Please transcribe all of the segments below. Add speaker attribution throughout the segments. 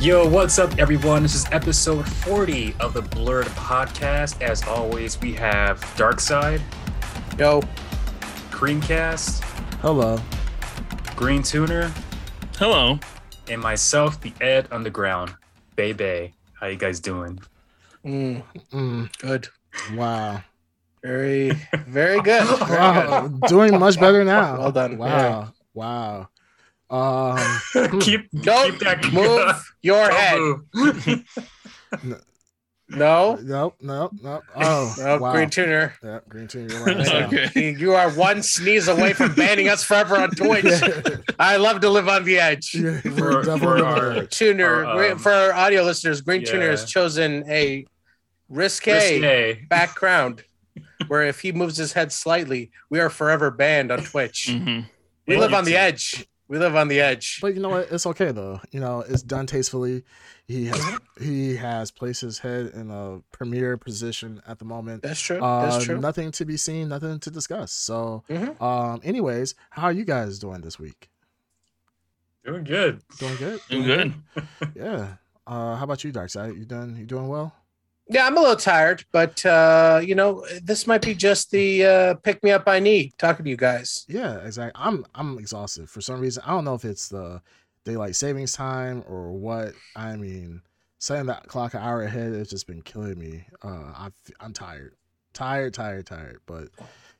Speaker 1: Yo, what's up, everyone? This is episode 40 of the Blurred Podcast. As always, we have Darkside,
Speaker 2: Yo,
Speaker 1: Creamcast,
Speaker 3: Hello.
Speaker 1: Green Tuner,
Speaker 4: Hello.
Speaker 1: and myself, the Ed Underground. Bay Bay, how you guys doing?
Speaker 2: mm,
Speaker 3: Mm,
Speaker 2: good,
Speaker 3: wow.
Speaker 2: very, very good. Very good.
Speaker 3: Wow. Doing much better now.
Speaker 2: Well done.
Speaker 3: Wow. Wow. Um,
Speaker 1: keep,
Speaker 2: Don't
Speaker 1: keep that
Speaker 2: move your
Speaker 1: Don't
Speaker 2: head.
Speaker 1: move.
Speaker 2: No,
Speaker 3: nope, nope, nope. Oh,
Speaker 2: no,
Speaker 3: wow.
Speaker 2: Oh. green tuner.
Speaker 3: Yeah, green team, you're right.
Speaker 2: Yeah.
Speaker 4: Okay.
Speaker 2: You are one sneeze away from banning us forever on Twitch. I love to live on the edge.
Speaker 3: Yeah,
Speaker 1: For-
Speaker 3: double
Speaker 1: for
Speaker 3: the
Speaker 1: our-
Speaker 3: edge.
Speaker 2: Tuner
Speaker 1: Or,
Speaker 2: Green-
Speaker 1: um,
Speaker 2: for our audio listeners, Green Tuner
Speaker 1: yeah.
Speaker 2: has chosen a risque,
Speaker 1: Risque.
Speaker 2: background where if he moves his head slightly, we are forever banned on Twitch.
Speaker 1: Mm.
Speaker 4: hmm
Speaker 2: We live on the
Speaker 1: YouTube.
Speaker 2: edge. We live on the edge.
Speaker 3: But you know what? It's okay though. You know, it's done tastefully. He has he has placed his head in a premier position at the moment.
Speaker 2: That's true.
Speaker 3: Uh,
Speaker 2: That's true.
Speaker 3: nothing to be seen, nothing to discuss. So,
Speaker 2: Mhm.
Speaker 3: um, anyways, how are you guys doing this week?
Speaker 1: Doing good.
Speaker 3: Doing good.
Speaker 4: Doing good.
Speaker 3: Yeah. Uh, how about you, Darkside? You done? You doing well?
Speaker 2: Yeah, I'm a little tired, but uh, you know, this might be just the uh, pick me up I need talking to you guys.
Speaker 3: Yeah, exactly. I'm I'm exhausted for some reason. I don't know if it's the daylight savings time or what. I mean, setting that clock an hour ahead has just been killing me. Uh, I f- I'm tired, tired, tired, tired. But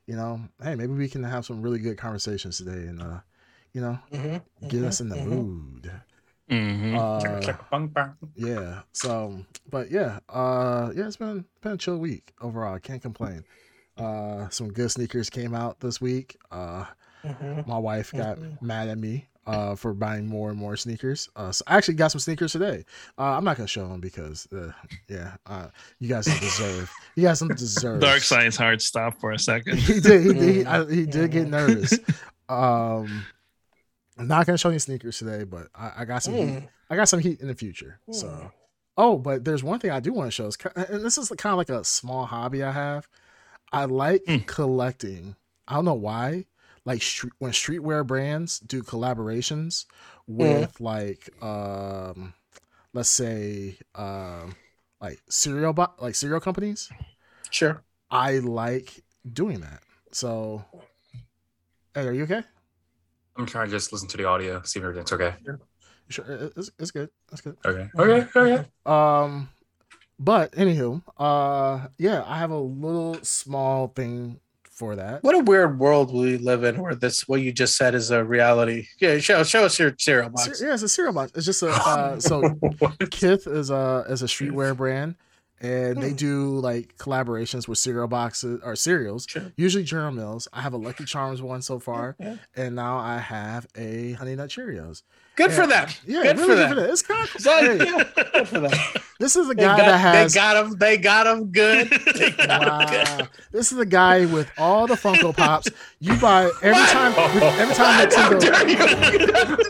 Speaker 3: you know, hey, maybe we can have some really good conversations today and uh, you know,
Speaker 2: Mhm.
Speaker 3: get us in the
Speaker 2: Mhm.
Speaker 3: mood.
Speaker 4: hmm
Speaker 3: Uh,
Speaker 1: Bang, bang.
Speaker 3: yeah. So, but yeah, uh, yeah, it's been been a chill week overall. I can't complain. Uh, some good sneakers came out this week. Uh,
Speaker 2: Mhm.
Speaker 3: my wife got
Speaker 2: Mhm.
Speaker 3: mad at me uh, for buying more and more sneakers. Uh, so I actually got some sneakers today. Uh, I'm not gonna show them because, uh, yeah, uh, you guys don't deserve. You guys don't deserve.
Speaker 4: Dark side's hard stop for a second.
Speaker 3: He did. He did. He, I, he did get nervous. Um, I'm not gonna show any sneakers today, but I, I got some. Heat.
Speaker 2: Mm.
Speaker 3: I got some heat in the future. So.
Speaker 2: Mm.
Speaker 3: Oh, but there's one thing I do want to show is, ki- and this is kind of like a small hobby I have. I like
Speaker 4: Mm.
Speaker 3: collecting. I don't know why. Like street, when streetwear brands do collaborations with like, um, let's say, um, like cereal, bo- like cereal companies.
Speaker 2: Sure.
Speaker 3: I like doing that. So, hey, are you okay?
Speaker 1: I'm trying to just listen to the audio, see if everything's okay.
Speaker 3: Sure, it- it's, it's good. That's good.
Speaker 1: Okay. Okay. Okay.
Speaker 3: Um, but anywho, uh, yeah, I have a little small thing for that.
Speaker 2: What a weird world we live in, where this what you just said is a reality. Yeah, show show us your cereal
Speaker 3: Ser-
Speaker 2: box.
Speaker 3: yeah, it's a cereal box. It's just a uh, so
Speaker 1: What?
Speaker 3: Kith is a is a streetwear brand, and they do like collaborations with cereal boxes or cereals.
Speaker 2: Sure.
Speaker 3: Usually General Mills. I have a Lucky Charms one so far,
Speaker 2: Yeah.
Speaker 3: and now I have a Honey Nut Cheerios.
Speaker 2: Good for
Speaker 3: Yeah.
Speaker 2: them.
Speaker 3: Yeah,
Speaker 2: Good for
Speaker 3: really good for
Speaker 2: them.
Speaker 3: that. It's kind of
Speaker 2: It's like-
Speaker 3: hey,
Speaker 2: Good for them.
Speaker 3: this is the
Speaker 2: They
Speaker 3: guy
Speaker 2: got,
Speaker 3: that has
Speaker 2: they got 'em- They got them good. They got 'em good.
Speaker 3: Wow. This is the guy with all the Funko Pops. You buy every time
Speaker 2: Oh.
Speaker 3: every time
Speaker 2: How
Speaker 3: Nintendo
Speaker 2: dare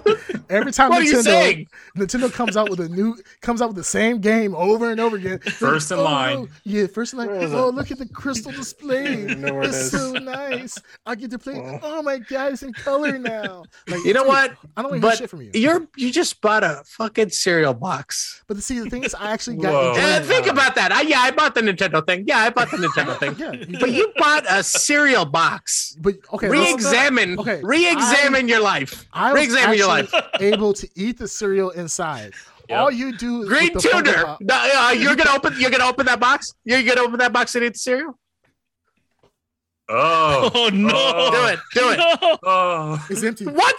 Speaker 2: you?
Speaker 3: every time
Speaker 2: What are you
Speaker 3: Nintendo
Speaker 2: saying?
Speaker 3: Nintendo comes out with a new comes out with the same game over and over again.
Speaker 1: First in
Speaker 3: Oh,
Speaker 1: line.
Speaker 3: Yeah, first in line.
Speaker 2: Where is
Speaker 3: Oh,
Speaker 2: it?
Speaker 3: look at the crystal display.
Speaker 2: You know where it
Speaker 3: it's
Speaker 2: is.
Speaker 3: so nice. I get to play.
Speaker 2: Well.
Speaker 3: Oh my god, it's in color now. Like
Speaker 2: You know
Speaker 3: dude,
Speaker 2: what?
Speaker 3: I don't want to hear
Speaker 2: But
Speaker 3: shit from you.
Speaker 2: You're you just bought a fucking cereal box.
Speaker 3: But see, the thing is, I actually got.
Speaker 1: Whoa.
Speaker 3: enjoyment
Speaker 2: Uh, think
Speaker 3: out of
Speaker 2: about that. I, yeah, I bought the Nintendo thing. Yeah, I bought the Nintendo
Speaker 3: it.
Speaker 2: thing.
Speaker 3: Yeah, you
Speaker 2: But
Speaker 3: did.
Speaker 2: you bought a cereal box.
Speaker 3: But okay, let's-
Speaker 2: Re-examine.
Speaker 3: Okay,
Speaker 2: Re-examine your life.
Speaker 3: I was
Speaker 2: Re-examine your
Speaker 3: actually able to eat the cereal inside.
Speaker 1: Yep.
Speaker 3: All you do is
Speaker 2: Green
Speaker 3: with the Funko
Speaker 2: tuner.
Speaker 3: Pop-
Speaker 2: No, uh, you're gonna open. You're gonna open that box. You're gonna open that box and eat the cereal.
Speaker 1: Oh.
Speaker 4: Oh no!
Speaker 1: Oh.
Speaker 2: Do it. Do it.
Speaker 4: No.
Speaker 1: Oh.
Speaker 3: It's empty.
Speaker 2: What?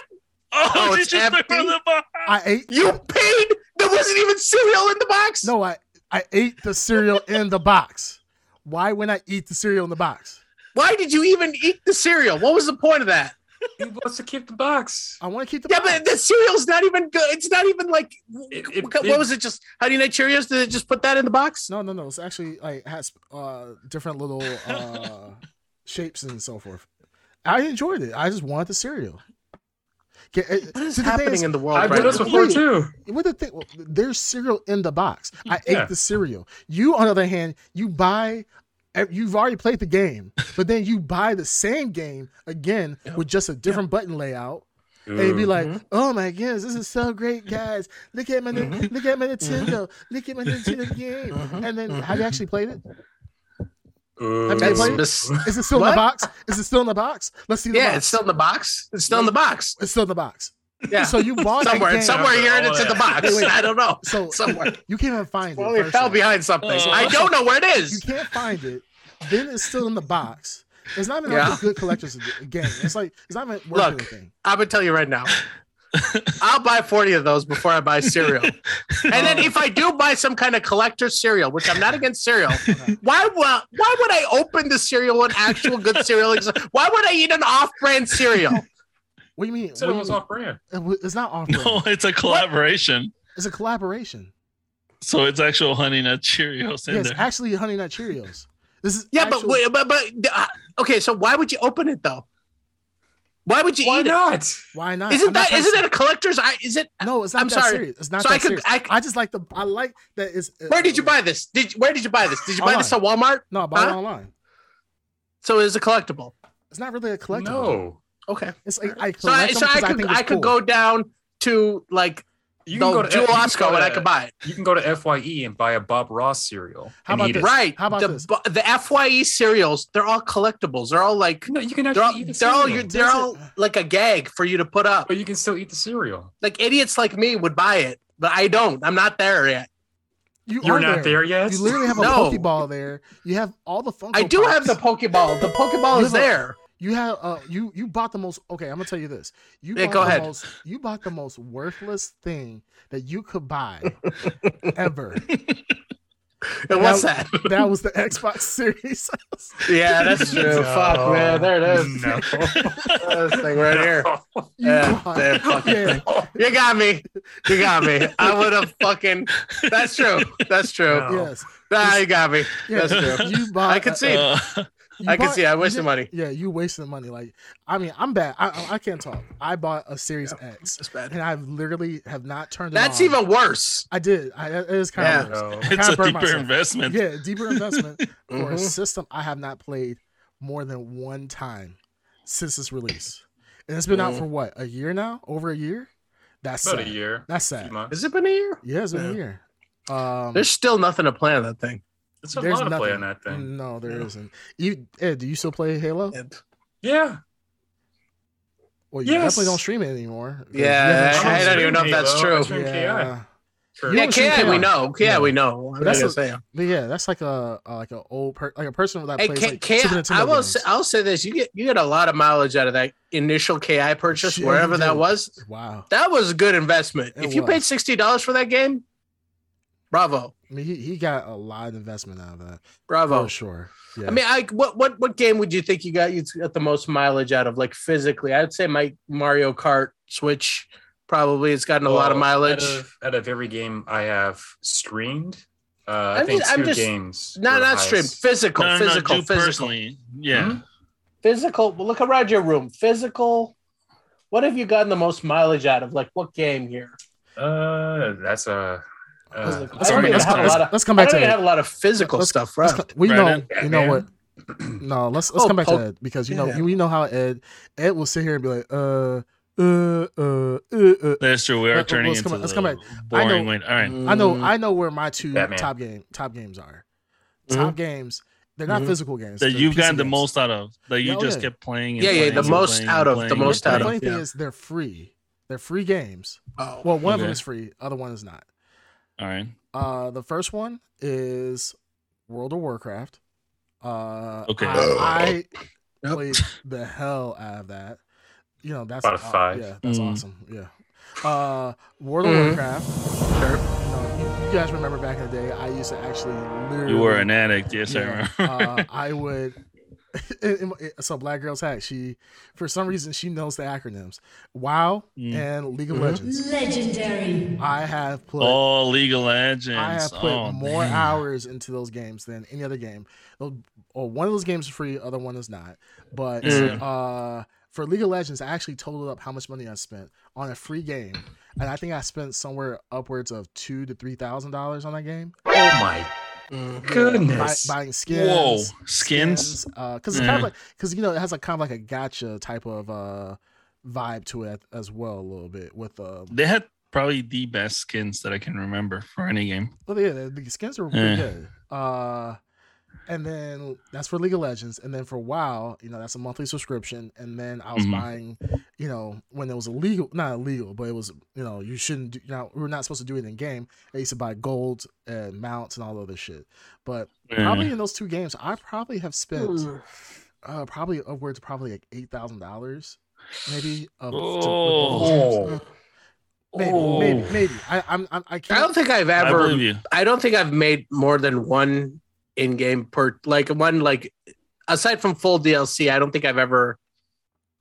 Speaker 4: Oh,
Speaker 2: Oh,
Speaker 4: did
Speaker 2: it's
Speaker 4: you
Speaker 2: empty?
Speaker 4: throw the box?
Speaker 3: I ate
Speaker 2: You paid? There wasn't even cereal in the box.
Speaker 3: no, I I ate the cereal in the box. Why wouldn't I eat the cereal in the box?
Speaker 2: Why did you even eat the cereal? What was the point of that?
Speaker 1: He wants to keep the box.
Speaker 3: I want to keep the
Speaker 2: Yeah,
Speaker 3: box.
Speaker 2: but the cereal's not even good. It's not even like.
Speaker 1: It- it-
Speaker 2: what
Speaker 1: it-
Speaker 2: was it? Just Honey Nut Cheerios? Did it just put that in the box?
Speaker 3: no, no, no. It's actually like has uh different little uh shapes and so forth. I enjoyed it. I just wanted the cereal. Okay, it-
Speaker 2: What is
Speaker 3: see, the thing
Speaker 2: happening
Speaker 3: is-
Speaker 2: in the world
Speaker 1: I've
Speaker 2: right
Speaker 1: done
Speaker 2: now?
Speaker 1: this before
Speaker 3: Wait.
Speaker 1: too.
Speaker 3: What the thing? well, There's cereal in the box. I
Speaker 1: Yeah.
Speaker 3: ate the cereal. You, on the other hand, you buy. eh, You've already played the game, but then you buy the same game again with just a different button layout. and you'd be
Speaker 1: Ooh.
Speaker 3: like,
Speaker 2: Mhm.
Speaker 3: "Oh my goodness, this is so great, guys! Look at my
Speaker 2: Mm-hmm.
Speaker 1: Mhm.
Speaker 3: look at my Nintendo, look at my Nintendo game!"
Speaker 2: Mhm.
Speaker 3: And then, have you actually played it?
Speaker 1: Ooh.
Speaker 3: Have you
Speaker 2: That's
Speaker 3: played
Speaker 2: mis-
Speaker 3: Is it still in
Speaker 2: What?
Speaker 3: the box? Is it still in the box? Let's see. The
Speaker 2: yeah,
Speaker 3: box.
Speaker 2: it's still in the box. It's still in the box.
Speaker 3: It's still in the box.
Speaker 2: Yeah,
Speaker 3: So you bought that
Speaker 2: somewhere,
Speaker 3: game.
Speaker 2: somewhere here, and it's in the box.
Speaker 3: Wait, wait.
Speaker 2: I don't know.
Speaker 3: So
Speaker 2: Somewhere.
Speaker 3: you can't even find it.
Speaker 2: Well, it
Speaker 3: first
Speaker 2: fell
Speaker 3: off.
Speaker 2: behind something.
Speaker 4: Oh.
Speaker 2: I don't know where it
Speaker 3: You
Speaker 2: is.
Speaker 3: can't find it. Then it's still in the box. It's not even
Speaker 2: Yeah.
Speaker 3: like a good collector's game. It's like it's not even worth
Speaker 2: Look.
Speaker 3: anything.
Speaker 2: I'm gonna tell you right now. I'll buy 40 of those before I buy cereal. And then if I do buy some kind of collector cereal, which I'm not against cereal, why would why would I open the cereal and actual good cereal? exists? Why would I eat an off-brand cereal?
Speaker 3: What do you mean?
Speaker 1: Said
Speaker 3: What
Speaker 1: it
Speaker 3: do you
Speaker 1: was
Speaker 3: mean?
Speaker 1: off brand.
Speaker 3: It wa- It's not off.
Speaker 4: No, Oh, it's a collaboration.
Speaker 3: It's a collaboration.
Speaker 4: So it's actual Honey Nut Cheerios in
Speaker 3: Yeah, it's
Speaker 4: there.
Speaker 3: actually Honey Nut Cheerios. This is
Speaker 2: Yeah,
Speaker 3: actual-
Speaker 2: but wait, but but uh, okay. So why would you open it though? Why would you
Speaker 1: Why
Speaker 2: eat
Speaker 1: not?
Speaker 3: why
Speaker 2: it?
Speaker 3: not?
Speaker 2: Isn't
Speaker 3: I'm not
Speaker 2: that
Speaker 3: trying to
Speaker 2: isn't it a collector's? eye? Is it?
Speaker 3: say- No, it's not
Speaker 2: I'm
Speaker 3: that
Speaker 2: sorry.
Speaker 3: serious. It's not
Speaker 2: So
Speaker 3: that
Speaker 2: I could-
Speaker 3: serious.
Speaker 2: I
Speaker 3: I,
Speaker 2: could-
Speaker 3: just like the. I like that. It's, uh,
Speaker 2: Where did you buy this? Did where did you buy this? Did you buy this at Walmart?
Speaker 3: No, I bought it
Speaker 2: Huh?
Speaker 3: online.
Speaker 2: So it was a collectible.
Speaker 3: It's not really a collectible.
Speaker 1: No,
Speaker 2: Okay.
Speaker 3: It's like I
Speaker 2: So I,
Speaker 3: collect
Speaker 2: so I could I, could go down to like
Speaker 1: you
Speaker 2: the
Speaker 1: can go to
Speaker 2: Jewel
Speaker 1: you can
Speaker 2: Osco
Speaker 1: go
Speaker 2: and I
Speaker 1: to-
Speaker 2: could buy it.
Speaker 1: You can go to Fye and buy a Bob Ross cereal.
Speaker 3: How
Speaker 1: and
Speaker 3: about
Speaker 1: eat
Speaker 3: this?
Speaker 1: It.
Speaker 2: Right.
Speaker 3: How about
Speaker 2: the,
Speaker 3: this?
Speaker 2: bu- The Fye cereals, they're all collectibles. They're all like
Speaker 1: No, you can
Speaker 2: they're
Speaker 1: actually
Speaker 2: all
Speaker 1: eat the
Speaker 2: they're all
Speaker 1: cereal.
Speaker 2: you- they're all like a gag for you to put up.
Speaker 1: but you can still eat the cereal.
Speaker 2: Like idiots like me would buy it, but I don't. I'm not there yet.
Speaker 3: You
Speaker 1: You're
Speaker 3: are
Speaker 1: not there, yet.
Speaker 3: You literally have a
Speaker 2: No.
Speaker 3: Pokeball there. You have all the Funko.
Speaker 2: I do have the
Speaker 3: Pops.
Speaker 2: Pokeball. The Pokeball
Speaker 3: You
Speaker 2: is
Speaker 3: have a-
Speaker 2: there.
Speaker 3: You have uh you you bought the most okay, I'm gonna tell you this. You
Speaker 2: Yeah,
Speaker 3: bought
Speaker 2: go
Speaker 3: the
Speaker 2: ahead.
Speaker 3: most you bought the most worthless thing that you could buy ever.
Speaker 2: And what's that?
Speaker 3: That was the Xbox Series.
Speaker 2: Yeah, that's true.
Speaker 1: No.
Speaker 2: Fuck, man. There it is.
Speaker 1: No.
Speaker 2: This thing right here.
Speaker 3: You
Speaker 2: Yeah,
Speaker 3: bought-
Speaker 2: that fucking
Speaker 3: yeah.
Speaker 2: You got me. You got me. I would have fucking. That's true. That's true.
Speaker 1: No.
Speaker 3: Yes.
Speaker 2: Ah, you got me.
Speaker 3: Yes.
Speaker 2: That's true.
Speaker 3: You bought
Speaker 2: I could see.
Speaker 4: Uh,
Speaker 3: you
Speaker 2: I can
Speaker 3: bought-
Speaker 2: see. I
Speaker 3: you
Speaker 2: wasted
Speaker 3: did-
Speaker 2: money.
Speaker 3: Yeah, you wasted money. Like I mean, I'm bad. I I- I can't talk. I bought a Series X
Speaker 2: That's bad.
Speaker 3: and I literally have not turned it
Speaker 2: That's
Speaker 3: on.
Speaker 2: even worse.
Speaker 3: I did. I it is kind
Speaker 2: Yeah.
Speaker 3: of
Speaker 1: No.
Speaker 4: it's
Speaker 3: I
Speaker 4: a
Speaker 3: burned
Speaker 4: deeper
Speaker 3: myself.
Speaker 4: investment.
Speaker 3: yeah, deeper investment for a
Speaker 2: Mhm.
Speaker 3: system I have not played more than one time since its release, and it's been out
Speaker 2: Mhm.
Speaker 3: for what a year now, over a year. That's
Speaker 1: About
Speaker 3: sad.
Speaker 1: a year.
Speaker 3: That's
Speaker 1: few
Speaker 3: sad.
Speaker 1: months.
Speaker 2: Has Mm-hmm. it been a year?
Speaker 3: Yeah, it's been a
Speaker 2: Yeah.
Speaker 3: year. Um,
Speaker 2: There's still nothing to play on that thing.
Speaker 1: It's a
Speaker 3: there's
Speaker 1: lot of play on
Speaker 3: nothing. Mm.
Speaker 1: that thing.
Speaker 3: No, there
Speaker 2: Yeah.
Speaker 3: not You Ed, do you still play Halo?
Speaker 2: And-
Speaker 1: Yeah.
Speaker 3: Well, you
Speaker 1: Yes.
Speaker 3: definitely don't stream it anymore. 'cause you
Speaker 2: Yeah,
Speaker 3: haven't
Speaker 2: I- I
Speaker 3: streamed
Speaker 2: don't
Speaker 3: it.
Speaker 2: even know if that's
Speaker 1: Halo.
Speaker 2: true.
Speaker 1: I stream KI.
Speaker 3: Yeah.
Speaker 1: Sure.
Speaker 3: You
Speaker 2: Yeah,
Speaker 3: don't see
Speaker 2: KI,
Speaker 3: KI.
Speaker 2: we know. KI,
Speaker 3: Yeah.
Speaker 2: we know.
Speaker 3: But that's
Speaker 2: That's
Speaker 3: a- But yeah, that's like a, a like a old per, like a person that
Speaker 2: Hey,
Speaker 3: plays
Speaker 2: K-
Speaker 3: like
Speaker 2: KI,
Speaker 3: Super Nintendo
Speaker 2: I will. uh
Speaker 3: games.
Speaker 2: Say, I'll say this: you get you get a lot of mileage out of that initial KI purchase,
Speaker 3: Yeah, you
Speaker 2: wherever that
Speaker 3: do.
Speaker 2: was.
Speaker 3: wow.
Speaker 2: That was a good investment.
Speaker 3: It
Speaker 2: if you paid
Speaker 3: was.
Speaker 2: sixty dollars for that game, bravo,
Speaker 3: I mean, he, he got a lot of investment out of that
Speaker 2: bravo.
Speaker 3: for sure. Yeah.
Speaker 2: I mean, I what what what game would you think you got you got the most mileage out of, like physically? I'd say my Mario Kart Switch probably it's gotten a lot
Speaker 1: Well,
Speaker 2: of mileage.
Speaker 1: Out of, out of every game I have streamed, uh, I,
Speaker 2: mean,
Speaker 1: think
Speaker 2: I'm
Speaker 1: two
Speaker 2: just-
Speaker 1: games. were
Speaker 2: not
Speaker 1: the
Speaker 2: not stream,
Speaker 1: highest.
Speaker 2: physical,
Speaker 4: No, no, no,
Speaker 2: physical,
Speaker 4: do
Speaker 2: physical.
Speaker 4: personally. Yeah.
Speaker 1: Mhm.
Speaker 2: physical well, look around your room physical what have you gotten the most mileage out of like what game here
Speaker 1: Uh, that's a. Uh,
Speaker 2: Physical.
Speaker 3: Let's
Speaker 1: sorry,
Speaker 3: come back-
Speaker 2: I
Speaker 3: let's
Speaker 1: that's
Speaker 2: have a
Speaker 1: kinda-
Speaker 3: come-
Speaker 2: lot
Speaker 3: let's-
Speaker 2: of-
Speaker 3: let's come
Speaker 2: i
Speaker 3: back
Speaker 2: don't
Speaker 3: to
Speaker 2: even have
Speaker 3: that.
Speaker 2: a lot of physical
Speaker 3: Let's-
Speaker 2: stuff
Speaker 3: Let's
Speaker 2: right
Speaker 3: co- We
Speaker 4: Right
Speaker 3: know,
Speaker 4: in.
Speaker 1: Yeah,
Speaker 3: you know
Speaker 1: man.
Speaker 3: what? No, let's let's
Speaker 2: Oh,
Speaker 3: come back
Speaker 2: poke-
Speaker 3: to Ed because you know
Speaker 2: Yeah.
Speaker 3: we know how Ed Ed will sit here and be like, uh, uh, uh, uh, uh.
Speaker 4: That's true. We are
Speaker 3: Let-
Speaker 4: turning
Speaker 3: let's come
Speaker 4: into
Speaker 3: back- let's
Speaker 4: the
Speaker 3: come back. I
Speaker 4: boring
Speaker 3: know-
Speaker 4: win- All right.
Speaker 3: I
Speaker 2: Mm-hmm.
Speaker 3: know, I know where my two
Speaker 1: Batman.
Speaker 3: top game top games are.
Speaker 2: Mm-hmm.
Speaker 3: Top games. They're not
Speaker 2: Mhm.
Speaker 3: physical games.
Speaker 4: That
Speaker 3: they're
Speaker 4: you've
Speaker 3: PC
Speaker 4: gotten the
Speaker 3: games.
Speaker 4: most out of. That you
Speaker 3: Yeah, oh,
Speaker 4: just
Speaker 3: yeah.
Speaker 4: kept playing. and
Speaker 2: Yeah, yeah,
Speaker 4: playing
Speaker 2: the
Speaker 4: and
Speaker 2: most
Speaker 4: playing
Speaker 2: out
Speaker 4: and
Speaker 2: of, the
Speaker 4: playing and
Speaker 2: most
Speaker 3: The
Speaker 2: out of.
Speaker 4: playing.
Speaker 3: funny thing
Speaker 2: yeah.
Speaker 3: is they're free. They're free games.
Speaker 2: oh.
Speaker 3: Well, one of them
Speaker 4: Okay.
Speaker 3: is free. Other one is not.
Speaker 4: All right.
Speaker 3: Uh, the first one is World of Warcraft. Uh,
Speaker 4: Okay.
Speaker 3: I, I
Speaker 2: Yep.
Speaker 3: played the hell out of that. You know, that's
Speaker 1: Out of
Speaker 3: aw-
Speaker 1: five.
Speaker 3: Yeah, that's
Speaker 4: Mm.
Speaker 3: awesome. Yeah. Uh, World of
Speaker 2: Mhm.
Speaker 3: Warcraft. You, know, you- you guys remember back in the day? I used to actually literally.
Speaker 4: You were an addict. Yes,
Speaker 3: Yeah,
Speaker 4: I
Speaker 3: uh,
Speaker 4: remember.
Speaker 3: I would. so Black Girls Hack. She, for some reason, she knows the acronyms. WoW
Speaker 4: Mm.
Speaker 3: and League of
Speaker 2: Mhm.
Speaker 3: Legends.
Speaker 5: Legendary.
Speaker 3: I have played.
Speaker 4: oh, League of Legends.
Speaker 3: I have put
Speaker 4: oh,
Speaker 3: more
Speaker 4: man.
Speaker 3: hours into those games than any other game. Though- Or one of those games is free, other one is not. But
Speaker 4: Mm.
Speaker 3: uh, for League of Legends, I actually totaled up how much money I spent on a free game, and I think I spent somewhere upwards of two to three thousand dollars on that game,
Speaker 1: oh my
Speaker 2: Mm-hmm.
Speaker 3: Buy,
Speaker 1: goodness!
Speaker 3: buying skins.
Speaker 4: Whoa, skins.
Speaker 3: Because it's kind
Speaker 4: Mm.
Speaker 3: of like, because you know, it has like kind of like a gotcha type of uh vibe to it as well a little bit with uh
Speaker 4: They had probably the best skins that I can remember for any game.
Speaker 3: well yeah the, the skins were pretty
Speaker 4: Yeah.
Speaker 3: good uh and then that's for league of legends and then for wow you know that's a monthly subscription and then i was
Speaker 4: Mhm.
Speaker 3: buying you know when it was illegal not illegal but it was you know you shouldn't do, you know we were not supposed to do it in game i used to buy gold and mounts and all other shit but
Speaker 4: Eh.
Speaker 3: probably in those two games i probably have spent uh probably upwards of probably like eight thousand dollars maybe of, to- with both
Speaker 1: Oh.
Speaker 3: games. maybe, maybe maybe i i'm I'm- i
Speaker 2: I
Speaker 3: can't
Speaker 2: don't think I've
Speaker 4: Yeah. I
Speaker 2: ever. I,
Speaker 4: believe you.
Speaker 2: don't think I've made more than one in-game per like one like aside from full DLC. I don't think I've ever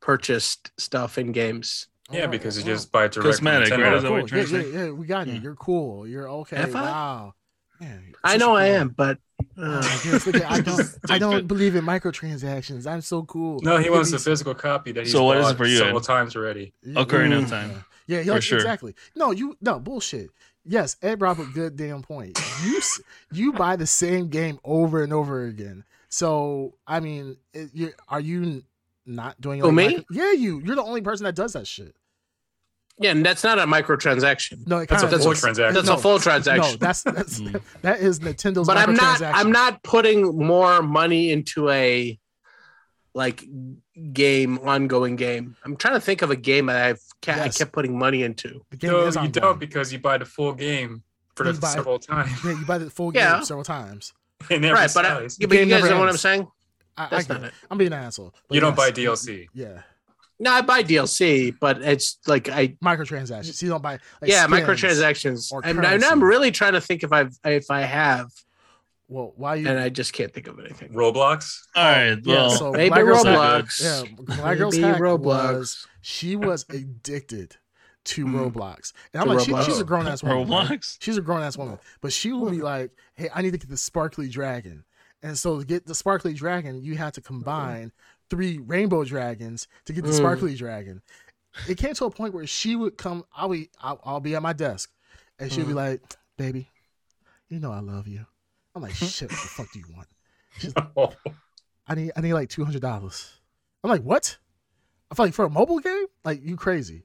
Speaker 2: purchased stuff in games.
Speaker 1: Yeah,
Speaker 3: Alright,
Speaker 1: because it
Speaker 3: wow.
Speaker 1: just buy direct from
Speaker 4: Cosmetic,
Speaker 1: Nintendo.
Speaker 4: right?
Speaker 3: Oh,
Speaker 4: Is that what
Speaker 3: cool.
Speaker 4: you're trying to
Speaker 3: yeah, yeah, yeah, we got you.
Speaker 4: Yeah.
Speaker 3: You're cool. You're okay.
Speaker 2: Am I?
Speaker 3: Wow. Man,
Speaker 2: I
Speaker 3: such a
Speaker 2: know I
Speaker 3: cool-
Speaker 2: am, but
Speaker 3: Oh,
Speaker 2: uh,
Speaker 3: yes, look at- I don't. I don't
Speaker 4: Stupid.
Speaker 3: believe in microtransactions. I'm so cool.
Speaker 1: No, he
Speaker 3: Look at
Speaker 1: wants the
Speaker 3: these-
Speaker 1: physical copy that he's
Speaker 4: So what is it
Speaker 1: bought
Speaker 4: for you,
Speaker 1: several
Speaker 4: Ed?
Speaker 1: times already.
Speaker 3: Yeah,
Speaker 4: Ocarina
Speaker 3: yeah,
Speaker 4: of Time.
Speaker 3: mm, Yeah, yeah,
Speaker 4: For
Speaker 3: like,
Speaker 4: sure.
Speaker 3: exactly. No, you no bullshit. Yes, Ed brought up a good damn point. You s- you buy the same game over and over again. So I mean, it, you are you n- not doing?
Speaker 2: Who,
Speaker 3: like,
Speaker 2: Oh, me?
Speaker 3: micro- yeah, you. You're the only person that does that shit.
Speaker 2: yeah, and that's not a microtransaction.
Speaker 3: No, it
Speaker 1: That's a
Speaker 3: kinda
Speaker 1: full
Speaker 3: is.
Speaker 1: transaction.
Speaker 2: That's
Speaker 3: no,
Speaker 2: a full
Speaker 3: No,
Speaker 2: transaction.
Speaker 3: that's that's
Speaker 4: Mm.
Speaker 3: that is Nintendo's.
Speaker 2: but I'm not.
Speaker 3: microtransaction.
Speaker 2: I'm not putting more money into a like game ongoing game. I'm trying to think of a game that I've ca-
Speaker 3: Yes.
Speaker 2: I kept putting money into.
Speaker 3: The game
Speaker 1: No,
Speaker 3: is
Speaker 1: you
Speaker 3: ongoing.
Speaker 1: don't because you buy the full game for
Speaker 3: You
Speaker 1: the
Speaker 3: buy-
Speaker 1: several times.
Speaker 3: Yeah, you buy the full
Speaker 2: Yeah.
Speaker 3: game several times.
Speaker 1: in every
Speaker 2: right, but, I,
Speaker 1: size.
Speaker 2: but you
Speaker 3: game
Speaker 2: guys
Speaker 3: never
Speaker 2: know what I'm
Speaker 3: ends.
Speaker 2: saying?
Speaker 3: I, I
Speaker 2: That's
Speaker 3: get
Speaker 2: not
Speaker 3: it. I'm being an asshole. but
Speaker 1: you don't
Speaker 3: yes.
Speaker 1: buy DLC.
Speaker 3: Yeah,
Speaker 2: No, I buy DLC, but it's like I
Speaker 3: microtransactions. You don't buy. Like
Speaker 2: yeah,
Speaker 3: skins.
Speaker 2: microtransactions.
Speaker 3: or
Speaker 2: And I'm, I'm
Speaker 3: currency.
Speaker 2: really trying to think if I've if I have,
Speaker 3: Well, why you?
Speaker 2: and I just can't think of anything.
Speaker 1: Roblox.
Speaker 4: All right.
Speaker 3: yeah,
Speaker 4: Well,
Speaker 3: so
Speaker 2: Maybe
Speaker 3: Black Girls Hack-
Speaker 2: Roblox.
Speaker 3: yeah, Black Girls
Speaker 2: Maybe
Speaker 3: Hack
Speaker 2: Roblox.
Speaker 3: was she was addicted to
Speaker 1: Mm.
Speaker 3: Roblox, and I'm
Speaker 2: To
Speaker 3: like, she,
Speaker 2: Roblox.
Speaker 3: she's a grown ass woman. right?
Speaker 4: Roblox.
Speaker 3: She's a grown ass woman, but she will be like, "Hey, I need to get the sparkly dragon." And so to get the sparkly dragon, you have to combine three rainbow dragons to get the
Speaker 2: Mm.
Speaker 3: sparkly dragon. It came to a point where she would come. I'll be I'll, I'll be at my desk, and she'll be like, "Baby, you know I love you." I'm like, "Shit, what the fuck do you want?"
Speaker 1: Oh,
Speaker 3: I need I need like two hundred dollars. I'm like, what? I feel like for a mobile game, like you crazy.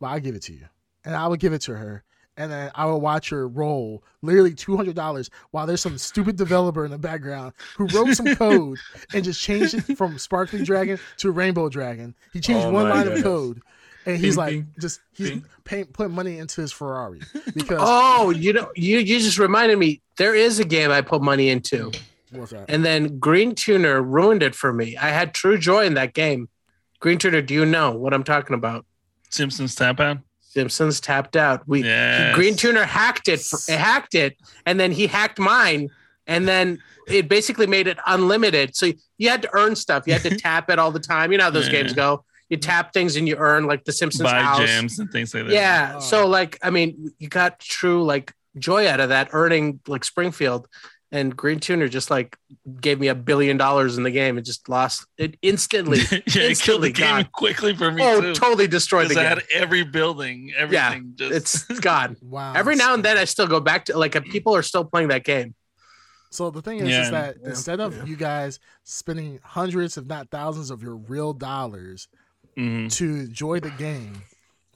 Speaker 3: But I give it to you, and I would give it to her, and then I would watch her roll literally two hundred dollars while there's some stupid developer in the background who wrote some code and just changed it from Sparkly Dragon to Rainbow Dragon. He changed
Speaker 1: Oh
Speaker 3: one
Speaker 1: my
Speaker 3: line
Speaker 1: goodness.
Speaker 3: of code, and he's
Speaker 1: Bing,
Speaker 3: like,
Speaker 1: bing,
Speaker 3: just he's
Speaker 1: bing.
Speaker 3: paying, putting money into his Ferrari because
Speaker 2: Oh, you know, you you just reminded me. There is a game I put money into,
Speaker 3: what's that?
Speaker 2: and then Green Tuner ruined it for me. I had true joy in that game. Green Tuner, do you know what I'm talking about?
Speaker 4: Simpsons tap out.
Speaker 2: Simpsons tapped out. We
Speaker 4: Yeah.
Speaker 2: Green Tuner hacked it, for, it hacked it, and then he hacked mine, and then it basically made it unlimited. So you had to earn stuff. You had to tap it all the time. You know how those
Speaker 4: Yeah.
Speaker 2: games go. You tap things and you earn, like the Simpsons
Speaker 4: buy
Speaker 2: house.
Speaker 4: jams and things like that.
Speaker 2: Yeah.
Speaker 3: Oh.
Speaker 2: So like, I mean, you got true like joy out of that, earning like Springfield, and Green Tuner just like gave me a billion dollars in the game and just lost it instantly.
Speaker 4: yeah, it killed
Speaker 2: Instantly
Speaker 4: the game
Speaker 2: gone.
Speaker 4: quickly for me
Speaker 2: oh,
Speaker 4: too.
Speaker 2: totally destroyed the
Speaker 4: Because I
Speaker 2: game.
Speaker 4: had every building, everything. just
Speaker 2: It's gone.
Speaker 3: Wow.
Speaker 2: Every now and then, I still go back to like uh, people are still playing that game.
Speaker 3: So the thing is,
Speaker 4: Yeah.
Speaker 3: is that
Speaker 2: Yeah.
Speaker 3: instead of
Speaker 2: Yeah.
Speaker 3: you guys spending hundreds, if not thousands, of your real dollars
Speaker 1: Mm-hmm.
Speaker 4: Mhm.
Speaker 3: to enjoy the game,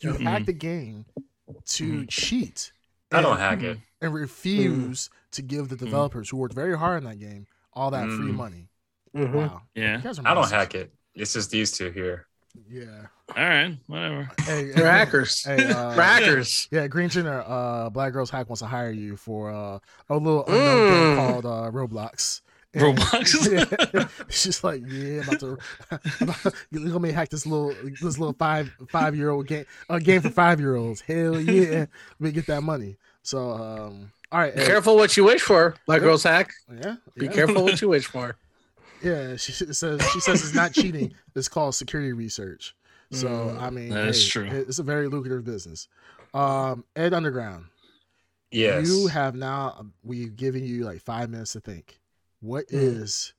Speaker 3: you
Speaker 4: Yeah.
Speaker 3: hack the game to
Speaker 4: Mhm.
Speaker 3: cheat.
Speaker 1: Mm-hmm. I don't Mm-hmm.
Speaker 3: and-
Speaker 1: hack it.
Speaker 3: And refuse to give the developers who worked very hard on that game all that free
Speaker 1: Mm.
Speaker 3: money.
Speaker 2: Mhm.
Speaker 3: Wow.
Speaker 4: yeah.
Speaker 3: You guys are
Speaker 1: I don't
Speaker 3: monsters.
Speaker 1: hack it. It's just these two here.
Speaker 3: Yeah.
Speaker 4: All right. Whatever.
Speaker 3: Hey,
Speaker 2: They're
Speaker 3: hey,
Speaker 2: hackers.
Speaker 3: Hey, uh,
Speaker 2: They're hackers.
Speaker 3: Yeah, Green Tuner, uh, Black Girls Hack wants to hire you for uh, a little unknown game
Speaker 2: Mm.
Speaker 3: called uh, Roblox. And-
Speaker 4: Roblox.
Speaker 3: yeah, she's like, yeah, I'm about to, I'm about, you gonna make hack this little, this little five, five year old game, a game for five year olds. Hell yeah, let me get that money. So, um, all right,
Speaker 2: Be
Speaker 3: Ed,
Speaker 2: careful what you wish for, Black Girls Hack.
Speaker 3: yeah,
Speaker 2: Be
Speaker 3: yeah,
Speaker 2: careful what you wish for.
Speaker 3: yeah. She says, she says it's not cheating. It's called security research. So,
Speaker 2: Mm,
Speaker 3: I mean,
Speaker 4: that is true.
Speaker 3: It's a very lucrative business. Um, Ed Underground.
Speaker 1: Yes.
Speaker 3: You have now um, we've given you like five minutes to think. What
Speaker 2: Mm.
Speaker 3: is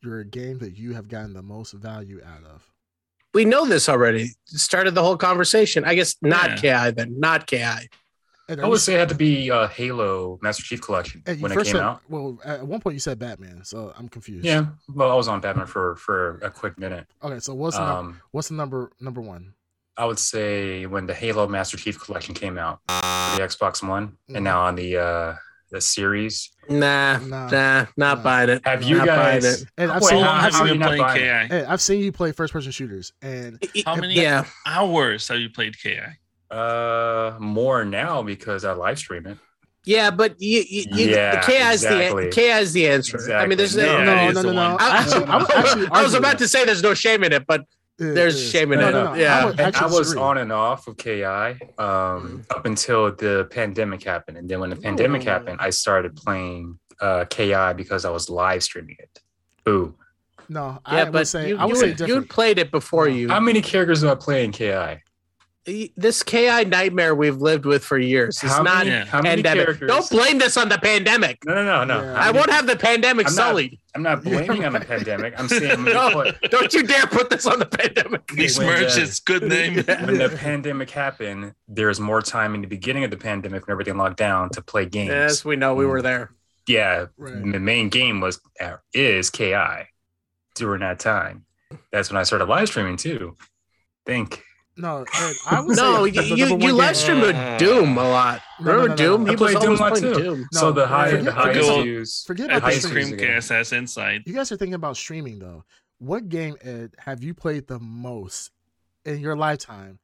Speaker 3: your game that you have gotten the most value out of?
Speaker 2: We know this already. Started the whole conversation. I guess not
Speaker 4: Yeah.
Speaker 2: KI then. Not KI.
Speaker 3: And
Speaker 1: I would say it had to be uh, Halo Master Chief Collection
Speaker 3: and you
Speaker 1: when it came
Speaker 3: first said,
Speaker 1: out.
Speaker 3: Well, at one point you said Batman, so I'm confused.
Speaker 1: Yeah, well, I was on Batman for for a quick minute.
Speaker 3: Okay, so what's the num-
Speaker 1: Um,
Speaker 3: what's the number number one?
Speaker 1: I would say when the Halo Master Chief Collection came out for the Xbox One,
Speaker 3: Mhm.
Speaker 1: and now on the uh, the series.
Speaker 2: Nah, nah,
Speaker 3: Nah.
Speaker 2: not
Speaker 3: Nah.
Speaker 2: buying it.
Speaker 1: Have you
Speaker 2: not buying
Speaker 1: guys?
Speaker 2: it.
Speaker 3: And I've
Speaker 1: Wait,
Speaker 4: How
Speaker 3: seen
Speaker 1: how-
Speaker 4: long
Speaker 3: I've
Speaker 4: have
Speaker 1: how are
Speaker 4: you
Speaker 3: seen,
Speaker 1: you
Speaker 4: been
Speaker 1: not
Speaker 4: playing
Speaker 1: buying it?
Speaker 4: KI?
Speaker 3: hey, I've seen you play first person shooters, and
Speaker 4: How many
Speaker 2: Yeah,
Speaker 4: hours have you played KI?
Speaker 1: Uh, more now because I live stream it.
Speaker 2: yeah, but you, you, you
Speaker 1: Yeah,
Speaker 2: the chaos
Speaker 1: exactly.
Speaker 2: the chaos the answer. I mean, there's
Speaker 1: Exactly.
Speaker 2: no.
Speaker 4: Yeah,
Speaker 3: no,
Speaker 4: it is
Speaker 3: no, no,
Speaker 4: the
Speaker 3: no.
Speaker 4: one.
Speaker 2: I,
Speaker 3: Actually, I would actually
Speaker 2: I was
Speaker 3: argue
Speaker 2: about
Speaker 3: that.
Speaker 2: to say there's no shame in it, but
Speaker 3: it
Speaker 2: There's
Speaker 3: is.
Speaker 2: shame in
Speaker 1: it.
Speaker 2: Yeah.
Speaker 3: I would
Speaker 1: And I
Speaker 3: actually
Speaker 1: was
Speaker 3: disagree.
Speaker 1: on and off of KI um, up until the pandemic happened, and then when the pandemic
Speaker 2: Ooh.
Speaker 1: happened, I started playing uh, KI because I was live streaming it. Boo!
Speaker 3: No, I
Speaker 2: yeah,
Speaker 3: would
Speaker 2: but
Speaker 3: say
Speaker 2: you,
Speaker 3: I would
Speaker 2: you,
Speaker 3: say
Speaker 2: would- you
Speaker 3: different.
Speaker 2: played it before
Speaker 3: No.
Speaker 2: you.
Speaker 1: How many characters do I play in KI?
Speaker 2: this KI nightmare we've lived with for years. It's
Speaker 1: How
Speaker 2: not
Speaker 1: many,
Speaker 4: Yeah.
Speaker 1: how many
Speaker 2: pandemic.
Speaker 1: characters?
Speaker 2: Don't blame this on the pandemic.
Speaker 1: No, no, no, no.
Speaker 3: Yeah.
Speaker 1: How
Speaker 2: I
Speaker 1: many-
Speaker 2: won't have the pandemic
Speaker 1: I'm not-
Speaker 2: sullied.
Speaker 1: I'm not
Speaker 3: Yeah,
Speaker 1: blaming on the pandemic. I'm saying when,
Speaker 2: No.
Speaker 1: what-
Speaker 2: Don't you dare put this on the pandemic.
Speaker 4: These
Speaker 1: when
Speaker 4: merch
Speaker 1: the-
Speaker 4: is good name.
Speaker 1: when the pandemic happened, there's more time in the beginning of the pandemic when everything locked down to play games.
Speaker 2: Yes, we know we were there.
Speaker 1: Yeah,
Speaker 3: Right.
Speaker 1: the main game was uh, is KI during that time. That's when I started live streaming too. Think
Speaker 3: No, and I
Speaker 2: No,
Speaker 3: would say the-
Speaker 2: you
Speaker 3: the
Speaker 2: you,
Speaker 3: number one
Speaker 2: you
Speaker 3: game-
Speaker 2: live streamed with Doom a lot.
Speaker 3: No, no, no,
Speaker 2: Remember
Speaker 3: no,
Speaker 2: Doom?
Speaker 3: no.
Speaker 1: I
Speaker 2: He was
Speaker 1: played Doom
Speaker 2: always
Speaker 1: a lot
Speaker 2: playing
Speaker 1: too.
Speaker 2: Doom.
Speaker 3: No,
Speaker 1: so. The high,
Speaker 3: forget-
Speaker 1: the highest
Speaker 4: Google-
Speaker 1: views.
Speaker 3: Forget
Speaker 4: At
Speaker 3: about
Speaker 4: the
Speaker 1: Ice
Speaker 3: the
Speaker 1: cream.
Speaker 3: streaming.
Speaker 4: Screamcast has inside.
Speaker 3: You guys are thinking about streaming though. What game Ed, have you played the most in your lifetime?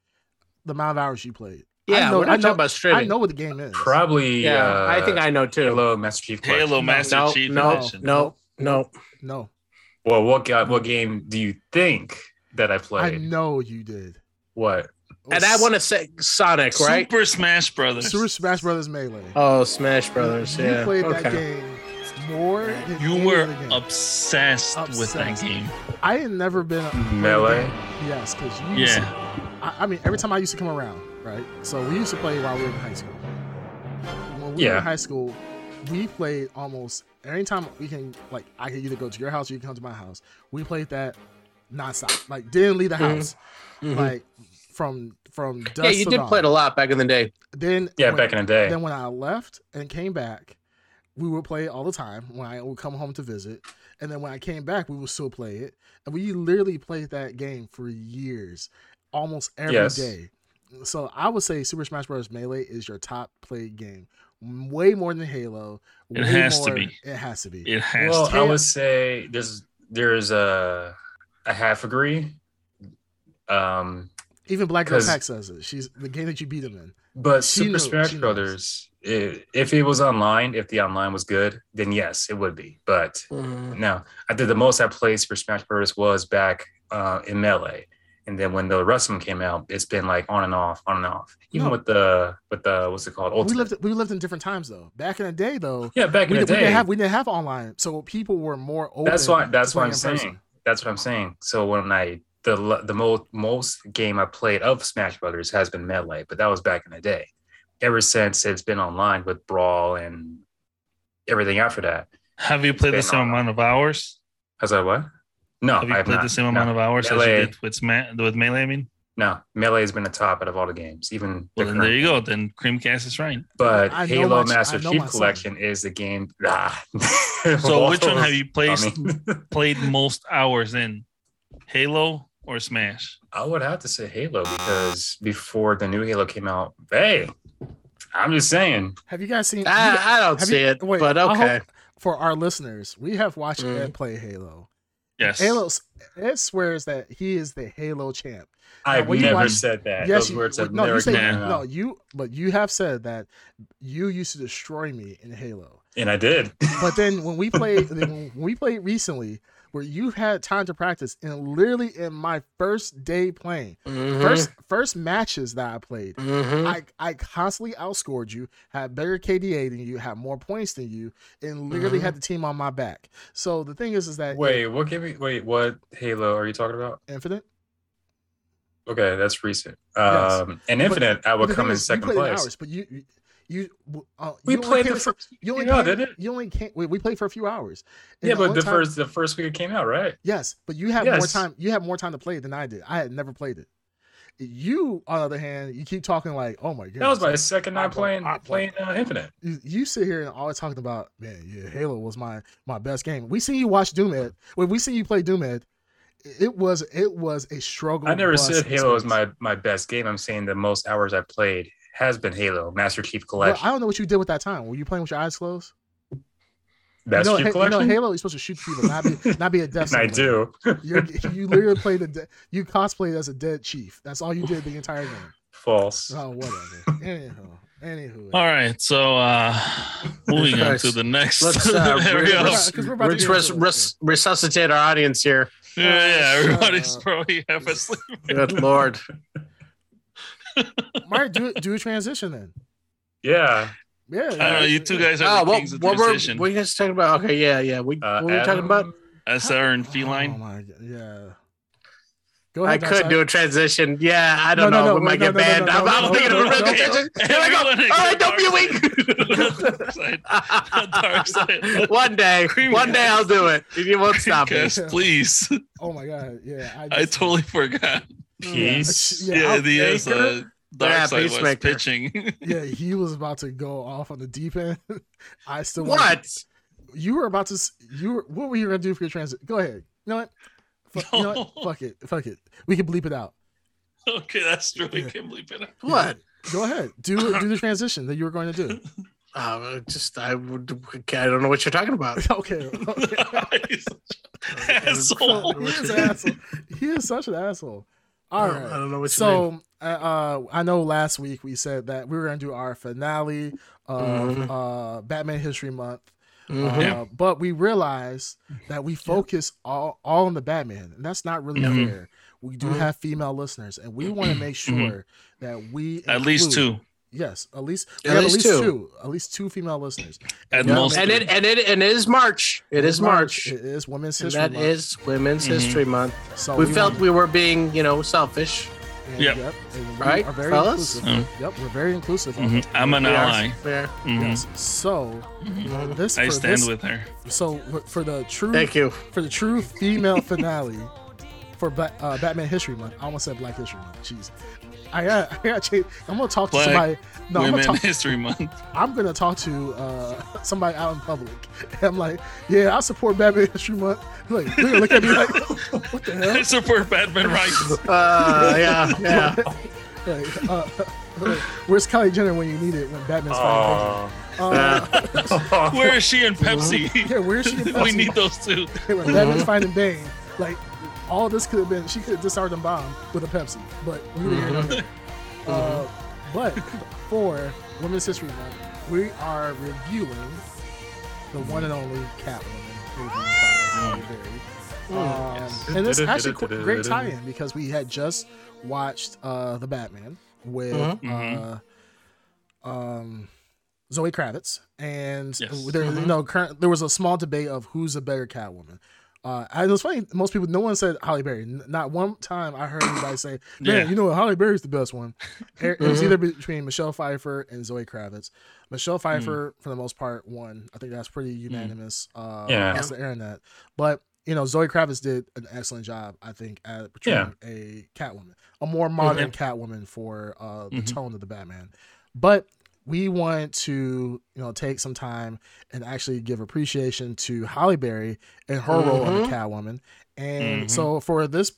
Speaker 3: The amount of hours you played.
Speaker 2: Yeah,
Speaker 3: I know-
Speaker 2: we're not
Speaker 3: I know-
Speaker 2: talking about streaming.
Speaker 3: I know what the game is.
Speaker 1: Probably.
Speaker 2: Yeah,
Speaker 1: uh,
Speaker 2: I think I know too.
Speaker 1: Halo Master Chief. Collection.
Speaker 4: Halo Master
Speaker 2: no,
Speaker 4: Chief
Speaker 2: no,
Speaker 4: Edition.
Speaker 2: no, no.
Speaker 3: No,
Speaker 1: Well, what ga- what game do you think that I
Speaker 3: I
Speaker 1: played?
Speaker 3: know you did.
Speaker 1: what?
Speaker 2: And I want to say Sonic, right?
Speaker 4: Super Smash Brothers.
Speaker 3: Super Smash Brothers Melee.
Speaker 2: Oh, Smash Brothers.
Speaker 3: You
Speaker 2: Yeah.
Speaker 3: played that
Speaker 2: Okay.
Speaker 3: game more. Than
Speaker 4: You
Speaker 3: any
Speaker 4: were
Speaker 3: other game.
Speaker 4: obsessed, with that
Speaker 3: Obsessed.
Speaker 4: game.
Speaker 3: I had never been a
Speaker 1: Melee.
Speaker 3: Yes, because you. Used to,
Speaker 4: Yeah.
Speaker 3: I, I mean, every time I used to come around, right? So we used to play while we were in high school. When we were
Speaker 1: Yeah.
Speaker 3: in high school, we played almost anytime we can. Like, I could either go to your house or you can come to my house. We played that nonstop. Like, didn't leave the
Speaker 1: Mm-hmm.
Speaker 2: Mhm.
Speaker 3: house.
Speaker 2: Mhm.
Speaker 3: Like from from dusk
Speaker 2: Yeah, you
Speaker 3: to
Speaker 2: did
Speaker 3: dawn.
Speaker 2: play it a lot back in the day.
Speaker 3: Then
Speaker 1: Yeah,
Speaker 3: when-
Speaker 1: back in the day.
Speaker 3: Then when I left and came back, we would play it all the time when I would come home to visit. And then when I came back, we would still play it. And we literally played that game for years, almost every day.
Speaker 1: Yes.
Speaker 3: So I would say Super Smash Bros. Melee is your top played game, way more than Halo.
Speaker 4: It
Speaker 3: way
Speaker 4: has to
Speaker 3: more-
Speaker 4: be.
Speaker 3: It has to be.
Speaker 4: It has
Speaker 1: well,
Speaker 4: to.
Speaker 1: I
Speaker 3: Yeah.
Speaker 1: would say there's there's a I half agree. Um,
Speaker 3: Even Black Girl
Speaker 1: 'Cause-
Speaker 3: Pack says it. She's the game that you beat them in.
Speaker 1: but
Speaker 3: She
Speaker 1: Super
Speaker 3: knew-
Speaker 1: Smash
Speaker 3: she knows.
Speaker 1: Brothers, i if it was online, if the online was good, then yes, it would be. But
Speaker 3: Mm-hmm.
Speaker 1: no, I think the most I played Super Smash Brothers was back uh, in Melee, and then when the rest of them came out, it's been like on and off, on and off. Even
Speaker 3: No.
Speaker 1: with the with the what's it called?
Speaker 3: We
Speaker 1: Ultimate.
Speaker 3: lived we lived in different times though. Back in the day though,
Speaker 1: yeah, back
Speaker 3: we,
Speaker 1: in the
Speaker 3: did,
Speaker 1: day.
Speaker 3: not have we didn't have online, so people were more open.
Speaker 1: That's why-
Speaker 3: to
Speaker 1: that's what
Speaker 3: playing
Speaker 1: I'm
Speaker 3: in person.
Speaker 1: saying. That's what I'm saying. So when I the l- the most most game I played of Smash Brothers has been Melee, but that was back in the day. Ever since it's been online with Brawl and everything after that.
Speaker 4: Have you played the
Speaker 1: Been
Speaker 4: same
Speaker 1: on-
Speaker 4: amount of hours?
Speaker 1: I was like, what? No,
Speaker 4: Have you
Speaker 1: I have
Speaker 4: played
Speaker 1: not.
Speaker 4: the same
Speaker 1: no.
Speaker 4: amount of hours as
Speaker 1: Melee.
Speaker 4: you did with, Sma- with Melee? I mean,
Speaker 1: No, Melee has been the top out of all the games, even. the
Speaker 4: well, then
Speaker 1: current
Speaker 4: there you
Speaker 1: one.
Speaker 4: go. Then Creamcast is right.
Speaker 1: But
Speaker 3: I know
Speaker 1: Halo
Speaker 3: my-
Speaker 1: Master
Speaker 3: I know
Speaker 1: Chief
Speaker 3: my son.
Speaker 1: Collection is the game. Ah.
Speaker 4: So, which one have you
Speaker 1: I,
Speaker 4: played
Speaker 1: mean,
Speaker 4: played most hours in? Halo or Smash?
Speaker 1: I would have to say Halo because before the new Halo came out, hey, I'm just saying.
Speaker 3: Have you guys seen? you-
Speaker 2: I, I don't
Speaker 3: have
Speaker 2: see
Speaker 3: you-
Speaker 2: it,
Speaker 3: wait, uh-huh.
Speaker 2: but
Speaker 3: I hope-
Speaker 2: okay.
Speaker 3: for our listeners, we have watched
Speaker 2: Mm.
Speaker 3: Ed play Halo.
Speaker 4: Yes.
Speaker 3: Halo Ed swears that he is the Halo champ.
Speaker 1: I've
Speaker 3: when you
Speaker 1: never
Speaker 3: watch-
Speaker 1: said that.
Speaker 3: yes,
Speaker 1: Those
Speaker 3: you,
Speaker 1: words have
Speaker 3: no,
Speaker 1: never
Speaker 3: you say,
Speaker 1: come out.
Speaker 3: no, you, but you have said that you used to destroy me in Halo.
Speaker 1: And I did.
Speaker 3: But then when we played, then when we played recently, where you had time to practice, and literally in my first day playing,
Speaker 2: Mhm,
Speaker 3: first first matches that I played,
Speaker 2: mhm.
Speaker 1: Mm-hmm.
Speaker 3: I, I constantly outscored you, had better KDA than you, had more points than you, and literally
Speaker 2: Mhm.
Speaker 3: had the team on my back. So the thing is, is that
Speaker 1: Mm-hmm. wait, what game? Wait, what Halo are you talking about?
Speaker 3: Infinite.
Speaker 1: Okay, that's recent.
Speaker 3: Yes.
Speaker 1: Um, and
Speaker 3: But-
Speaker 1: Infinite, I
Speaker 3: the
Speaker 1: would
Speaker 3: thing
Speaker 1: come in
Speaker 3: is, you
Speaker 1: second
Speaker 3: played
Speaker 1: place.
Speaker 3: hours, but you, you, you, uh,
Speaker 1: We
Speaker 3: you only
Speaker 1: played
Speaker 3: came
Speaker 1: the
Speaker 3: in-
Speaker 1: first.
Speaker 3: You only,
Speaker 1: Yeah,
Speaker 3: came,
Speaker 1: didn't it?
Speaker 3: you only came. Wait, we played for a few hours. And
Speaker 1: Yeah, but
Speaker 3: only
Speaker 1: the
Speaker 3: time-
Speaker 1: first the first week it came out, right?
Speaker 3: Yes, but you had more
Speaker 1: Yes.
Speaker 3: time. You had more time to play it than I did. I had never played it, You, on the other hand, you keep talking like, "Oh my god!"
Speaker 1: That was my second night playing
Speaker 3: I-
Speaker 1: playing uh, Infinite.
Speaker 3: you, you sit here and always talking about, man, yeah, Halo was my my best game. We see you watch Doom Ed. When we see you play Doom Ed, it was it was a struggle.
Speaker 1: I never
Speaker 3: bus
Speaker 1: said Halo is
Speaker 3: experience.
Speaker 1: my my best game. I'm saying the most hours I played has been Halo Master Chief
Speaker 3: Well,
Speaker 1: Collection.
Speaker 3: I don't know what you did with that time. Were you playing with your eyes closed?
Speaker 1: Master
Speaker 3: you know,
Speaker 1: Chief
Speaker 3: Ha- you know,
Speaker 1: Collection.
Speaker 3: Halo, you're supposed to shoot people, not be not be a death.
Speaker 1: and I
Speaker 3: simulator.
Speaker 1: do.
Speaker 3: You're, you literally played a de- you cosplayed as a dead chief. That's all you did the entire game.
Speaker 1: False.
Speaker 3: Oh, whatever. Anywho, anywho.
Speaker 4: All right, so uh moving on to the next
Speaker 2: Let's, uh,
Speaker 4: scenario.
Speaker 3: We're
Speaker 2: let's-
Speaker 3: about- 'cause we're about to
Speaker 2: Let's
Speaker 3: get
Speaker 2: res-
Speaker 3: into it.
Speaker 2: res- resuscitate our audience here.
Speaker 4: yeah, yeah,
Speaker 3: shut
Speaker 4: everybody's
Speaker 2: uh,
Speaker 3: up.
Speaker 4: probably half asleep.
Speaker 2: Good lord.
Speaker 3: Mark, do do a transition then. Oh,
Speaker 1: Yeah.
Speaker 3: Yeah.
Speaker 4: I don't know. You two guys are
Speaker 2: Oh,
Speaker 4: the
Speaker 2: what,
Speaker 4: kings of
Speaker 2: what were
Speaker 4: transition.
Speaker 2: what you guys talking about? Okay, yeah, yeah. We,
Speaker 1: Uh,
Speaker 2: what were we talking
Speaker 1: Adam?
Speaker 2: about?
Speaker 4: SR and
Speaker 3: Oh
Speaker 4: feline.
Speaker 3: my god. Yeah. Go
Speaker 2: I
Speaker 3: ahead.
Speaker 2: could do a transition. Yeah, I don't
Speaker 3: No, no,
Speaker 2: know.
Speaker 3: no,
Speaker 2: we
Speaker 3: no,
Speaker 2: might
Speaker 3: no,
Speaker 2: get
Speaker 3: no, no,
Speaker 2: banned.
Speaker 3: no,
Speaker 2: I'm,
Speaker 3: no,
Speaker 2: I'm
Speaker 3: no,
Speaker 2: thinking
Speaker 3: no,
Speaker 2: of a
Speaker 3: no,
Speaker 2: transition. Here we go.
Speaker 4: Everyone
Speaker 2: All right, don't be
Speaker 4: dark side. Dark side.
Speaker 2: one day,
Speaker 4: Cream
Speaker 2: one day I'll do it. You won't stop me.
Speaker 4: Yes, please.
Speaker 3: Oh my god. Yeah.
Speaker 4: I totally forgot.
Speaker 1: Peace.
Speaker 3: Yeah,
Speaker 4: Yeah,
Speaker 3: I'll
Speaker 4: the yes,
Speaker 2: Peacemaker?
Speaker 4: uh, dark
Speaker 2: Yeah,
Speaker 4: side was
Speaker 2: Peacemaker.
Speaker 4: pitching.
Speaker 3: Yeah, he was about to go off on the deep end. I still wanna-
Speaker 2: What?
Speaker 3: you were about to s- you were what were you gonna do for your transit? Go ahead. You know what? Fuck, you know what?
Speaker 4: No.
Speaker 3: Fuck it. Fuck it. We can bleep it out.
Speaker 4: okay, that's true. I
Speaker 3: Yeah.
Speaker 4: can't believe it.
Speaker 2: What?
Speaker 3: Go ahead. Do do the transition that you were going to do.
Speaker 2: Uh, just I would. I don't know what you're talking about.
Speaker 3: Okay. okay.
Speaker 4: Nice. Asshole.
Speaker 3: he is an asshole. He is such an asshole. All
Speaker 2: I don't- I
Speaker 3: right.
Speaker 2: don't know what you mean.
Speaker 3: So uh, uh, I know last week we said that we were gonna do our finale of
Speaker 2: Mhm.
Speaker 3: uh, Batman History Month,
Speaker 2: Mhm.
Speaker 4: Mm-hmm. Yeah.
Speaker 3: uh, but we realized that we focus all all on the Batman, and that's not really
Speaker 4: Mhm.
Speaker 3: fair. We do
Speaker 2: Mhm.
Speaker 3: have female listeners, and we want to make sure that we
Speaker 4: Mm-hmm. At least
Speaker 3: include-
Speaker 4: two.
Speaker 3: Yes, at least we
Speaker 2: At
Speaker 3: have
Speaker 2: least
Speaker 3: at least two.
Speaker 2: two.
Speaker 3: at least two female listeners.
Speaker 4: At
Speaker 3: Yeah.
Speaker 4: most.
Speaker 2: and it and it and it is March. It is March.
Speaker 3: It is Women's
Speaker 2: And
Speaker 3: History
Speaker 2: that
Speaker 3: Month. Oh,
Speaker 2: is Women's
Speaker 4: Mhm.
Speaker 2: History Month.
Speaker 3: so
Speaker 2: We
Speaker 3: want-
Speaker 2: felt we were being, you know, selfish.
Speaker 3: And,
Speaker 4: Yep. Mm.
Speaker 3: and we
Speaker 2: Right,
Speaker 3: are very
Speaker 2: fellas?
Speaker 3: inclusive. Yep, we're very inclusive. on
Speaker 4: Mhm.
Speaker 3: that.
Speaker 4: I'm an
Speaker 2: We are-
Speaker 4: ally.
Speaker 2: we are.
Speaker 4: Mhm.
Speaker 3: Yes. So
Speaker 2: Mhm.
Speaker 3: this
Speaker 4: I
Speaker 3: for
Speaker 4: stand
Speaker 3: this,
Speaker 4: with her.
Speaker 3: so for- for the true
Speaker 2: Thank you.
Speaker 3: for the true female finale for Ba- uh, Batman History Month. I almost said Black History Month. Jeez, I got I got change. I'm gonna talk
Speaker 4: Black
Speaker 3: to somebody. No, I'm
Speaker 4: Women
Speaker 3: gonna, talk,
Speaker 4: History Month.
Speaker 3: I'm gonna talk to uh, somebody out in public. And I'm like, yeah, I support Batman History Month. Like, they're gonna look at me like, what the hell?
Speaker 4: I support Batman rights.
Speaker 2: Uh, yeah, yeah.
Speaker 3: Like, uh, like, where's Kylie Jenner when you need it when Batman's fighting?
Speaker 1: Oh.
Speaker 3: Uh,
Speaker 4: Where is she in Pepsi?
Speaker 3: yeah, where's she?
Speaker 4: we need those two.
Speaker 3: Hey, when Batman's finding Bane, like all this could have been she could have disarmed a bomb with a Pepsi, but we didn't hear nothing. Uh, but for Women's History Month, we are reviewing the one and only Catwoman movie by Halle Berry. Um,
Speaker 4: Yes.
Speaker 3: And it's actually a qu- great tie-in because we had just watched uh, the Batman with
Speaker 4: Mhm.
Speaker 3: uh, um, Zoe Kravitz, and
Speaker 4: Yes.
Speaker 3: there you know current, there was a small debate of who's a better Catwoman. Uh, and it was funny. Most people, no one said Holly Berry. N- Not one time I heard anybody say, "Man,
Speaker 4: Yeah.
Speaker 3: you know what? Holly Berry's the best one." It, it was either between Michelle Pfeiffer and Zoe Kravitz. Michelle Pfeiffer, for the most part, won. I think that's pretty unanimous uh,
Speaker 1: Yeah.
Speaker 3: across the internet. But you know, Zoe Kravitz did an excellent job, I think, at portraying a Catwoman, a more modern Catwoman for uh, the
Speaker 4: Mhm.
Speaker 3: tone of the Batman. But we want to, you know, take some time and actually give appreciation to Holly Berry and her role on the Catwoman. And
Speaker 4: Mhm.
Speaker 3: so for this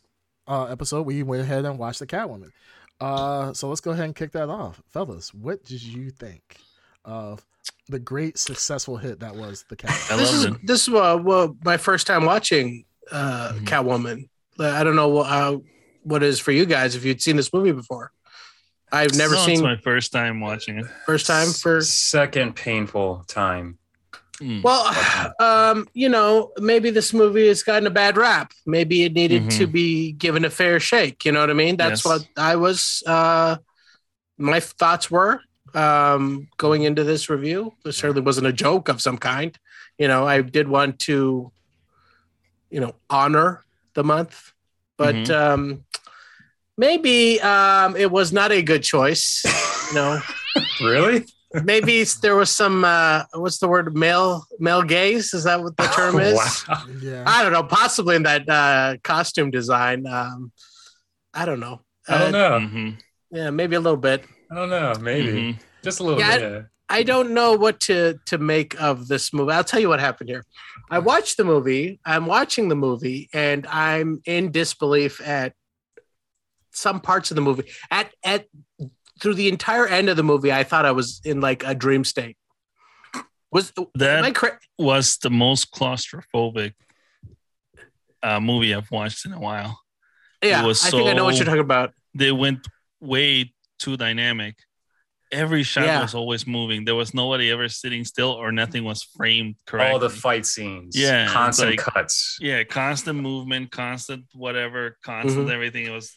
Speaker 3: uh, episode, we went ahead and watched the Catwoman. Uh, so let's go ahead and kick that off, fellas. What did you think of the great successful hit that was the Catwoman?
Speaker 4: I
Speaker 2: this
Speaker 4: love
Speaker 2: is
Speaker 4: them.
Speaker 2: this is uh, well, my first time watching uh,
Speaker 4: Mhm.
Speaker 2: Catwoman. Like, I don't know uh, what it is for you guys if you'd seen this movie before. I've never
Speaker 4: No, It's
Speaker 2: seen
Speaker 4: my first time watching it.
Speaker 2: first time for
Speaker 1: second painful time.
Speaker 4: Mm.
Speaker 2: Well, um, you know, maybe this movie has gotten a bad rap. Maybe it needed
Speaker 4: Mhm.
Speaker 2: to be given a fair shake. You know what I mean? That's
Speaker 4: Yes.
Speaker 2: what I was. Uh, my thoughts were um, going into this review. It certainly wasn't a joke of some kind. You know, I did want to, you know, honor the month, but
Speaker 4: Mhm.
Speaker 2: um, maybe um, it was not a good choice. You know
Speaker 1: Really?
Speaker 2: maybe it's- there was some uh what's the word male male gaze is that what the term is
Speaker 1: Wow.
Speaker 3: Yeah.
Speaker 2: i don't know possibly in that uh costume design um i don't know
Speaker 1: I don't
Speaker 2: Uh,
Speaker 1: know.
Speaker 4: Mhm,
Speaker 2: Yeah, maybe a little bit.
Speaker 1: I don't know. Maybe
Speaker 4: mhm.
Speaker 1: just a little
Speaker 2: Yeah,
Speaker 1: bit.
Speaker 2: I don't know what to to make of this movie. I'll tell you what happened here. I watched the movie. I'm watching the movie, and I'm in disbelief at some parts of the movie. At at through the entire end of the movie, I thought I was in like a dream state. Was am I
Speaker 4: That
Speaker 2: cra-
Speaker 4: was the most claustrophobic uh, movie I've watched in a while.
Speaker 2: yeah?
Speaker 4: was
Speaker 2: I think I know what
Speaker 4: so-
Speaker 2: you're talking about.
Speaker 4: They went way too dynamic. Every shot
Speaker 2: Yeah.
Speaker 4: was always moving. There was nobody ever sitting still, or nothing was framed correctly.
Speaker 1: All Oh, the fight scenes.
Speaker 4: Yeah, it's
Speaker 1: Constant
Speaker 4: like-
Speaker 1: cuts.
Speaker 4: Yeah, constant movement, constant whatever, constant
Speaker 2: Mhm.
Speaker 4: everything. It was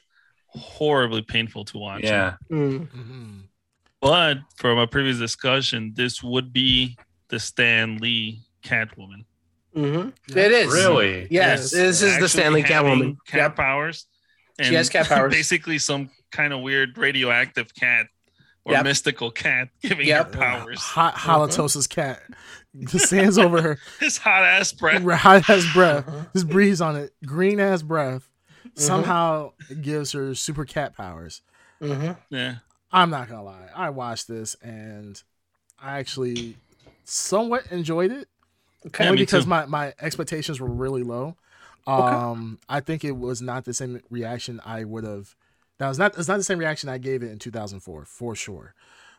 Speaker 4: horribly painful to watch.
Speaker 1: Yeah.
Speaker 2: Mm.
Speaker 3: Mhm.
Speaker 4: But from a previous discussion, this would be the Stan Lee Catwoman.
Speaker 2: Mhm.
Speaker 3: Yeah.
Speaker 2: It is
Speaker 1: Really?
Speaker 2: Yes,
Speaker 3: Yes.
Speaker 2: this is the
Speaker 4: Actually
Speaker 2: Stanley Catwoman.
Speaker 4: having Cat powers.
Speaker 2: She has cat powers.
Speaker 4: Basically, some kind of weird radioactive cat or
Speaker 2: Yep.
Speaker 4: mystical cat giving
Speaker 2: Yep.
Speaker 4: her powers.
Speaker 3: Hot halitosis cat stands over her,
Speaker 4: His hot ass breath.
Speaker 3: hot ass breath,
Speaker 2: Uh-huh,
Speaker 3: just breathes on it, green ass breath.
Speaker 4: Uh-huh.
Speaker 3: Somehow it gives her super cat powers.
Speaker 2: Mhm.
Speaker 4: Yeah.
Speaker 3: I'm not gonna lie. I watched this and I actually somewhat enjoyed it.
Speaker 2: Okay.
Speaker 4: Yeah,
Speaker 3: only
Speaker 4: me
Speaker 3: because
Speaker 4: too.
Speaker 3: my my expectations were really low.
Speaker 2: Okay.
Speaker 3: Um, I think it was not the same reaction I would have. That was not. It's not the same reaction I gave it in 2004 for sure.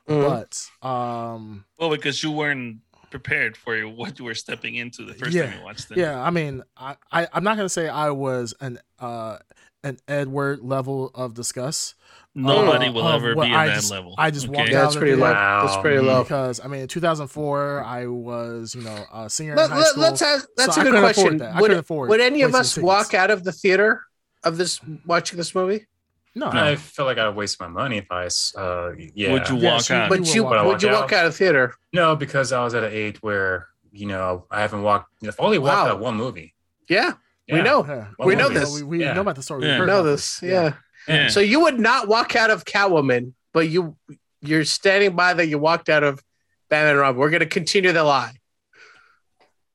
Speaker 2: Mhm.
Speaker 4: Mm-hmm.
Speaker 3: But um,
Speaker 4: Well, because you weren't prepared for what you were stepping into the first time
Speaker 3: Yeah.
Speaker 4: you watched it.
Speaker 3: yeah, I mean, I, I I'm not gonna say I was an uh an Edward level of disgust.
Speaker 4: Nobody
Speaker 3: uh,
Speaker 4: will
Speaker 3: of
Speaker 4: ever
Speaker 3: what
Speaker 4: be at
Speaker 3: I
Speaker 4: that
Speaker 3: just-
Speaker 4: level.
Speaker 3: I just walked
Speaker 2: Yeah,
Speaker 3: out
Speaker 2: that's pretty low.
Speaker 1: Wow. Mm-hmm.
Speaker 2: That's pretty low.
Speaker 3: Mm-hmm. because I mean, in 2004 I was you know a senior
Speaker 2: Let,
Speaker 3: in high
Speaker 2: let,
Speaker 3: school.
Speaker 2: let's ask, that's
Speaker 3: so
Speaker 2: a
Speaker 3: I
Speaker 2: good
Speaker 3: couldn't afford
Speaker 2: question.
Speaker 3: that. I
Speaker 2: Would-
Speaker 3: couldn't afford
Speaker 2: Would any of
Speaker 3: wasting
Speaker 2: us
Speaker 3: tickets.
Speaker 2: walk out of the theater of this watching this movie?
Speaker 3: No,
Speaker 1: I feel like I waste my money if I, s- uh, yeah.
Speaker 4: Would you
Speaker 3: Yeah,
Speaker 4: walk
Speaker 3: she-
Speaker 4: out?
Speaker 3: would
Speaker 2: But you
Speaker 3: walk out.
Speaker 2: would you
Speaker 1: Walk out?
Speaker 2: walk out of theater?
Speaker 1: No, because I was at an age where you know I haven't walked. I've only walked
Speaker 2: Wow.
Speaker 1: out one movie.
Speaker 2: Yeah, Oh, we
Speaker 1: Yeah.
Speaker 2: know.
Speaker 3: Yeah.
Speaker 1: We
Speaker 2: know
Speaker 3: Yeah,
Speaker 2: this.
Speaker 3: We, we
Speaker 1: Yeah.
Speaker 3: know about the story. We
Speaker 4: Yeah.
Speaker 2: We
Speaker 3: heard
Speaker 2: know
Speaker 3: about
Speaker 2: this. Yeah.
Speaker 4: yeah.
Speaker 2: So you would not walk out of Catwoman, but you you're standing by that you walked out of Batman and Robin. We're gonna continue the lie.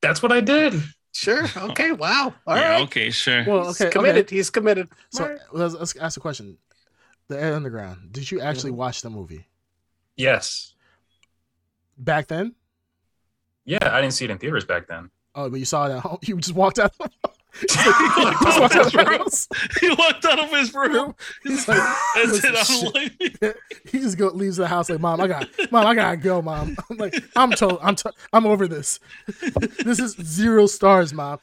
Speaker 1: That's what I did.
Speaker 2: Sure. Okay. Wow. All right.
Speaker 4: yeah, okay, sure.
Speaker 3: Well,
Speaker 2: He's
Speaker 3: okay,
Speaker 2: committed. He's committed.
Speaker 3: So let's, let's ask a question. The Ed Underground. Did you actually watch the movie
Speaker 1: Yes.
Speaker 3: back then?
Speaker 1: Yeah, I didn't see it in theaters back then.
Speaker 3: Oh, but you saw it at home. You just walked out. just walked out of the house.
Speaker 4: he walked out of his room.
Speaker 3: He's like,
Speaker 4: That's
Speaker 3: listen,
Speaker 4: it. I'm
Speaker 3: shit.
Speaker 4: like,
Speaker 3: he just go leaves the house like, "Mom, I got, mom, I gotta go, mom." I'm like, "I'm told, I'm, to- I'm over this. This is zero stars, mom.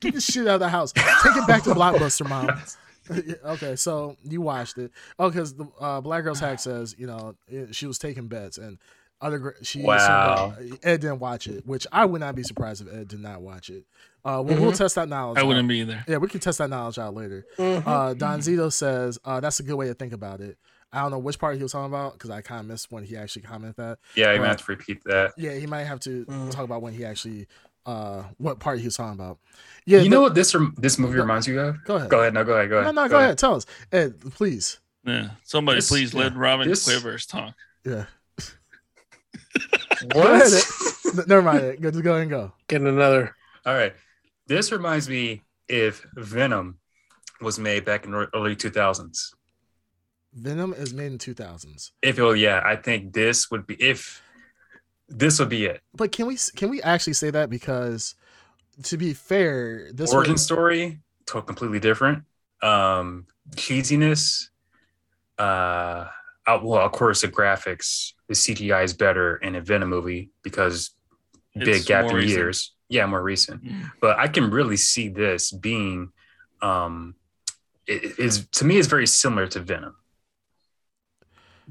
Speaker 3: Get this shit out of the house. Take it back to Blockbuster, mom." Yeah, okay, so you watched it. Oh, because the uh, Black Girls Hack says, you know, it, she was taking bets and other gr- she assumed
Speaker 1: Wow.
Speaker 3: that Ed didn't watch it, which I would not be surprised if Ed did not watch it. Uh, we'll, we'll test that knowledge.
Speaker 4: Mm-hmm. I
Speaker 3: out.
Speaker 4: wouldn't be either.
Speaker 3: Yeah, we can test that knowledge out later.
Speaker 2: Mhm.
Speaker 3: Uh,
Speaker 1: Mm-hmm.
Speaker 3: Don Zito says uh, that's a good way to think about it. I don't know which part he was talking about because I kind of missed when he actually commented that.
Speaker 1: Yeah, you might
Speaker 3: Right.
Speaker 1: have to repeat that.
Speaker 3: Yeah, he might have to
Speaker 1: Mm-hmm.
Speaker 2: Mm.
Speaker 3: talk about when he actually uh, what part he was talking about. Yeah,
Speaker 1: you
Speaker 3: th-
Speaker 1: know what this rem- this movie
Speaker 3: Go-
Speaker 1: reminds you of?
Speaker 3: go ahead.
Speaker 1: Go ahead. No, go ahead. Go
Speaker 3: No,
Speaker 1: ahead.
Speaker 3: no, go ahead. Tell us, Ed, please.
Speaker 4: Yeah. Somebody
Speaker 1: This-
Speaker 4: please let Robin
Speaker 1: this-
Speaker 4: Quivers talk.
Speaker 3: Yeah.
Speaker 1: What?
Speaker 3: N- Never mind. Ed. Go, just go ahead and go.
Speaker 2: Getting another.
Speaker 1: All right. This reminds me if Venom was made back in the early 2000s.
Speaker 3: Venom is made in two thousands,
Speaker 1: If it was, yeah, I think this would be if this would be it.
Speaker 3: but can we s- can we actually say that because to be fair, this
Speaker 1: origin
Speaker 3: was-
Speaker 1: story to- completely different um cheesiness uh uh, well of course the graphics the cgi is better in a venom movie because big
Speaker 4: It's
Speaker 1: gap
Speaker 4: more
Speaker 1: in
Speaker 4: recent.
Speaker 1: years yeah more recent
Speaker 4: Mm.
Speaker 1: but i can really see this being um it is to me it's very similar to venom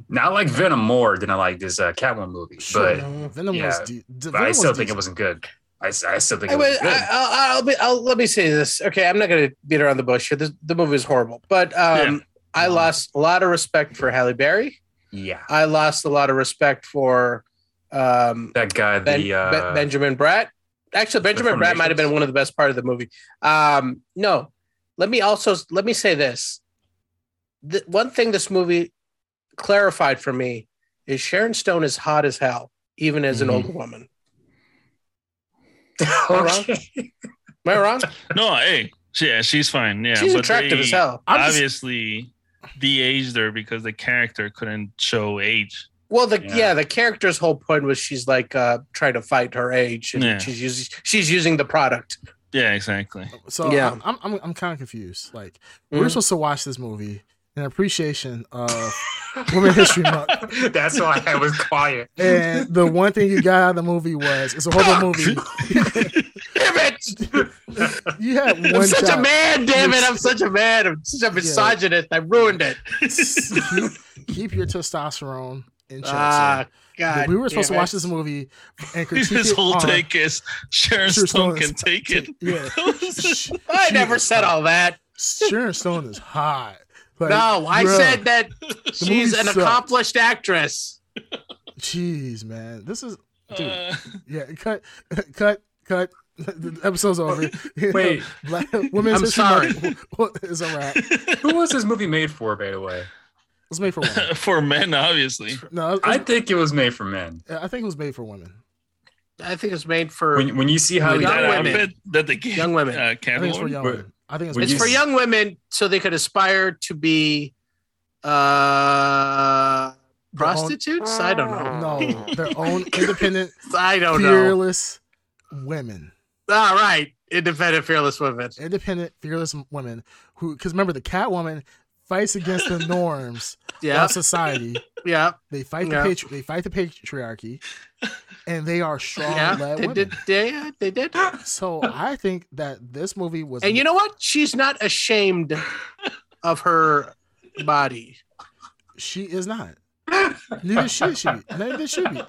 Speaker 1: now i like venom more than i like this uh catwoman movie
Speaker 3: Sure.
Speaker 1: but,
Speaker 3: Venom was.
Speaker 1: yeah,
Speaker 3: De- de-
Speaker 1: but i
Speaker 3: Venom
Speaker 1: still
Speaker 3: was
Speaker 1: think it
Speaker 3: decent.
Speaker 1: wasn't good i, s- I still think
Speaker 2: I
Speaker 1: it was
Speaker 2: would,
Speaker 1: good
Speaker 2: I, I'll, I'll be, I'll, let me say this. Okay, I'm not going to beat around the bush here. This, the movie is horrible, but um, I
Speaker 3: Yeah.
Speaker 2: lost a lot of respect for Halle Berry.
Speaker 1: yeah
Speaker 2: I lost a lot of respect for um,
Speaker 1: that guy
Speaker 2: ben,
Speaker 1: the uh
Speaker 2: Ben- Benjamin Bratt. Actually, Benjamin Bratt might have been
Speaker 1: Formations?
Speaker 2: one of the best part of the movie. Um, no, let me also let me say this. The, one thing this movie clarified for me is Sharon Stone is hot as hell, even as an
Speaker 4: Mhm.
Speaker 2: older woman. Am I wrong?
Speaker 4: No, hey. Yeah, she's fine. Yeah.
Speaker 2: She's
Speaker 4: but
Speaker 2: attractive
Speaker 4: they
Speaker 2: as hell.
Speaker 3: I'm just-
Speaker 4: obviously de-aged her because the character couldn't show age.
Speaker 2: Well, the
Speaker 1: Yeah.
Speaker 2: yeah. the character's whole point was she's like uh trying to fight her age, and
Speaker 4: Yeah.
Speaker 2: she's using she's using the product.
Speaker 4: Yeah, exactly.
Speaker 3: So
Speaker 2: Yeah.
Speaker 3: I'm I'm, I'm, I'm kind of confused. Like we're
Speaker 2: Mhm.
Speaker 3: supposed to watch this movie in appreciation of Women History Month,
Speaker 1: That's why I was quiet.
Speaker 3: and the one thing you got out of the movie was it's a horrible movie.
Speaker 2: Damn it!
Speaker 3: You had
Speaker 2: I'm
Speaker 3: one
Speaker 2: such a
Speaker 3: job.
Speaker 2: man, damn it! I'm such a man. I'm such a misogynist. I ruined it.
Speaker 3: keep, keep your testosterone in check.
Speaker 2: Ah,
Speaker 3: sir.
Speaker 2: God.
Speaker 3: we were supposed to
Speaker 2: damn
Speaker 3: watch
Speaker 2: it.
Speaker 3: this movie and critique
Speaker 4: His
Speaker 3: it
Speaker 4: whole
Speaker 3: on-
Speaker 4: take is Sharon
Speaker 3: Sharon
Speaker 4: Stone
Speaker 3: Stone
Speaker 4: can
Speaker 3: is-
Speaker 4: take it.
Speaker 3: Yeah,
Speaker 2: I never said all that.
Speaker 3: Sharon Stone is hot. Like,
Speaker 2: No, I
Speaker 3: bruh,
Speaker 2: said that she's
Speaker 3: movie
Speaker 2: an
Speaker 3: sucked.
Speaker 2: accomplished actress.
Speaker 3: Jeez, man, this is dude.
Speaker 4: Uh,
Speaker 3: Yeah, cut, cut, cut. The episode's over.
Speaker 1: Wait,
Speaker 3: Black, women's
Speaker 2: I'm
Speaker 3: History
Speaker 2: sorry.
Speaker 3: Month is a wrap. It
Speaker 1: who was this movie made for, by the way?
Speaker 3: was made for women.
Speaker 4: Uh, for men, obviously.
Speaker 3: No, it
Speaker 1: I
Speaker 3: was-
Speaker 1: think it was made for men.
Speaker 3: I think it was made for women.
Speaker 2: I think it's made for
Speaker 1: When, when you see how
Speaker 2: Young
Speaker 1: he
Speaker 4: That
Speaker 1: did it,
Speaker 2: women.
Speaker 4: outfit that they gave
Speaker 2: young women.
Speaker 4: uh,
Speaker 3: I think it's for
Speaker 4: Catwoman.
Speaker 3: young
Speaker 1: Wait,
Speaker 3: women. I think it's,
Speaker 1: would
Speaker 2: it's
Speaker 1: you
Speaker 2: for
Speaker 1: s-
Speaker 2: young women so they could aspire to be uh
Speaker 3: their own-
Speaker 2: prostitutes. I don't know.
Speaker 3: No, their own independent,
Speaker 2: I don't know.
Speaker 3: fearless women.
Speaker 2: All right, independent, fearless women.
Speaker 3: Independent, fearless women who, because remember, the Catwoman fights against the norms
Speaker 2: Yeah,
Speaker 3: of society.
Speaker 2: yeah,
Speaker 3: They fight
Speaker 2: Yeah.
Speaker 3: the patri- they fight the patriarchy, and they are strong
Speaker 2: yeah.
Speaker 3: led
Speaker 2: They
Speaker 3: women.
Speaker 2: did. They, yeah, they did.
Speaker 3: So I think that this movie was
Speaker 2: And you know what? She's not ashamed of her body.
Speaker 3: She is not. Neither should she. Neither should be.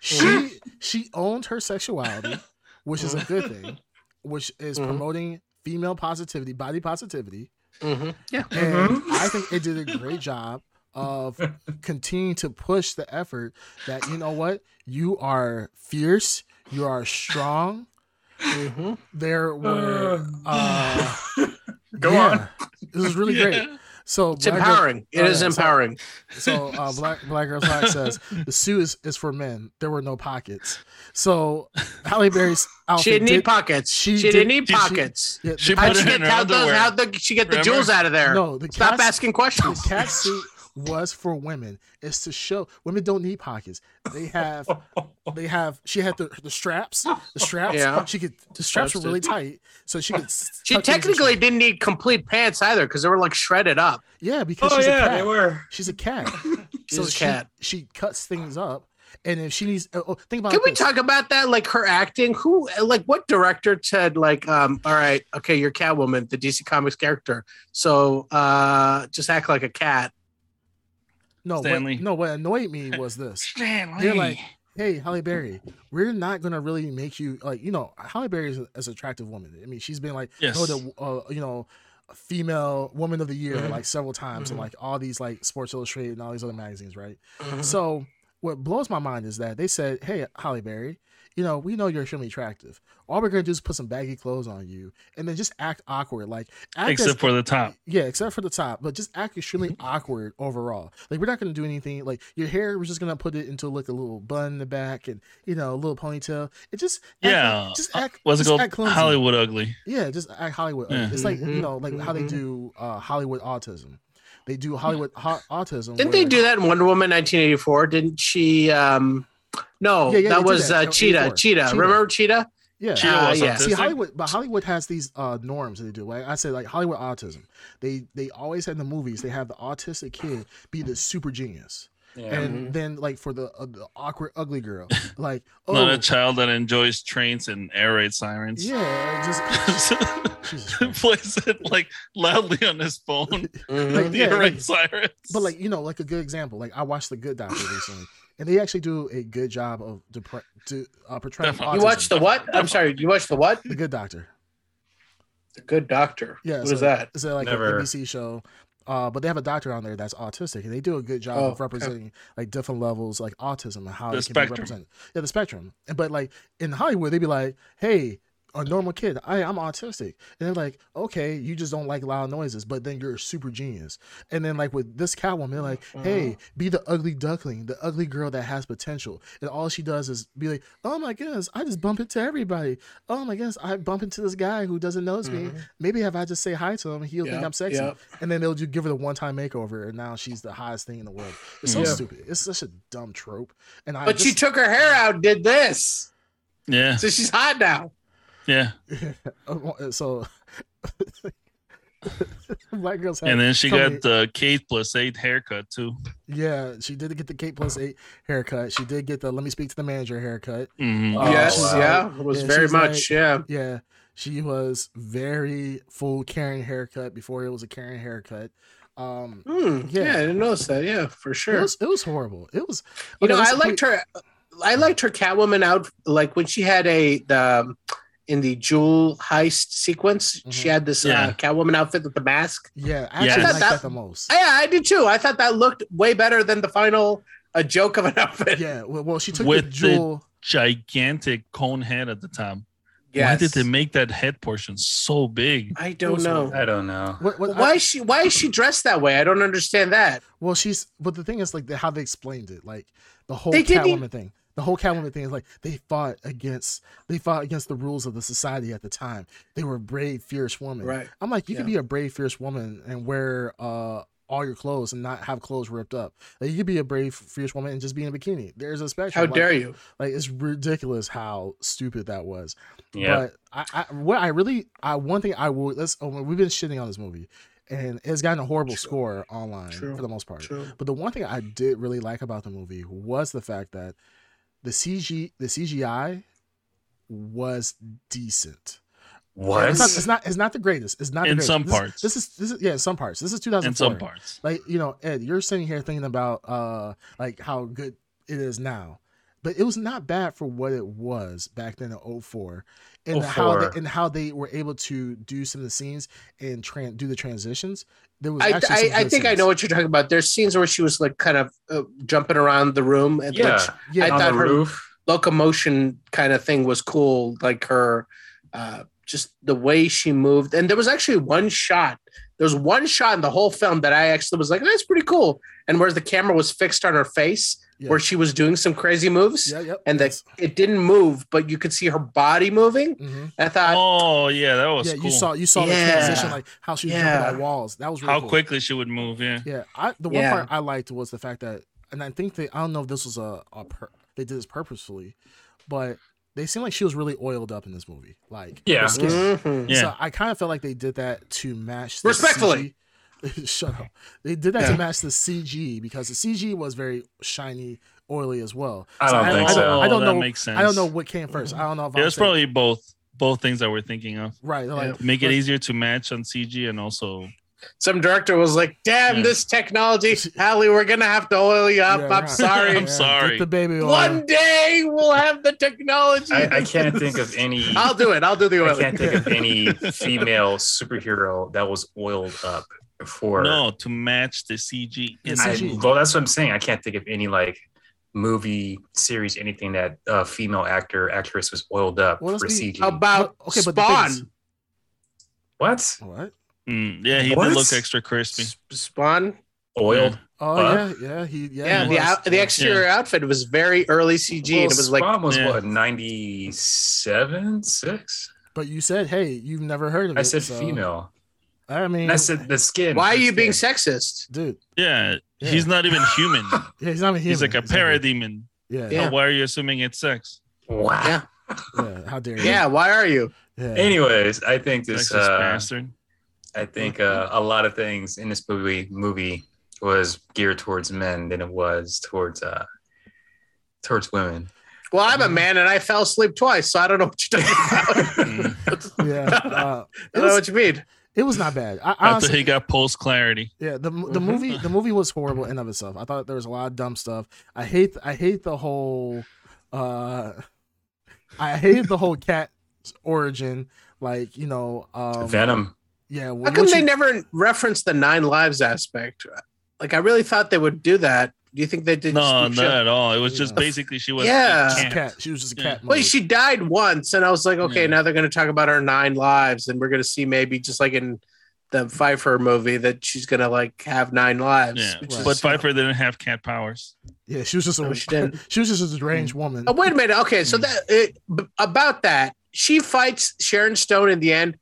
Speaker 3: She she owned her sexuality, which is a good thing, which is
Speaker 2: Mhm.
Speaker 3: promoting female positivity, body positivity.
Speaker 2: Mhm. Yeah.
Speaker 3: And
Speaker 1: Mhm.
Speaker 3: I think it did a great job of continuing to push the effort that you know what? You are fierce, you are strong.
Speaker 2: hmm
Speaker 3: There were uh
Speaker 1: Go
Speaker 3: yeah. This is really great.
Speaker 4: Yeah.
Speaker 3: So
Speaker 2: It's
Speaker 3: Black Girl-
Speaker 2: empowering. It
Speaker 3: Oh,
Speaker 2: is
Speaker 3: yeah, so-
Speaker 2: empowering.
Speaker 3: So uh, Black Black Girl Black says the suit is, is for men. There were no pockets. So Halle Berry's outfit.
Speaker 2: She didn't need
Speaker 3: did-
Speaker 2: pockets.
Speaker 3: she
Speaker 2: She,
Speaker 3: did-
Speaker 2: didn't need
Speaker 4: she-
Speaker 2: pockets.
Speaker 3: yeah, the-
Speaker 4: She
Speaker 2: How'd
Speaker 4: put
Speaker 2: she
Speaker 4: it
Speaker 2: get,
Speaker 4: in her
Speaker 2: how the,
Speaker 4: underwear.
Speaker 2: how the, she get the
Speaker 4: Remember?
Speaker 2: jewels out of there?
Speaker 3: no, the
Speaker 2: Stop
Speaker 3: cat's-
Speaker 2: asking questions.
Speaker 3: The cat suit was for women. It's to show women don't need pockets. They have they have. She had the, the straps. The straps.
Speaker 2: Yeah.
Speaker 3: She could. The straps were
Speaker 2: Straps
Speaker 3: really tight, so she could.
Speaker 2: She
Speaker 3: tuck things in-
Speaker 2: technically didn't need complete pants either because they were like shredded up.
Speaker 3: Yeah, because
Speaker 1: Oh
Speaker 3: she's a
Speaker 1: yeah,
Speaker 3: cat.
Speaker 1: they were.
Speaker 3: She's a cat.
Speaker 2: She's
Speaker 3: so
Speaker 2: a
Speaker 3: she,
Speaker 2: cat.
Speaker 3: She cuts things up, and if she needs, oh, oh, think about.
Speaker 2: Can we
Speaker 3: this.
Speaker 2: talk about that? Like her acting? Who, like, what director said, like, um, all right, okay, you're Catwoman, the DC Comics character. So uh just act like a cat.
Speaker 3: No, what,
Speaker 4: Stanley.
Speaker 3: no. What annoyed me was this.
Speaker 4: Stanley.
Speaker 3: They're like, hey, Halle Berry, we're not gonna really make you like you know Halle Berry is, is an attractive woman. I mean, she's been like
Speaker 4: Yes.
Speaker 3: voted, uh, you know female woman of the year
Speaker 2: Mhm.
Speaker 3: like several times in
Speaker 2: Mhm.
Speaker 3: like all these like Sports Illustrated and all these other magazines, right?
Speaker 2: Mm-hmm.
Speaker 3: So what blows my mind is that they said, hey, Halle Berry. You know, we know you're extremely attractive. All we're gonna do is put some baggy clothes on you, and then just act awkward. Like, act as
Speaker 4: except for the top.
Speaker 3: yeah, except for the top, but just act extremely
Speaker 4: Mm-hmm.
Speaker 3: awkward overall. Like we're not gonna do anything. Like your hair, we're just gonna put it into like a little bun in the back, and you know, a little ponytail. It just act like-
Speaker 4: Yeah.
Speaker 3: just act.
Speaker 4: What's it
Speaker 3: just
Speaker 4: called?
Speaker 3: act clumsy.
Speaker 4: Hollywood Ugly.
Speaker 3: Yeah, just act Hollywood.
Speaker 4: Yeah. Mm-hmm.
Speaker 3: It's like you
Speaker 2: Mhm,
Speaker 3: know, like how they
Speaker 2: mhm.
Speaker 3: do uh, Hollywood autism. They do Hollywood ho- autism.
Speaker 2: Didn't they
Speaker 3: where-
Speaker 2: do that in Wonder Woman 1984? Didn't she? um No,
Speaker 3: Yeah, yeah, they
Speaker 2: that
Speaker 3: did
Speaker 2: was
Speaker 3: that.
Speaker 2: Uh,
Speaker 3: No,
Speaker 2: Cheetah.
Speaker 3: 84.
Speaker 2: Cheetah.
Speaker 3: Cheetah.
Speaker 2: Remember Cheetah?
Speaker 3: Yeah.
Speaker 4: She
Speaker 2: Uh,
Speaker 4: was
Speaker 2: yeah.
Speaker 4: autistic.
Speaker 3: See Hollywood, but Hollywood has these uh, norms that they do. Like I said, like Hollywood autism. They they always in the movies they have the autistic kid be the super genius.
Speaker 1: Yeah.
Speaker 3: and then like for the, uh, the awkward ugly girl like
Speaker 4: Not
Speaker 3: oh
Speaker 4: a child that enjoys trains and air raid sirens.
Speaker 3: yeah just Jesus Christ.
Speaker 4: plays it like loudly on his phone.
Speaker 2: Mm-hmm.
Speaker 3: Like,
Speaker 4: the
Speaker 3: yeah,
Speaker 4: air
Speaker 3: like-
Speaker 4: raid sirens.
Speaker 3: but like you know like a good example like i watched the good doctor recently and they actually do a good job of depra- to, uh, portraying
Speaker 4: Definitely.
Speaker 2: You
Speaker 3: autism.
Speaker 2: watched the what? I'm sorry. You watched the what?
Speaker 3: the good doctor
Speaker 2: The Good Doctor.
Speaker 3: yeah
Speaker 2: What is
Speaker 3: so
Speaker 2: that?
Speaker 3: it's a, like an
Speaker 1: Never.
Speaker 3: nbc show uh, but they have a doctor on there that's autistic, and they do a good job
Speaker 2: Oh,
Speaker 3: of representing like different levels, like autism and how
Speaker 4: The
Speaker 3: it can
Speaker 4: spectrum.
Speaker 3: be represented. Yeah, the spectrum. And- But like in Hollywood, they'd be like, "Hey, a normal kid. I I'm autistic, and they're like, okay, you just don't like loud noises, but then you're a super genius. And then like with this Catwoman, they're like,
Speaker 2: Mm-hmm.
Speaker 3: hey, be the ugly duckling, the ugly girl that has potential, and all she does is be like, oh my goodness, I just bump into everybody. Oh my goodness, I bump into this guy who doesn't notice
Speaker 2: Mm-hmm.
Speaker 3: me. Maybe if I just say hi to him, he'll
Speaker 5: Yep,
Speaker 3: think I'm sexy.
Speaker 5: yep.
Speaker 3: And then they'll just give her the one time makeover, and now she's the hottest thing in the world. It's so
Speaker 1: Yeah.
Speaker 3: stupid. It's such a dumb trope. And I
Speaker 2: But she
Speaker 3: just-
Speaker 2: took her hair out, and did this,
Speaker 4: Yeah,
Speaker 2: so she's hot now.
Speaker 4: yeah.
Speaker 3: Uh, so black girls have
Speaker 4: And then she
Speaker 3: Tell
Speaker 4: got
Speaker 3: me-
Speaker 4: the Kate plus eight haircut too.
Speaker 3: yeah she did get the kate plus eight haircut she did get the let me speak to the manager haircut
Speaker 4: Mhm.
Speaker 3: Oh,
Speaker 2: yes,
Speaker 3: wow.
Speaker 2: yeah, it was
Speaker 3: Yeah,
Speaker 2: very
Speaker 3: she's
Speaker 2: much,
Speaker 3: like-
Speaker 2: yeah.
Speaker 3: yeah she was very full Karen haircut before it was a Karen haircut um
Speaker 2: Hmm, yeah.
Speaker 3: Yeah.
Speaker 2: I didn't notice that. Yeah, for sure.
Speaker 3: it was it was horrible it was
Speaker 2: you know,
Speaker 3: okay,
Speaker 2: I
Speaker 3: let's-
Speaker 2: liked her. I liked her Catwoman out like when she had a the um, in the jewel heist sequence. She
Speaker 3: Mhm.
Speaker 2: had this
Speaker 4: Yeah.
Speaker 2: uh, Catwoman outfit with the mask.
Speaker 3: yeah I actually
Speaker 4: Yes.
Speaker 3: liked
Speaker 2: That-
Speaker 3: that,
Speaker 2: that-
Speaker 3: the most
Speaker 2: Yeah, I did too. I thought that looked way better than the final a joke of an outfit.
Speaker 3: yeah well, well, she took
Speaker 4: With
Speaker 3: the
Speaker 4: the-
Speaker 3: jewel
Speaker 4: Gigantic cone head at the time.
Speaker 2: Yes.
Speaker 4: Why did they make that head portion so big?
Speaker 2: I don't
Speaker 3: Those
Speaker 2: know.
Speaker 1: I don't know.
Speaker 3: what, what, I-
Speaker 2: Why is she Why is she dressed that way? I don't understand that.
Speaker 3: Well, she's but the thing is like the, how they explained it, like the whole
Speaker 2: They didn't-
Speaker 3: Catwoman thing. The whole Catwoman thing is like they fought against they fought against the rules of the society at the time. They were brave, fierce women.
Speaker 2: Right.
Speaker 3: I'm like, you can
Speaker 2: Yeah.
Speaker 3: be a brave, fierce woman and wear uh all your clothes and not have clothes ripped up. Like you could be a brave, fierce woman and just be in a bikini. There's a spectrum.
Speaker 2: How
Speaker 3: like,
Speaker 2: dare you?
Speaker 3: Like it's ridiculous how stupid that was.
Speaker 1: Yeah.
Speaker 3: But I, I, what I really, I one thing I will. Let's. Oh, we've been shitting on this movie, and it's gotten a horrible
Speaker 2: True.
Speaker 3: score online
Speaker 2: True.
Speaker 3: for the most part.
Speaker 2: True.
Speaker 3: But the one thing I did really like about the movie was the fact that the CG the CGI was decent.
Speaker 1: what?
Speaker 3: It's not it's not, it's not the greatest. It's not
Speaker 4: In
Speaker 3: the greatest.
Speaker 4: some
Speaker 3: This-
Speaker 4: parts.
Speaker 3: This is this is yeah, in some parts. This is
Speaker 4: In
Speaker 3: 2004.
Speaker 4: some parts.
Speaker 3: Like, you know, Ed, you're sitting here thinking about uh like how good it is now. But it was not bad for what it was back then in 04 and how
Speaker 1: 04.
Speaker 3: they, and how they were able to do some of the scenes and tran do the transitions. There was
Speaker 2: I,
Speaker 3: actually
Speaker 2: I,
Speaker 3: some
Speaker 2: I
Speaker 3: good
Speaker 2: think I
Speaker 3: scenes.
Speaker 2: know what you're talking about. There's scenes where she was like kind of uh, jumping around the room, and
Speaker 1: yeah.
Speaker 2: which
Speaker 3: Yeah,
Speaker 2: I
Speaker 1: on
Speaker 2: thought
Speaker 1: the
Speaker 2: her-
Speaker 1: roof.
Speaker 2: locomotion kind of thing was cool like her uh just the way she moved and there was actually one shot there was one shot in the whole film that i actually was like that's pretty cool and whereas the camera was fixed on her face
Speaker 3: Yeah.
Speaker 2: where she was doing some crazy moves
Speaker 3: yeah, yep,
Speaker 2: and that it didn't move but you could see her body moving
Speaker 3: hmm
Speaker 2: i thought
Speaker 4: Oh yeah, that was
Speaker 3: yeah,
Speaker 4: cool.
Speaker 3: you saw you saw
Speaker 2: Yeah.
Speaker 3: the transition, like how she was
Speaker 2: Yeah.
Speaker 3: jumping on walls. That was really
Speaker 4: how
Speaker 3: cool.
Speaker 4: quickly she would move. Yeah.
Speaker 3: Yeah, I, the one
Speaker 2: Yeah.
Speaker 3: part I liked was the fact that, and I think they, I don't know if this was a, a per, they did this purposefully, but they seemed like she was really oiled up in this movie. Like, her
Speaker 1: Yeah.
Speaker 3: skin.
Speaker 2: mhm.
Speaker 4: Yeah.
Speaker 3: So I kind of felt like they did that to match the
Speaker 2: Respectfully.
Speaker 3: CG. Shut up. They did that
Speaker 2: Yeah.
Speaker 3: to match the CG because the CG was very shiny, oily as well.
Speaker 1: I don't think
Speaker 3: I,
Speaker 1: so.
Speaker 3: I don't
Speaker 4: Oh, that
Speaker 3: know.
Speaker 4: Makes sense.
Speaker 3: I don't know what came first. I don't know if
Speaker 4: It
Speaker 3: I'm
Speaker 4: was
Speaker 3: saying-
Speaker 4: probably both both things that we're thinking of.
Speaker 3: right. Like,
Speaker 4: Make it
Speaker 3: Let's-
Speaker 4: easier to match on CG and also
Speaker 2: some director was like damn
Speaker 4: Yeah.
Speaker 2: this technology hallie we're gonna have to oil you up
Speaker 3: Yeah,
Speaker 2: i'm
Speaker 3: right.
Speaker 4: I'm
Speaker 2: sorry
Speaker 3: Yeah,
Speaker 4: sorry.
Speaker 3: Get the baby oil.
Speaker 2: one day we'll have the technology
Speaker 1: I, I can't think of any.
Speaker 2: I'll do it. I'll do the
Speaker 1: I
Speaker 2: oil.
Speaker 1: can't think of any female superhero that was oiled up for.
Speaker 4: no to match the CG. In
Speaker 1: I-
Speaker 4: the
Speaker 3: CG.
Speaker 1: well, that's what I'm saying. I can't think of any like movie, series, anything that uh, female actor actress was oiled up
Speaker 3: Well, let's
Speaker 1: for
Speaker 3: be-
Speaker 1: CG.
Speaker 2: About
Speaker 3: Okay, but the
Speaker 2: Spawn.
Speaker 3: thing is-
Speaker 1: what?
Speaker 3: What?
Speaker 4: Mm, yeah, he
Speaker 1: What?
Speaker 4: did look extra crispy.
Speaker 2: S- Spawn.
Speaker 1: Oiled?
Speaker 3: Oh
Speaker 1: Huh?
Speaker 3: yeah, yeah, he yeah.
Speaker 2: Yeah,
Speaker 3: he
Speaker 2: the
Speaker 3: was.
Speaker 2: out, the exterior outfit was very early CG,
Speaker 1: Well,
Speaker 2: and it was like
Speaker 1: Spawn was
Speaker 4: Yeah.
Speaker 1: what 97, 6?
Speaker 3: But you said, hey, you've never heard of it. uh,
Speaker 1: I said
Speaker 3: so-
Speaker 1: female.
Speaker 3: I mean,
Speaker 1: And I said the skin.
Speaker 2: why are
Speaker 1: the
Speaker 2: you being
Speaker 1: skin.
Speaker 2: sexist?
Speaker 3: dude,
Speaker 4: Yeah,
Speaker 3: Yeah.
Speaker 4: he's not even human.
Speaker 3: yeah, he's not even human.
Speaker 4: he's like a parademon.
Speaker 3: Yeah,
Speaker 2: Yeah.
Speaker 3: yeah,
Speaker 4: So Why are you assuming it's sex?
Speaker 1: Wow.
Speaker 2: Yeah.
Speaker 3: yeah. How dare you?
Speaker 2: Yeah, why are you?
Speaker 3: yeah.
Speaker 1: Anyways, I think
Speaker 4: Sexist
Speaker 1: this. Uh,
Speaker 4: bastard.
Speaker 1: I think uh, a lot of things in this movie movie was geared towards men than it was towards uh, towards women.
Speaker 2: Well, I'm
Speaker 3: Mm-hmm.
Speaker 2: a man and I fell asleep twice, so I don't know what you're talking about.
Speaker 4: Mm.
Speaker 3: yeah.
Speaker 2: I
Speaker 3: Uh, it,
Speaker 2: don't know
Speaker 3: was,
Speaker 2: what you mean.
Speaker 3: it was not bad. I,
Speaker 4: After
Speaker 3: honestly,
Speaker 4: he got post clarity.
Speaker 3: yeah. The, the
Speaker 2: Mhm.
Speaker 4: Mm-hmm.
Speaker 3: movie, the movie was horrible in and of itself. I thought there was a lot of dumb stuff. I hate, I hate the whole, uh, I hated the whole cat origin. Like you know, um,
Speaker 1: Venom.
Speaker 3: yeah.
Speaker 2: How
Speaker 3: what
Speaker 2: come
Speaker 3: you-
Speaker 2: they never referenced the nine lives aspect? Like I really thought they would do that Do you think they did?
Speaker 4: No,
Speaker 2: Steve
Speaker 4: not
Speaker 2: Shin-
Speaker 4: at all. It was just
Speaker 3: Yeah.
Speaker 4: basically she was
Speaker 2: Yeah.
Speaker 3: She's a
Speaker 4: in camp.
Speaker 3: cat. She was just a
Speaker 4: Yeah.
Speaker 3: cat.
Speaker 2: Well,
Speaker 3: mode.
Speaker 2: she died once, and I was like, okay,
Speaker 4: Yeah.
Speaker 2: now they're going to talk about her nine lives, and we're going to see maybe just like in the Pfeiffer movie that she's going to like have nine lives.
Speaker 4: Yeah.
Speaker 3: which is-
Speaker 4: But Pfeiffer didn't have cat powers.
Speaker 3: yeah, she was just a
Speaker 2: No, she didn't.
Speaker 3: she was just a deranged woman.
Speaker 2: Oh, wait a minute. Okay, so
Speaker 4: Mm.
Speaker 2: that it, b- about that, she fights Sharon Stone in the end.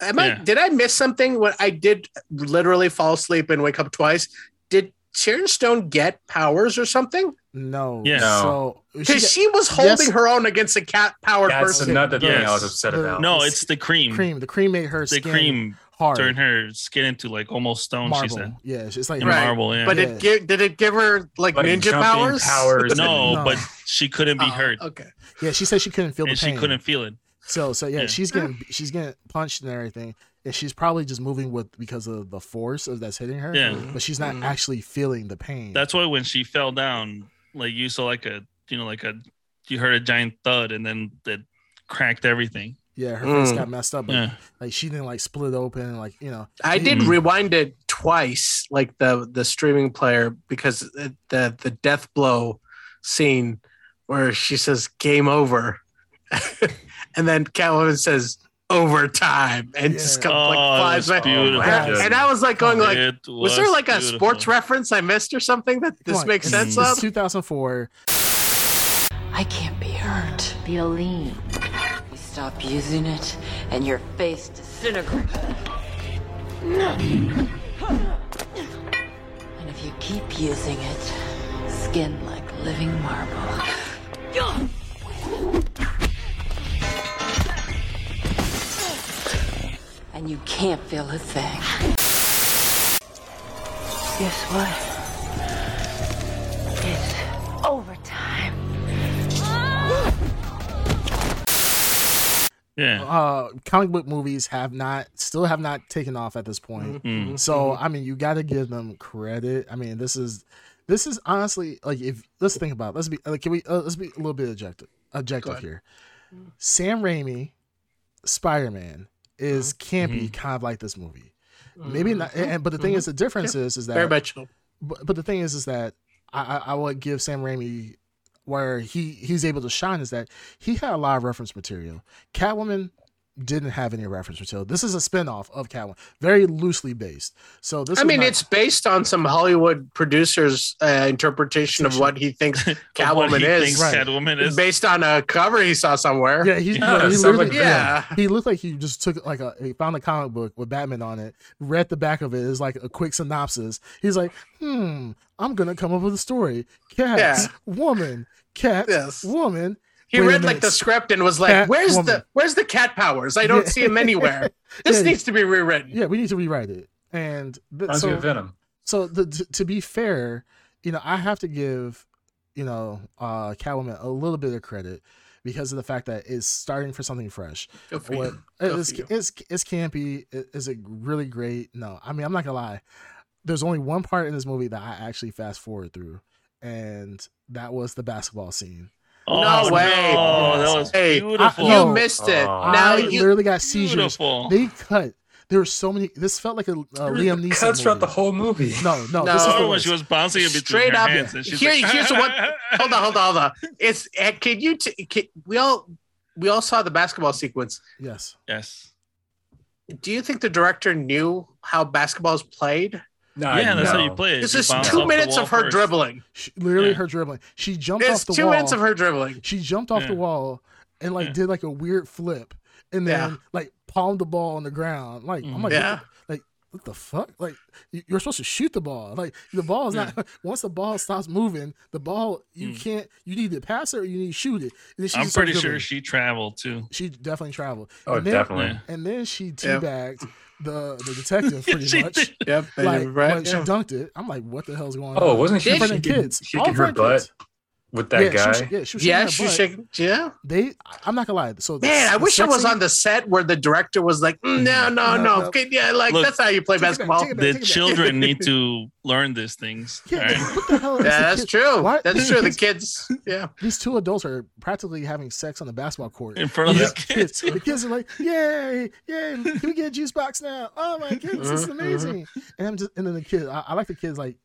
Speaker 2: Am I?
Speaker 4: Yeah.
Speaker 2: Did I miss something? When I did literally fall asleep and wake up twice. Did Sharon Stone get powers or something?
Speaker 3: No.
Speaker 4: Yeah.
Speaker 1: No.
Speaker 3: So she
Speaker 2: Because she was holding
Speaker 3: Yes.
Speaker 2: her own against a cat powered
Speaker 1: That's
Speaker 2: person.
Speaker 1: another thing I was
Speaker 4: Yes.
Speaker 1: upset
Speaker 3: The-
Speaker 1: about.
Speaker 4: No,
Speaker 3: the
Speaker 4: it's
Speaker 3: s-
Speaker 4: the cream.
Speaker 3: got cream. The cream made her
Speaker 4: The
Speaker 3: skin
Speaker 4: cream
Speaker 3: hard.
Speaker 4: turned her skin into like almost stone. She
Speaker 3: marble.
Speaker 4: said,
Speaker 3: Yeah, it's like
Speaker 4: and
Speaker 2: Right.
Speaker 4: marble. Yeah.
Speaker 2: But it gi- did it give her like,
Speaker 1: Like
Speaker 2: ninja
Speaker 1: jumping
Speaker 2: powers?
Speaker 1: powers and-
Speaker 4: no,
Speaker 3: No.
Speaker 4: but she couldn't be
Speaker 2: Oh,
Speaker 4: hurt,
Speaker 2: Okay.
Speaker 3: yeah. She said she couldn't feel
Speaker 4: and
Speaker 3: Uh, the
Speaker 4: she
Speaker 3: pain.
Speaker 4: couldn't feel it.
Speaker 3: So so yeah,
Speaker 4: Yeah.
Speaker 3: she's getting she's getting punched and everything, and she's probably just moving with because of the force of that's hitting her.
Speaker 4: Yeah.
Speaker 3: But she's not
Speaker 2: Mhm.
Speaker 3: actually feeling the
Speaker 2: Mm.
Speaker 3: pain.
Speaker 4: That's why when she fell down, like you saw like a you know like a you heard a giant thud, and then it cracked everything.
Speaker 3: yeah. Her face
Speaker 2: Mm.
Speaker 3: got messed up, but
Speaker 4: Yeah.
Speaker 3: like she didn't like split open. and, Like you know,
Speaker 2: I did
Speaker 4: Mhm.
Speaker 2: rewind it twice, like the the streaming player, because it, the the death blow scene where she says "game over," and then Catwoman says "overtime," and just
Speaker 3: Yeah.
Speaker 2: comes like
Speaker 4: Oh,
Speaker 2: flies
Speaker 4: that's
Speaker 2: back.
Speaker 1: Oh
Speaker 4: beautiful.
Speaker 1: my
Speaker 2: And,
Speaker 1: goodness.
Speaker 2: and I was like going like,
Speaker 4: It
Speaker 2: was, there like a
Speaker 4: beautiful.
Speaker 2: sports reference I missed or something that
Speaker 3: come
Speaker 2: this
Speaker 3: on,
Speaker 2: makes
Speaker 3: it's-
Speaker 2: sense
Speaker 3: It's
Speaker 2: of?
Speaker 3: 2004.
Speaker 5: I can't be hurt.
Speaker 6: Be a lean. You stop using it, and your face disintegrates. And if you keep using it, skin like living marble. And you can't feel a thing. Guess what? It's overtime.
Speaker 2: Oh,
Speaker 4: Yeah.
Speaker 3: Uh, comic book movies have not still have not taken off at this
Speaker 2: Mm-hmm.
Speaker 3: point.
Speaker 4: Mm.
Speaker 3: So I mean, you got to give them credit. I mean, this is this is honestly like if let's think about it. let's be like can we uh, let's be a little bit objective objective
Speaker 2: ahead.
Speaker 3: here. Sam Raimi, Spider Man is
Speaker 2: Mm-hmm.
Speaker 3: campy, kind of like this movie. Maybe not, and, but the thing is, the difference is is that
Speaker 2: Mm-hmm. Very much. so.
Speaker 3: but, but the thing is, is that I, I, I would give Sam Raimi where he he's able to shine is that he had a lot of reference material. Catwoman didn't have any reference material. This is a spinoff of Catwoman, very loosely based. So this
Speaker 2: I
Speaker 3: was
Speaker 2: mean,
Speaker 3: not-
Speaker 2: it's based on some Hollywood producer's uh, interpretation of what he thinks
Speaker 4: Of what
Speaker 2: Catwoman
Speaker 4: he
Speaker 2: is.
Speaker 4: thinks
Speaker 3: Right.
Speaker 4: Catwoman is.
Speaker 2: based on a cover he saw somewhere.
Speaker 3: yeah, he,
Speaker 4: Yeah,
Speaker 3: he
Speaker 1: it sounds
Speaker 3: literally-
Speaker 1: like-
Speaker 3: yeah.
Speaker 2: yeah.
Speaker 3: He looked like he just took like a he found a comic book with Batman on it, read the back of it, is like a quick synopsis. He's like, hmm, I'm gonna come up with a story. Cats,
Speaker 2: Yeah.
Speaker 3: woman, cats,
Speaker 2: Yes.
Speaker 3: woman.
Speaker 2: He
Speaker 3: Wait a
Speaker 2: read like
Speaker 3: minute.
Speaker 2: the script and was like,
Speaker 3: Cat
Speaker 2: "Where's
Speaker 3: woman.
Speaker 2: the where's the cat powers? I don't
Speaker 3: Yeah.
Speaker 2: see him anywhere. This
Speaker 3: Yeah.
Speaker 2: needs to be rewritten."
Speaker 3: Yeah, we need to rewrite it. And th-
Speaker 1: Reminds me
Speaker 3: so,
Speaker 1: of Venom.
Speaker 3: so the, to, to be fair, you know, I have to give, you know, uh, Catwoman a little bit of credit because of the fact that it's starting for something fresh.
Speaker 2: Good for
Speaker 3: What
Speaker 2: you. Good
Speaker 3: it's,
Speaker 2: for you.
Speaker 3: it's it's campy. It- Is it really great? No, I mean I'm not gonna lie. There's only one part in this movie that I actually fast forward through, and that was the basketball scene.
Speaker 4: oh,
Speaker 2: No way.
Speaker 4: no, that was
Speaker 2: Hey, I-
Speaker 4: beautiful.
Speaker 3: no.
Speaker 2: You missed it.
Speaker 1: Oh.
Speaker 2: now
Speaker 3: I
Speaker 2: you
Speaker 3: literally got seizures.
Speaker 4: beautiful.
Speaker 3: They cut. There were so many. This felt like a uh, Liam Neeson.
Speaker 1: Cuts throughout
Speaker 3: movie.
Speaker 1: the whole movie.
Speaker 3: No, no,
Speaker 2: No.
Speaker 3: this is
Speaker 4: Oh,
Speaker 3: the
Speaker 4: when
Speaker 3: worst.
Speaker 4: she was bouncing in between
Speaker 2: Straight
Speaker 4: her
Speaker 2: up.
Speaker 4: hands, and she's
Speaker 2: Here-
Speaker 4: like,
Speaker 2: here's what- hold on, hold on, hold on. It's eh, can you t- can, we all we all saw the basketball sequence.
Speaker 3: Yes.
Speaker 4: Yes.
Speaker 2: Do you think the director knew how basketball is played?
Speaker 1: No, I
Speaker 4: Yeah, that's how
Speaker 1: know.
Speaker 4: you play it.
Speaker 2: This
Speaker 4: You
Speaker 2: is
Speaker 4: bounce off
Speaker 2: two
Speaker 4: the
Speaker 2: minutes
Speaker 4: wall
Speaker 2: of her
Speaker 4: first.
Speaker 2: dribbling.
Speaker 3: She, literally
Speaker 4: Yeah.
Speaker 3: her dribbling. She jumped
Speaker 2: It's
Speaker 3: off the
Speaker 2: two
Speaker 3: wall.
Speaker 2: minutes of her dribbling.
Speaker 3: she jumped off the
Speaker 4: Yeah.
Speaker 3: wall and like
Speaker 4: Yeah.
Speaker 3: did like a weird flip and then
Speaker 2: Yeah.
Speaker 3: like palmed the ball on the ground. Like I'm
Speaker 4: Mhm.
Speaker 3: like,
Speaker 2: Yeah.
Speaker 3: what the, like what the fuck? Like you- you're supposed to shoot the ball. Like the ball is not once the ball stops moving, the ball you
Speaker 4: Mm.
Speaker 3: can't you need to pass it or you need to shoot it. And then she
Speaker 4: I'm
Speaker 3: just started
Speaker 4: pretty sure
Speaker 3: dribbling.
Speaker 4: she traveled too.
Speaker 3: she definitely traveled.
Speaker 1: Oh,
Speaker 3: and then,
Speaker 1: definitely.
Speaker 3: And then she teabagged the the detective pretty
Speaker 4: She
Speaker 3: much.
Speaker 4: did.
Speaker 2: Yep. they-
Speaker 3: Like
Speaker 2: right,
Speaker 3: when she
Speaker 2: yeah.
Speaker 3: dunked it, I'm like, what the hell's going on?
Speaker 1: Oh, wasn't she
Speaker 3: in front of
Speaker 1: shaking-
Speaker 3: kids?
Speaker 1: shaking
Speaker 3: All in
Speaker 1: her
Speaker 3: front of kids.
Speaker 1: With that
Speaker 3: yeah,
Speaker 1: guy.
Speaker 3: She was, yeah, she
Speaker 2: yeah, she
Speaker 3: was shaking her butt.
Speaker 2: was shaking. Yeah.
Speaker 3: They, I- I'm not gonna lie. So the-
Speaker 2: Man, I
Speaker 3: the
Speaker 2: wish I was
Speaker 3: sexy-
Speaker 2: on the set where the director was like, "Mm, no, no,
Speaker 3: No,
Speaker 2: no.
Speaker 3: no.
Speaker 2: Okay, yeah, like
Speaker 4: Look,
Speaker 2: that's how you play
Speaker 3: Take it back,
Speaker 2: basketball.
Speaker 3: take it back.
Speaker 4: The children need to learn these things.
Speaker 3: Yeah,
Speaker 4: right?
Speaker 3: what the hell? Is
Speaker 2: Yeah,
Speaker 3: the
Speaker 2: that's
Speaker 3: kid-
Speaker 2: true.
Speaker 3: Why-
Speaker 2: That's true. The kids, yeah.
Speaker 3: These two adults are practically having sex on the basketball court.
Speaker 4: In front of
Speaker 3: These
Speaker 4: the kids.
Speaker 3: The kids are like, "Yay, yay! Can we get a juice box now? Oh my goodness, this is
Speaker 2: Mhm,
Speaker 3: amazing!" And I'm just, and then the kids, I, I like the kids like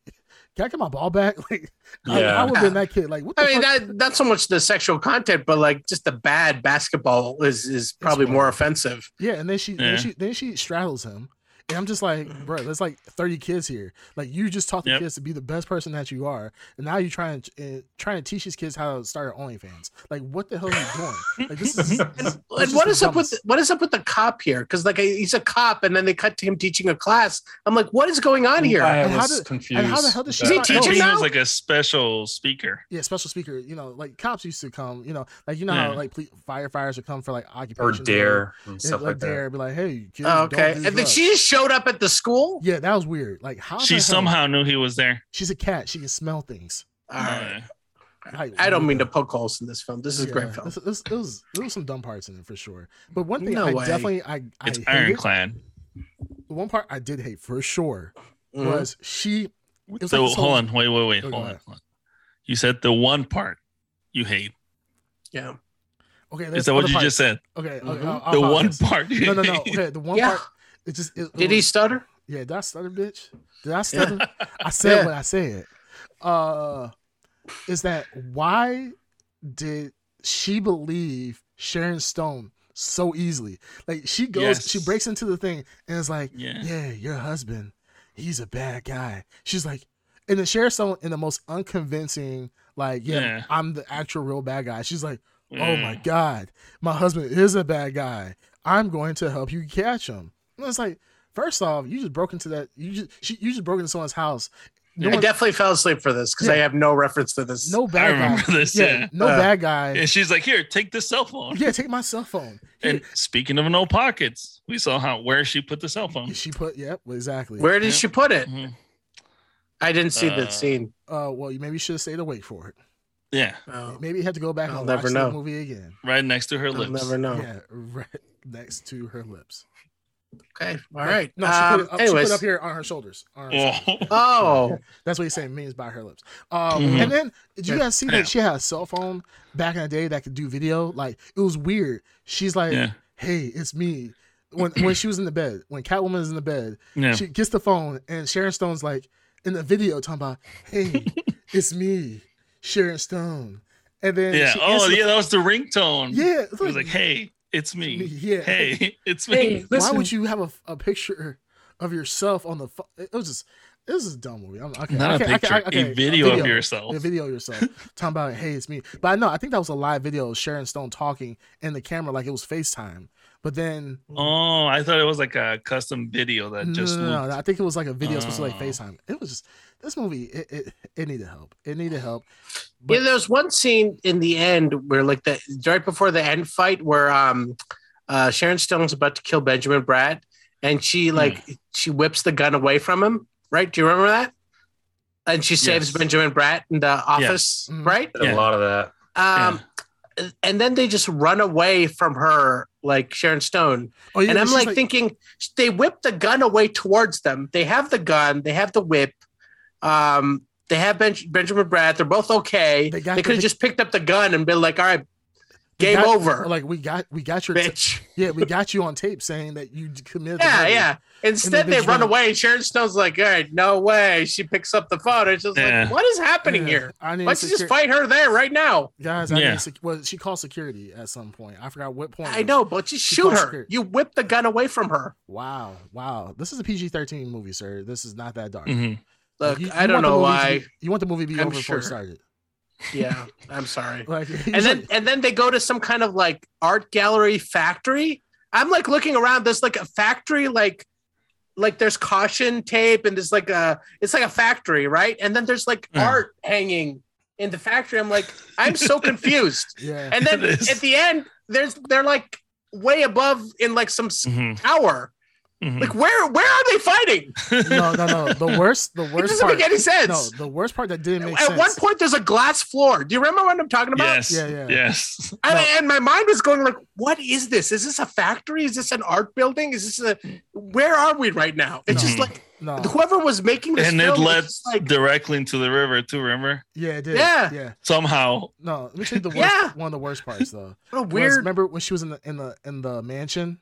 Speaker 3: can I get my ball back? Like, I- I,
Speaker 1: Yeah.
Speaker 3: would have been that kid. Like, what the
Speaker 2: I mean,
Speaker 3: fuck?
Speaker 2: that, not so much the sexual content, but like just the bad basketball is is probably more offensive.
Speaker 3: yeah, and then she, then
Speaker 4: Yeah.
Speaker 3: she, then she straddles him, and I'm just like, bro, there's like 30 kids here. Like, you just taught the
Speaker 4: Yep.
Speaker 3: kids to be the best person that you are, and now you try and uh, try and teach these kids how to start OnlyFans. Like, what the hell are you doing? Like, this is.
Speaker 2: And
Speaker 3: just
Speaker 2: what
Speaker 3: the
Speaker 2: is up with
Speaker 3: dumbest.
Speaker 2: what is up with the cop here? Because like he's a cop, and then they cut to him teaching a class. I'm like, what is going on here?
Speaker 1: I
Speaker 3: And how
Speaker 1: was
Speaker 3: did-
Speaker 1: confused.
Speaker 3: and how the hell does she
Speaker 1: about-
Speaker 2: Is he
Speaker 3: not
Speaker 2: teaching
Speaker 3: know?
Speaker 4: Teaching
Speaker 2: now?
Speaker 4: was like a special speaker.
Speaker 3: yeah, special speaker. You know, like cops used to come. You know, like you know how
Speaker 4: Yeah.
Speaker 3: like ple- firefighters would come for like
Speaker 1: or
Speaker 3: occupations
Speaker 1: dare and
Speaker 3: Yeah,
Speaker 1: stuff like that.
Speaker 3: dare be like, hey, kids,
Speaker 2: Oh,
Speaker 3: don't
Speaker 2: okay, and
Speaker 3: do
Speaker 2: then
Speaker 3: drugs.
Speaker 2: she just showed up at the school.
Speaker 3: Yeah, that was weird. Like how the
Speaker 4: She
Speaker 3: hell-
Speaker 4: somehow knew he was there.
Speaker 3: she's a cat. She can smell things.
Speaker 2: All right.
Speaker 4: Uh,
Speaker 3: Like,
Speaker 2: I don't
Speaker 3: what
Speaker 2: mean
Speaker 3: the-
Speaker 2: to poke holes in this film. This is a
Speaker 3: Yeah,
Speaker 2: great film.
Speaker 3: This, this, it was there was some dumb parts in it for sure. But one thing
Speaker 2: No
Speaker 3: I
Speaker 2: way.
Speaker 3: definitely I, I
Speaker 4: it's
Speaker 3: hated-
Speaker 4: ironclad.
Speaker 3: the one part I did hate for sure
Speaker 2: Mhm.
Speaker 3: was she. It was
Speaker 4: So
Speaker 3: like this whole-
Speaker 4: hold on, wait, wait, wait,
Speaker 3: Oh,
Speaker 4: hold
Speaker 3: go
Speaker 4: on,
Speaker 3: ahead.
Speaker 4: hold on. You said the one part you hate.
Speaker 2: Yeah.
Speaker 3: Okay,
Speaker 4: Is
Speaker 3: there's
Speaker 4: that what
Speaker 3: other
Speaker 4: you
Speaker 3: parts.
Speaker 4: just said?
Speaker 3: Okay, okay
Speaker 2: Mhm.
Speaker 3: I'll- I'll
Speaker 4: The one
Speaker 3: apologize.
Speaker 4: part. You
Speaker 3: No, no, no.
Speaker 4: hate.
Speaker 3: Okay, the one
Speaker 2: Yeah.
Speaker 3: part. It just it, it
Speaker 2: Did he
Speaker 3: was-
Speaker 2: stutter?
Speaker 3: Yeah, did I stutter, bitch? Did I stutter? I said
Speaker 2: Yeah.
Speaker 3: what I said. Uh, is that why did she believe Sharon Stone so easily? Like she goes,
Speaker 4: Yes.
Speaker 3: she breaks into the thing and is like,
Speaker 4: Yeah.
Speaker 3: yeah. your husband, he's a bad guy." She's like, and then Sharon Stone in the most unconvincing, like, "Yeah,
Speaker 4: Yeah.
Speaker 3: I'm the actual real bad guy." She's like, "Oh
Speaker 4: Yeah.
Speaker 3: my god, my husband is a bad guy. I'm going to help you catch him." And it's like, first off, you just broke into that. You just she, you just broke into someone's house. No,
Speaker 2: I
Speaker 3: one-
Speaker 2: definitely fell asleep for this because I have no reference to this.
Speaker 3: no
Speaker 4: I
Speaker 3: bad
Speaker 4: remember
Speaker 3: guy.
Speaker 4: this, yeah.
Speaker 3: no
Speaker 2: Uh,
Speaker 3: bad guy.
Speaker 4: And she's like, "Here, take this cell phone."
Speaker 3: Yeah, take my cell phone. Here-
Speaker 4: And speaking of no pockets, we saw how where she put the cell phone.
Speaker 3: she put, yep, exactly.
Speaker 2: Where did
Speaker 4: Yeah.
Speaker 2: she put it?
Speaker 4: Mhm.
Speaker 2: I didn't see
Speaker 4: Uh,
Speaker 2: that scene.
Speaker 3: Uh, well, you maybe should have stayed awake for it.
Speaker 4: Yeah,
Speaker 2: Oh,
Speaker 3: Maybe you had to go back
Speaker 2: I'll
Speaker 3: and
Speaker 2: never
Speaker 3: watch
Speaker 2: know.
Speaker 3: that movie again.
Speaker 4: right next to her
Speaker 2: I'll
Speaker 4: lips.
Speaker 2: never know.
Speaker 3: Yeah, right next to her lips.
Speaker 2: Okay. All right.
Speaker 3: No, she,
Speaker 2: Um,
Speaker 3: put it up, she put
Speaker 2: anyways.
Speaker 3: it up here on her shoulders. on her shoulders.
Speaker 4: Oh.
Speaker 2: Oh,
Speaker 3: That's what he's saying means by her lips. Um,
Speaker 4: Mhm.
Speaker 3: And then did you
Speaker 2: Yeah.
Speaker 3: guys see
Speaker 4: Yeah.
Speaker 3: that she had a cell phone back in the day that could do video? Like it was weird. She's like,
Speaker 4: Yeah.
Speaker 3: "Hey, it's me." When when she was in the bed, when Catwoman is in the bed,
Speaker 4: Yeah.
Speaker 3: she gets the phone and Sharon Stone's like in the video talking about, "Hey, it's me, Sharon Stone." And then
Speaker 4: yeah.
Speaker 3: she
Speaker 4: Oh,
Speaker 3: answers the-
Speaker 4: yeah. That was the ringtone.
Speaker 3: yeah.
Speaker 4: It was like, "Hey, it's me.
Speaker 3: Yeah.
Speaker 4: Hey, it's me."
Speaker 1: Hey, listen.
Speaker 3: why would you have a, a picture of yourself on the phone? It was just. This is a dumb movie. I'm, okay,
Speaker 4: Not a
Speaker 3: okay, okay,
Speaker 4: picture, a
Speaker 3: okay,
Speaker 4: video of yourself.
Speaker 3: A video of yourself. talking about, hey, it's me. But I know, I think that was a live video of Sharon Stone talking in the camera like it was FaceTime. But then,
Speaker 4: Oh, I thought it was like a custom video that
Speaker 3: no,
Speaker 4: just.
Speaker 3: no, no,
Speaker 4: looped.
Speaker 3: no, I think it was like a video supposed to like
Speaker 4: Oh.
Speaker 3: FaceTime. It was just, this movie, it, it, it needed help. It needed help.
Speaker 2: yeah. There was one scene in the end where, like, the right before the end fight, where um, uh, Sharon Stone's about to kill Benjamin Bratt, and she like she whips the gun away from him. Right? Do you remember that? And she saves
Speaker 4: Yes.
Speaker 2: Benjamin Bratt in the office,
Speaker 3: Mhm.
Speaker 2: right?
Speaker 1: Did
Speaker 4: Yeah.
Speaker 1: A lot of that.
Speaker 2: Um, and then they just run away from her, like Sharon Stone.
Speaker 3: Oh, yeah,
Speaker 2: and I'm
Speaker 3: she's
Speaker 2: like, thinking they whip the gun away towards them. They have the gun, they have the whip. Um, they have ben- Benjamin Bratt. They're both okay.
Speaker 3: They
Speaker 2: They,
Speaker 3: got the-
Speaker 2: could have
Speaker 3: they-
Speaker 2: just picked up the gun and been like, "All right, game
Speaker 3: got-
Speaker 2: over,
Speaker 3: Like, we got, we got your, ta-
Speaker 2: bitch."
Speaker 3: yeah, we got you on tape saying that you committed. the
Speaker 2: Yeah,
Speaker 3: murder.
Speaker 2: yeah. Instead,
Speaker 3: they
Speaker 2: they
Speaker 3: just
Speaker 2: run
Speaker 3: run-
Speaker 2: away. Sharon Stone's like, "All right, no way." She picks up the phone. It's just
Speaker 4: Yeah.
Speaker 2: like, what is happening
Speaker 3: Yeah,
Speaker 2: here?
Speaker 3: I need
Speaker 2: Why don't you just
Speaker 3: secu-
Speaker 2: fight her there right now?
Speaker 3: Guys, I
Speaker 4: Yeah.
Speaker 3: need sec- well, she called security at some point. I forgot what point. it
Speaker 2: I
Speaker 3: was.
Speaker 2: know, but just
Speaker 3: She
Speaker 2: shoot
Speaker 3: calls
Speaker 2: her.
Speaker 3: security.
Speaker 2: You whip the gun away from her.
Speaker 3: Wow, wow. This is a PG thirteen movie, sir. This is not that dark.
Speaker 2: Mm-hmm.
Speaker 4: Mhm.
Speaker 3: Like,
Speaker 2: Look,
Speaker 3: you-
Speaker 2: I
Speaker 3: you
Speaker 2: don't
Speaker 3: want the
Speaker 2: know
Speaker 3: movie to
Speaker 2: why.
Speaker 3: be- you want the movie to be
Speaker 2: I'm
Speaker 3: over before
Speaker 2: sure.
Speaker 3: it started.
Speaker 2: yeah, I'm sorry.
Speaker 3: Like,
Speaker 2: And then and then they go to some kind of like art gallery factory. I'm like looking around. There's like a factory, like like there's caution tape, and there's like a it's like a factory, right? And then there's like
Speaker 4: Yeah.
Speaker 2: art hanging in the factory. I'm like, I'm so confused.
Speaker 3: yeah,
Speaker 2: And then
Speaker 4: It is.
Speaker 2: at the end, there's they're like way above in like some s-
Speaker 4: Mhm.
Speaker 2: tower.
Speaker 4: Mhm.
Speaker 2: Like where where are they fighting?
Speaker 3: no, no, no. The worst, the
Speaker 2: It
Speaker 3: worst
Speaker 2: doesn't
Speaker 3: part.
Speaker 2: make any sense.
Speaker 3: No, the worst part that didn't make
Speaker 2: at
Speaker 3: sense.
Speaker 2: one point, there's a glass floor. Do you remember what I'm talking about?
Speaker 4: Yes.
Speaker 3: Yeah, yeah.
Speaker 4: Yes.
Speaker 2: And,
Speaker 3: No.
Speaker 2: and my mind was going like, "What is this? Is this a factory? Is this an art building? Is this a? Where are we right now?" It's just
Speaker 4: Mhm.
Speaker 2: like
Speaker 3: no,
Speaker 2: whoever was making this
Speaker 4: and it
Speaker 2: film, it's
Speaker 4: led
Speaker 2: just like,
Speaker 4: directly into the river too. Remember?
Speaker 3: yeah, it did.
Speaker 2: Yeah.
Speaker 3: yeah.
Speaker 4: Somehow.
Speaker 3: No, let me tell you the worst.
Speaker 2: Yeah.
Speaker 3: one of the worst parts though.
Speaker 2: what a
Speaker 3: was,
Speaker 2: weird.
Speaker 3: remember when she was in the in the in the mansion,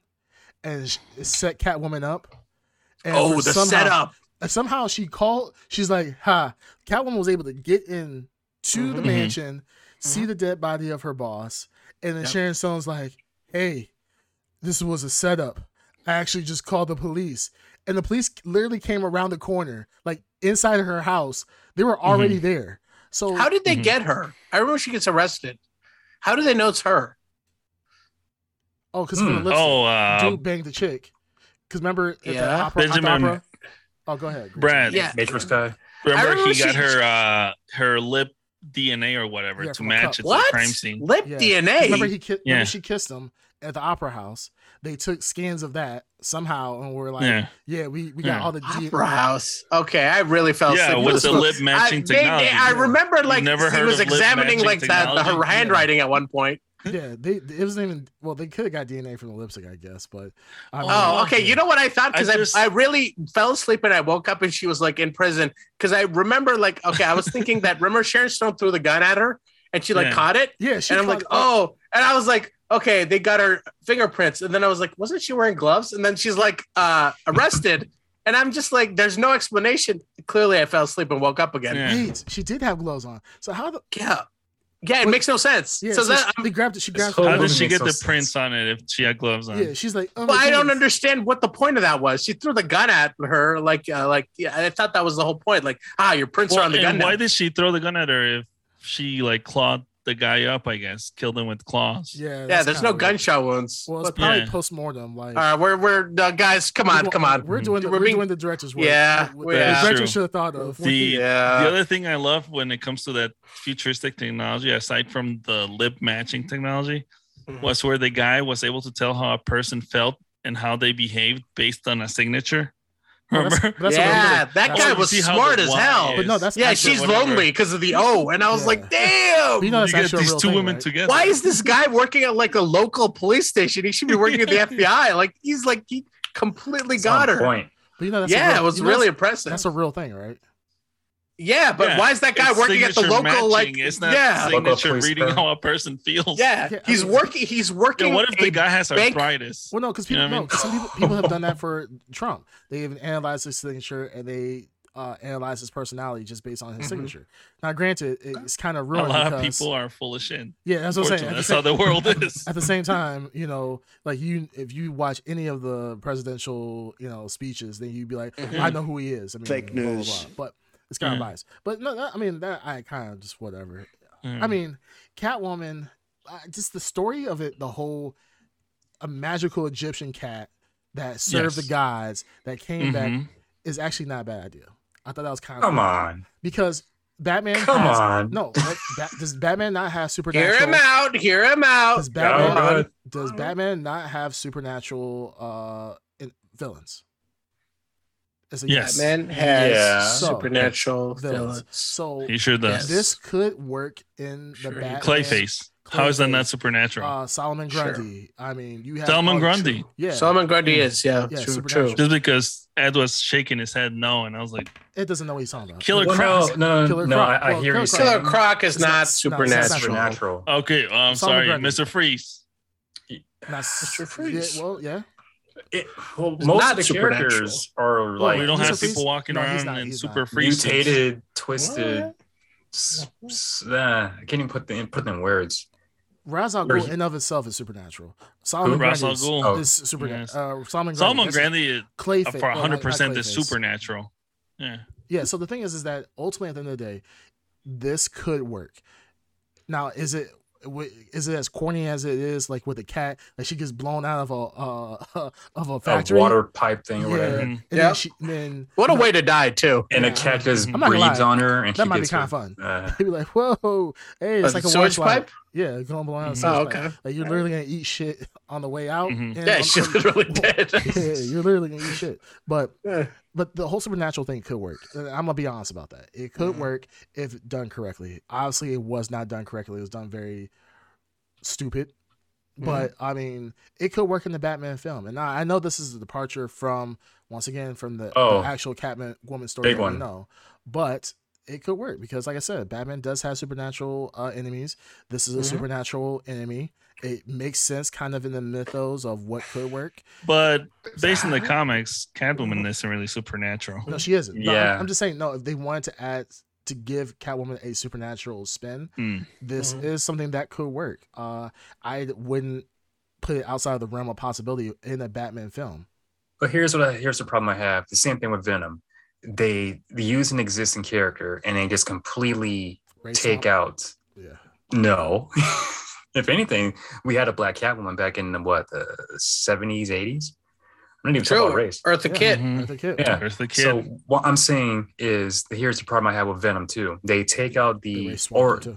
Speaker 3: and sh- it set Catwoman up. And
Speaker 2: Oh,
Speaker 3: for
Speaker 2: the
Speaker 3: somehow-
Speaker 2: setup.
Speaker 3: And somehow she called. She's like, "Ha!" Catwoman was able to get in to the
Speaker 2: Mhm.
Speaker 3: mansion, see the dead body of her boss, and then
Speaker 2: Yep.
Speaker 3: Sharon Stone's like, "Hey, this was a setup. I actually just called the police." And the police literally came around the corner, like inside of her house. They were already there. So
Speaker 2: Mm-hmm. How did they
Speaker 4: Mhm.
Speaker 2: get her? I remember she gets arrested. How do they know it's her?
Speaker 3: oh, because
Speaker 1: Hmm.
Speaker 4: Oh, uh,
Speaker 3: dude banged the chick. Because remember, at the
Speaker 2: Yeah.
Speaker 3: opera, at the
Speaker 4: Benjamin-
Speaker 3: opera- Oh, go ahead.
Speaker 4: Brad.
Speaker 2: Yeah.
Speaker 1: Matrix guy.
Speaker 4: Remember,
Speaker 2: remember
Speaker 4: he got
Speaker 2: she-
Speaker 4: her uh, her lip DNA or whatever
Speaker 3: Yeah,
Speaker 4: to
Speaker 3: from a cup.
Speaker 4: match it to the
Speaker 2: What?
Speaker 4: crime scene.
Speaker 2: Lip
Speaker 3: Yeah.
Speaker 2: DNA.
Speaker 3: Remember he ki-
Speaker 4: Yeah.
Speaker 3: remember she kissed him at the opera house. They took scans of that somehow and were like,
Speaker 4: Yeah.
Speaker 3: yeah, we, we got
Speaker 4: Yeah.
Speaker 3: all the D-
Speaker 2: Opera House. Okay, I really fell
Speaker 4: Yeah,
Speaker 2: asleep.
Speaker 4: with
Speaker 2: with
Speaker 4: the
Speaker 2: this one.
Speaker 4: lip matching
Speaker 2: I, they-
Speaker 4: technology.
Speaker 2: they- I remember like
Speaker 4: Never
Speaker 2: he
Speaker 4: heard
Speaker 2: was
Speaker 4: of lip
Speaker 2: examining
Speaker 4: matching
Speaker 2: like the, the her
Speaker 4: technology?
Speaker 2: handwriting at one point.
Speaker 3: Yeah, they it wasn't even well. They could have got DNA from the lipstick, I guess, but I mean,
Speaker 2: Oh, okay. You know what I thought? Because
Speaker 4: I
Speaker 2: I,
Speaker 4: just-
Speaker 2: I, really fell asleep and I woke up and she was like in prison. Because I remember like okay, I was thinking that remember Sharon Stone threw the gun at her and she like
Speaker 4: Yeah.
Speaker 2: caught it
Speaker 3: Yeah, she
Speaker 2: and I'm like
Speaker 3: caught-
Speaker 2: oh and I was like okay they got her fingerprints and then I was like wasn't she wearing gloves and then she's like uh arrested and I'm just like there's no explanation. Clearly, I fell asleep and woke up again.
Speaker 4: Yeah.
Speaker 3: wait, she did have gloves on. So how the
Speaker 2: Yeah. Yeah, it makes no sense.
Speaker 3: yeah?
Speaker 2: so,
Speaker 3: So,
Speaker 2: that
Speaker 3: she, they grabbed it. She grabbed.
Speaker 1: whole-
Speaker 4: How
Speaker 1: That
Speaker 4: did
Speaker 1: doesn't
Speaker 4: she
Speaker 1: make
Speaker 4: get
Speaker 1: so
Speaker 4: the
Speaker 1: sense.
Speaker 4: prints on it if she had gloves on?
Speaker 3: Yeah, she's like, oh,
Speaker 2: well,
Speaker 3: my
Speaker 2: I don't
Speaker 3: goodness.
Speaker 2: understand what the point of that was. She threw the gun at her, like, uh, like, yeah. I thought that was the whole point. Like, ah, your prints are
Speaker 4: Well,
Speaker 2: on the gun.
Speaker 4: and why
Speaker 2: now.
Speaker 4: did she throw the gun at her if she like clawed the guy up? I guess killed him with claws.
Speaker 3: Yeah,
Speaker 2: yeah,
Speaker 3: that's
Speaker 2: there's
Speaker 3: kinda
Speaker 2: no
Speaker 3: weird.
Speaker 2: gunshot wounds.
Speaker 3: Well, it's
Speaker 2: What-
Speaker 3: probably
Speaker 4: Yeah.
Speaker 3: post mortem. Like,
Speaker 2: All right, we're we're uh, guys. Come on,
Speaker 3: we're-
Speaker 2: come on.
Speaker 3: We're doing the,
Speaker 2: We're
Speaker 3: we're
Speaker 2: being-
Speaker 3: doing the director's work.
Speaker 2: Yeah,
Speaker 3: What
Speaker 2: yeah.
Speaker 3: the
Speaker 2: That's
Speaker 3: director
Speaker 4: true.
Speaker 3: should have thought of.
Speaker 4: The- the
Speaker 2: Yeah.
Speaker 4: other thing I love when it comes to that futuristic technology, aside from the lip matching technology,
Speaker 2: Mhm.
Speaker 4: was where the guy was able to tell how a person felt and how they behaved based on a signature.
Speaker 3: Well,
Speaker 4: Remember?
Speaker 3: that's- that's what I'm
Speaker 2: yeah,
Speaker 3: saying.
Speaker 2: that
Speaker 3: That's
Speaker 2: guy
Speaker 3: what-
Speaker 2: was
Speaker 4: You see how
Speaker 2: smart
Speaker 4: the
Speaker 2: as
Speaker 4: Y
Speaker 2: hell.
Speaker 4: is.
Speaker 3: But no, that's
Speaker 2: yeah,
Speaker 3: actually
Speaker 2: she's
Speaker 3: what-
Speaker 4: whatever.
Speaker 2: lonely because of the O, and I was
Speaker 3: Yeah.
Speaker 2: like,
Speaker 3: But you
Speaker 2: damn.
Speaker 3: know, that's
Speaker 4: you get
Speaker 3: actually a
Speaker 4: these
Speaker 3: real
Speaker 4: two
Speaker 3: thing,
Speaker 4: women
Speaker 3: right?
Speaker 4: together.
Speaker 2: Why is this guy working at like a local police station? He should be working at the FBI. Like he's like he completely
Speaker 1: It's
Speaker 2: got
Speaker 1: on
Speaker 2: her.
Speaker 1: Point.
Speaker 3: But you know, that's a
Speaker 2: yeah,
Speaker 3: real-
Speaker 2: it was
Speaker 3: you know,
Speaker 2: really
Speaker 3: that's-
Speaker 2: impressive.
Speaker 3: That's a real thing, right?
Speaker 2: Yeah, but
Speaker 4: Yeah,
Speaker 2: why is that guy
Speaker 4: It's
Speaker 2: working at the
Speaker 4: signature
Speaker 2: local like?
Speaker 4: matching. It's not
Speaker 2: yeah,
Speaker 1: Local
Speaker 4: signature
Speaker 1: police
Speaker 4: reading
Speaker 1: firm.
Speaker 4: how a person feels.
Speaker 2: yeah,
Speaker 3: Yeah, I
Speaker 2: he's
Speaker 3: mean-
Speaker 2: working. He's working.
Speaker 4: Yeah, what if
Speaker 2: a-
Speaker 4: the guy has
Speaker 2: bank-
Speaker 4: arthritis?
Speaker 3: Well, no, because
Speaker 4: You
Speaker 3: people
Speaker 4: know
Speaker 3: know,
Speaker 4: what
Speaker 3: some
Speaker 4: I mean?
Speaker 3: people people have done that for Trump. They even analyzed his signature and they uh, analyzed his personality just based on his
Speaker 2: Mhm.
Speaker 3: signature. Now, granted, it- it's kind of
Speaker 4: Mm-hmm. A
Speaker 3: ruined.
Speaker 4: lot of
Speaker 3: because-
Speaker 4: people are full of shit.
Speaker 3: Yeah, that's what I'm saying.
Speaker 4: Unfortunately,
Speaker 3: At the
Speaker 4: That's
Speaker 3: same-
Speaker 4: how the world is.
Speaker 3: at the same time, you know, like you, if you watch any of the presidential, you know, speeches, then you'd be like, I
Speaker 4: Mm-hmm.
Speaker 3: know who he is. I mean,
Speaker 7: Fake
Speaker 3: blah, blah,
Speaker 7: news.
Speaker 3: blah. But it's kind of
Speaker 4: Yeah.
Speaker 3: biased. But no, that, I mean, that I kind of just whatever.
Speaker 4: Mm.
Speaker 3: I mean, Catwoman, I- just the story of it, the whole a magical Egyptian cat that served
Speaker 4: Yes.
Speaker 3: the gods that came back
Speaker 4: Mhm.
Speaker 3: is actually not a bad idea. I thought that was kind of
Speaker 1: Come on.
Speaker 3: because Batman.
Speaker 1: Come
Speaker 3: has-
Speaker 1: on.
Speaker 3: no, like, that, does Batman not have supernatural?
Speaker 2: Hear him out. Hear him out.
Speaker 3: Does Batman,
Speaker 1: Yeah, but-
Speaker 3: does Batman not have supernatural uh in- villains? It's a
Speaker 4: Yes.
Speaker 2: Batman has
Speaker 1: Yeah.
Speaker 2: supernatural
Speaker 3: villains.
Speaker 2: villains.
Speaker 3: So
Speaker 4: He sure does.
Speaker 3: this could work in
Speaker 2: Sure.
Speaker 3: the Batman.
Speaker 4: Clayface. How is that not
Speaker 3: Clayface,
Speaker 4: supernatural?
Speaker 3: Uh, Solomon
Speaker 2: Sure.
Speaker 3: Grundy. I mean, you have
Speaker 4: Salman
Speaker 3: all-
Speaker 4: Grundy.
Speaker 3: Yeah,
Speaker 2: Solomon Grundy
Speaker 4: Yeah.
Speaker 2: is yeah,
Speaker 3: Yeah,
Speaker 2: true,
Speaker 3: supernatural.
Speaker 2: true.
Speaker 4: Just because Ed was shaking his head no, and I was like,
Speaker 3: it doesn't know what he's talking about.
Speaker 4: Killer
Speaker 1: Well, no,
Speaker 4: Croc.
Speaker 1: no, no,
Speaker 3: Killer
Speaker 1: no.
Speaker 3: Croc.
Speaker 1: I, I
Speaker 3: Well,
Speaker 1: hear
Speaker 3: Killer
Speaker 1: you
Speaker 3: Croc.
Speaker 2: Killer
Speaker 1: saying
Speaker 2: Croc is
Speaker 3: It's
Speaker 2: not,
Speaker 3: not- it's not- it's not
Speaker 2: supernatural.
Speaker 1: supernatural.
Speaker 4: Okay, well, I'm
Speaker 3: Solomon
Speaker 4: sorry,
Speaker 3: Grundy.
Speaker 4: Mr. Freeze.
Speaker 3: Not
Speaker 2: Mr. Freeze.
Speaker 3: Yeah, well, yeah.
Speaker 1: It, well,
Speaker 2: It's
Speaker 1: most
Speaker 2: not
Speaker 1: of the
Speaker 2: supernatural.
Speaker 1: characters are
Speaker 3: Well,
Speaker 1: like
Speaker 4: we don't
Speaker 3: Mr.
Speaker 4: have
Speaker 3: Freeze?
Speaker 4: people walking
Speaker 3: No, he's
Speaker 4: around
Speaker 3: not,
Speaker 4: in
Speaker 3: he's
Speaker 4: super
Speaker 3: not.
Speaker 4: freeze. suits.
Speaker 1: mutated, twisted. s- s- uh, I can't even put the put them in words.
Speaker 3: Ra's al
Speaker 1: Or
Speaker 3: Ghul
Speaker 1: he-
Speaker 3: in of itself is supernatural. Solomon
Speaker 4: Ra's
Speaker 3: Grundy is,
Speaker 4: al Ghul.
Speaker 3: is
Speaker 1: Oh.
Speaker 3: supernatural. Uh, Solomon Grundy.
Speaker 4: Solomon
Speaker 3: that's
Speaker 4: Grundy is
Speaker 3: Clayface.
Speaker 4: for
Speaker 3: well, not- not
Speaker 4: 100 percent is
Speaker 3: Clayface.
Speaker 4: supernatural. Yeah,
Speaker 3: Yeah. So the thing is, is that ultimately at the end of the day, this could work. Now, is it wi- is it as corny as it is? Like with the cat, like she gets blown out of a uh, of a
Speaker 1: A
Speaker 3: factory.
Speaker 1: water pipe thing
Speaker 3: yeah.
Speaker 1: or whatever.
Speaker 3: And
Speaker 2: Yeah.
Speaker 3: Then she, then
Speaker 2: What a way to die too.
Speaker 1: And a
Speaker 3: Yeah.
Speaker 1: cat just
Speaker 3: I'm not gonna
Speaker 1: breathes
Speaker 3: lie.
Speaker 1: on her and
Speaker 3: That
Speaker 1: she
Speaker 3: might be
Speaker 1: gets
Speaker 3: kinda
Speaker 1: her-
Speaker 3: fun.
Speaker 1: Uh,
Speaker 3: you'd be like, whoa, hey, it's
Speaker 2: Oh,
Speaker 3: like
Speaker 2: the
Speaker 3: a
Speaker 2: sewage
Speaker 3: water slide.
Speaker 2: pipe?
Speaker 3: Yeah, going blown out. Of
Speaker 4: Mhm.
Speaker 3: sewage
Speaker 2: Oh,
Speaker 3: pipe.
Speaker 2: okay.
Speaker 3: Like you're literally gonna eat shit on the way out.
Speaker 4: Mhm.
Speaker 3: and
Speaker 2: Yeah,
Speaker 3: on-
Speaker 2: she literally did.
Speaker 3: yeah, you're literally gonna eat shit. But
Speaker 2: Yeah.
Speaker 3: but the whole supernatural thing could work. And I'm gonna be honest about that. It
Speaker 1: Mm-hmm.
Speaker 3: could work if done correctly. Obviously, it was not done correctly. It was done very stupid. But
Speaker 1: Mm-hmm.
Speaker 3: I mean, it could work in the Batman film. And I, I know this is a departure from once again from the, the
Speaker 1: Oh.
Speaker 3: actual Catman woman story.
Speaker 1: Big
Speaker 3: that we
Speaker 1: one.
Speaker 3: know, but it could work because, like I said, Batman does have supernatural uh, enemies. This is a
Speaker 1: Mm-hmm.
Speaker 2: Mhm.
Speaker 3: supernatural enemy. It makes sense, kind of in the mythos of what could work.
Speaker 4: But based on the comics, Catwoman isn't really supernatural.
Speaker 3: No, she isn't. No, I'm-
Speaker 1: Yeah.
Speaker 3: I'm, just saying. No, if they wanted to add to give Catwoman a supernatural spin,
Speaker 4: Hmm.
Speaker 1: Mm.
Speaker 3: this is something that could work. Uh, I wouldn't put it outside of the realm of possibility in a Batman film.
Speaker 1: But here's what I, here's the problem I have. The same thing with Venom. They, they use an existing character and they just completely
Speaker 3: Race
Speaker 1: take
Speaker 3: out.
Speaker 1: out.
Speaker 3: Yeah.
Speaker 1: No. if anything, we had a black Catwoman back in the, what the seventies, eighties. I don't even talk about
Speaker 2: True.
Speaker 1: race.
Speaker 2: Eartha
Speaker 3: Yeah.
Speaker 2: Kitt.
Speaker 4: Mhm.
Speaker 3: Eartha Kitt.
Speaker 1: Yeah.
Speaker 4: Eartha Kitt.
Speaker 1: So what I'm saying is, here's the problem I have with Venom too. They take out
Speaker 3: They
Speaker 1: the
Speaker 3: race swapped
Speaker 1: or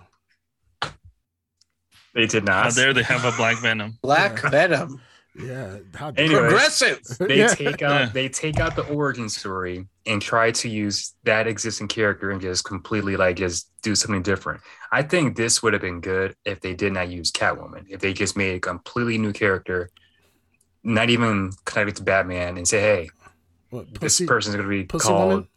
Speaker 3: her, too.
Speaker 1: they did
Speaker 4: Now
Speaker 1: not.
Speaker 4: there they have a black venom.
Speaker 2: Black
Speaker 3: Yeah.
Speaker 2: Venom.
Speaker 3: Yeah. How
Speaker 1: Anyway.
Speaker 2: Progressive.
Speaker 1: they
Speaker 3: Yeah.
Speaker 1: take out
Speaker 4: Yeah.
Speaker 1: they take out the origin story and try to use that existing character and just completely like just do something different. I think this would have been good if they did not use Catwoman. If they just made a completely new character, not even connected to Batman, and say, "Hey,
Speaker 3: What,
Speaker 1: this
Speaker 3: pussy,
Speaker 1: person's going to be
Speaker 3: Pussy
Speaker 1: called
Speaker 3: Woman?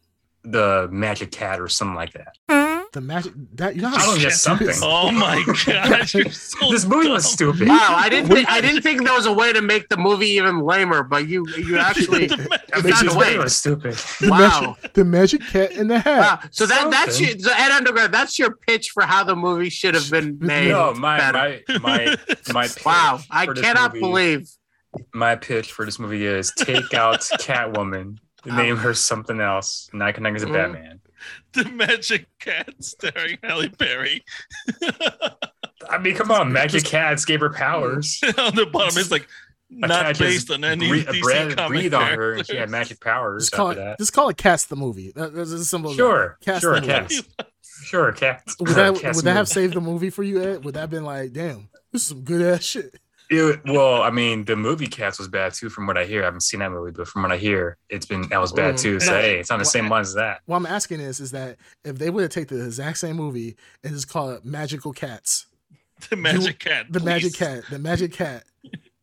Speaker 1: the Magic Cat or something like that."
Speaker 3: the magic that you know
Speaker 1: I
Speaker 3: how
Speaker 1: don't get something.
Speaker 4: Oh my gosh, you're so
Speaker 1: This movie was
Speaker 4: dumb.
Speaker 1: stupid.
Speaker 2: Wow, I didn't. Think, I didn't think there was a way to make the movie even lamer, but you you actually
Speaker 1: I
Speaker 2: found a way.
Speaker 1: was stupid.
Speaker 3: the
Speaker 2: wow.
Speaker 3: magic, the magic cat in the
Speaker 2: Wow.
Speaker 3: hat.
Speaker 2: So that that's your
Speaker 1: Something.
Speaker 2: so Ed Underground. That's your pitch for how the movie should have been made.
Speaker 1: No, my
Speaker 2: better.
Speaker 1: my my my.
Speaker 2: wow,
Speaker 1: pitch
Speaker 2: I
Speaker 1: for this
Speaker 2: cannot
Speaker 1: movie-
Speaker 2: believe.
Speaker 1: my pitch for this movie is take out Catwoman, name her something else, not connected to
Speaker 4: Mm.
Speaker 2: Mhm.
Speaker 1: Batman.
Speaker 4: the magic cat staring Halle Berry
Speaker 1: I mean, come on, Magic Cats gave her powers.
Speaker 4: on the bottom. It's like
Speaker 1: A cat
Speaker 4: not
Speaker 1: just
Speaker 4: based on any
Speaker 1: bre-
Speaker 4: DC
Speaker 1: breathe-
Speaker 4: comic
Speaker 1: breathe on her, and
Speaker 4: characters.
Speaker 1: she had magic powers
Speaker 3: Just call
Speaker 1: after
Speaker 3: it.
Speaker 1: that.
Speaker 3: Just call it Cats the movie. That, that's as simple. as that.
Speaker 1: Sure,
Speaker 3: Cats
Speaker 1: sure,
Speaker 3: the movie.
Speaker 1: cats. Sure, cats.
Speaker 3: Would that
Speaker 1: Cats
Speaker 3: would that have
Speaker 1: movie.
Speaker 3: saved the movie for you, Ed? Would that have been like, damn, this is some good ass shit?
Speaker 1: It- well, I mean, the movie Cats was bad too, from what I hear. I haven't seen that movie, but from what I hear, it's been that was bad
Speaker 2: Mhm.
Speaker 1: too. So
Speaker 3: No.
Speaker 1: hey, it's on the
Speaker 3: Well,
Speaker 1: same
Speaker 3: I-
Speaker 1: lines as that.
Speaker 3: Mm. What I'm asking is, is that if they would have taken the exact same movie and just call it Magical Cats,
Speaker 4: the magic cat.
Speaker 3: the
Speaker 4: please.
Speaker 3: Magic Cat, the Magic Cat,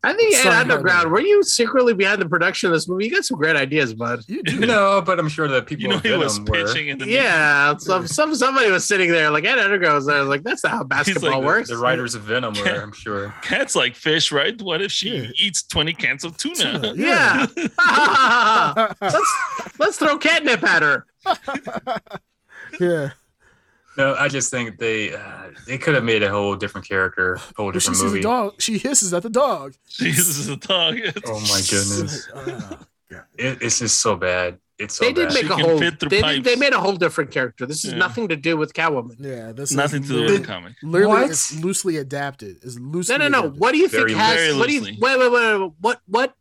Speaker 2: I think Ed
Speaker 3: Sorry,
Speaker 2: Underground.
Speaker 3: Harvey.
Speaker 2: Were you secretly behind the production of this movie? You got some great ideas, bud.
Speaker 3: you do.
Speaker 1: No, but I'm sure the people
Speaker 4: You know
Speaker 1: in
Speaker 4: he was
Speaker 1: Venom were-
Speaker 4: pitching in the
Speaker 2: Yeah, some, some somebody was sitting there like Ed Underground was there like that's not how basketball
Speaker 4: like,
Speaker 2: works.
Speaker 1: the writers of Venom were, I'm sure.
Speaker 4: Cat's like fish, right? What if she
Speaker 3: Yeah.
Speaker 4: eats 20 cans of tuna?
Speaker 3: Tuna,
Speaker 2: yeah, let's let's throw catnip at her.
Speaker 3: yeah.
Speaker 1: No, I just think they uh, they could have made a whole different character, whole
Speaker 3: When she
Speaker 1: different
Speaker 3: sees a
Speaker 1: movie.
Speaker 3: dog, she hisses at the dog. uh,
Speaker 4: Jesus, a dog.
Speaker 1: Oh my goodness, it, it's just so bad. It's so
Speaker 2: they did
Speaker 1: bad.
Speaker 2: make a
Speaker 4: can
Speaker 2: whole. They,
Speaker 4: fit through
Speaker 2: did, they
Speaker 4: pipes.
Speaker 2: made a whole different character. This is
Speaker 4: Yeah.
Speaker 2: nothing to do with Catwoman.
Speaker 3: Yeah, this is
Speaker 4: Nothing to do
Speaker 3: literally-
Speaker 4: with the comic.
Speaker 3: Literally,
Speaker 1: What?
Speaker 3: it's loosely adapted. It's
Speaker 2: No,
Speaker 3: loosely.
Speaker 2: no, no.
Speaker 3: adapted.
Speaker 2: What do you
Speaker 1: Very
Speaker 2: think has?
Speaker 4: loosely.
Speaker 2: What do you? Wait, wait, wait, wait, wait. What, what,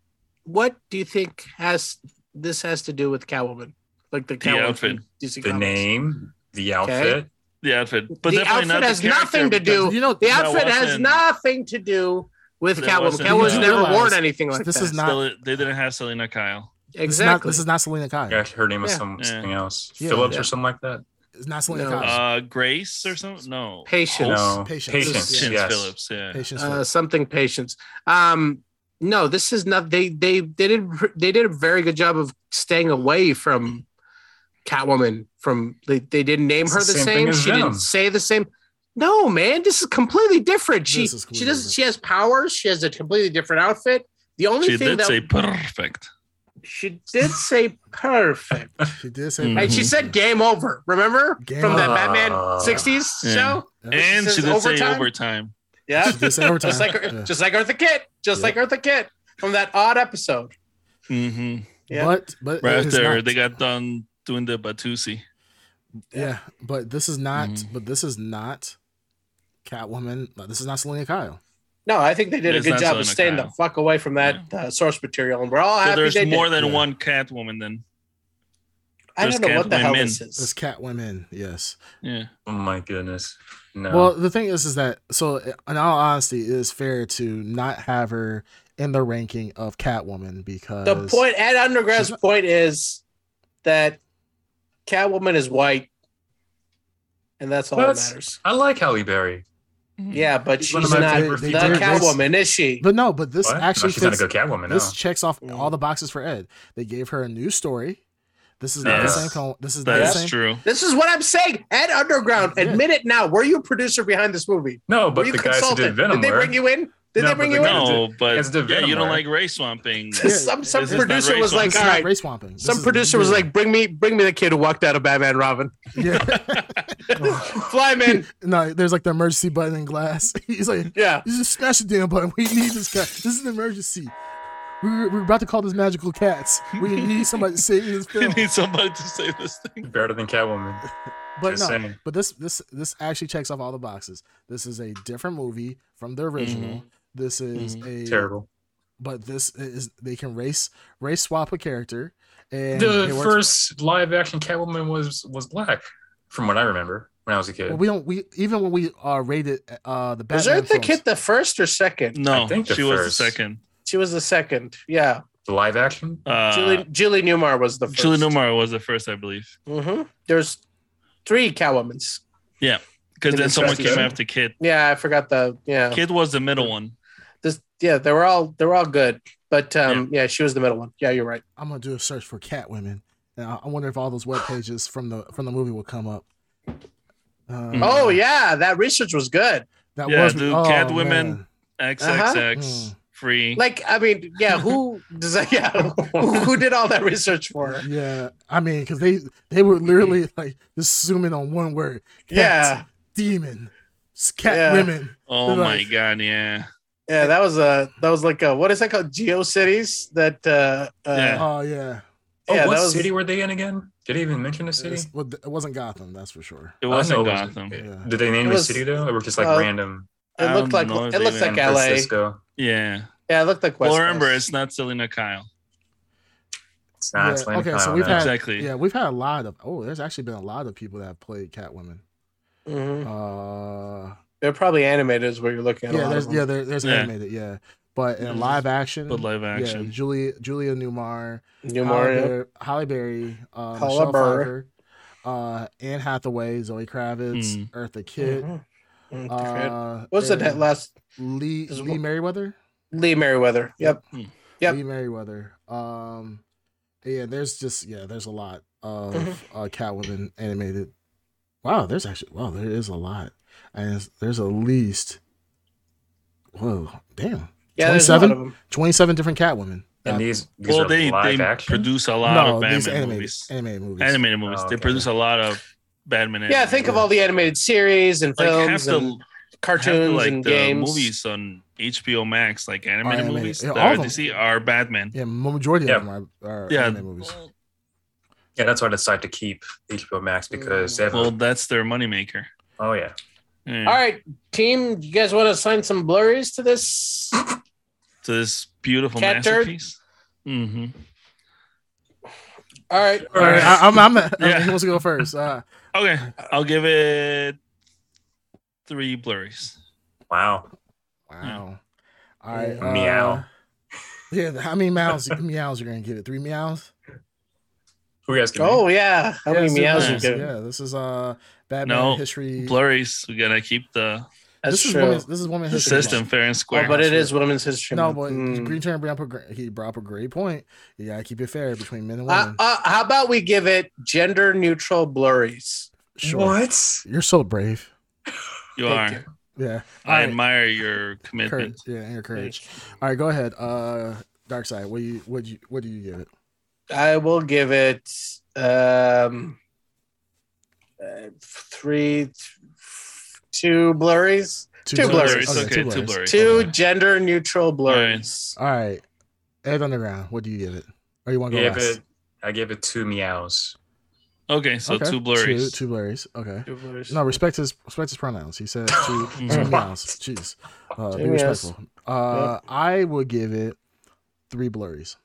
Speaker 2: what do you think has this has to do with Catwoman? Like the Catwoman
Speaker 4: outfit.
Speaker 2: from DC
Speaker 1: the
Speaker 2: Comics.
Speaker 1: name, the outfit.
Speaker 4: The outfit. But
Speaker 2: The
Speaker 4: definitely
Speaker 2: outfit
Speaker 4: not the
Speaker 2: has nothing
Speaker 4: character
Speaker 2: to do-
Speaker 3: You know,
Speaker 2: The
Speaker 4: That
Speaker 2: outfit has
Speaker 4: wasn't-
Speaker 2: nothing to do with
Speaker 4: That
Speaker 2: Catwoman.
Speaker 4: wasn't-
Speaker 2: Catwoman's
Speaker 4: You
Speaker 2: never
Speaker 3: realize
Speaker 2: worn anything like
Speaker 3: this
Speaker 2: that.
Speaker 3: is not-
Speaker 4: because They they didn't have Selena Kyle.
Speaker 3: this is not-
Speaker 2: exactly.
Speaker 3: This is not Selena Kyle.
Speaker 1: Gosh, her name was
Speaker 2: Yeah.
Speaker 1: some,
Speaker 4: Yeah.
Speaker 1: something else,
Speaker 3: Yeah.
Speaker 1: Phillips
Speaker 2: Yeah.
Speaker 1: or something like that.
Speaker 3: It's not Selena
Speaker 2: No.
Speaker 3: Kyle.
Speaker 4: Uh, Grace or something? No.
Speaker 2: Patience.
Speaker 1: No,
Speaker 3: Patience.
Speaker 1: patience.
Speaker 4: Patience
Speaker 1: yes.
Speaker 4: Phillips. Yeah.
Speaker 3: Patience.
Speaker 2: uh,
Speaker 3: Phillips.
Speaker 2: something patience. Um, no, this is not. They they they did they did a very good job of staying away from Catwoman. From they, they didn't name
Speaker 1: It's
Speaker 2: her
Speaker 1: the
Speaker 2: the
Speaker 1: same
Speaker 2: same.
Speaker 1: thing as
Speaker 2: She
Speaker 1: Venom.
Speaker 2: didn't say the same. No, man, this is completely different. She
Speaker 3: This is
Speaker 2: she
Speaker 3: completely
Speaker 2: does
Speaker 3: different.
Speaker 2: she has powers. She has a completely different outfit. The only
Speaker 4: She
Speaker 2: thing
Speaker 4: did
Speaker 2: that
Speaker 4: say perfect.
Speaker 2: she did say perfect,
Speaker 3: she did say.
Speaker 4: Mm.
Speaker 2: and she
Speaker 4: Mhm.
Speaker 2: said "game over." Remember
Speaker 3: Game
Speaker 2: from that
Speaker 1: over.
Speaker 2: Batman
Speaker 1: Ah.
Speaker 2: '60s
Speaker 4: Yeah.
Speaker 2: show?
Speaker 3: Yeah.
Speaker 4: And
Speaker 2: says
Speaker 4: she did say
Speaker 2: overtime?
Speaker 4: overtime.
Speaker 2: Yeah,
Speaker 3: She did say overtime.
Speaker 2: just like
Speaker 3: Yeah.
Speaker 2: just like Eartha Kitt, just
Speaker 3: Yeah.
Speaker 2: like Eartha Kitt from that odd episode.
Speaker 4: hmm
Speaker 2: Yeah.
Speaker 3: But but
Speaker 4: Right
Speaker 3: it is
Speaker 4: after
Speaker 3: not-
Speaker 4: they got done doing the Batusi.
Speaker 3: yeah, but this is not.
Speaker 4: Mhm.
Speaker 3: But this is not. Catwoman. like, This is not Selena Kyle.
Speaker 2: No, I think they did a
Speaker 4: It's
Speaker 2: good
Speaker 4: not
Speaker 2: job of
Speaker 4: Selena
Speaker 2: staying the
Speaker 4: Kyle.
Speaker 2: fuck away from that uh, source material, and we're all
Speaker 4: So
Speaker 2: happy
Speaker 4: there's
Speaker 2: they
Speaker 4: more
Speaker 2: did.
Speaker 4: than
Speaker 3: Yeah.
Speaker 4: one Catwoman then.
Speaker 2: I
Speaker 4: there's
Speaker 2: don't know what the hell
Speaker 4: Catwomen.
Speaker 2: this
Speaker 3: It's
Speaker 2: is.
Speaker 3: Catwomen. Yes.
Speaker 4: Yeah.
Speaker 1: Oh my goodness. No.
Speaker 3: Well, the thing is, is that so. In all honesty, it is fair to not have her in the ranking of Catwoman because
Speaker 2: The point Ed Underground's
Speaker 3: She's not-
Speaker 2: point is that Catwoman is white, and that's all
Speaker 1: What?
Speaker 2: that matters.
Speaker 1: I like Halle Berry.
Speaker 2: Yeah, but
Speaker 1: She's
Speaker 2: she's
Speaker 1: one
Speaker 2: not
Speaker 1: of my
Speaker 2: the
Speaker 1: favorite
Speaker 3: They- they did this-
Speaker 2: Catwoman, is she?
Speaker 3: But no, but this
Speaker 1: What? No,
Speaker 3: actually
Speaker 1: she's not a
Speaker 3: fits-
Speaker 1: good Catwoman. No.
Speaker 3: This checks off
Speaker 2: Mm.
Speaker 3: all the boxes for Ed. They gave her a new story. This is not the
Speaker 4: Yes.
Speaker 3: same. Con- this is not the
Speaker 4: That's
Speaker 3: same.
Speaker 4: true.
Speaker 2: This is what I'm saying. Ed Underground, admit it now. Were you a producer behind this movie?
Speaker 1: No,
Speaker 2: were
Speaker 1: but
Speaker 2: you
Speaker 1: the guys who did Venom
Speaker 2: Did they
Speaker 1: were.
Speaker 2: bring you in?
Speaker 1: No,
Speaker 2: Did they
Speaker 1: but
Speaker 2: bring
Speaker 1: the
Speaker 2: you
Speaker 1: guy-
Speaker 2: in?
Speaker 4: No, but
Speaker 1: It's the
Speaker 4: yeah, you don't
Speaker 1: Venom,
Speaker 4: like race swamping.
Speaker 2: some some
Speaker 4: This is not
Speaker 2: producer was
Speaker 4: racial.
Speaker 2: like,
Speaker 3: This is
Speaker 2: all
Speaker 3: not
Speaker 2: right.
Speaker 3: race swamping. This
Speaker 2: Oh Some
Speaker 3: is
Speaker 2: producer was
Speaker 3: real.
Speaker 2: like, "Bring me, bring me the kid who walked out of Batman Robin.
Speaker 3: yeah.
Speaker 2: Fly man,
Speaker 3: no, there's like the emergency button in glass. He's like,
Speaker 2: yeah."
Speaker 3: You just smash the damn button. We need this guy. This is an emergency. We're, we're about to call this magical cats. We need somebody to save this
Speaker 4: I
Speaker 3: film.
Speaker 4: need somebody to say this thing.
Speaker 1: Better than Catwoman.
Speaker 3: But
Speaker 1: Just
Speaker 3: no,
Speaker 1: saying.
Speaker 3: but this this this actually checks off all the boxes. This is a different movie from the original. This is a
Speaker 1: Mm-hmm. Terrible.
Speaker 3: But this is they can race race swap a character. And
Speaker 1: the
Speaker 3: it works-
Speaker 1: first live action Catwoman was was black, from what I remember when I was a kid.
Speaker 3: Well, we don't we even when we uh rated uh the Batman
Speaker 2: Was Eartha
Speaker 3: films,
Speaker 2: Kitt the first or second?
Speaker 4: No,
Speaker 1: I think the
Speaker 4: she was the
Speaker 1: first.
Speaker 4: second.
Speaker 2: She was the second. Yeah,
Speaker 1: the live action.
Speaker 4: Uh,
Speaker 2: Julie, Julie Newmar was the first.
Speaker 4: Julie Newmar was the first, I believe.
Speaker 2: hmm There's three Catwomans.
Speaker 4: Because
Speaker 2: In
Speaker 4: then
Speaker 2: the
Speaker 4: someone
Speaker 2: Justice
Speaker 4: came
Speaker 2: League.
Speaker 4: after Kid.
Speaker 2: Yeah, I forgot the yeah.
Speaker 4: Kid was the middle one.
Speaker 2: This yeah, they were all they were all good, but um, yeah. she was the middle one. Yeah, you're right.
Speaker 3: I'm gonna do a search for cat women. And I I wonder if all those web pages from the from the movie will come up. Uh,
Speaker 2: Oh yeah, that research was good.
Speaker 3: That
Speaker 4: Yeah,
Speaker 3: was
Speaker 4: dude,
Speaker 3: oh,
Speaker 4: cat women.
Speaker 3: man.
Speaker 4: XXX
Speaker 2: Uh-huh.
Speaker 3: Mm.
Speaker 4: free.
Speaker 2: Like I mean, yeah, who does that? Yeah, who, who did all that research for? her?
Speaker 3: Yeah, I mean, because they they were literally like just zooming on one word. Cat,
Speaker 2: Yeah.
Speaker 3: demon, s- cat
Speaker 2: Yeah.
Speaker 3: women.
Speaker 4: oh my
Speaker 3: like-
Speaker 4: god, yeah.
Speaker 2: Yeah, that was a that was like a what is that called? GeoCities that uh, uh
Speaker 4: Yeah.
Speaker 3: Oh yeah,
Speaker 1: Oh,
Speaker 2: yeah,
Speaker 1: what
Speaker 2: that was-
Speaker 1: city were they in again? Did they even mention a city?
Speaker 3: It's- well, it wasn't Gotham, that's for sure.
Speaker 4: It
Speaker 1: I
Speaker 4: wasn't
Speaker 1: know it wasn't-
Speaker 4: Gotham.
Speaker 3: Yeah.
Speaker 1: Did they name a
Speaker 2: It was-
Speaker 1: city though, or just like
Speaker 2: uh,
Speaker 1: random
Speaker 2: it
Speaker 4: I
Speaker 2: looked
Speaker 4: don't
Speaker 2: like
Speaker 4: know if
Speaker 2: it
Speaker 4: they
Speaker 2: looks
Speaker 4: even-
Speaker 2: like
Speaker 1: San
Speaker 2: LA.
Speaker 1: Francisco?
Speaker 4: Yeah.
Speaker 2: Yeah, it looked like West.
Speaker 4: well, remember,
Speaker 2: Coast.
Speaker 4: it's not Selena Kyle.
Speaker 1: It's not
Speaker 3: Yeah,
Speaker 1: Atlanta.
Speaker 3: okay,
Speaker 1: I
Speaker 3: so
Speaker 1: don't
Speaker 3: we've
Speaker 1: know.
Speaker 3: had-
Speaker 4: Exactly.
Speaker 3: Yeah, we've had a lot of. Oh, there's actually been a lot of people that have played cat women. Mm-hmm.
Speaker 4: Hmm.
Speaker 2: Mhm.
Speaker 3: Uh,
Speaker 2: they're probably animated is what you're looking at. a
Speaker 3: yeah,
Speaker 2: lot
Speaker 3: there's
Speaker 2: of them.
Speaker 3: yeah, there, there's
Speaker 4: Yeah.
Speaker 3: animated. Yeah, but in
Speaker 4: Yeah,
Speaker 3: live action,
Speaker 4: But live
Speaker 3: yeah,
Speaker 4: action.
Speaker 3: Julia Julia Newmar, Uh, Halle
Speaker 2: Newmar,
Speaker 3: Berry, Halle Berry uh,
Speaker 2: Halle
Speaker 3: Michelle
Speaker 2: Berry.
Speaker 3: Pfeiffer, uh, Anne Hathaway, Zoe Kravitz,
Speaker 4: Mm.
Speaker 3: Eartha
Speaker 2: yeah.
Speaker 3: Kitt.
Speaker 2: Mhm. Mhm.
Speaker 3: Uh,
Speaker 2: What was the
Speaker 3: and
Speaker 2: last
Speaker 3: Lee
Speaker 2: is
Speaker 3: Lee
Speaker 2: wh-
Speaker 3: Merriweather?
Speaker 2: Lee Merriweather? Yep. Yep.
Speaker 3: Lee Merriweather. Um, yeah, there's just yeah, there's a lot of
Speaker 2: Mhm.
Speaker 4: Mm-hmm.
Speaker 3: uh, Catwoman animated. Wow, there's actually wow, there is a lot, and it's- there's at least whoa, damn,
Speaker 2: Yeah, there's a lot
Speaker 3: 27?
Speaker 2: of them.
Speaker 3: twenty seven different Catwomen.
Speaker 1: And
Speaker 3: Uh,
Speaker 1: these, these
Speaker 4: Well,
Speaker 1: are
Speaker 4: they,
Speaker 1: live
Speaker 4: they
Speaker 1: action.
Speaker 4: produce a lot
Speaker 3: no,
Speaker 4: of
Speaker 3: these
Speaker 4: Batman
Speaker 3: animated
Speaker 4: movies.
Speaker 3: animated movies.
Speaker 4: Animated movies.
Speaker 1: Oh,
Speaker 4: They
Speaker 1: okay.
Speaker 4: produce a lot of Batman.
Speaker 2: Yeah,
Speaker 4: animated
Speaker 2: think of
Speaker 4: movies.
Speaker 2: all the animated series and
Speaker 4: like half
Speaker 2: films
Speaker 4: the
Speaker 2: and
Speaker 4: half the,
Speaker 2: cartoons
Speaker 4: like
Speaker 2: and
Speaker 4: the
Speaker 2: games.
Speaker 4: movies on HBO Max, like animated
Speaker 3: animated.
Speaker 4: movies
Speaker 3: Yeah,
Speaker 4: that
Speaker 3: all
Speaker 4: are
Speaker 3: of them.
Speaker 4: DC are Batman.
Speaker 3: Yeah, majority
Speaker 1: Yeah.
Speaker 3: of them are, are
Speaker 4: Yeah.
Speaker 3: animated movies.
Speaker 1: Yeah, that's why I decided to keep HBO
Speaker 3: Mm.
Speaker 1: Max because they have.
Speaker 4: Well, that's their moneymaker.
Speaker 1: oh yeah,
Speaker 4: Yeah.
Speaker 2: All right, team, you guys want to assign some blurries to this?
Speaker 4: to this beautiful
Speaker 2: Cat dirt?
Speaker 4: masterpiece. Mm-hmm.
Speaker 2: All right.
Speaker 3: All right, I, I'm, I'm, I'm
Speaker 4: Yeah.
Speaker 3: who wants to go first? Uh,
Speaker 4: Okay, I'll give it three blurries.
Speaker 1: wow.
Speaker 3: Wow. All right.
Speaker 1: Mm. Meow.
Speaker 3: uh, Yeah, how many meows meows you're gonna give it? Three meows?
Speaker 1: Who are you asking?
Speaker 2: Oh yeah, how many
Speaker 3: Yes, it
Speaker 2: meows
Speaker 3: is.
Speaker 2: you get?
Speaker 3: Yeah, this is uh Batman
Speaker 4: No,
Speaker 3: history.
Speaker 4: Blurries. We gotta keep the
Speaker 2: That's
Speaker 3: this is
Speaker 2: true.
Speaker 3: women's this is woman
Speaker 4: the
Speaker 3: history.
Speaker 4: system fair and square.
Speaker 2: Oh, but
Speaker 3: That's
Speaker 2: it is
Speaker 3: right.
Speaker 2: Women's History
Speaker 3: No,
Speaker 2: Month.
Speaker 3: but
Speaker 2: Mm.
Speaker 3: Green Turn brought up a gr- he brought up a great point. You gotta keep it fair between men and
Speaker 2: Uh,
Speaker 3: women.
Speaker 2: uh, how about we give it gender neutral blurries?
Speaker 3: sure.
Speaker 1: What?
Speaker 3: You're so brave.
Speaker 4: you
Speaker 2: Thank
Speaker 4: are.
Speaker 2: you.
Speaker 3: Yeah.
Speaker 4: I
Speaker 3: All right.
Speaker 4: admire your
Speaker 3: Courage.
Speaker 4: commitment.
Speaker 3: Yeah, and your
Speaker 2: Thank
Speaker 3: courage. All right, go ahead. Uh Dark Side, what do you what do you what do you give it?
Speaker 2: you. I will give it um, uh, three, two blurries, Two blurries.
Speaker 4: Okay, two blurries.
Speaker 2: two
Speaker 3: Okay.
Speaker 2: gender neutral blurries.
Speaker 3: All right. Ed Underground, what do you give it? Or you want to go
Speaker 1: Give
Speaker 3: last?
Speaker 1: it. I give it two meows.
Speaker 4: Okay, so
Speaker 3: Okay.
Speaker 4: two
Speaker 3: Two,
Speaker 4: blurries.
Speaker 3: two blurries. Okay.
Speaker 2: Two blurries.
Speaker 3: No, respect his respect his pronouns. He said two, two
Speaker 4: What?
Speaker 3: meows. Jeez. Uh, be
Speaker 2: Mm. Two meows.
Speaker 3: respectful. Uh, I would give it three blurries.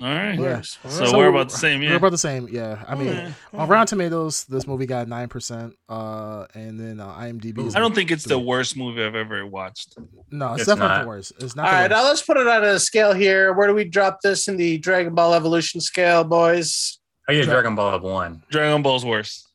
Speaker 4: All right.
Speaker 2: Blurries.
Speaker 4: So,
Speaker 3: So
Speaker 4: we're about the same.
Speaker 3: We're
Speaker 4: Yeah.
Speaker 3: about the same. Yeah. I mean,
Speaker 4: Yeah.
Speaker 3: on Rotten Tomatoes, this movie got nine percent. Uh, and then uh, IMDb. is
Speaker 4: I don't think it's the
Speaker 3: three.
Speaker 4: worst movie I've ever watched.
Speaker 3: No, it's,
Speaker 1: It's
Speaker 3: definitely
Speaker 1: not.
Speaker 3: the worst. It's
Speaker 2: All
Speaker 3: not. the
Speaker 2: right,
Speaker 3: worst.
Speaker 2: now let's put it on a scale here. Where do we drop this in the Dragon Ball Evolution scale, boys?
Speaker 1: I give
Speaker 3: Dra-
Speaker 1: Dragon Ball up one.
Speaker 4: Dragon Ball's worse.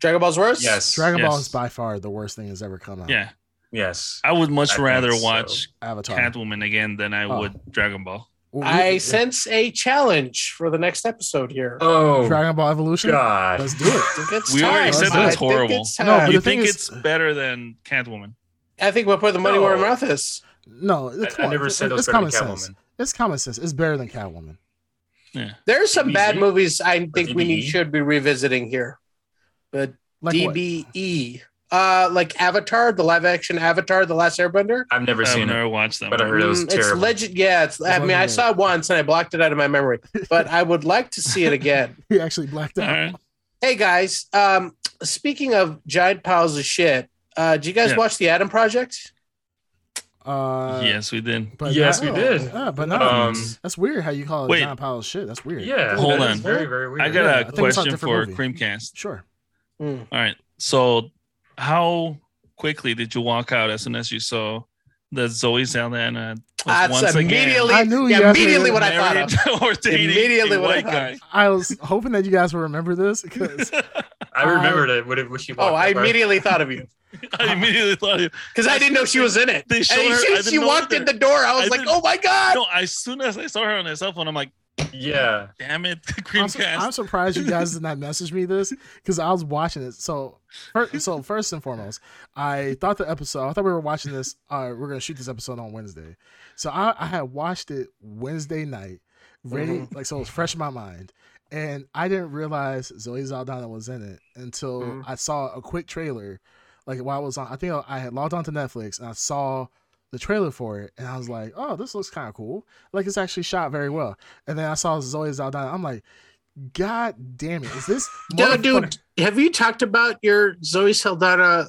Speaker 2: Dragon Ball's worse?
Speaker 1: Yes.
Speaker 3: Dragon Ball
Speaker 4: Yes.
Speaker 3: is by far the worst thing that's ever come out.
Speaker 4: Yeah,
Speaker 1: yes.
Speaker 4: I would much
Speaker 1: I think
Speaker 4: rather
Speaker 1: so.
Speaker 4: watch
Speaker 3: Avatar.
Speaker 4: Catwoman again than I
Speaker 3: Oh.
Speaker 4: would Dragon Ball.
Speaker 3: Well, we-
Speaker 2: I sense a challenge for the next episode here.
Speaker 1: Oh
Speaker 3: Dragon Ball Evolution.
Speaker 1: God!
Speaker 3: Let's do it.
Speaker 2: I think it's
Speaker 4: We
Speaker 2: time.
Speaker 4: already
Speaker 3: said
Speaker 2: I
Speaker 3: that's
Speaker 2: think
Speaker 4: horrible.
Speaker 2: it's
Speaker 3: No,
Speaker 2: time.
Speaker 3: but
Speaker 4: you
Speaker 3: the thing
Speaker 4: think
Speaker 3: is-
Speaker 4: it's better than Catwoman?
Speaker 2: I think we'll put the money where
Speaker 1: No.
Speaker 2: our mouth is.
Speaker 3: No,
Speaker 1: I,
Speaker 3: come
Speaker 1: I
Speaker 3: on,
Speaker 1: never
Speaker 3: it's-
Speaker 1: said it was
Speaker 3: it's
Speaker 1: better than
Speaker 3: common sense.
Speaker 1: Catwoman.
Speaker 3: It's common sense. It's better than Catwoman.
Speaker 2: There are some bad
Speaker 1: DBE?
Speaker 2: movies I think we
Speaker 1: DBE?
Speaker 2: need, should be revisiting here. But
Speaker 3: Like what?
Speaker 2: DBE, uh, like Avatar, the live action Avatar, The Last Airbender.
Speaker 1: I've never
Speaker 4: I've
Speaker 1: seen it,
Speaker 4: never watched that.
Speaker 1: but I
Speaker 4: one.
Speaker 1: heard it was
Speaker 2: Mm, it's
Speaker 1: terrible.
Speaker 2: legend. Yeah, it's, I
Speaker 3: It's
Speaker 2: mean, I
Speaker 3: legendary.
Speaker 2: saw it once and I blocked it out of my memory, but I would like to see it again.
Speaker 3: He actually blacked
Speaker 4: All
Speaker 3: out.
Speaker 4: right.
Speaker 2: hey guys, um, speaking of giant piles of shit, uh, did you guys
Speaker 4: Yeah.
Speaker 2: watch the Adam Project?
Speaker 3: Uh,
Speaker 4: yes, we did.
Speaker 1: Yes, we
Speaker 3: no.
Speaker 1: did.
Speaker 3: Yeah, but no,
Speaker 1: Um,
Speaker 3: that's weird. How you call it
Speaker 4: Wait.
Speaker 3: John Powell shit? That's weird.
Speaker 1: yeah,
Speaker 4: Hold
Speaker 1: that
Speaker 4: on.
Speaker 1: is very very weird.
Speaker 4: I got
Speaker 3: Yeah, I
Speaker 4: a
Speaker 3: think we saw a
Speaker 4: question for
Speaker 3: different
Speaker 4: Creamcast.
Speaker 3: Sure. Hmm.
Speaker 2: Mm.
Speaker 4: All right. So, how quickly did you walk out as soon as you saw that Zoe Saldana was
Speaker 2: That's
Speaker 4: once
Speaker 2: immediately,
Speaker 3: I knew you
Speaker 2: yeah,
Speaker 3: guys were
Speaker 2: immediately
Speaker 4: again
Speaker 2: what I thought of.
Speaker 4: married or dating
Speaker 2: Immediately
Speaker 4: a
Speaker 2: what I
Speaker 4: white
Speaker 2: thought
Speaker 4: guy?
Speaker 3: I was hoping that you guys would remember this because
Speaker 1: I remembered it when, it when she walked.
Speaker 2: Oh, I
Speaker 1: up, right?
Speaker 2: immediately thought of you
Speaker 4: I immediately thought of
Speaker 2: because I didn't know she was in it.
Speaker 4: They
Speaker 2: and
Speaker 4: showed her-
Speaker 2: as
Speaker 4: I
Speaker 2: soon as
Speaker 4: didn't
Speaker 2: she
Speaker 4: know
Speaker 2: walked
Speaker 4: either.
Speaker 2: in the door, I was
Speaker 4: I
Speaker 2: like,
Speaker 4: didn't-
Speaker 2: "Oh my god!"
Speaker 4: No, as soon as I saw her on that cell phone, I'm like,
Speaker 1: Yeah,
Speaker 4: damn it,
Speaker 3: I'm, su-
Speaker 4: Creamcast.
Speaker 3: I'm surprised you guys did not message me this because I was watching it. So, fir- so first and foremost, I thought the episode. I thought we were watching this. Uh, we're gonna shoot this episode on Wednesday. So I, I had watched it Wednesday night, ready like so it was fresh in my mind, and I didn't realize Zoe Zaldana was in it until
Speaker 2: Mhm.
Speaker 3: I saw a quick trailer, like while I was on. I think I had logged on to Netflix and I saw the trailer for it, and I was like, "Oh, this looks kind of cool. Like it's actually shot very well." And then I saw Zoe Zaldana. I'm like, "God damn it! Is this
Speaker 2: Yeah,
Speaker 3: motherfucker-
Speaker 2: dude, have you talked about your Zoe Saldana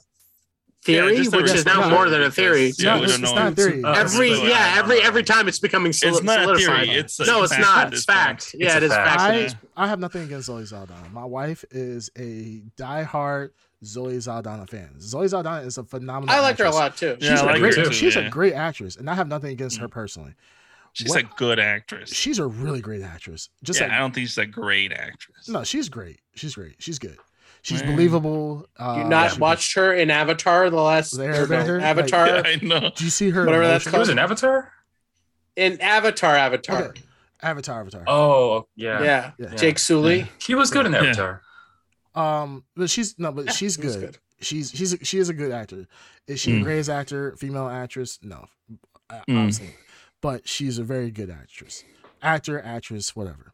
Speaker 2: theory,
Speaker 4: Yeah, just a
Speaker 2: which is now
Speaker 4: response
Speaker 2: more than a
Speaker 4: because,
Speaker 2: theory?
Speaker 3: Yeah,
Speaker 4: we
Speaker 3: it's- it's
Speaker 4: don't know.
Speaker 3: not a theory.
Speaker 1: Uh,
Speaker 2: every
Speaker 1: it's
Speaker 4: Absolutely.
Speaker 1: a-
Speaker 2: yeah, every every time it's becoming soli-
Speaker 4: It's not a
Speaker 2: solidified.
Speaker 4: theory. It's a
Speaker 2: no, it's
Speaker 4: fact
Speaker 2: not.
Speaker 4: at
Speaker 2: It's
Speaker 4: this point.
Speaker 2: fact. Yeah,
Speaker 1: It's
Speaker 2: it
Speaker 1: a
Speaker 2: is
Speaker 1: fact.
Speaker 2: fact.
Speaker 3: I
Speaker 4: Yeah.
Speaker 3: I have nothing against Zoe Zaldana. My wife is a diehard Zoe Zaldana fan. Zoe Zaldana is a phenomenal.
Speaker 2: I liked her a
Speaker 3: actress.
Speaker 2: lot too.
Speaker 4: Yeah,
Speaker 3: She's
Speaker 4: I
Speaker 3: a
Speaker 4: like her
Speaker 3: great.
Speaker 4: too,
Speaker 3: she's
Speaker 4: yeah. Mm.
Speaker 3: a great actress, and I have nothing against her personally.
Speaker 4: She's
Speaker 3: What-
Speaker 4: a good actress.
Speaker 3: She's a really great actress. Just
Speaker 4: yeah,
Speaker 3: like
Speaker 4: I don't think she's a great actress.
Speaker 3: no, she's great. She's great. She's good. She's
Speaker 4: Man.
Speaker 3: believable. Uh,
Speaker 2: You not
Speaker 3: she-
Speaker 2: watched her in Avatar the last
Speaker 3: The
Speaker 2: or no,
Speaker 3: Airbender?
Speaker 2: Avatar
Speaker 4: Yeah, I know.
Speaker 3: Do you see her?
Speaker 2: Whatever that's
Speaker 3: emotion-
Speaker 1: she was an Avatar.
Speaker 2: in Avatar Avatar.
Speaker 3: Okay. Avatar. Avatar.
Speaker 1: Oh
Speaker 2: Yeah.
Speaker 1: yeah.
Speaker 3: Yeah.
Speaker 2: Jake Sully.
Speaker 1: She was good in
Speaker 4: Yeah.
Speaker 1: Avatar.
Speaker 3: Um, but she's no, but she's
Speaker 2: He's
Speaker 3: good. She's she's she is a good actor. Is she
Speaker 4: Mm.
Speaker 3: the greatest actor, female actress? No, I-
Speaker 4: Mm.
Speaker 3: obviously. But she's a very good actress, actor, actress, whatever.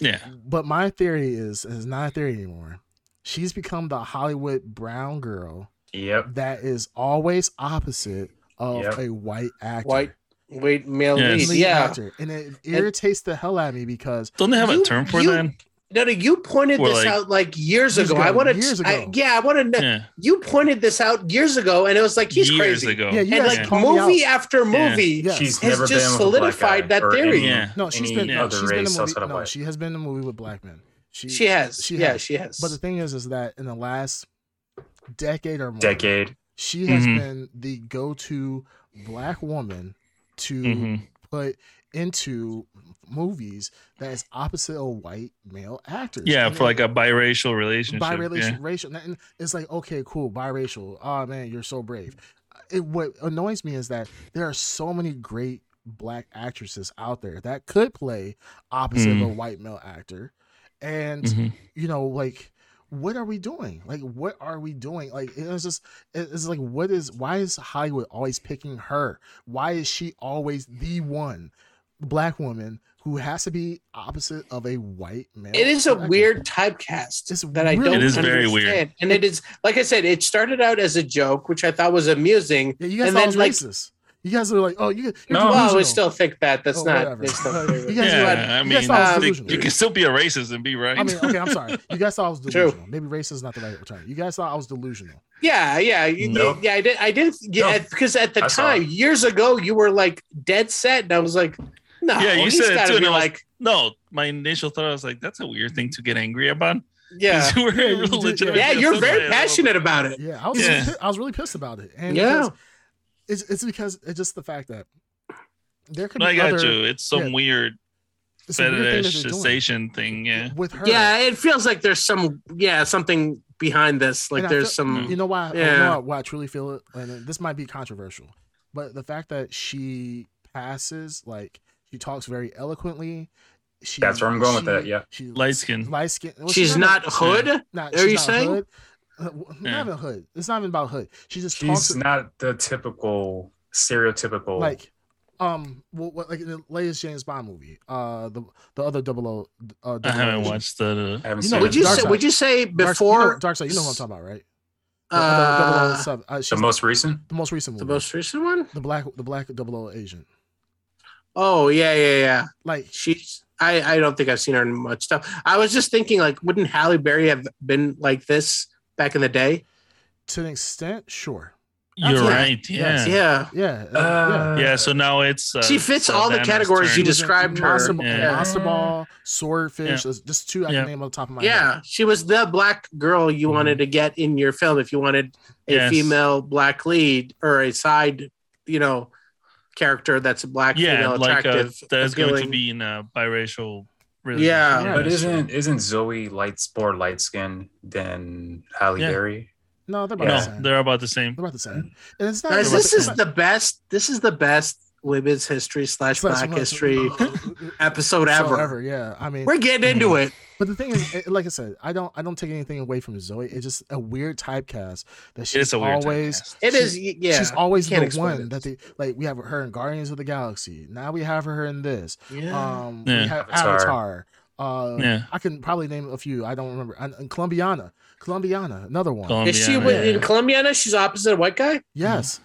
Speaker 4: Yeah.
Speaker 3: But my theory is, and it's not a theory anymore. She's become the Hollywood brown girl
Speaker 1: Yep.
Speaker 3: that is always opposite of
Speaker 1: Yep.
Speaker 3: a white actor.
Speaker 2: White wait male
Speaker 4: Yes.
Speaker 2: lead.
Speaker 3: lead
Speaker 2: Yeah.
Speaker 3: actor, and it irritates the hell out of me because
Speaker 4: Don't they have
Speaker 2: You-
Speaker 4: a term for
Speaker 2: you-
Speaker 4: that?
Speaker 2: No, no, you pointed
Speaker 4: Or
Speaker 2: this
Speaker 4: like-
Speaker 2: out like years
Speaker 3: Years
Speaker 2: ago.
Speaker 3: ago,
Speaker 2: I wanted
Speaker 3: years
Speaker 2: I-
Speaker 3: ago.
Speaker 2: yeah, I wanted to
Speaker 4: Yeah.
Speaker 2: you pointed this out years ago and it was like he's
Speaker 4: Years
Speaker 2: crazy.
Speaker 4: ago.
Speaker 3: yeah, you
Speaker 2: And
Speaker 3: guys
Speaker 2: like
Speaker 3: called me out.
Speaker 2: movie after movie,
Speaker 3: Yeah.
Speaker 1: She's
Speaker 2: Has
Speaker 1: never
Speaker 2: just
Speaker 1: been with a black
Speaker 2: solidified
Speaker 1: guy
Speaker 2: that
Speaker 1: or
Speaker 2: theory.
Speaker 1: Any,
Speaker 4: Yeah.
Speaker 3: No, she's
Speaker 1: any
Speaker 3: been no,
Speaker 1: other
Speaker 3: she's been in
Speaker 1: race
Speaker 3: a movie.
Speaker 1: outside of
Speaker 3: No,
Speaker 1: white.
Speaker 3: she has been in a movie with black men. She,
Speaker 2: she has.
Speaker 3: She
Speaker 2: yeah,
Speaker 3: has.
Speaker 2: she has.
Speaker 3: But the thing is, is that in the last decade or more,
Speaker 1: Decade.
Speaker 3: she has
Speaker 4: Mhm.
Speaker 3: been the go-to black woman to
Speaker 4: Mhm.
Speaker 3: put into movies that is opposite of white male actors.
Speaker 4: Yeah,
Speaker 3: And
Speaker 4: for like
Speaker 3: it-
Speaker 4: a biracial relationship.
Speaker 3: biracial,
Speaker 4: yeah.
Speaker 3: racial, and it's like okay, cool, biracial. Oh man, you're so brave. It what annoys me is that there are so many great black actresses out there that could play opposite
Speaker 4: Mm.
Speaker 3: of a white male actor, and
Speaker 4: Mhm.
Speaker 3: you know, like, what are we doing? Like, what are we doing? Like, it was just, it- it's like, what is, why is Hollywood always picking her? Why is she always the one black woman who has to be opposite of a white male?
Speaker 2: it is a
Speaker 3: actor?
Speaker 2: weird typecast
Speaker 3: It's
Speaker 2: that I
Speaker 3: really-
Speaker 2: don't
Speaker 4: It is very
Speaker 2: understand.
Speaker 4: weird.
Speaker 2: And it is like I said, it started out as a joke, which I thought was amusing.
Speaker 3: Yeah, you guys
Speaker 2: and
Speaker 3: thought
Speaker 2: then,
Speaker 3: it was
Speaker 2: like-
Speaker 3: racist. You guys are like, oh,
Speaker 1: No.
Speaker 3: you. you're
Speaker 2: Well,
Speaker 3: delusional.
Speaker 2: we still think that. That's
Speaker 3: Oh,
Speaker 2: not.
Speaker 3: whatever.
Speaker 2: It's not very
Speaker 3: You
Speaker 2: weird.
Speaker 3: guys-
Speaker 4: Yeah, I
Speaker 3: you
Speaker 4: mean,
Speaker 3: guys thought
Speaker 4: they-
Speaker 3: it was
Speaker 4: you
Speaker 3: delusional.
Speaker 4: can still be a racist and be right.
Speaker 3: I mean, okay, I'm sorry. You guys thought I was
Speaker 2: True.
Speaker 3: delusional. Maybe racist is not the right term. You guys thought I was delusional.
Speaker 2: yeah, yeah, you-
Speaker 1: No.
Speaker 2: yeah. I did. I did. Yeah,
Speaker 1: No.
Speaker 2: because at the
Speaker 1: I saw
Speaker 2: time,
Speaker 1: it.
Speaker 2: years ago, you were like dead set, and I was like, no,
Speaker 4: Yeah, you
Speaker 2: he's
Speaker 4: said it
Speaker 2: gotta
Speaker 4: too, and
Speaker 2: be
Speaker 4: I was-
Speaker 2: like,
Speaker 4: no, my initial thought I was like, that's a weird thing to get angry about. 'Cause
Speaker 2: yeah,
Speaker 4: you were
Speaker 3: Yeah, you did,
Speaker 4: legitimate
Speaker 2: yeah. You're
Speaker 4: somebody
Speaker 2: very
Speaker 4: at all.
Speaker 2: passionate about it.
Speaker 3: Yeah, I was.
Speaker 4: Yeah.
Speaker 3: I was really pissed about it. And
Speaker 2: Yeah.
Speaker 3: because it's it's because it's just the fact that there could
Speaker 4: No, I
Speaker 3: be
Speaker 4: got
Speaker 3: other.
Speaker 4: you. It's some
Speaker 3: yeah.
Speaker 4: weird
Speaker 3: it's a weird thing that they're doing
Speaker 4: fetishization thing. Yeah.
Speaker 3: with her.
Speaker 2: Yeah, it feels like there's some. Yeah, something behind this. Like
Speaker 3: And I
Speaker 2: there's
Speaker 3: feel-
Speaker 2: some.
Speaker 4: Mm.
Speaker 3: You know why? You
Speaker 2: Yeah.
Speaker 3: know why I truly feel it, and this might be controversial, but the fact that she passes, like She talks very eloquently. She,
Speaker 1: That's where I'm going with that, yeah.
Speaker 3: she-
Speaker 4: Light skin.
Speaker 3: light skin. well,
Speaker 2: she's not
Speaker 3: a-
Speaker 2: hood.
Speaker 3: Not,
Speaker 2: Are
Speaker 3: she's
Speaker 2: you
Speaker 3: not
Speaker 2: saying?
Speaker 3: Hood. Uh, w- Not
Speaker 4: Yeah.
Speaker 3: even hood. It's not even about hood. She just
Speaker 1: She's
Speaker 3: talks
Speaker 1: not the typical stereotypical.
Speaker 3: like, um, what, what, like in the latest James Bond movie, uh, the the other double O. Uh,
Speaker 4: I haven't
Speaker 3: 007.
Speaker 4: watched the.
Speaker 1: I haven't
Speaker 3: you
Speaker 1: seen
Speaker 3: know,
Speaker 1: it.
Speaker 2: Would you
Speaker 3: Dark
Speaker 2: say?
Speaker 3: side.
Speaker 2: Would you say
Speaker 3: Dark- you know,
Speaker 2: before
Speaker 3: Dark Side. You know what I'm talking about, right? The other
Speaker 2: uh,
Speaker 3: 007. Uh, she's
Speaker 1: the most recent?
Speaker 3: the most recent
Speaker 2: the
Speaker 3: one.
Speaker 2: most recent one?
Speaker 3: the black the black 00 agent.
Speaker 2: Oh yeah, yeah, yeah.
Speaker 3: Like
Speaker 2: She's. I, I don't think I've seen her in much stuff. I was just thinking, like, wouldn't Halle Berry have been like this back in the day?
Speaker 3: to an extent, sure.
Speaker 4: You're
Speaker 2: Yeah.
Speaker 4: right. Yeah.
Speaker 3: Yes.
Speaker 4: yeah.
Speaker 2: Yeah,
Speaker 3: Yeah. uh, yeah.
Speaker 1: Uh,
Speaker 4: So now it's. Uh,
Speaker 2: she fits
Speaker 4: so
Speaker 2: all the
Speaker 4: Dana's
Speaker 2: categories you
Speaker 4: turn.
Speaker 3: was in
Speaker 2: described her.
Speaker 3: Monster, Ball-
Speaker 4: Yeah.
Speaker 3: Monster Ball, Swordfish.
Speaker 4: Yeah.
Speaker 3: there's Just two I can
Speaker 4: Yeah.
Speaker 3: name on the top of my head.
Speaker 2: Yeah, she was the black girl you
Speaker 3: Mhm.
Speaker 2: wanted to get in your film if you wanted a
Speaker 4: Mm-hmm. Yes.
Speaker 2: female black lead or a side, you know, character that's a black
Speaker 4: Yeah,
Speaker 2: female
Speaker 4: like uh,
Speaker 2: attractive.
Speaker 4: that is going to
Speaker 2: appealing.
Speaker 4: be in a biracial.
Speaker 2: Yeah.
Speaker 1: But
Speaker 4: that's
Speaker 1: isn't isn't Zoe light more light skinned than Halle
Speaker 4: Yeah.
Speaker 1: Berry?
Speaker 3: No, they're about
Speaker 4: true.
Speaker 3: the
Speaker 4: No,
Speaker 3: same.
Speaker 4: they're about the same.
Speaker 3: They're about the same. And it's not.
Speaker 2: Guys,
Speaker 3: about
Speaker 2: this
Speaker 3: the
Speaker 2: is
Speaker 3: same.
Speaker 2: the best. This is the best women's history slash
Speaker 3: Slash
Speaker 2: black
Speaker 3: Black-
Speaker 2: history
Speaker 4: Uh-huh.
Speaker 2: episode
Speaker 3: So
Speaker 2: ever.
Speaker 3: ever, Yeah, I mean,
Speaker 2: We're getting into
Speaker 4: Mm-hmm.
Speaker 2: it.
Speaker 3: but the thing is, it- like I said, I don't, I don't take anything away from Zoe. It's just a weird typecast that
Speaker 4: It
Speaker 3: she's
Speaker 4: is a weird
Speaker 3: always,
Speaker 4: typecast.
Speaker 2: It
Speaker 3: She's-
Speaker 2: is. y yeah.
Speaker 3: she's always
Speaker 2: Can't
Speaker 3: the
Speaker 2: explain
Speaker 3: one
Speaker 2: it.
Speaker 3: that they like. We have her in Guardians of the Galaxy. Now we have her in this.
Speaker 2: yeah.
Speaker 3: Um,
Speaker 4: Yeah.
Speaker 3: we have Avatar.
Speaker 1: Avatar.
Speaker 3: Uh,
Speaker 4: Yeah.
Speaker 3: I can probably name a few. I don't remember. And, and Columbiana, Columbiana, another one.
Speaker 4: Colombiana,
Speaker 2: is she
Speaker 4: Oh, yeah.
Speaker 2: with- in Colombiana? She's opposite a white guy.
Speaker 3: Yes.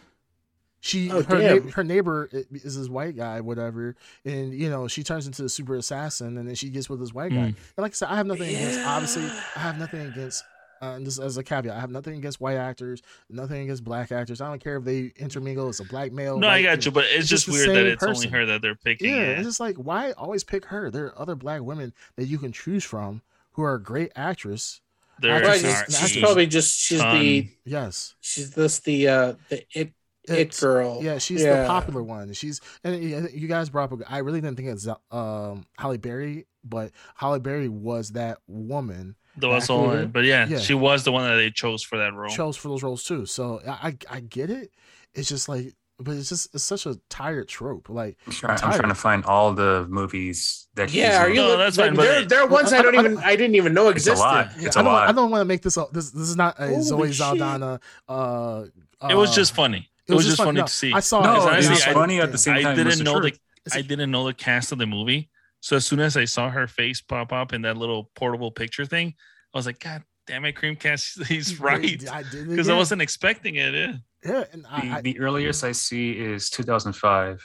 Speaker 3: She
Speaker 2: Oh,
Speaker 3: her
Speaker 2: damn.
Speaker 3: neigh- her neighbor i- is this white guy, whatever, and you know she turns into a super assassin, and then she gets with this white guy.
Speaker 4: Mm.
Speaker 3: And like I said, I have nothing against. Obviously,
Speaker 2: Yeah.
Speaker 3: I have nothing against. Uh, and just as a caveat, I have nothing against white actors, nothing against black actors. I don't care if they intermingle. It's a black male.
Speaker 4: No, I
Speaker 3: white
Speaker 4: got
Speaker 3: dude.
Speaker 4: you, but it's,
Speaker 3: It's just
Speaker 4: just
Speaker 3: the
Speaker 4: weird
Speaker 3: same
Speaker 4: that it's
Speaker 3: person.
Speaker 4: only her that they're picking.
Speaker 3: Yeah,
Speaker 4: Yeah,
Speaker 3: it's just like why always pick her? There are other black women that you can choose from who are great actress.
Speaker 4: There
Speaker 3: Right,
Speaker 4: is
Speaker 2: she's,
Speaker 4: not
Speaker 2: she's
Speaker 4: a
Speaker 2: probably just she's the
Speaker 4: ton.
Speaker 3: Yes,
Speaker 2: she's this the uh the it it
Speaker 3: It's-
Speaker 2: girl.
Speaker 3: Yeah, she's the
Speaker 2: Yeah.
Speaker 3: popular one. She's and you you guys brought up. a- I really didn't think it's um Holly Berry, but Holly Berry was that woman
Speaker 4: There was
Speaker 3: Back
Speaker 4: only,
Speaker 3: later.
Speaker 4: but yeah,
Speaker 3: Yeah.
Speaker 4: she was the one that they chose for that role.
Speaker 3: chose for those roles too. So I I- I get it. It's just like, but it's just it's such a tired trope. Like
Speaker 1: I'm trying, I'm
Speaker 3: tired.
Speaker 1: trying to find all the movies that she's
Speaker 2: Yeah, are
Speaker 1: in.
Speaker 2: you?
Speaker 4: No,
Speaker 2: look-
Speaker 4: that's
Speaker 2: like,
Speaker 4: fine, but
Speaker 2: There,
Speaker 4: it-
Speaker 2: there are ones I,
Speaker 3: I-
Speaker 2: don't
Speaker 3: I-
Speaker 2: even I didn't even know
Speaker 1: It's a
Speaker 2: existed.
Speaker 1: lot.
Speaker 3: yeah,
Speaker 1: It's
Speaker 3: I
Speaker 1: a
Speaker 3: don't I
Speaker 1: lot.
Speaker 3: don't want to make this. a- This this is not a
Speaker 2: Holy
Speaker 3: Zoe
Speaker 2: shit.
Speaker 3: Zaldana. Uh,
Speaker 4: it was
Speaker 3: uh,
Speaker 4: just funny. It was, just
Speaker 3: fun-
Speaker 4: funny
Speaker 3: no,
Speaker 4: to see.
Speaker 3: I saw
Speaker 1: No,
Speaker 3: it. and
Speaker 4: It's
Speaker 1: it's
Speaker 3: I
Speaker 4: honestly,
Speaker 3: was
Speaker 1: just
Speaker 4: I-
Speaker 3: like,
Speaker 1: funny at
Speaker 3: damn.
Speaker 1: the same
Speaker 4: I
Speaker 1: time. it was
Speaker 4: didn't
Speaker 1: the
Speaker 4: know the,
Speaker 1: truth.
Speaker 3: It's-
Speaker 4: I didn't know the cast of the movie. So as soon as I saw her face pop up in that little portable picture thing, I was like, God damn it, Creamcast, he's right
Speaker 3: I did
Speaker 4: because
Speaker 3: it.
Speaker 4: I
Speaker 3: again.
Speaker 4: wasn't expecting it. Yeah.
Speaker 3: Yeah, and I,
Speaker 1: The,
Speaker 3: I,
Speaker 1: the earliest I see is 2005.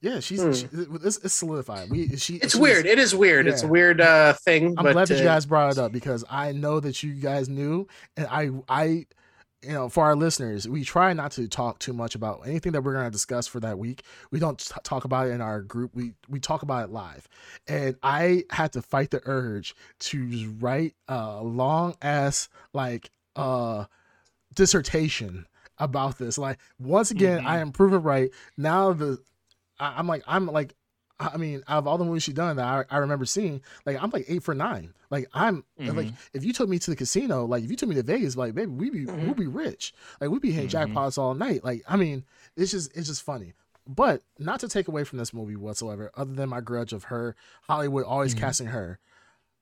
Speaker 3: yeah, she's
Speaker 2: Hmm.
Speaker 3: she, it's, it's solidified. We she
Speaker 2: It's
Speaker 3: she was-
Speaker 2: weird. It is weird. It's a
Speaker 3: Yeah.
Speaker 2: weird uh thing.
Speaker 3: I'm
Speaker 2: but,
Speaker 3: glad that you
Speaker 2: uh,
Speaker 3: guys brought it up because I know that you guys knew, and I, I, you know, for our listeners, we try not to talk too much about anything that we're going to discuss for that week. We don't t- talk about it in our group. We we talk about it live, and I had to fight the urge to just write a long ass like uh dissertation about this. Like once again,
Speaker 4: Mhm.
Speaker 3: I
Speaker 2: Mm-hmm.
Speaker 3: am proven right. Now the I, I'm like I'm like I I mean out of all the movies she done that I, I remember seeing, like I'm like eight for nine. Like I'm
Speaker 4: Mhm.
Speaker 3: like if you took me to the casino, like if you took me to Vegas, like baby we be
Speaker 2: Mhm.
Speaker 3: we'll be rich. Like we'd be hitting
Speaker 4: Mhm.
Speaker 3: jackpots all night. Like I mean it's just it's just funny. But not to take away from this movie whatsoever, other than my grudge of her Hollywood always
Speaker 4: Mhm.
Speaker 3: casting her.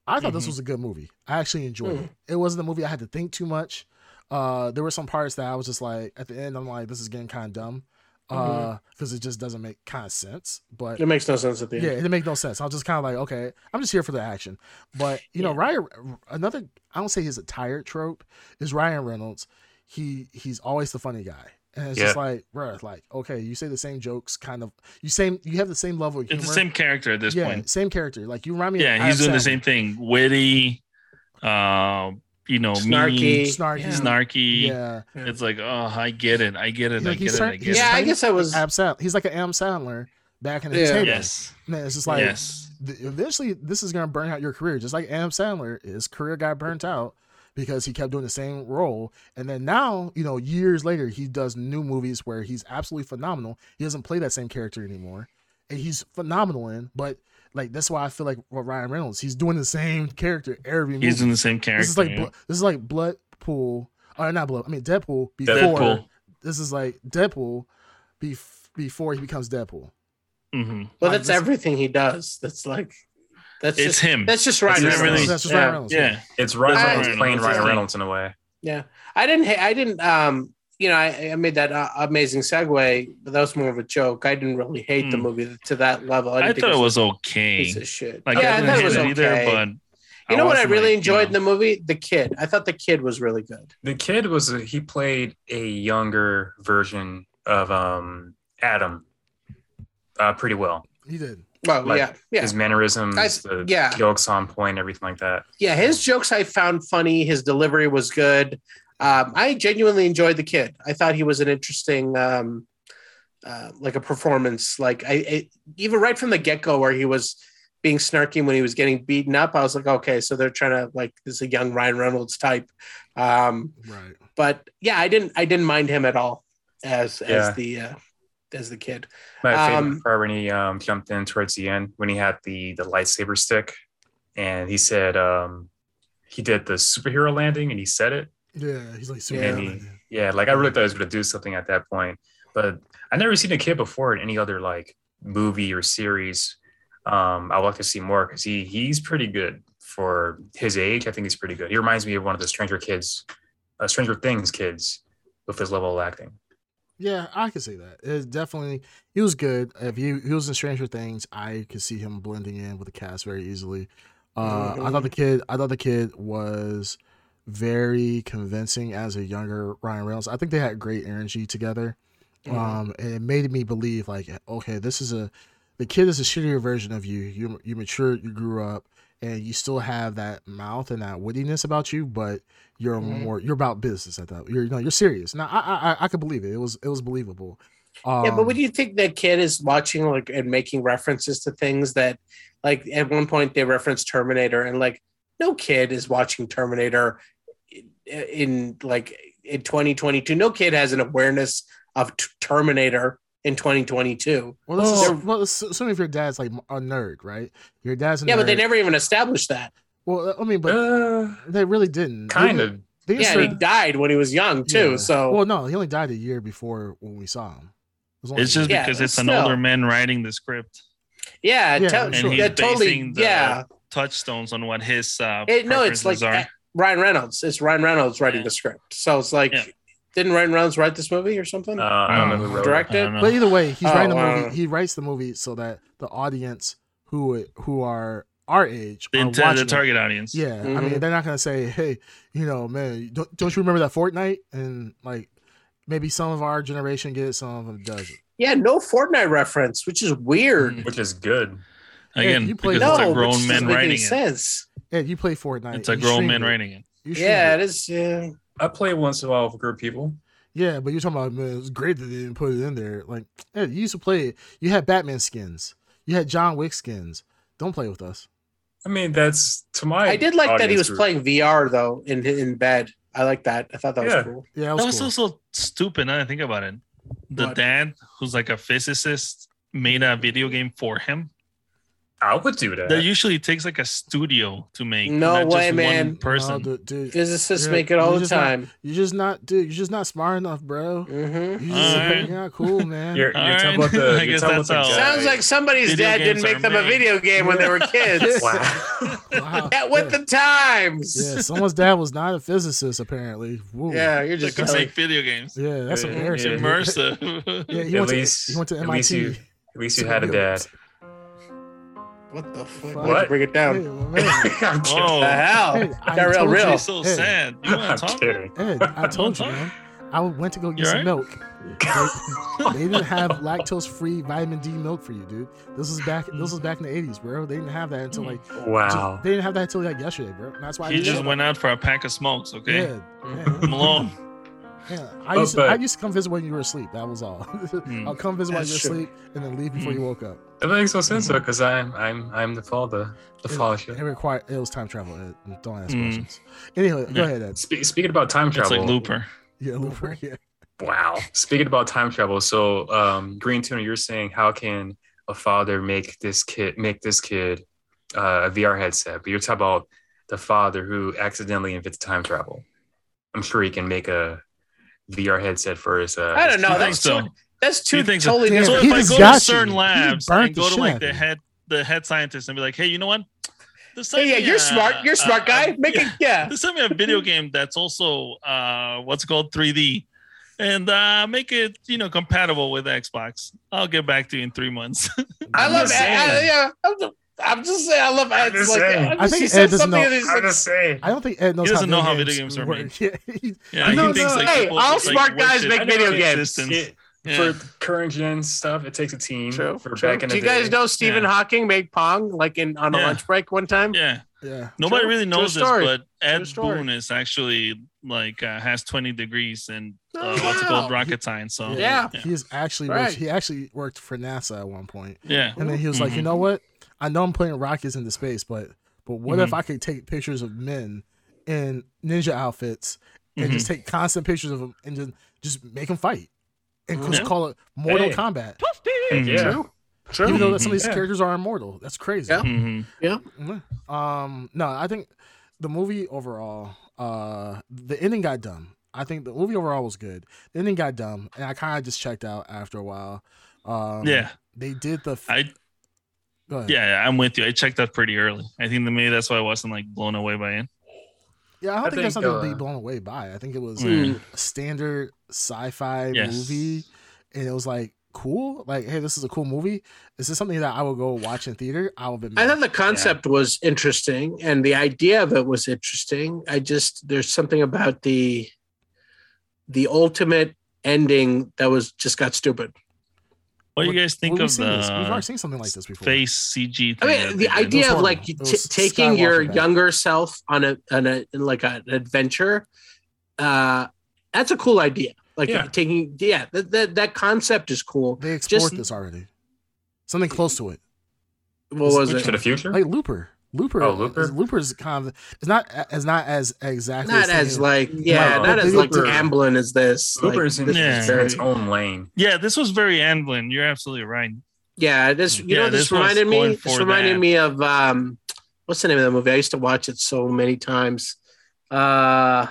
Speaker 3: I thought this
Speaker 4: Mhm.
Speaker 3: was a good movie. I actually enjoyed it. It wasn't a movie I had to think too much. Uh, there were some parts that I was just like, at the end, I'm like, this is getting kind of dumb, because it just doesn't make kind of sense. But
Speaker 2: It makes no sense at the end.
Speaker 3: yeah, it didn't make no sense. I was just kind of like, okay, I'm just here for the action. But you know, Ryan, another I don't say he's a tired trope is Ryan Reynolds. He he's always the funny guy, and it's just
Speaker 1: Yeah.
Speaker 3: like, bruh, like okay, you say the same jokes, kind of you same you have the same level of humor.
Speaker 4: It's the same character at this
Speaker 3: yeah,
Speaker 4: point.
Speaker 3: same character. Like you remind me. of
Speaker 4: Yeah,
Speaker 3: Adam
Speaker 4: he's doing the
Speaker 3: Sandler.
Speaker 4: same thing. Witty, uh, you know,
Speaker 2: Snarky.
Speaker 4: mean,
Speaker 3: Snarky.
Speaker 2: Yeah.
Speaker 4: snarky.
Speaker 3: Yeah,
Speaker 4: It's like, oh, I get it. I get it.
Speaker 3: Like,
Speaker 4: I
Speaker 3: he's
Speaker 4: get it. I
Speaker 3: certain-
Speaker 4: get
Speaker 3: he's
Speaker 4: it.
Speaker 2: Yeah, I
Speaker 3: tiny-
Speaker 2: guess I was.
Speaker 3: Ab Sand- He's like an Am Sandler back in the
Speaker 2: Yeah.
Speaker 3: day.
Speaker 4: Yes.
Speaker 3: Man, it's just like
Speaker 4: yes.
Speaker 3: th- eventually this is gonna burn out your career, just like Adam Sandler. His career got burnt out because he kept doing the same role, and then now you know years later he does new movies where he's absolutely phenomenal. He doesn't play that same character anymore, and he's phenomenal in. But like that's why I feel like with Ryan Reynolds, he's doing the same character every movie.
Speaker 4: He's doing the same character.
Speaker 3: this is like
Speaker 4: yeah.
Speaker 3: Blo- this is like Bloodpool, or not Blood. I mean Deadpool before
Speaker 4: Deadpool.
Speaker 3: this is like Deadpool bef- before he becomes Deadpool.
Speaker 2: Well,
Speaker 4: hmm
Speaker 3: Like
Speaker 2: that's
Speaker 3: this-
Speaker 2: everything he does. That's like, that's
Speaker 4: It's
Speaker 2: just,
Speaker 4: him.
Speaker 2: That's just
Speaker 4: That's
Speaker 2: Ryan
Speaker 4: everything.
Speaker 2: Reynolds.
Speaker 3: That's just
Speaker 2: yeah.
Speaker 3: Ryan Reynolds.
Speaker 4: Yeah.
Speaker 1: It's Ryan
Speaker 2: I-
Speaker 1: Reynolds playing
Speaker 4: That's
Speaker 1: Ryan
Speaker 4: the
Speaker 1: Reynolds in a way.
Speaker 2: Yeah, I didn't. ha- I didn't. Um, you know, I, I made that uh, amazing segue, but that was more of a joke. I didn't really hate the
Speaker 4: Hmm.
Speaker 2: movie to that level.
Speaker 4: I,
Speaker 2: didn't think
Speaker 4: thought it was
Speaker 2: a
Speaker 4: okay.
Speaker 2: piece of shit.
Speaker 4: Like,
Speaker 2: yeah, I
Speaker 4: didn't
Speaker 2: thought it
Speaker 4: hate
Speaker 2: was okay.
Speaker 4: either, but
Speaker 2: you know what I
Speaker 4: wasn't,
Speaker 2: really
Speaker 4: like,
Speaker 2: enjoyed in
Speaker 4: you
Speaker 2: the movie? The kid. I thought the kid was really good.
Speaker 1: The kid was a, he played a younger version of um Adam uh, pretty well.
Speaker 3: He did.
Speaker 2: Well,
Speaker 1: Like,
Speaker 2: yeah, yeah,
Speaker 1: His mannerisms,
Speaker 2: I-
Speaker 1: the
Speaker 2: yeah.
Speaker 1: jokes on point, everything like that.
Speaker 2: yeah. His jokes I found funny. His delivery was good. Um, I genuinely enjoyed the kid. I thought he was an interesting, um, uh, like a performance. Like I, I even right from the get go, where he was being snarky when he was getting beaten up, I was like, okay, so they're trying to like this is a young Ryan Reynolds type. Um,
Speaker 3: Right.
Speaker 2: but yeah, I didn't, I didn't mind him at all as
Speaker 1: Yeah.
Speaker 2: as the uh, as the kid.
Speaker 1: My
Speaker 2: Um,
Speaker 1: favorite part when he um, jumped in towards the end when he had the the lightsaber stick, and he said um, he did the superhero landing, and he said it.
Speaker 3: Yeah. He's like super.
Speaker 2: Yeah.
Speaker 1: Andy. Yeah, like I really thought he was going to do something at that point, but I never seen a kid before in any other like movie or series. Um, I would like to see more because he he's pretty good for his age. I think he's pretty good. He reminds me of one of the Stranger Kids, uh, Stranger Things kids, with his level of acting.
Speaker 3: Yeah, I could see that. It's definitely he was good. If he, he was in Stranger Things, I could see him blending in with the cast very easily. Uh, I thought the kid. I thought the kid was very convincing as a younger Ryan Reynolds. I think they had great energy together.
Speaker 2: Mm-hmm.
Speaker 3: Um, and it made me believe like, okay, this is a the kid is a shittier version of you. You you matured, you grew up, and you still have that mouth and that wittiness about you, but you're
Speaker 2: Mhm.
Speaker 3: more you're about business at that. You're you know, you're serious. Now I I I- I could believe it. It was it was believable. Um,
Speaker 2: yeah, but what do you think that kid is watching like and making references to things that like at one point they referenced Terminator and like no kid is watching Terminator in, in like in 2022. No kid has an awareness of t- Terminator in 2022.
Speaker 3: well, this is-
Speaker 2: Oh.
Speaker 3: well, ass- assuming if your dad's like a nerd, right? Your dad's a
Speaker 2: Yeah,
Speaker 3: nerd.
Speaker 2: but they never even established that.
Speaker 3: Well, I mean, but
Speaker 1: uh,
Speaker 3: they really didn't. They
Speaker 1: kind
Speaker 3: didn't-
Speaker 1: of.
Speaker 3: They
Speaker 2: Yeah,
Speaker 3: just
Speaker 2: and he
Speaker 3: said-
Speaker 2: died when he was young too.
Speaker 3: yeah.
Speaker 2: So
Speaker 3: well, no, he only died a year before when we saw him. It was only
Speaker 4: It's
Speaker 3: a
Speaker 4: just
Speaker 3: year.
Speaker 2: Yeah,
Speaker 4: because it's an
Speaker 2: still.
Speaker 4: older man writing the script.
Speaker 2: yeah,
Speaker 3: Yeah,
Speaker 2: tell-
Speaker 3: I'm
Speaker 4: And
Speaker 3: sure.
Speaker 4: he's
Speaker 2: yeah, totally.
Speaker 4: basing the
Speaker 2: Yeah,
Speaker 4: touchstones on what his uh
Speaker 2: It- no, it's
Speaker 4: preferences
Speaker 2: like
Speaker 4: are.
Speaker 2: that- Ryan Reynolds. It's Ryan Reynolds writing
Speaker 4: Yeah.
Speaker 2: the script. So it's like,
Speaker 4: Yeah.
Speaker 2: didn't Ryan Reynolds write this movie or something?
Speaker 1: Uh, I don't know who wrote direct.
Speaker 2: Direct-
Speaker 4: I don't know.
Speaker 3: But either way, he's
Speaker 2: Oh,
Speaker 3: writing the
Speaker 2: wow.
Speaker 3: movie. He writes the movie so that the audience who who are our age
Speaker 4: the Mm-hmm.
Speaker 3: are
Speaker 4: intent
Speaker 3: watching
Speaker 4: the
Speaker 3: it.
Speaker 4: target audience.
Speaker 3: Yeah, I mean,
Speaker 2: Mhm.
Speaker 3: they're not gonna say, "Hey, you know, man, don't, don't you remember that Fortnite?" And like, maybe some of our generation get it, some of them doesn't.
Speaker 2: Yeah, no Fortnite reference, which is weird.
Speaker 4: Mm.
Speaker 1: it, which is good.
Speaker 4: Again,
Speaker 3: Yeah, you play-
Speaker 4: because
Speaker 2: No,
Speaker 4: it's a
Speaker 2: which
Speaker 4: grown
Speaker 2: doesn't
Speaker 4: man
Speaker 2: make any
Speaker 4: writing it.
Speaker 2: sense.
Speaker 3: Yeah, you play Fortnite.
Speaker 4: It's a
Speaker 3: you
Speaker 4: grown
Speaker 3: stream
Speaker 4: man
Speaker 3: it,
Speaker 4: writing it.
Speaker 3: You stream
Speaker 2: Yeah,
Speaker 3: it.
Speaker 2: it is. Yeah,
Speaker 1: I play once in a while with a group of people.
Speaker 3: yeah, but you're talking about man, it's great that they didn't put it in there. Like, yeah, you used to play it. You had Batman skins. You had John Wick skins. Don't play with us.
Speaker 1: I mean, that's to my.
Speaker 2: I did like that he
Speaker 1: audience
Speaker 2: was
Speaker 1: group.
Speaker 2: playing VR though in in bed. I like that. I thought that was
Speaker 1: Yeah.
Speaker 2: cool.
Speaker 3: Yeah, that
Speaker 4: That
Speaker 3: was,
Speaker 4: was
Speaker 3: cool.
Speaker 4: also stupid. Now that I think about it. The
Speaker 2: What?
Speaker 4: dad, who's like a physicist, made a video game for him.
Speaker 1: I would do that.
Speaker 4: That usually takes like a studio to make.
Speaker 2: No
Speaker 4: not
Speaker 2: way,
Speaker 4: just
Speaker 2: man.
Speaker 4: One person.
Speaker 3: No, dude, dude,
Speaker 2: Physicists
Speaker 3: Yeah,
Speaker 2: make it all
Speaker 3: you
Speaker 2: the
Speaker 3: just not-
Speaker 2: time.
Speaker 3: you're just not, dude. You're just not smart enough, bro.
Speaker 2: hmm
Speaker 3: You
Speaker 4: Alright.
Speaker 3: are not cool, man.
Speaker 1: You're, you're
Speaker 4: All
Speaker 1: talking
Speaker 4: right.
Speaker 1: about the.
Speaker 4: I
Speaker 1: you're
Speaker 4: guess
Speaker 1: talking
Speaker 4: that's
Speaker 1: about
Speaker 4: how-
Speaker 1: the guy-
Speaker 2: Sounds like somebody's
Speaker 4: Oh, Video
Speaker 2: dad
Speaker 4: games
Speaker 2: didn't
Speaker 4: are
Speaker 2: make them a
Speaker 4: made.
Speaker 2: video game when they were kids.
Speaker 1: Wow.
Speaker 3: Wow.
Speaker 2: Get with
Speaker 3: yeah.
Speaker 2: the times.
Speaker 3: Yeah, someone's dad was not a physicist apparently. Woo.
Speaker 2: Yeah, you're
Speaker 4: They
Speaker 2: just
Speaker 4: could
Speaker 2: telling-
Speaker 4: make video games.
Speaker 3: yeah, that's
Speaker 1: Yeah.
Speaker 4: It's
Speaker 3: embarrassing.
Speaker 4: immersive.
Speaker 3: Yeah, he
Speaker 1: At
Speaker 3: went,
Speaker 1: least-
Speaker 3: to, he went to
Speaker 1: at least
Speaker 3: MIT.
Speaker 1: you- At least you had a dad.
Speaker 2: what the fuck?
Speaker 3: Fuck.
Speaker 2: Why'd you Bring it
Speaker 3: Hey,
Speaker 2: down.
Speaker 3: man,
Speaker 1: I'm kidding.
Speaker 4: Whoa.
Speaker 2: The hell,
Speaker 3: Hey,
Speaker 2: got
Speaker 3: I
Speaker 2: real,
Speaker 3: told you
Speaker 2: real.
Speaker 4: She's so
Speaker 3: Hey.
Speaker 4: sad. You
Speaker 1: I'm
Speaker 4: want to talk?
Speaker 1: kidding.
Speaker 3: Ed, I told you, man. I went to go get
Speaker 4: You
Speaker 3: some
Speaker 4: alright?
Speaker 3: milk. They, they didn't have lactose-free vitamin D milk for you, dude. This was back. This was back in the '80s, bro. They didn't have that until like.
Speaker 1: Wow.
Speaker 3: They didn't have that until like yesterday, bro. That's why I
Speaker 4: He
Speaker 3: didn't
Speaker 4: just
Speaker 3: know
Speaker 4: went out for a pack of smokes.
Speaker 3: that.
Speaker 4: Okay,
Speaker 3: Yeah, yeah.
Speaker 4: Malone.
Speaker 3: Yeah, I
Speaker 1: Oh,
Speaker 3: used, to,
Speaker 1: but-
Speaker 3: I used to come visit when you were asleep. That was all.
Speaker 4: Hmm.
Speaker 3: I'll come visit while
Speaker 2: That's
Speaker 3: you're
Speaker 2: true.
Speaker 3: asleep and then leave before you woke up.
Speaker 1: That makes no sense though, because I'm I'm I'm the father, the father.
Speaker 3: It,
Speaker 1: shit.
Speaker 3: it required. It was time travel. Ed. Don't ask
Speaker 4: Mm.
Speaker 3: questions. Anyway, go
Speaker 4: Yeah.
Speaker 3: ahead. Ed.
Speaker 1: Spe- speaking about time
Speaker 4: It's
Speaker 1: travel,
Speaker 4: like Looper.
Speaker 3: Yeah, Looper. Yeah.
Speaker 1: wow. Speaking about time travel, so um, Green Tuna, you're saying how can a father make this kid make this kid uh, a VR headset? But you're talking about the father who accidentally invents time travel. I'm sure he can make a VR headset for his. Uh,
Speaker 2: I don't
Speaker 1: his uh, kid.
Speaker 2: know. That's
Speaker 4: You think so?
Speaker 2: too, That's two
Speaker 4: You think so?
Speaker 2: totally
Speaker 3: Damn.
Speaker 4: so
Speaker 2: different.
Speaker 3: he
Speaker 4: if I
Speaker 3: just
Speaker 4: go
Speaker 3: got
Speaker 4: to
Speaker 3: you.
Speaker 4: CERN
Speaker 3: He
Speaker 4: labs
Speaker 3: burnt
Speaker 4: and
Speaker 3: the
Speaker 4: go to
Speaker 3: shit out
Speaker 4: like
Speaker 3: of
Speaker 4: the
Speaker 3: you.
Speaker 4: head the head scientist and be like, hey, you know what? There's
Speaker 2: Hey, yeah, you're smart. You're a smart guy. Make it, yeah.
Speaker 4: There's something a video game that's also uh what's it called 3D. And uh make it, you know, compatible with Xbox. I'll get back to you in three months.
Speaker 2: I
Speaker 1: I'm
Speaker 2: love.
Speaker 1: just
Speaker 2: I, I,
Speaker 1: saying.
Speaker 2: yeah, I'm, just- I'm just saying. I love.
Speaker 1: I'm
Speaker 2: Ed's
Speaker 1: just
Speaker 2: like,
Speaker 1: saying.
Speaker 2: I'm
Speaker 3: I
Speaker 2: just-
Speaker 3: think
Speaker 2: he
Speaker 3: Ed
Speaker 2: said
Speaker 3: doesn't
Speaker 2: something
Speaker 3: know-
Speaker 2: and he's
Speaker 1: I'm
Speaker 2: like,
Speaker 1: just saying.
Speaker 3: I don't think Ed knows.
Speaker 4: He doesn't
Speaker 3: how
Speaker 4: know how
Speaker 3: video
Speaker 4: video
Speaker 3: games
Speaker 4: games are
Speaker 3: work. Yeah, he-
Speaker 4: Yeah,
Speaker 2: No,
Speaker 4: he thinks
Speaker 2: no,
Speaker 4: like
Speaker 2: hey,
Speaker 4: people
Speaker 2: all
Speaker 4: just, like,
Speaker 2: smart
Speaker 4: wish
Speaker 2: guys
Speaker 4: it-
Speaker 2: make
Speaker 4: I know
Speaker 2: video
Speaker 4: it
Speaker 2: games.
Speaker 4: existence.
Speaker 1: It-
Speaker 4: Yeah.
Speaker 1: For current gen stuff, it takes a team.
Speaker 2: True.
Speaker 1: For
Speaker 2: true.
Speaker 1: back in
Speaker 2: Do
Speaker 1: the
Speaker 2: you guys
Speaker 1: day.
Speaker 2: know Stephen
Speaker 4: Yeah.
Speaker 2: Hawking made Pong like in on a
Speaker 4: Yeah.
Speaker 2: lunch break one time?
Speaker 4: yeah.
Speaker 3: yeah.
Speaker 4: Nobody
Speaker 2: True.
Speaker 4: really
Speaker 2: True
Speaker 4: knows this,
Speaker 2: story.
Speaker 4: but Ed
Speaker 2: story.
Speaker 4: Boone is actually like uh, has 20 degrees and uh,
Speaker 2: Oh,
Speaker 4: what's it called
Speaker 2: wow.
Speaker 4: rocket science. So
Speaker 2: Yeah.
Speaker 3: He is actually
Speaker 2: Right.
Speaker 3: worked, he actually worked for NASA at one point,
Speaker 4: yeah.
Speaker 3: and then he was like, you
Speaker 4: Mhm.
Speaker 3: know what? I know I'm putting rockets into space, but but what if
Speaker 4: Mhm.
Speaker 3: I could take pictures of men in ninja outfits and
Speaker 4: Mhm.
Speaker 3: just take constant pictures of them and just just make them fight and just
Speaker 4: Yeah.
Speaker 3: call it Mortal
Speaker 1: Hey.
Speaker 3: Kombat,
Speaker 4: Mm-hmm.
Speaker 1: Heck Yeah.
Speaker 2: True.
Speaker 3: even
Speaker 2: True.
Speaker 3: though that some of these
Speaker 1: Mhm. Yeah.
Speaker 3: characters are immortal. That's crazy.
Speaker 2: Yeah.
Speaker 4: Mhm.
Speaker 3: Mhm. Um, no, I think the movie overall, uh, the ending got dumb. I think the movie overall was good. The ending got dumb, and I kind of just checked out after a while. Um,
Speaker 4: yeah.
Speaker 3: they did the. F-
Speaker 4: I
Speaker 3: go ahead.
Speaker 4: yeah, I'm with you. I checked out pretty early. I think that maybe that's why I wasn't like blown away by it.
Speaker 3: yeah. I don't
Speaker 1: I
Speaker 3: think, that's
Speaker 1: think,
Speaker 3: something to be
Speaker 1: uh,
Speaker 3: blown away by. I think it
Speaker 2: Mm-hmm.
Speaker 3: was
Speaker 4: Yeah.
Speaker 3: a standard sci-fi
Speaker 4: Yes.
Speaker 3: movie, and it was like cool. Like, hey, this is a cool movie. Is this something that I would go watch in theater? I would be.
Speaker 2: I thought the concept was interesting and the idea of it was interesting. I just there's something about the the ultimate ending that was just got stupid.
Speaker 4: What do
Speaker 3: Well,
Speaker 4: you guys think
Speaker 3: Well, we've
Speaker 4: of
Speaker 3: seen this. We've already
Speaker 4: the
Speaker 3: seen something like this before.
Speaker 4: face CG? Thing
Speaker 2: I
Speaker 4: that
Speaker 2: mean,
Speaker 4: they
Speaker 2: the
Speaker 4: did?
Speaker 2: idea of
Speaker 3: horrible.
Speaker 2: like t-
Speaker 3: It was
Speaker 2: taking your
Speaker 3: Skywalker bad.
Speaker 2: younger self on a on a in like an adventure, uh, that's a cool idea. Like
Speaker 1: Yeah.
Speaker 2: taking, yeah, that, that that concept is cool.
Speaker 3: They explored
Speaker 2: Just-
Speaker 3: this already. Something close to it.
Speaker 2: What was
Speaker 1: To
Speaker 2: it?
Speaker 1: the future?
Speaker 3: like Looper. Looper.
Speaker 1: Oh, Looper?
Speaker 3: Is, Looper's kind of it's not it's not as exactly
Speaker 2: Not
Speaker 3: the same.
Speaker 2: as like, yeah,
Speaker 1: No,
Speaker 2: not
Speaker 1: but
Speaker 2: as like
Speaker 1: Looper-
Speaker 2: Amblin as this. Like,
Speaker 1: Uber's in
Speaker 2: this is
Speaker 4: Yeah.
Speaker 1: it's in its
Speaker 2: very-
Speaker 1: own lane.
Speaker 4: Yeah, this was very Amblin. You're absolutely right.
Speaker 2: Yeah, this you
Speaker 4: Yeah,
Speaker 2: know this,
Speaker 4: this one's
Speaker 2: reminded me
Speaker 4: going
Speaker 2: this
Speaker 4: for
Speaker 2: reminded
Speaker 4: that.
Speaker 2: me of um what's the name of the movie? I used to watch it so many times. Uh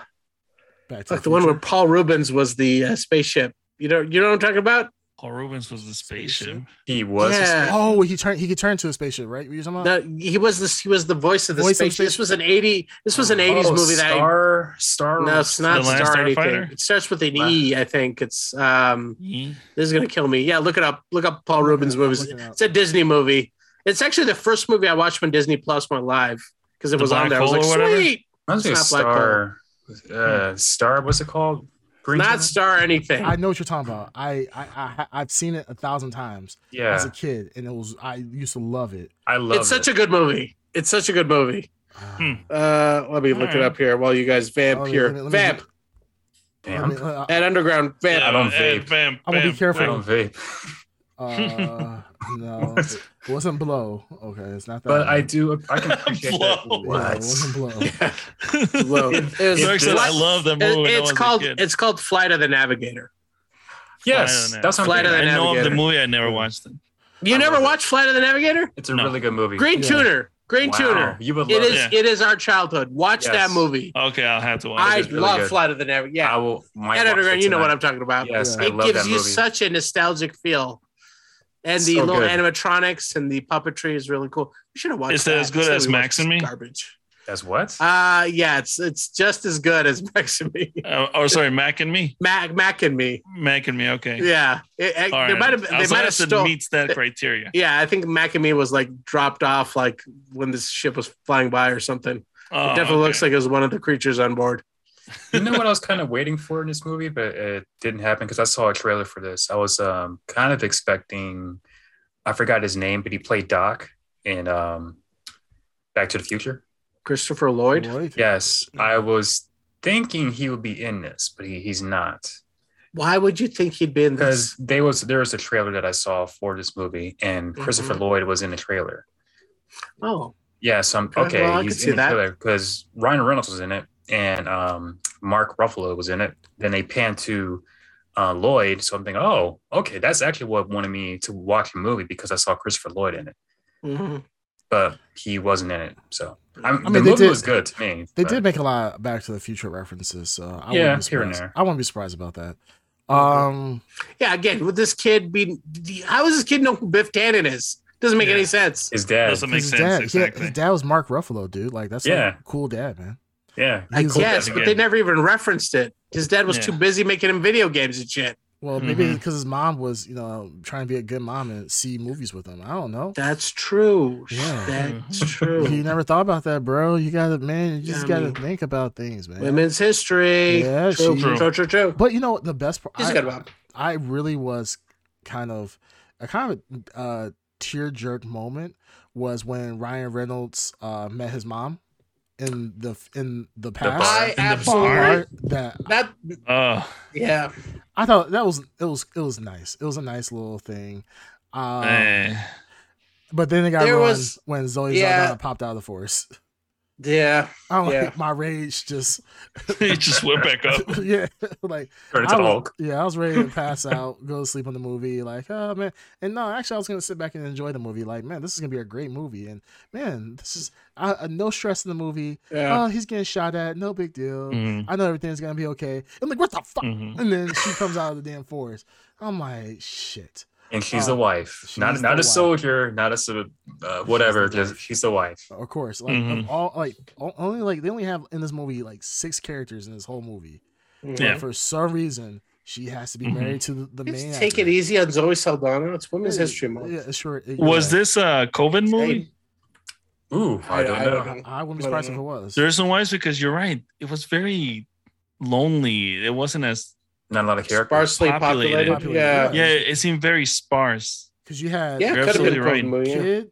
Speaker 3: Back to
Speaker 2: like the one where
Speaker 3: Future.
Speaker 2: Paul Rubens was the uh, spaceship. You know, you know what I'm talking about?
Speaker 4: Paul Rubens was the spaceship.
Speaker 1: He was.
Speaker 2: Yeah.
Speaker 3: Oh, he turned he could turn to a spaceship, right? Were you talking about?
Speaker 2: The, he was this. He was the voice of the
Speaker 3: Voice of
Speaker 2: spaceship.
Speaker 3: space-
Speaker 2: This was an eighty. This was an eighties
Speaker 1: oh,
Speaker 2: movie that. I,
Speaker 1: Star Star
Speaker 2: no, it's not
Speaker 4: The Last
Speaker 2: Star anything.
Speaker 4: Starfighter?
Speaker 2: It starts with an E, I think. It's um.
Speaker 4: Yeah.
Speaker 2: This is gonna kill me. Yeah, look it up. Look up Paul
Speaker 3: I'm looking
Speaker 2: Rubens
Speaker 3: it up, I'm
Speaker 2: movies.
Speaker 3: looking it up.
Speaker 2: It's a Disney movie. It's actually the first movie I watched when Disney Plus went live because it
Speaker 4: The
Speaker 2: was on
Speaker 4: Black
Speaker 2: there. I was
Speaker 4: Hole
Speaker 2: like,
Speaker 4: or whatever?
Speaker 2: sweet.
Speaker 1: Must be a
Speaker 2: It's not Black
Speaker 1: star. Uh, star. What's it called? Green
Speaker 2: Not
Speaker 1: Lantern?
Speaker 2: Star anything.
Speaker 3: I know what you're talking about. I I, I I've seen it a thousand times as a
Speaker 1: Yeah,
Speaker 3: kid, and it was I used to love it.
Speaker 1: I love
Speaker 2: It's such
Speaker 1: it.
Speaker 2: a good movie. It's such a good movie.
Speaker 4: Hmm.
Speaker 2: Uh, let me
Speaker 4: All
Speaker 2: look it
Speaker 4: right.
Speaker 2: up here while you guys vamp
Speaker 3: Oh, let me-
Speaker 2: here.
Speaker 3: let me-
Speaker 2: vamp
Speaker 3: I
Speaker 1: Damn.
Speaker 3: mean, uh,
Speaker 2: at underground vamp.
Speaker 1: I don't
Speaker 4: eh,
Speaker 1: vape.
Speaker 4: bam,
Speaker 3: I'm gonna be
Speaker 4: bam,
Speaker 3: careful.
Speaker 1: I
Speaker 4: bam.
Speaker 1: don't vape,
Speaker 3: uh, no, it wasn't blow. Okay, it's not that.
Speaker 1: but I
Speaker 3: one.
Speaker 1: do. I can appreciate that.
Speaker 4: Blow.
Speaker 3: Yeah, it
Speaker 1: What?
Speaker 3: wasn't blow.
Speaker 2: Low. It was-
Speaker 1: It-
Speaker 4: Dirk said, I
Speaker 2: What?
Speaker 4: love that
Speaker 2: It-
Speaker 4: movie. when I
Speaker 2: it's
Speaker 4: was a
Speaker 2: called
Speaker 4: kid."
Speaker 2: it's called Flight of the Navigator.
Speaker 1: Yes,
Speaker 4: Flight of the
Speaker 1: that's what
Speaker 2: Flight
Speaker 1: I'm
Speaker 2: of the
Speaker 1: thinking.
Speaker 4: I know of the
Speaker 2: Navigator.
Speaker 4: movie. I never watched it.
Speaker 2: You
Speaker 1: I
Speaker 2: never
Speaker 1: love it.
Speaker 2: watched Flight of the Navigator?
Speaker 1: It's a
Speaker 4: No.
Speaker 1: really good movie.
Speaker 2: Green
Speaker 3: Yeah.
Speaker 2: Tuner. Green
Speaker 1: Wow.
Speaker 2: Tuner.
Speaker 1: You would
Speaker 2: It
Speaker 1: love it.
Speaker 2: is
Speaker 4: it.
Speaker 2: it is our childhood. Watch
Speaker 1: Yes.
Speaker 2: that movie.
Speaker 4: Okay, I'll have to watch
Speaker 2: I
Speaker 1: is
Speaker 4: it.
Speaker 1: really
Speaker 2: love
Speaker 1: good.
Speaker 2: Flight of the Navigator. Yeah.
Speaker 1: I will. might
Speaker 2: Ed
Speaker 1: watch
Speaker 2: Underground,
Speaker 1: it
Speaker 2: you know what
Speaker 1: tonight.
Speaker 2: I'm talking about.
Speaker 1: Yes,
Speaker 3: Yeah.
Speaker 1: I
Speaker 2: it
Speaker 1: love
Speaker 2: gives
Speaker 1: that
Speaker 2: you
Speaker 1: movie.
Speaker 2: such a nostalgic feel. And the
Speaker 1: So
Speaker 2: little
Speaker 1: good.
Speaker 2: animatronics and the puppetry is really cool. We should have watched
Speaker 4: Is that as good
Speaker 2: Instead,
Speaker 4: as
Speaker 2: we watched
Speaker 4: Max and Me?
Speaker 2: Garbage.
Speaker 1: As what?
Speaker 2: Uh yeah, it's it's just as good as Max and Me.
Speaker 4: Uh, oh, sorry, Mac and me.
Speaker 2: Mac Mac and Me.
Speaker 4: Mac and me. Okay.
Speaker 2: Yeah, it, it-
Speaker 4: All
Speaker 2: they
Speaker 4: right.
Speaker 2: might have.
Speaker 4: As
Speaker 2: They
Speaker 4: long
Speaker 2: might have
Speaker 4: as it
Speaker 2: stole.
Speaker 4: meets that criteria.
Speaker 2: Yeah, I think Mac and me was like dropped off like when this ship was flying by or something. It
Speaker 4: Oh,
Speaker 2: definitely
Speaker 4: okay.
Speaker 2: looks like it was one of the creatures on board.
Speaker 1: you know what I was kind of waiting for in this movie, but it didn't happen because I saw a trailer for this. I was um, kind of expecting, I forgot his name, but he played Doc in um, Back to the Future.
Speaker 2: Christopher Lloyd.
Speaker 3: Lloyd?
Speaker 1: Yes, I was thinking he would be in this, but he, he's not
Speaker 2: Why would you think he'd be in
Speaker 1: because
Speaker 2: this?
Speaker 1: there was there was a trailer that I saw for this movie, and Christopher
Speaker 2: Mhm.
Speaker 1: Lloyd was in the trailer.
Speaker 2: Oh,
Speaker 1: Yeah, so I'm
Speaker 2: Okay,
Speaker 1: okay.
Speaker 2: well, I could
Speaker 1: he's
Speaker 2: see
Speaker 1: in the
Speaker 2: that.
Speaker 1: trailer because Ryan Reynolds was in it and um, Mark Ruffalo was in it. Then they pan to uh, Lloyd, so I'm thinking, oh, okay, that's actually what wanted me to watch the movie because I saw Christopher Lloyd in it,
Speaker 2: Mhm. but
Speaker 1: but he wasn't in it. So I, mean,
Speaker 3: mean,
Speaker 1: the
Speaker 3: they
Speaker 1: movie
Speaker 3: did-
Speaker 1: was good to me.
Speaker 3: They
Speaker 1: but
Speaker 3: did make a lot of Back to the Future references, so
Speaker 1: Yeah,
Speaker 3: I wouldn't be
Speaker 1: here and
Speaker 3: surprised.
Speaker 1: there.
Speaker 3: I wouldn't be surprised about that. Um,
Speaker 2: Yeah, again, with this kid being, how does this kid know who Biff Tannen is? Doesn't make
Speaker 4: Yeah.
Speaker 2: any sense.
Speaker 1: His dad.
Speaker 4: Doesn't make
Speaker 3: his
Speaker 4: sense.
Speaker 3: dad, yeah,
Speaker 4: exactly.
Speaker 3: his dad was Mark Ruffalo, dude. Like that's yeah,
Speaker 1: Yeah.
Speaker 3: cool dad, man.
Speaker 1: Yeah.
Speaker 2: I
Speaker 3: He was like-
Speaker 2: guess,
Speaker 4: that
Speaker 2: but
Speaker 4: again.
Speaker 2: they never even referenced it. His dad was
Speaker 4: Yeah.
Speaker 2: too busy making him video games and shit.
Speaker 3: Well,
Speaker 2: Mm-hmm.
Speaker 3: maybe
Speaker 4: Mhm.
Speaker 3: because his mom was, you know, trying to be a good mom and see movies with him. I don't know.
Speaker 2: That's true.
Speaker 3: Yeah.
Speaker 4: Mm-hmm.
Speaker 2: That's
Speaker 3: You
Speaker 2: true.
Speaker 3: never thought about that, bro. You gotta, man. You just
Speaker 2: Yeah, I
Speaker 3: gotta
Speaker 2: mean-
Speaker 3: think about things, man.
Speaker 2: Women's history.
Speaker 3: Yeah,
Speaker 2: true,
Speaker 3: she-
Speaker 2: true, true, true, true.
Speaker 3: But you know what the best part?
Speaker 2: He's a
Speaker 3: I,
Speaker 2: good one.
Speaker 3: I really was kind of a kind of uh, tear jerk moment was when Ryan Reynolds uh, met his mom in the in the past.
Speaker 1: bar.
Speaker 2: I
Speaker 1: In the
Speaker 2: absolutely
Speaker 3: Part That
Speaker 2: that.
Speaker 4: Uh,
Speaker 2: Yeah,
Speaker 3: I thought that was it was it was nice. It was a nice little thing. Um,
Speaker 4: eh.
Speaker 3: But then it got
Speaker 2: There
Speaker 3: ruined
Speaker 2: was-
Speaker 3: when Zoe
Speaker 2: yeah.
Speaker 3: Saldana popped out of the forest.
Speaker 2: yeah.
Speaker 3: I don't
Speaker 2: Yeah.
Speaker 3: like my rage just
Speaker 4: it just went back up.
Speaker 3: yeah like
Speaker 1: Turn into
Speaker 3: I was,
Speaker 1: Hulk.
Speaker 3: yeah I was ready to pass out go to sleep on the movie like oh man and no actually I was gonna sit back and enjoy the movie like man this is gonna be a great movie and man this is I, uh, no stress in the movie
Speaker 2: Yeah.
Speaker 3: oh he's getting shot at no big deal
Speaker 4: Mhm,
Speaker 3: I know everything's gonna be okay I'm like what the fuck
Speaker 4: mhm.
Speaker 3: and then she comes out of the damn forest I'm like shit
Speaker 1: And she's the
Speaker 3: Uh,
Speaker 1: wife.
Speaker 3: she's
Speaker 1: Not
Speaker 3: the
Speaker 1: not a
Speaker 3: wife.
Speaker 1: soldier, not a civ- uh, whatever.
Speaker 3: She's the
Speaker 1: Just
Speaker 3: wife.
Speaker 1: she's the wife.
Speaker 3: Of course, like
Speaker 4: Mhm.
Speaker 3: of all like o- only like they only have in this movie like six characters in this whole movie. But
Speaker 4: Yeah.
Speaker 3: for some reason, she has to be
Speaker 4: Mhm.
Speaker 3: married to Mm. the, the
Speaker 2: Just
Speaker 3: man.
Speaker 2: take it
Speaker 3: actor.
Speaker 2: easy on Zoe Saldana. It's Women's
Speaker 3: Yeah,
Speaker 2: History Month.
Speaker 3: Yeah, sure. it-
Speaker 4: Was
Speaker 3: yeah.
Speaker 4: this a COVID movie?
Speaker 1: Ooh, I, don't
Speaker 2: I- I
Speaker 1: know.
Speaker 2: don't know.
Speaker 3: I wouldn't be
Speaker 2: I don't
Speaker 3: surprised if it was.
Speaker 4: The reason why is because you're right. It was very lonely. It wasn't as
Speaker 1: Not a lot of characters.
Speaker 2: Sparsely populated.
Speaker 4: Populated.
Speaker 3: Populated,
Speaker 2: Yeah,
Speaker 4: yeah. It seemed very sparse.
Speaker 3: Because you had
Speaker 2: yeah.
Speaker 4: You're
Speaker 2: Could have been
Speaker 4: absolutely
Speaker 2: a
Speaker 4: right.
Speaker 2: right. movie. yeah.
Speaker 3: kid,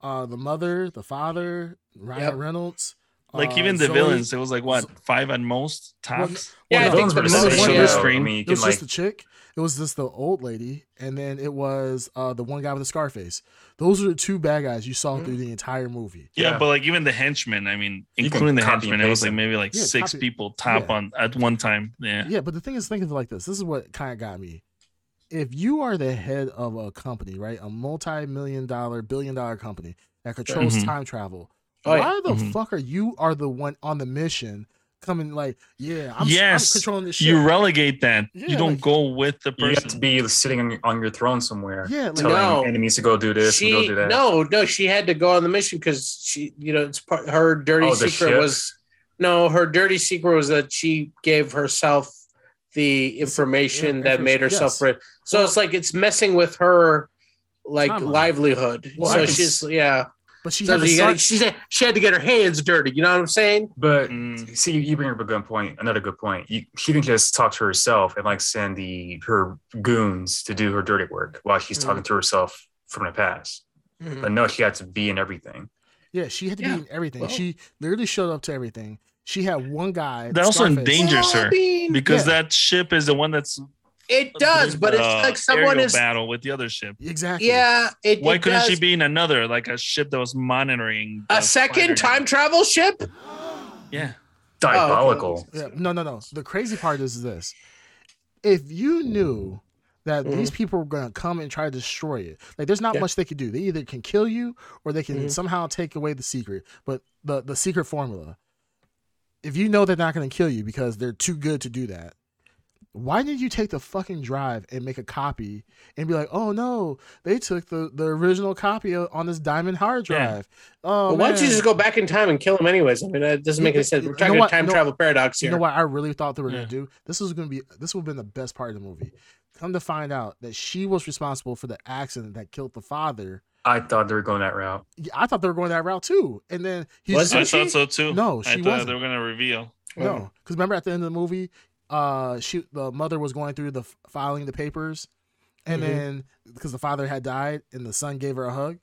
Speaker 3: uh, the mother, the father, Ryan
Speaker 2: Yep.
Speaker 3: Reynolds.
Speaker 4: Like
Speaker 3: uh,
Speaker 4: even the
Speaker 3: Zoe-
Speaker 4: villains, it was like what
Speaker 3: Zo-
Speaker 4: five at most tops.
Speaker 2: Yeah,
Speaker 3: Well,
Speaker 2: I think
Speaker 1: Villains were
Speaker 2: the
Speaker 1: the same,
Speaker 2: most-
Speaker 3: one
Speaker 1: though.
Speaker 3: was-
Speaker 1: I mean, you
Speaker 3: It
Speaker 1: can
Speaker 3: was
Speaker 1: like
Speaker 3: just the chick. It was just the old lady, and then it was uh, the one guy with the scar face. Those are the two bad guys you
Speaker 2: Mm-hmm.
Speaker 3: saw through the entire movie.
Speaker 4: Yeah,
Speaker 1: Yeah.
Speaker 4: but like even the henchmen. I mean,
Speaker 1: You can
Speaker 4: including the
Speaker 1: copy and
Speaker 4: henchmen, it was
Speaker 1: paste
Speaker 4: like
Speaker 1: them.
Speaker 4: maybe like
Speaker 3: Yeah,
Speaker 4: six
Speaker 3: copy-
Speaker 4: people top
Speaker 3: yeah.
Speaker 4: on at one time. Yeah.
Speaker 3: Yeah, but the thing is, think of it like this. This is what kind of got me. If you are the head of a company, right, a multi-million dollar, billion dollar company that controls
Speaker 4: Mhm.
Speaker 3: time travel,
Speaker 2: Mm-hmm. Oh, yeah.
Speaker 3: why the
Speaker 4: Mhm.
Speaker 3: fuck are you are the one on the mission coming like, yeah, I'm,
Speaker 4: Yes,
Speaker 3: I'm controlling this shit.
Speaker 4: You relegate that.
Speaker 3: Yeah,
Speaker 4: you don't
Speaker 3: like-
Speaker 4: go with the
Speaker 1: you have to
Speaker 4: person.
Speaker 1: be sitting on, on your throne somewhere,
Speaker 3: Yeah, like-
Speaker 1: telling
Speaker 2: No.
Speaker 1: enemies to go do this
Speaker 2: she,
Speaker 1: and go do that.
Speaker 2: No, no, she had to go on the mission because she, you know, it's part her dirty
Speaker 1: Oh, the
Speaker 2: secret
Speaker 1: ship?
Speaker 2: was no, her dirty secret was that she gave herself the information
Speaker 3: yeah,
Speaker 2: that made
Speaker 3: information,
Speaker 2: herself
Speaker 3: yes.
Speaker 2: rich. So it's like it's messing with her like
Speaker 3: Timeline.
Speaker 2: livelihood.
Speaker 3: Well,
Speaker 2: so
Speaker 1: I can
Speaker 2: she's yeah.
Speaker 3: but she
Speaker 2: So
Speaker 3: had the
Speaker 2: you gotta,
Speaker 3: sun-
Speaker 2: she's, she had to get her hands dirty. You know what I'm saying?
Speaker 1: But
Speaker 4: Mm.
Speaker 1: see, you bring up a good point. Another good point. You, she can just talk to herself and like send the her goons to do her dirty work while she's
Speaker 2: Mhm.
Speaker 1: talking to herself from the past. But no, she had to be in everything.
Speaker 3: yeah, she had to
Speaker 4: Yeah,
Speaker 3: be in everything.
Speaker 2: well-
Speaker 3: she literally showed up to everything. She had one guy
Speaker 4: That also
Speaker 3: Scarface.
Speaker 4: endangered- Danger, sir.
Speaker 2: I mean,
Speaker 4: because
Speaker 3: Yeah.
Speaker 4: that ship is the one that's
Speaker 2: it does, but it's
Speaker 4: uh,
Speaker 2: like someone
Speaker 4: aerial
Speaker 2: is
Speaker 4: battle with the other ship.
Speaker 3: Exactly.
Speaker 2: yeah. It,
Speaker 4: Why
Speaker 2: it
Speaker 4: couldn't she
Speaker 2: does.
Speaker 4: be in another, like a ship that was monitoring
Speaker 2: a
Speaker 4: the fighter?
Speaker 2: second time travel ship?
Speaker 4: Yeah,
Speaker 1: Diabolical.
Speaker 3: Yeah, no, no, no. The crazy part is this: if you knew that these people were gonna come and try to destroy it, like there's not
Speaker 2: Mm-hmm. Yeah.
Speaker 3: much they could do. They either can kill you or they can
Speaker 2: Mhm.
Speaker 3: somehow take away the secret, but the the secret formula. If you know they're not gonna kill you because they're too good to do that. Why did you take the fucking drive and make a copy and be like, oh no, they took the, the original copy o- on this diamond hard
Speaker 4: Yeah.
Speaker 3: drive? Oh,
Speaker 2: Well, why don't you
Speaker 3: man.
Speaker 2: just go back in time and kill him anyways? I mean, that doesn't make any sense.
Speaker 3: You
Speaker 2: We're
Speaker 3: know
Speaker 2: talking
Speaker 3: what?
Speaker 2: about time
Speaker 3: No-
Speaker 2: travel paradox
Speaker 3: You
Speaker 2: here.
Speaker 3: know what I really thought they were
Speaker 4: Yeah.
Speaker 3: gonna do? This was gonna be this would have been the best part of the movie. Come to find out that she was responsible for the accident that killed the father.
Speaker 1: I thought they were going that route.
Speaker 3: Yeah, I thought they were going that route too. And then he
Speaker 2: Was
Speaker 4: I
Speaker 2: Wasn't
Speaker 4: thought
Speaker 2: she?
Speaker 4: so too.
Speaker 3: No, she
Speaker 4: I thought
Speaker 3: wasn't.
Speaker 4: they were gonna reveal.
Speaker 3: no, because remember at the end of the movie, uh, she the mother was going through the f- filing the papers, and
Speaker 2: Mhm.
Speaker 3: then because the father had died and the son gave her a hug,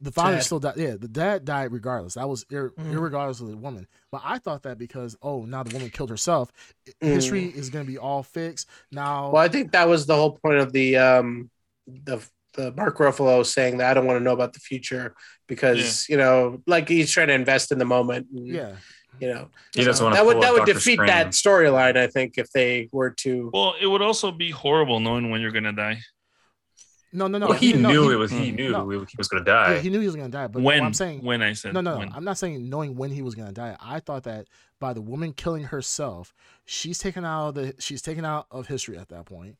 Speaker 3: the father
Speaker 2: Dad.
Speaker 3: still died. Yeah, the dad died regardless. That was ir-
Speaker 2: Mhm.
Speaker 3: irregardless of the woman. But I thought that because oh now the woman killed herself,
Speaker 2: Mm.
Speaker 3: history is gonna be all fixed now.
Speaker 2: Well, I think that was the whole point of the um the the Mark Ruffalo saying that I don't want to know about the future because you know, like he's trying to invest in the moment. and,
Speaker 3: Yeah.
Speaker 2: You know,
Speaker 1: He doesn't want to.
Speaker 2: that
Speaker 1: pull
Speaker 2: would
Speaker 1: a
Speaker 2: that would
Speaker 1: Dr.
Speaker 2: defeat
Speaker 1: Strange.
Speaker 2: that storyline. I think if they were to.
Speaker 4: Well, it would also be horrible knowing when you're gonna die.
Speaker 3: No, no, no.
Speaker 1: Well, he
Speaker 3: no,
Speaker 1: knew it was. He
Speaker 4: Mm.
Speaker 1: knew
Speaker 3: No.
Speaker 1: he was going to
Speaker 3: Yeah,
Speaker 1: die.
Speaker 3: he knew he was gonna die. But
Speaker 4: when
Speaker 3: what I'm saying,
Speaker 4: when I said
Speaker 3: no, no,
Speaker 4: when.
Speaker 3: no. I'm not saying knowing when he was gonna die. I thought that by the woman killing herself, she's taken out of the she's taken out of history at that point.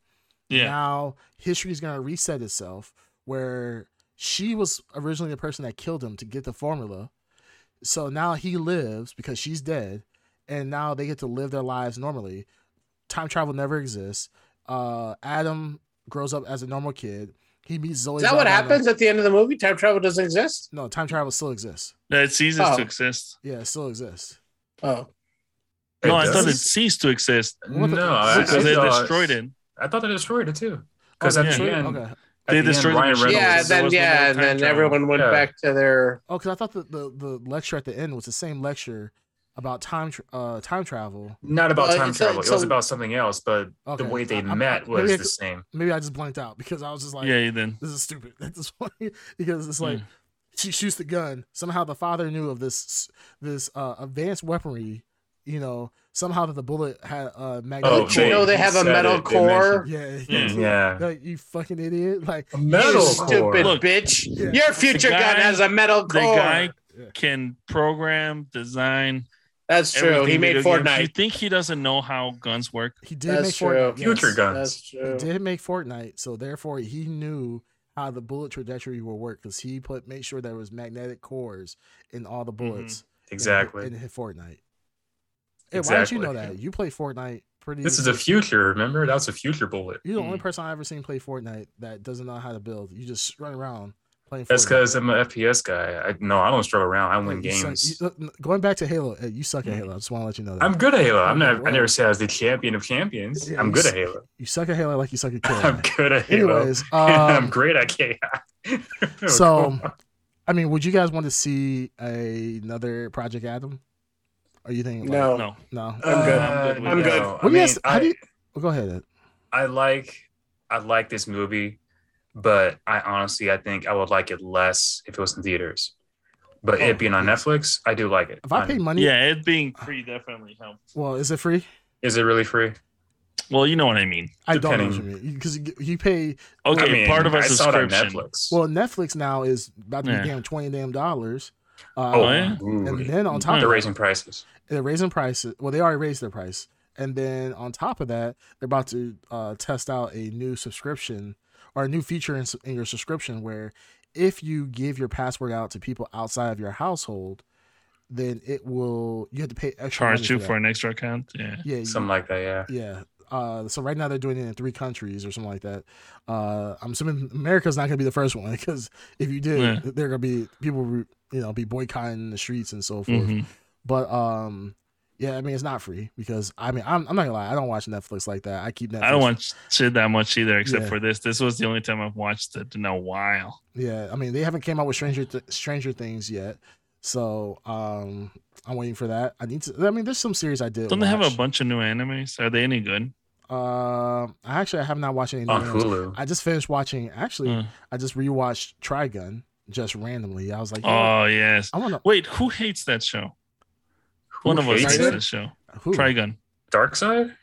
Speaker 4: Yeah.
Speaker 3: Now history is going to reset itself where she was originally the person that killed him to get the formula. So now he lives because she's dead, and now they get to live their lives normally. Time travel never exists. Uh, Adam grows up as a normal kid. He meets Zoe.
Speaker 2: Is that what
Speaker 3: Saldana.
Speaker 2: happens at the end of the movie? Time travel doesn't exist?
Speaker 3: No, time travel still exists.
Speaker 4: That ceases
Speaker 2: Oh.
Speaker 4: to exist.
Speaker 3: Yeah, it still exists.
Speaker 2: Oh.
Speaker 4: no, I
Speaker 1: does?
Speaker 4: thought it ceased to exist
Speaker 3: What the-
Speaker 1: no, I,
Speaker 3: What
Speaker 4: because they
Speaker 1: thought-
Speaker 4: destroyed it.
Speaker 1: I thought they destroyed it too.
Speaker 3: Oh,
Speaker 1: Because
Speaker 3: they
Speaker 1: at the
Speaker 3: destroyed it?
Speaker 1: end,
Speaker 3: okay.
Speaker 1: at
Speaker 4: They
Speaker 1: the end,
Speaker 4: destroyed the
Speaker 1: Ryan
Speaker 4: machine.
Speaker 1: Reynolds.
Speaker 2: Yeah,
Speaker 4: there
Speaker 2: then
Speaker 4: was no
Speaker 2: yeah,
Speaker 4: more
Speaker 2: and
Speaker 4: time
Speaker 2: then
Speaker 4: travel.
Speaker 2: everyone went
Speaker 1: Yeah.
Speaker 2: back to their
Speaker 3: Oh, because I thought the, the the lecture at the end was the same lecture about time tra- uh time travel.
Speaker 1: Not about
Speaker 2: Well,
Speaker 1: time
Speaker 2: it's a-
Speaker 1: travel.
Speaker 2: it's
Speaker 1: it was
Speaker 2: a-
Speaker 1: about something else, but
Speaker 3: Okay.
Speaker 1: the way they
Speaker 3: I- I-
Speaker 1: met
Speaker 3: maybe
Speaker 1: was
Speaker 3: I
Speaker 1: the
Speaker 3: could-
Speaker 1: same.
Speaker 3: Maybe I just blanked out because I was just like,
Speaker 4: yeah, Mm. you did. Hmm.
Speaker 3: this is stupid at this point because it's like
Speaker 4: Yeah.
Speaker 3: she shoots the gun. Somehow the father knew of this this uh advanced weaponry. You know, somehow that the bullet had uh magnetic.
Speaker 2: you
Speaker 1: man,
Speaker 2: know they
Speaker 1: he
Speaker 2: have a
Speaker 1: Oh, said
Speaker 2: metal
Speaker 1: it. They
Speaker 2: core?
Speaker 3: yeah,
Speaker 4: Yeah.
Speaker 1: mentioned- Yeah.
Speaker 3: Like, you fucking idiot! Like
Speaker 1: A
Speaker 2: You
Speaker 1: metal core.
Speaker 2: stupid
Speaker 4: Look,
Speaker 2: bitch.
Speaker 3: yeah.
Speaker 2: Your future
Speaker 4: guy-
Speaker 2: gun has a metal
Speaker 4: The
Speaker 2: core.
Speaker 4: guy
Speaker 3: Yeah.
Speaker 4: can program, design.
Speaker 2: That's true. He
Speaker 4: everything
Speaker 2: made
Speaker 4: video games. You
Speaker 2: Fortnite.
Speaker 4: think he doesn't know how guns work?
Speaker 3: he did
Speaker 2: That's
Speaker 3: make
Speaker 2: true.
Speaker 3: Fortnite.
Speaker 1: Future
Speaker 3: yes.
Speaker 1: guns.
Speaker 2: That's true.
Speaker 3: He did make Fortnite, so therefore he knew how the bullet trajectory will work because he put made sure there was magnetic cores in all the bullets. in-
Speaker 1: Exactly.
Speaker 3: In, hit Fortnite. Hey, why don't you
Speaker 1: Exactly.
Speaker 3: know that? You play Fortnite pretty.
Speaker 1: This is Mm. the future. Remember, that's a future bullet.
Speaker 3: You're the only person I've ever seen play Fortnite that doesn't know how to build. You just run around playing.
Speaker 1: That's
Speaker 3: Fortnite.
Speaker 1: because I'm an FPS guy. I, no, I don't struggle around. I
Speaker 3: Hey,
Speaker 1: win
Speaker 3: you suck-
Speaker 1: games. Mm.
Speaker 3: you- look, going back to Halo, hey, you suck at Halo. I just want to let you know that.
Speaker 1: I'm good at Halo. I'm
Speaker 3: Okay,
Speaker 1: not. I
Speaker 3: wow.
Speaker 1: never said I was the champion of champions.
Speaker 3: Yeah,
Speaker 1: I'm
Speaker 3: you
Speaker 1: good
Speaker 3: s-
Speaker 1: at Halo.
Speaker 3: you suck at Halo like you suck at
Speaker 1: I'm
Speaker 3: Halo.
Speaker 1: good at Halo.
Speaker 3: Anyways,
Speaker 1: I'm
Speaker 3: um,
Speaker 1: great at KI.
Speaker 3: so I mean, would you guys want to see a, another Project Adam? Are you thinking? like,
Speaker 2: No.
Speaker 4: No.
Speaker 3: no.
Speaker 2: I'm good.
Speaker 1: Uh,
Speaker 4: I'm good.
Speaker 1: no. I
Speaker 3: Well, yes,
Speaker 1: mean,
Speaker 3: how
Speaker 1: I-
Speaker 3: do you- well, go ahead. Ed.
Speaker 1: I like I like this movie, but I honestly I think I would like it less if it was in theaters. But
Speaker 3: Oh,
Speaker 1: it being on Netflix, I do like it.
Speaker 3: If I paid money,
Speaker 4: Yeah, it being free definitely helped.
Speaker 3: well, is it free?
Speaker 1: Is it really free?
Speaker 4: Well, you know what I mean.
Speaker 3: I don't know what you
Speaker 1: Depending.
Speaker 3: mean because you, you pay.
Speaker 4: Okay,
Speaker 1: I mean,
Speaker 4: part of a
Speaker 1: I saw it on
Speaker 4: subscription.
Speaker 1: Netflix.
Speaker 3: Well, Netflix now is about to be
Speaker 4: Yeah.
Speaker 3: damn twenty damn dollars. Uh,
Speaker 1: oh,
Speaker 4: yeah?
Speaker 1: ooh.
Speaker 3: and then on top
Speaker 1: they're
Speaker 3: of
Speaker 1: raising prices.
Speaker 3: they're raising prices. Well, they already raised their price, and then on top of that, they're about to uh, test out a new subscription or a new feature in, s- in your subscription where if you give your password out to people outside of your household, then it will you have to pay extra
Speaker 4: Charge you
Speaker 3: money
Speaker 4: for
Speaker 3: for that.
Speaker 4: an extra account. Yeah.
Speaker 3: yeah you-
Speaker 1: Something like that, yeah.
Speaker 3: yeah. Uh, so right now they're doing it in three countries or something like that. Uh, I'm assuming America's not going to be the first one because if you did,
Speaker 4: Yeah.
Speaker 3: there are going to be people, re- you know, be boycotting the streets and so forth.
Speaker 4: Mhm.
Speaker 3: But um, yeah, I mean it's not free because I mean I'm, I'm not gonna lie, I don't watch Netflix like that. I keep Netflix.
Speaker 4: I don't watch shit that much either, except
Speaker 3: Yeah.
Speaker 4: for this. This was the only time I've watched it in a while.
Speaker 3: Yeah, I mean they haven't came out with Stranger Th- Stranger Things yet, so um, I'm waiting for that. I need to. I mean, there's some series I did.
Speaker 4: Don't they have a
Speaker 3: watch.
Speaker 4: bunch of new animes? Are they any good?
Speaker 3: Um, I actually have not watched any.
Speaker 4: Oh,
Speaker 1: On
Speaker 3: new ones.
Speaker 1: Hulu.
Speaker 3: I just finished watching. Actually,
Speaker 4: Uh,
Speaker 3: I just rewatched Trigun just randomly. I was like, you know,
Speaker 4: oh yes.
Speaker 3: I want to.
Speaker 4: Wait, who hates that show? One of us
Speaker 1: hates
Speaker 4: hates
Speaker 1: it?
Speaker 4: that show.
Speaker 3: Who?
Speaker 4: Trigun.
Speaker 1: Dark Side?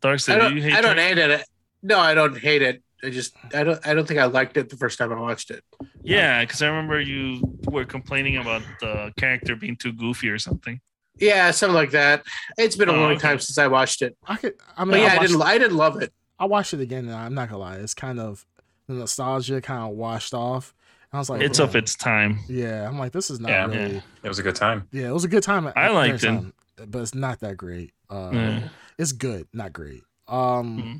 Speaker 4: Dark
Speaker 2: I
Speaker 4: Side. Do
Speaker 2: don't,
Speaker 4: you hate
Speaker 2: I don't
Speaker 4: Trigun?
Speaker 2: hate it. No, I don't hate it. I just I don't I don't think I liked it the first time I watched it.
Speaker 4: Yeah, because I remember you were complaining about the character being too goofy or something.
Speaker 2: Yeah, something like that. It's been a
Speaker 4: Oh,
Speaker 2: long
Speaker 4: okay.
Speaker 2: time since I watched it.
Speaker 3: I could. I mean,
Speaker 2: But yeah,
Speaker 3: I,
Speaker 2: I
Speaker 3: watched,
Speaker 2: didn't I didn't love it.
Speaker 3: I watched it again, and I'm not gonna lie, it's kind of the nostalgia kind of washed off. And I was like,
Speaker 4: It's
Speaker 3: "Man,
Speaker 4: of its time.
Speaker 3: Yeah, I'm like, this is not
Speaker 1: Yeah.
Speaker 3: really. Yeah.
Speaker 1: It was a good time.
Speaker 3: it was a good time. at-
Speaker 4: I
Speaker 3: at the
Speaker 4: liked
Speaker 3: same time, but it's not that great. Uh,
Speaker 4: Yeah.
Speaker 3: It's good, not great. Um,
Speaker 4: Mm-hmm.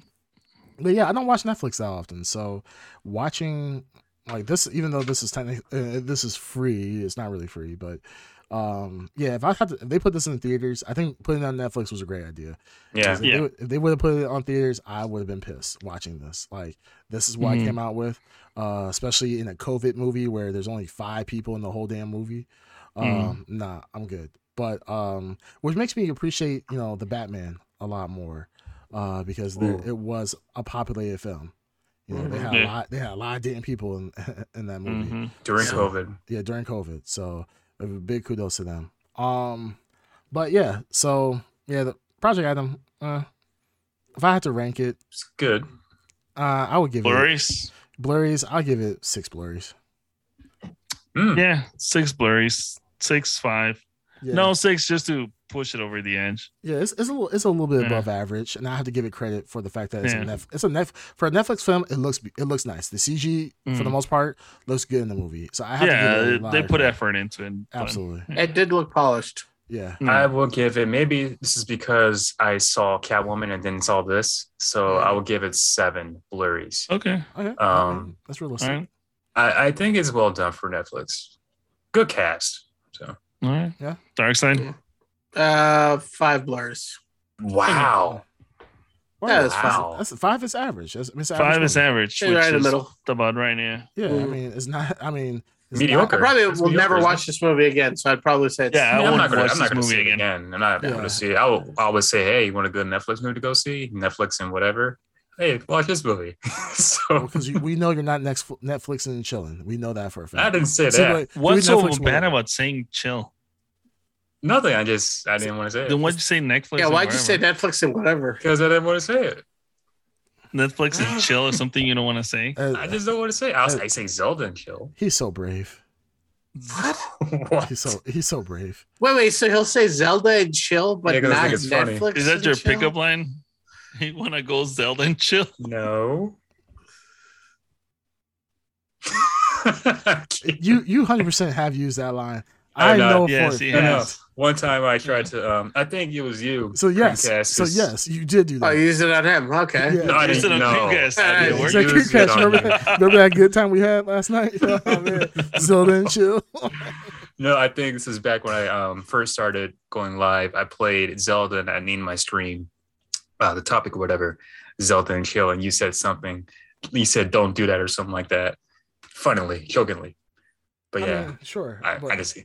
Speaker 3: but yeah, I don't watch Netflix that often, so watching like this, even though this is technically uh, this is free, it's not really free, but um, yeah, if I had to, if they put this in theaters, I think putting it on Netflix was a great idea. 'Cause
Speaker 1: Yeah.
Speaker 3: If,
Speaker 4: Yeah.
Speaker 3: They would, if they would have put it on theaters, I would have been pissed watching this. Like, this is what
Speaker 1: Mm-hmm.
Speaker 4: Mhm.
Speaker 3: I came out with, uh, especially in a COVID movie where there's only five people in the whole damn movie.
Speaker 1: Mm-hmm.
Speaker 3: Um, Nah, I'm good. But um, which makes me appreciate you know the Batman a lot more, uh, because there,
Speaker 1: Ooh. Mm-hmm.
Speaker 3: it was a populated film. You know, they had a
Speaker 4: Yeah.
Speaker 3: lot. They had a lot of damn people in in that movie
Speaker 4: Mhm.
Speaker 1: During
Speaker 3: So-
Speaker 1: COVID.
Speaker 3: yeah during covid so uh, big kudos to them um but yeah so yeah the project adam uh if i had to rank it
Speaker 1: It's good.
Speaker 3: uh i would give
Speaker 4: Blurries.
Speaker 3: it blurries i'll give it six blurries
Speaker 1: Mm.
Speaker 2: Hmm.
Speaker 4: Yeah, six blurries, six five.
Speaker 3: Yeah.
Speaker 4: No six just to push it over the edge.
Speaker 3: Yeah, it's, it's a little it's a little bit
Speaker 4: Yeah.
Speaker 3: above average, and I have to give it credit for the fact that it's a
Speaker 4: Yeah.
Speaker 3: Netf- it's a Netf- for a Netflix film. It looks it looks nice. The CG for the
Speaker 4: Mhm.
Speaker 3: most part looks good in the movie, so I have to
Speaker 4: Yeah,
Speaker 3: give it a
Speaker 4: they-
Speaker 3: lot
Speaker 4: they
Speaker 3: of
Speaker 4: put
Speaker 3: credit.
Speaker 4: effort into it. but-
Speaker 3: absolutely.
Speaker 2: It did look polished.
Speaker 3: Yeah,
Speaker 4: Mm.
Speaker 1: I will give it. Maybe this is because I saw Catwoman and then saw this, so I will give it seven blurries.
Speaker 4: okay.
Speaker 3: okay,
Speaker 1: Um,
Speaker 3: that's realistic.
Speaker 4: All right.
Speaker 1: I, I think it's well done for Netflix. Good cast. So
Speaker 4: All right.
Speaker 3: Yeah.
Speaker 4: Dark side.
Speaker 2: Uh, five blurs.
Speaker 1: wow,
Speaker 2: Yeah, that's fine.
Speaker 1: wow.
Speaker 3: That's five is average. That's, it's an
Speaker 4: Five
Speaker 3: average
Speaker 4: is
Speaker 3: movie.
Speaker 4: average.
Speaker 2: Right
Speaker 4: which
Speaker 2: in the
Speaker 4: is
Speaker 2: middle.
Speaker 4: about right now.
Speaker 3: Yeah, I
Speaker 2: Mm.
Speaker 3: mean it's not. I mean it's
Speaker 1: Mediocre.
Speaker 2: I probably
Speaker 1: It's
Speaker 2: will never
Speaker 1: mediocre, isn't
Speaker 2: watch this movie again, so I'd probably say it's,
Speaker 4: Yeah, I
Speaker 1: I am
Speaker 4: wouldn't
Speaker 1: not gonna,
Speaker 4: watch
Speaker 1: I'm not
Speaker 4: this
Speaker 1: gonna
Speaker 4: movie
Speaker 1: see it
Speaker 4: again.
Speaker 1: again. I'm not
Speaker 3: Yeah.
Speaker 1: gonna see it. I will always say, hey, you want a good Netflix movie to go see? Netflix and whatever. Hey, watch this movie. so
Speaker 3: because we know you're not next Netflix and chilling. We know that for a fact.
Speaker 1: I didn't say
Speaker 3: See,
Speaker 1: that.
Speaker 3: like, we
Speaker 4: What's so
Speaker 3: Netflix
Speaker 4: bad
Speaker 3: will-
Speaker 4: about saying chill?
Speaker 1: Nothing. I just I didn't want to say
Speaker 4: Then
Speaker 1: it
Speaker 4: why'd you say Netflix?
Speaker 2: yeah.
Speaker 4: and
Speaker 2: Why'd you say
Speaker 4: whatever?
Speaker 2: Netflix and whatever?
Speaker 1: because I didn't want to say it.
Speaker 4: Netflix and chill is something you don't want to say?
Speaker 3: Uh,
Speaker 1: I just don't want to say. It. I'll I say Zelda and chill.
Speaker 3: he's so brave.
Speaker 1: what?
Speaker 3: He's so he's so brave.
Speaker 2: Wait, wait. So he'll say Zelda and chill, but
Speaker 1: Yeah, 'cause I
Speaker 2: not
Speaker 1: think it's funny.
Speaker 2: Netflix.
Speaker 4: Is that
Speaker 2: and
Speaker 4: your
Speaker 2: chill?
Speaker 4: pickup line? You want to go Zelda and chill?
Speaker 1: No.
Speaker 3: You you hundred percent have used that line.
Speaker 1: I
Speaker 3: I
Speaker 1: know.
Speaker 3: know for
Speaker 4: Yes,
Speaker 3: a
Speaker 4: he
Speaker 1: I know.
Speaker 4: has.
Speaker 1: One time I tried to. Um, I think it was you.
Speaker 3: So yes,
Speaker 1: Dreamcast,
Speaker 3: so
Speaker 1: 'cause-
Speaker 3: yes, you did do
Speaker 2: Oh,
Speaker 3: that.
Speaker 2: you use it on him. Okay.
Speaker 3: Yeah.
Speaker 1: No, I
Speaker 4: Use
Speaker 1: didn't
Speaker 4: it on
Speaker 1: know.
Speaker 4: Dreamcast.
Speaker 1: I
Speaker 2: Yeah,
Speaker 1: didn't
Speaker 2: you
Speaker 1: work.
Speaker 3: Is that
Speaker 1: It
Speaker 3: King
Speaker 1: was good
Speaker 3: Cash?
Speaker 1: on
Speaker 3: remember,
Speaker 1: you.
Speaker 3: that, remember that good time we had last night? Oh, man. Zelda and chill.
Speaker 1: No, I think this is back when I um, first started going live. I played Zelda and I named my stream, uh, the topic or whatever, Zelda and Chill. And you said something. You said, don't do that or something like that. Funnily, jokingly. But
Speaker 3: I
Speaker 1: yeah,
Speaker 3: mean, sure.
Speaker 1: I,
Speaker 3: but,
Speaker 1: I just,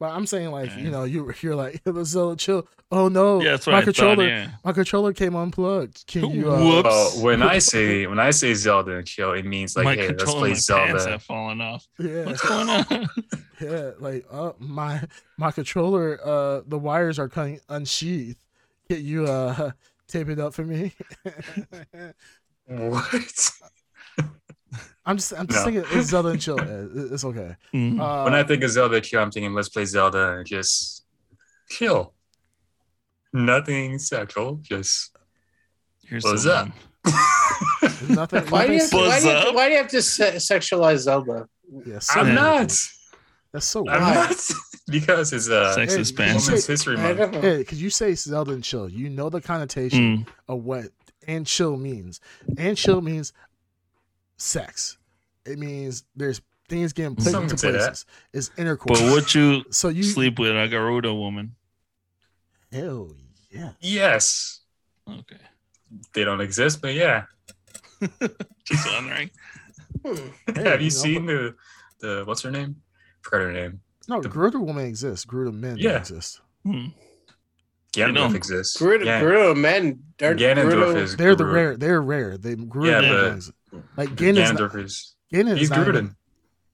Speaker 3: but I'm saying like
Speaker 4: Yeah.
Speaker 3: you know you you're like Zelda and chill. Oh no,
Speaker 4: Yeah, that's what
Speaker 3: my
Speaker 4: I
Speaker 3: controller
Speaker 4: thought. Yeah.
Speaker 3: my controller came unplugged. Can you? Uh,
Speaker 4: Whoops.
Speaker 1: well, when I say, when I say Zelda and Chill, it means like,
Speaker 4: my
Speaker 1: hey, let's
Speaker 4: controller
Speaker 1: play
Speaker 4: my pants
Speaker 1: Zelda.
Speaker 4: have fallen off.
Speaker 3: yeah,
Speaker 4: What's going on?
Speaker 3: yeah. Like uh, my my controller. Uh, the wires are coming unsheathed. Can you uh tape it up for me?
Speaker 1: What?
Speaker 3: I'm just I'm
Speaker 1: No.
Speaker 3: just thinking it's Zelda and chill. It- It's okay.
Speaker 4: Mm.
Speaker 3: Uh,
Speaker 1: when I think of Zelda Q, I'm thinking let's play Zelda and just chill. Nothing sexual, just
Speaker 4: Here's
Speaker 1: what's
Speaker 4: the
Speaker 1: up?
Speaker 4: one.
Speaker 3: nothing.
Speaker 2: Why do you have to, why do you have
Speaker 3: nothing-
Speaker 2: to,
Speaker 4: Buzz
Speaker 2: why do you have to se- sexualize Zelda?
Speaker 3: Yeah, so
Speaker 1: I'm
Speaker 4: Yeah.
Speaker 1: not.
Speaker 3: That's so
Speaker 1: I'm
Speaker 3: weird.
Speaker 2: Why?
Speaker 1: not because it's uh,
Speaker 4: Sex
Speaker 3: hey,
Speaker 4: is banned.
Speaker 3: you
Speaker 1: Women's
Speaker 3: say-
Speaker 1: History
Speaker 2: I
Speaker 1: Month.
Speaker 2: don't know.
Speaker 3: Hey, because you say Zelda and chill, you know the connotation
Speaker 4: Mm.
Speaker 3: of what and chill means. And chill means sex. It means there's things getting put
Speaker 1: Some
Speaker 3: into
Speaker 1: can say that.
Speaker 3: places. It's intercourse.
Speaker 4: But would you
Speaker 3: so you
Speaker 4: sleep with a Garuda woman?
Speaker 3: Hell yeah.
Speaker 1: Yes,
Speaker 4: Okay.
Speaker 1: they don't exist, but yeah.
Speaker 4: Just wondering.
Speaker 2: Hmm.
Speaker 3: Hey,
Speaker 1: Have you
Speaker 3: know,
Speaker 1: seen the the what's her name? Forgot her name.
Speaker 3: No, Gruder woman exists. Gruder men
Speaker 1: Yeah.
Speaker 3: don't exist.
Speaker 4: Hmm.
Speaker 1: Ganondorf
Speaker 4: know.
Speaker 1: exists.
Speaker 2: Gruda,
Speaker 1: Gan-
Speaker 2: Gruda, man, they're-
Speaker 1: Ganondorf
Speaker 2: Gruda-
Speaker 1: is
Speaker 3: They're the
Speaker 1: Gru-
Speaker 3: rare. They're rare. They Gruder
Speaker 1: Yeah,
Speaker 3: men
Speaker 1: but-
Speaker 3: don't exist. Like Ganon's not,
Speaker 1: Ganondorf is
Speaker 3: Ganon
Speaker 1: he's
Speaker 3: is not
Speaker 1: Gruden.
Speaker 3: even-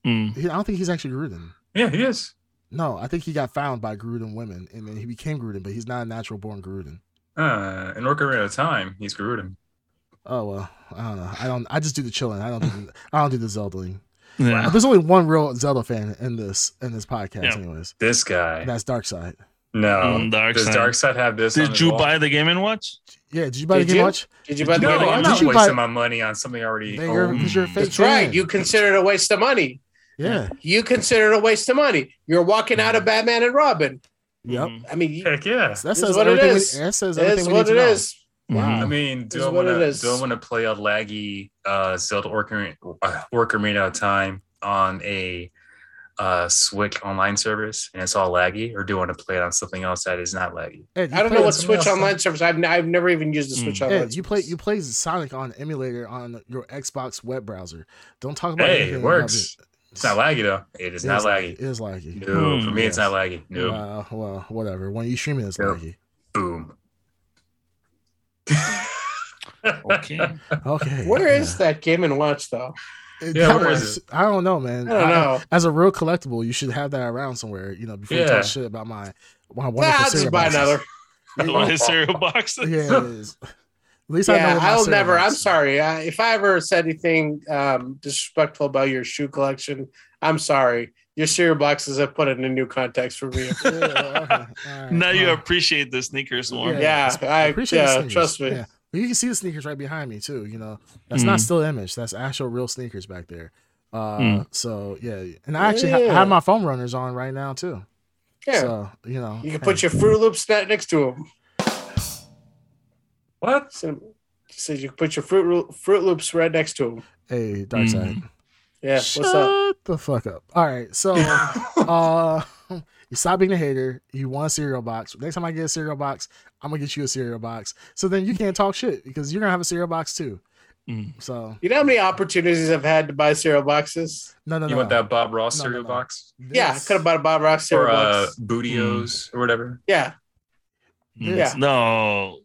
Speaker 4: Mm.
Speaker 3: he- I don't think he's actually Gruden.
Speaker 1: Yeah, he is.
Speaker 3: No, I think he got found by Gruden women, and then he became Gruden, but he's not a natural born Gruden.
Speaker 1: Uh, in Orca of Time, he's Gruden.
Speaker 3: Oh well, I don't know. I don't. I just do the chilling. I don't. Do the, I don't do the Zeldaing.
Speaker 4: Yeah.
Speaker 3: There's only one real Zelda fan in this in this podcast,
Speaker 4: Yeah.
Speaker 3: anyways.
Speaker 1: This guy.
Speaker 3: And that's Dark Side.
Speaker 1: no.
Speaker 4: Mm, Darkseid.
Speaker 1: Does Darkseid have this? on
Speaker 4: Did
Speaker 1: his
Speaker 4: you
Speaker 1: wall?
Speaker 4: buy the Game and Watch?
Speaker 3: Yeah, did you buy
Speaker 2: Did
Speaker 3: the game
Speaker 2: you?
Speaker 3: watch?
Speaker 2: Did you buy the
Speaker 1: No,
Speaker 2: Game
Speaker 1: I'm
Speaker 2: Watch?
Speaker 3: Did
Speaker 1: not
Speaker 3: you
Speaker 1: wasting my
Speaker 3: buy-
Speaker 1: money on something I already
Speaker 3: They
Speaker 1: own.
Speaker 3: are- 'cause you're a fake
Speaker 2: Oh, mm. That's right.
Speaker 3: fan.
Speaker 2: You consider it a waste of money.
Speaker 3: yeah.
Speaker 2: You consider it a waste of money. You're walking out of Batman and Robin.
Speaker 3: Yep.
Speaker 4: Mm.
Speaker 2: I mean,
Speaker 1: Heck yeah.
Speaker 3: That
Speaker 2: This
Speaker 3: says
Speaker 2: is what it
Speaker 3: everything.
Speaker 2: is.
Speaker 3: We, that says
Speaker 2: it is
Speaker 3: everything. we
Speaker 2: what
Speaker 3: need
Speaker 2: it
Speaker 3: to know.
Speaker 2: is. Mm.
Speaker 1: I
Speaker 3: Wow.
Speaker 1: mean,
Speaker 2: Is
Speaker 1: do I
Speaker 2: what
Speaker 1: want
Speaker 2: it
Speaker 1: to
Speaker 2: is.
Speaker 1: do I want to play a laggy uh, Zelda Orc, uh, Orc Arena of Time on a uh, Switch online service and it's all laggy, or do I want to play it on something else that is not laggy?
Speaker 3: Ed, you
Speaker 2: I don't
Speaker 3: play
Speaker 2: know what
Speaker 3: something
Speaker 2: Switch
Speaker 3: else,
Speaker 2: Online service. I've, I've never even used the
Speaker 4: Mm.
Speaker 2: Switch
Speaker 3: though.
Speaker 2: Online.
Speaker 3: Ed, you play you play Sonic on emulator on your Xbox web browser. Don't talk about
Speaker 1: Hey,
Speaker 3: anything
Speaker 1: it
Speaker 3: about
Speaker 1: works. It's not laggy though. It is
Speaker 3: It
Speaker 1: not
Speaker 3: is
Speaker 1: laggy.
Speaker 3: It is laggy.
Speaker 1: No,
Speaker 4: Hmm.
Speaker 1: for me, it's
Speaker 3: Yes.
Speaker 1: not laggy. No,
Speaker 3: Wow. Well, whatever. When you stream it, it's
Speaker 1: Nope.
Speaker 3: laggy.
Speaker 1: boom.
Speaker 4: Okay.
Speaker 3: Okay.
Speaker 2: Where
Speaker 3: yeah.
Speaker 2: is that Game and Watch though?
Speaker 3: It-
Speaker 1: Yeah,
Speaker 3: that
Speaker 1: where
Speaker 3: was-
Speaker 1: is
Speaker 3: I don't know, man.
Speaker 2: I don't know.
Speaker 3: As a real collectible, you should have that around somewhere. You know, before you
Speaker 1: Yeah.
Speaker 3: talk shit about my my wonderful
Speaker 2: Nah, I'll
Speaker 3: cereal
Speaker 2: Ah, just buy
Speaker 3: boxes.
Speaker 2: another.
Speaker 4: One of his cereal boxes.
Speaker 3: Yeah, it is. least I
Speaker 2: yeah,
Speaker 3: know. what my
Speaker 2: I'll
Speaker 3: cereal
Speaker 2: never. I'm
Speaker 3: is.
Speaker 2: sorry. I, if I ever said anything um, disrespectful about your shoe collection, I'm sorry. Your cereal boxes have put it in a new context for me.
Speaker 3: Yeah, okay, all right.
Speaker 4: Now you
Speaker 3: Uh,
Speaker 4: appreciate the sneakers more.
Speaker 2: Yeah, I
Speaker 3: the
Speaker 2: yeah,
Speaker 3: sneakers.
Speaker 2: trust me. Hmm.
Speaker 3: Yeah. But You can see the sneakers right behind me too. You know, that's not still image. That's actual real sneakers back there. Uh, so yeah, and I actually ha-
Speaker 2: Yeah.
Speaker 3: have my phone runners on right now too.
Speaker 2: Yeah,
Speaker 3: So you know,
Speaker 2: you can
Speaker 3: hey,
Speaker 2: put your Fruit Loops snack next to them.
Speaker 1: What?
Speaker 2: Says you can put your Fruit Loo- Fruit Loops right next to them.
Speaker 3: hey dark side.
Speaker 2: Mm-hmm. Yeah, what's up?
Speaker 3: the fuck up. All right, so uh, you stop being a hater. You want a cereal box. Next time I get a cereal box, I'm gonna get you a cereal box. So then you can't talk shit because you're gonna have a cereal box too.
Speaker 4: Mm.
Speaker 3: So
Speaker 2: You know how many opportunities I've had to buy cereal boxes?
Speaker 3: no, no,
Speaker 1: You
Speaker 3: no.
Speaker 1: want that Bob Ross
Speaker 3: No, no,
Speaker 1: cereal
Speaker 3: no.
Speaker 1: box
Speaker 2: Yeah, I
Speaker 3: This-
Speaker 2: could have bought a Bob Ross
Speaker 1: or
Speaker 2: cereal
Speaker 1: uh,
Speaker 2: box.
Speaker 1: Bootios or whatever?
Speaker 2: Yeah,
Speaker 4: Mm.
Speaker 2: Yeah.
Speaker 4: No,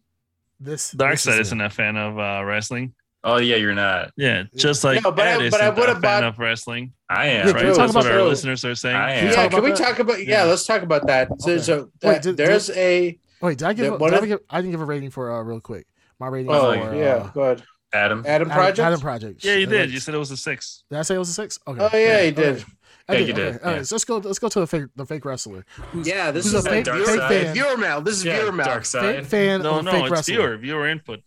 Speaker 3: This
Speaker 4: Dark
Speaker 3: this
Speaker 4: Side
Speaker 3: is
Speaker 4: isn't a fan of uh, wrestling.
Speaker 1: Oh yeah, you're not.
Speaker 4: Yeah, just like
Speaker 2: No, but I-
Speaker 4: Ed
Speaker 2: but I
Speaker 4: isn't
Speaker 2: would've
Speaker 4: a fan
Speaker 2: bought-
Speaker 4: of wrestling.
Speaker 1: I
Speaker 3: Yeah,
Speaker 1: am.
Speaker 3: can
Speaker 4: Right?
Speaker 3: we
Speaker 4: That's
Speaker 3: talk
Speaker 4: what
Speaker 3: about
Speaker 4: our
Speaker 2: the-
Speaker 4: listeners are saying.
Speaker 1: I
Speaker 3: we
Speaker 1: am.
Speaker 3: talk
Speaker 2: yeah. Can
Speaker 3: about
Speaker 2: we
Speaker 3: that?
Speaker 2: talk about? Yeah,
Speaker 4: Yeah.
Speaker 2: let's talk about that. There's a
Speaker 3: Wait, did-
Speaker 2: there's a
Speaker 3: Wait, did I give?
Speaker 2: Yeah,
Speaker 3: a-
Speaker 2: what
Speaker 3: did I,
Speaker 2: if-
Speaker 3: give I didn't give a rating for uh, real quick. My rating.
Speaker 1: Oh,
Speaker 3: for,
Speaker 2: yeah.
Speaker 3: uh,
Speaker 2: Go ahead,
Speaker 1: Adam.
Speaker 2: Adam
Speaker 3: Adam-
Speaker 2: Project.
Speaker 3: Adam Project.
Speaker 4: Yeah, you
Speaker 3: Uh,
Speaker 4: did. You said it was a six.
Speaker 3: Did I say it was a six? Okay.
Speaker 2: Oh yeah, he did.
Speaker 3: I
Speaker 1: Yeah, you did,
Speaker 3: okay. All
Speaker 1: yeah.
Speaker 3: right, so let's go. Let's go to the fake, the fake wrestler. Who's
Speaker 2: Yeah, this
Speaker 3: who's
Speaker 2: is
Speaker 3: a
Speaker 2: a
Speaker 3: fake,
Speaker 1: dark
Speaker 2: viewer,
Speaker 3: fake
Speaker 1: side.
Speaker 3: fan.
Speaker 2: viewer mail. This is viewer mail.
Speaker 1: dark
Speaker 3: Fake
Speaker 1: side.
Speaker 3: fan.
Speaker 4: No,
Speaker 3: of
Speaker 4: no,
Speaker 3: fake
Speaker 4: it's
Speaker 3: wrestler.
Speaker 4: viewer viewer input.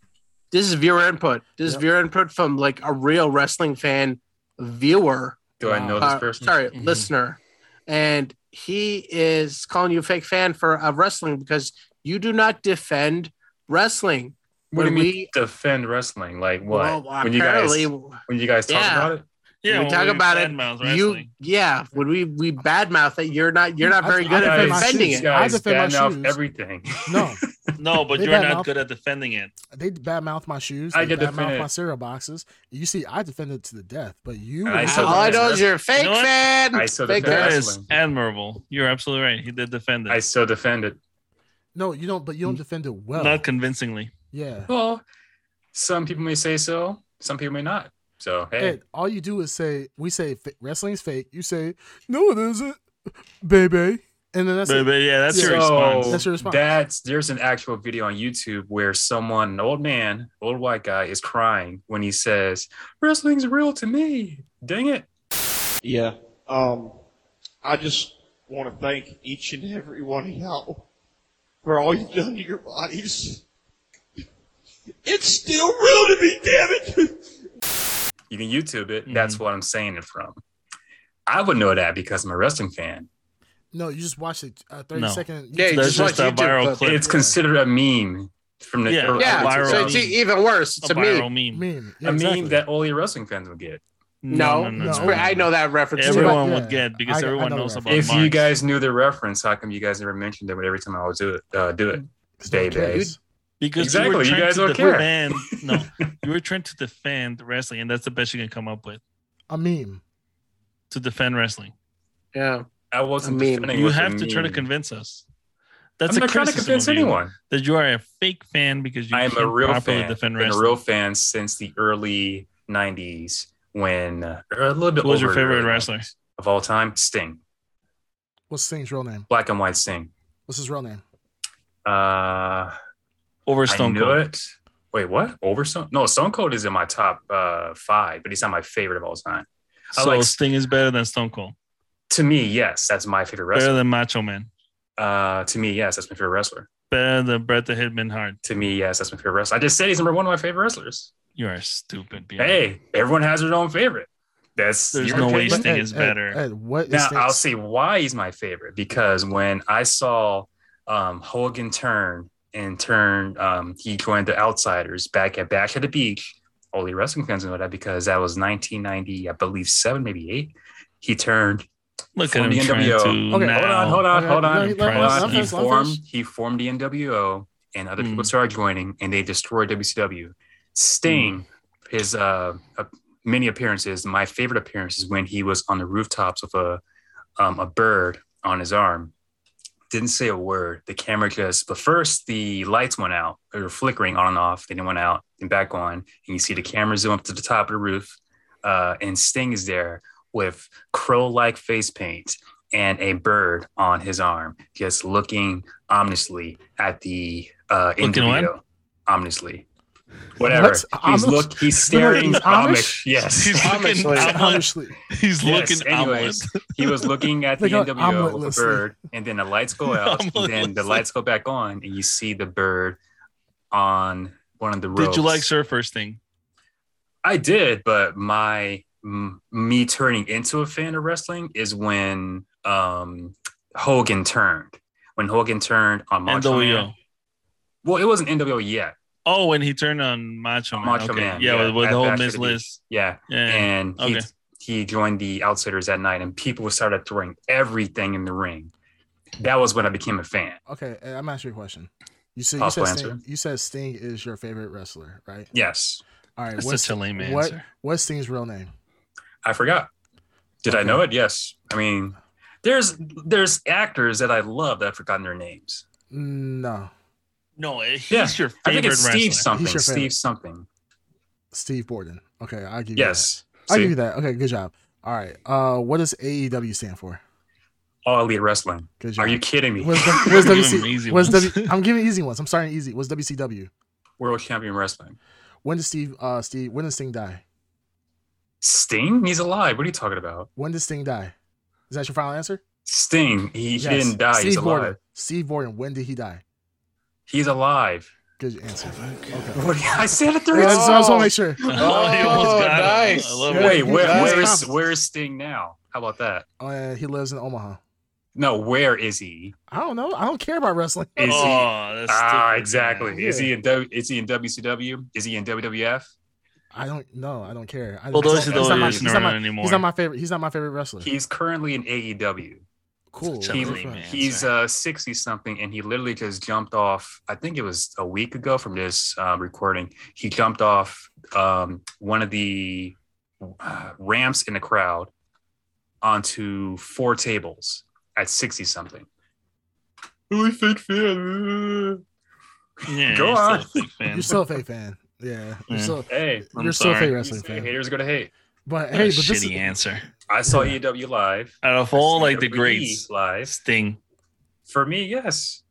Speaker 2: This is viewer input. This
Speaker 3: Yep.
Speaker 2: is viewer input from like a real wrestling fan viewer.
Speaker 1: Do I know
Speaker 2: uh,
Speaker 1: this person?
Speaker 2: sorry,
Speaker 4: Mhm.
Speaker 2: listener. And he is calling you a fake fan for of wrestling because you do not defend wrestling.
Speaker 1: What do you
Speaker 2: when
Speaker 1: mean
Speaker 2: we-
Speaker 1: defend wrestling? Like what?
Speaker 2: Well,
Speaker 1: when you guys
Speaker 2: apparently
Speaker 1: when you guys talk
Speaker 2: Yeah.
Speaker 1: about it?
Speaker 4: Yeah,
Speaker 2: we
Speaker 4: when
Speaker 2: talk about it,
Speaker 4: badmouth
Speaker 2: you
Speaker 4: wrestling.
Speaker 2: yeah, when we we badmouth that you're not you're not
Speaker 3: I-
Speaker 2: very
Speaker 3: I
Speaker 2: good at
Speaker 3: defend my
Speaker 2: defending
Speaker 3: shoes.
Speaker 2: it.
Speaker 3: Yeah. I
Speaker 1: Guys,
Speaker 3: defend my
Speaker 1: badmouth
Speaker 3: shoes.
Speaker 1: everything.
Speaker 3: No,
Speaker 4: No, but
Speaker 3: They
Speaker 4: you're not
Speaker 3: badmouth-
Speaker 4: good at defending it.
Speaker 3: they badmouth my shoes.
Speaker 1: I
Speaker 3: They
Speaker 1: get
Speaker 3: badmouth
Speaker 1: defended.
Speaker 3: my cereal boxes. You see, I defended to the death, but you.
Speaker 1: And I
Speaker 3: would
Speaker 1: said
Speaker 3: not.
Speaker 2: All I
Speaker 1: that.
Speaker 2: know is you're a fake
Speaker 4: know what?
Speaker 2: fan.
Speaker 1: I said
Speaker 2: fake
Speaker 1: defend
Speaker 4: That
Speaker 2: fan.
Speaker 4: is
Speaker 1: Wrestling.
Speaker 4: admirable. You're absolutely right. He did defend it,
Speaker 1: I still defend it.
Speaker 3: no, you don't. But you don't defend it well.
Speaker 4: not convincingly.
Speaker 3: yeah.
Speaker 1: Well, some people may say so. Some people may not. So hey,
Speaker 3: Ed, all you do is say we say fa- wrestling's fake. You say no, it isn't, baby, and then that's
Speaker 4: But,
Speaker 3: it.
Speaker 4: but yeah, that's your
Speaker 1: So,
Speaker 4: response.
Speaker 3: That's your response.
Speaker 1: that's- there's an actual video on YouTube where someone, an old man, old white guy, is crying when he says, "Wrestling's real to me." Dang it!
Speaker 7: Yeah. Um, I just want to thank each and every one of y'all for all you've done to your bodies. It's still real to me, damn it!
Speaker 1: You can YouTube it. That's
Speaker 4: Mm-hmm.
Speaker 1: what I'm saying it from. I would know that because I'm a wrestling fan.
Speaker 3: No, you just watch it. Uh, thirty
Speaker 4: No.
Speaker 3: second.
Speaker 2: Yeah, you
Speaker 4: That's
Speaker 2: just
Speaker 4: just
Speaker 2: watch
Speaker 4: a
Speaker 2: YouTube
Speaker 4: viral
Speaker 2: clip.
Speaker 4: clip.
Speaker 1: It's considered a meme from the
Speaker 4: Yeah.
Speaker 1: early-
Speaker 2: Yeah,
Speaker 4: A
Speaker 2: so
Speaker 4: viral
Speaker 1: um,
Speaker 2: it's
Speaker 4: meme.
Speaker 2: even worse. It's
Speaker 4: a
Speaker 2: a, meme.
Speaker 4: viral meme.
Speaker 3: meme. Yeah,
Speaker 1: a
Speaker 3: exactly.
Speaker 1: meme that only wrestling fans will get.
Speaker 2: No,
Speaker 4: no, no,
Speaker 2: it's
Speaker 3: no.
Speaker 2: pre- I know that reference. too.
Speaker 4: Everyone
Speaker 3: Yeah.
Speaker 4: would get because
Speaker 3: I- I
Speaker 4: everyone
Speaker 3: know
Speaker 4: knows
Speaker 3: that.
Speaker 4: about.
Speaker 1: if you
Speaker 4: Marx.
Speaker 1: guys knew the reference, how come you guys never mentioned it? But every time I would do it, uh, do it. Stay,
Speaker 3: Dude,
Speaker 1: babe.
Speaker 4: because
Speaker 1: Exactly,
Speaker 4: you, were
Speaker 1: you
Speaker 4: trying
Speaker 1: guys
Speaker 4: to
Speaker 1: don't care.
Speaker 4: defend, No, you were trying to defend wrestling, and that's the best you can come up with
Speaker 3: A meme.
Speaker 4: to defend wrestling.
Speaker 2: Yeah.
Speaker 1: I wasn't
Speaker 2: I mean,
Speaker 1: defending
Speaker 4: You
Speaker 1: with
Speaker 4: have
Speaker 1: the
Speaker 4: to try to
Speaker 1: meme.
Speaker 4: convince us.
Speaker 1: I'm
Speaker 4: That's a
Speaker 1: not trying to
Speaker 4: criticism
Speaker 1: convince
Speaker 4: of you,
Speaker 1: anyone.
Speaker 4: that you are a fake fan because you
Speaker 1: I am
Speaker 4: can't
Speaker 1: a real
Speaker 4: properly
Speaker 1: fan.
Speaker 4: defend
Speaker 1: Been a
Speaker 4: wrestling.
Speaker 1: real fan since the early '90s, when uh, or a little bit.
Speaker 4: Who was your
Speaker 1: over the
Speaker 4: favorite
Speaker 1: early
Speaker 4: wrestler?
Speaker 1: 90s. of all time? Sting,
Speaker 3: What's Sting's real name?
Speaker 1: Black and White Sting.
Speaker 3: What's his real name?
Speaker 1: Uh,
Speaker 4: over
Speaker 1: I
Speaker 4: Stone
Speaker 1: knew
Speaker 4: Cold.
Speaker 1: it. Wait, what? Over Stone? No, Stone Cold is in my top uh, five, but he's not my favorite of all time. I
Speaker 4: So
Speaker 1: like-
Speaker 4: Sting is better than Stone Cold.
Speaker 1: To me, yes, that's my favorite
Speaker 4: Better
Speaker 1: wrestler.
Speaker 4: than Macho Man.
Speaker 1: Uh, to me, yes, that's my favorite wrestler.
Speaker 4: Better than Bret the Hitman Hart.
Speaker 1: To me, yes, that's my favorite wrestler. I just said he's number one of my favorite wrestlers.
Speaker 4: You are stupid. Bjorn.
Speaker 1: Hey, everyone has their own favorite. That's
Speaker 4: There's
Speaker 1: your
Speaker 4: no way
Speaker 1: opinion.
Speaker 4: Sting is better.
Speaker 3: Ed, Ed, what is
Speaker 1: Now
Speaker 3: Sting's-
Speaker 1: I'll say why he's my favorite because when I saw um, Hogan turn and turn, um, he joined the Outsiders back at Bash at the Beach. Only wrestling fans know that because that was 1990, I believe seven, maybe eight. He turned.
Speaker 4: look at
Speaker 1: from
Speaker 4: him
Speaker 1: the
Speaker 4: trying to.
Speaker 1: NWO.
Speaker 3: Okay,
Speaker 4: now.
Speaker 1: Hold on, hold on,
Speaker 3: Okay,
Speaker 1: hold
Speaker 3: no,
Speaker 1: on.
Speaker 3: he-
Speaker 1: hold
Speaker 3: let-
Speaker 4: let-
Speaker 1: on.
Speaker 4: let-
Speaker 1: he
Speaker 4: let-
Speaker 3: let-
Speaker 1: formed.
Speaker 3: let-
Speaker 1: He formed the NWO, and other people
Speaker 4: Mm.
Speaker 1: started joining, and they destroyed WCW. Sting, his uh, uh, many appearances. My favorite appearance is when he was on the rooftops with a um, a bird on his arm. Didn't say a word. The camera just, but first the lights went out. They were flickering on and off. Then it went out and back on. And you see the camera zoom up to the top of the roof. Uh, and Sting is there with crow like face paint and a bird on his arm, just looking ominously at the uh,
Speaker 4: Looking
Speaker 1: NWO. Ominously. Whatever.
Speaker 3: What?
Speaker 1: He's
Speaker 3: Amish?
Speaker 1: look. He's staring
Speaker 3: He's
Speaker 1: Amish.
Speaker 3: Amish?
Speaker 1: Yes.
Speaker 4: He's looking
Speaker 2: Obviously.
Speaker 4: omelet.
Speaker 3: Honestly,
Speaker 4: He's
Speaker 1: Yes,
Speaker 4: looking
Speaker 1: anyways,
Speaker 4: omelet.
Speaker 1: he was looking at the
Speaker 3: They got
Speaker 1: NWO of a
Speaker 3: omelet-less.
Speaker 1: bird, and then the lights go out, and then the
Speaker 4: Omelet-less.
Speaker 1: lights go back on, and you see the bird on one of the ropes.
Speaker 4: Did you like Sir first thing?
Speaker 1: I did, but my m- me turning into a fan of wrestling is when um, Hogan turned. When Hogan turned on Macho Man.
Speaker 4: NWO.
Speaker 1: Well, it wasn't NWO yet.
Speaker 4: Oh, when he turned on Macho Man.
Speaker 1: Macho
Speaker 4: okay.
Speaker 1: Man,
Speaker 4: Yeah,
Speaker 1: yeah,
Speaker 4: with, with
Speaker 1: at
Speaker 4: the whole
Speaker 1: Bash at
Speaker 4: Miz
Speaker 1: the Beach.
Speaker 4: List.
Speaker 1: Yeah,
Speaker 4: Yeah.
Speaker 1: and he,
Speaker 4: Okay.
Speaker 1: he joined the Outsiders that night, and people started throwing everything in the ring. That was when I became a fan.
Speaker 3: okay, and I'm asking you a question. You said you
Speaker 1: Possible
Speaker 3: said, Sting,
Speaker 1: answer.
Speaker 3: you said Sting is your favorite wrestler, right?
Speaker 1: Yes,
Speaker 3: All right.
Speaker 4: That's
Speaker 3: what's
Speaker 4: such a lame
Speaker 3: what,
Speaker 4: answer.
Speaker 3: What's Sting's real name?
Speaker 1: I forgot. Did I
Speaker 3: Okay.
Speaker 1: know it? Yes. I mean, there's there's actors that I love that I've forgotten their names.
Speaker 3: No,
Speaker 4: No, eh, he's
Speaker 1: Yeah.
Speaker 4: your
Speaker 1: I think
Speaker 4: favorite
Speaker 1: it's Steve
Speaker 4: wrestler.
Speaker 1: something.
Speaker 3: He's your
Speaker 1: Steve
Speaker 3: favorite.
Speaker 1: something.
Speaker 3: Steve Borden. Okay, I'll give you.
Speaker 1: Yes.
Speaker 3: that. I'll
Speaker 1: See?
Speaker 3: give you that. Okay, good job. All right. Uh, what does AEW stand for?
Speaker 1: All Elite Wrestling.
Speaker 3: Good job.
Speaker 1: Are you kidding me?
Speaker 3: What's, W- what's
Speaker 4: Give him
Speaker 3: WC?
Speaker 4: easy
Speaker 3: What's
Speaker 4: ones.
Speaker 3: w, I'm giving easy ones. I'm starting easy. What's WCW?
Speaker 1: World Champion Wrestling.
Speaker 3: When did Steve? Uh, Steve. When did Sting die?
Speaker 1: Sting? He's alive. What are you talking about?
Speaker 3: When did Sting die? Is that your final answer?
Speaker 1: Sting. He, he
Speaker 3: Yes.
Speaker 1: didn't die.
Speaker 3: Steve
Speaker 1: He's alive.
Speaker 3: Borden. Steve Borden. When did he die?
Speaker 1: He's alive.
Speaker 3: Good answer. Okay.
Speaker 1: What do you- I said it
Speaker 3: I
Speaker 1: three
Speaker 3: just,
Speaker 1: times.
Speaker 3: I just want to make sure.
Speaker 4: Oh, he almost
Speaker 7: Oh,
Speaker 4: got him.
Speaker 7: nice.
Speaker 4: I love it.
Speaker 1: Wait, where,
Speaker 7: Nice.
Speaker 1: where is where is Sting now? How about that?
Speaker 3: Uh, he lives in Omaha.
Speaker 1: No, where is he?
Speaker 3: I don't know. I don't care about wrestling.
Speaker 1: Is he?
Speaker 4: oh, that's
Speaker 1: Ah,
Speaker 4: stupid.
Speaker 1: exactly. Is
Speaker 3: Yeah.
Speaker 1: he in W? Is he in WCW? Is he in WWF?
Speaker 3: I don't know. I don't care. I,
Speaker 4: Well,
Speaker 3: he's
Speaker 4: those are
Speaker 3: not-
Speaker 4: the
Speaker 3: he's not my-
Speaker 4: ones
Speaker 3: he's
Speaker 4: not
Speaker 3: not my-
Speaker 4: around anymore.
Speaker 3: He's not my favorite. He's not my favorite wrestler.
Speaker 1: He's currently in E AEW.
Speaker 3: cool.
Speaker 4: Such a
Speaker 3: Good for
Speaker 4: lame
Speaker 3: him.
Speaker 4: man.
Speaker 1: He's uh sixty something, and he literally just jumped off. I think it was a week ago from this uh, recording. He jumped off um, one of the uh, ramps in the crowd onto four tables at sixty something. Really fake fan.
Speaker 4: yeah,
Speaker 1: Go
Speaker 4: you're still
Speaker 1: on.
Speaker 4: a fake fan.
Speaker 3: You're still a fake fan. Yeah. You're
Speaker 4: Yeah.
Speaker 3: still,
Speaker 1: Hey,
Speaker 4: I'm
Speaker 3: you're still a
Speaker 4: sorry.
Speaker 3: fake
Speaker 1: you
Speaker 3: wrestling
Speaker 1: say
Speaker 3: fan.
Speaker 1: haters gonna hate.
Speaker 3: But
Speaker 4: What
Speaker 3: hey,
Speaker 4: a
Speaker 3: but this
Speaker 4: shitty
Speaker 3: is,
Speaker 4: answer.
Speaker 1: I saw AEW live. E
Speaker 4: Out of all like the greats,
Speaker 1: live
Speaker 4: Sting.
Speaker 1: for me, yes.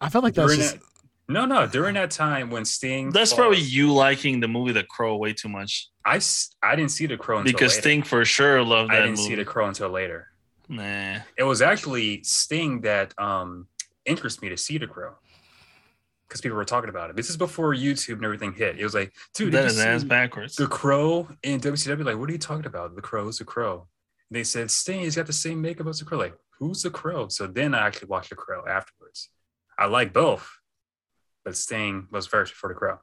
Speaker 3: I felt like that's
Speaker 1: During
Speaker 3: just
Speaker 1: that, no, no. During that time when Sting,
Speaker 4: That's
Speaker 1: falls,
Speaker 4: probably you liking the movie The Crow way too much
Speaker 1: I, s- I didn't see the crow until
Speaker 4: because
Speaker 1: later.
Speaker 4: Sting for sure loved
Speaker 1: I
Speaker 4: that
Speaker 1: didn't
Speaker 4: movie.
Speaker 1: see the crow until later.
Speaker 4: nah,
Speaker 1: It was actually Sting that um interests me to see the crow because people were talking about it. This is before YouTube and everything hit. It was like, dude,
Speaker 4: that
Speaker 1: did
Speaker 4: is
Speaker 1: you
Speaker 4: ass
Speaker 1: see
Speaker 4: backwards.
Speaker 1: the crow in WCW. Like, what are you talking about? The crow is the crow. And they said Sting, he's got the same makeup as the crow. Like, who's the crow? So then I actually watched the crow afterwards. I like both, but Sting was first before the crow.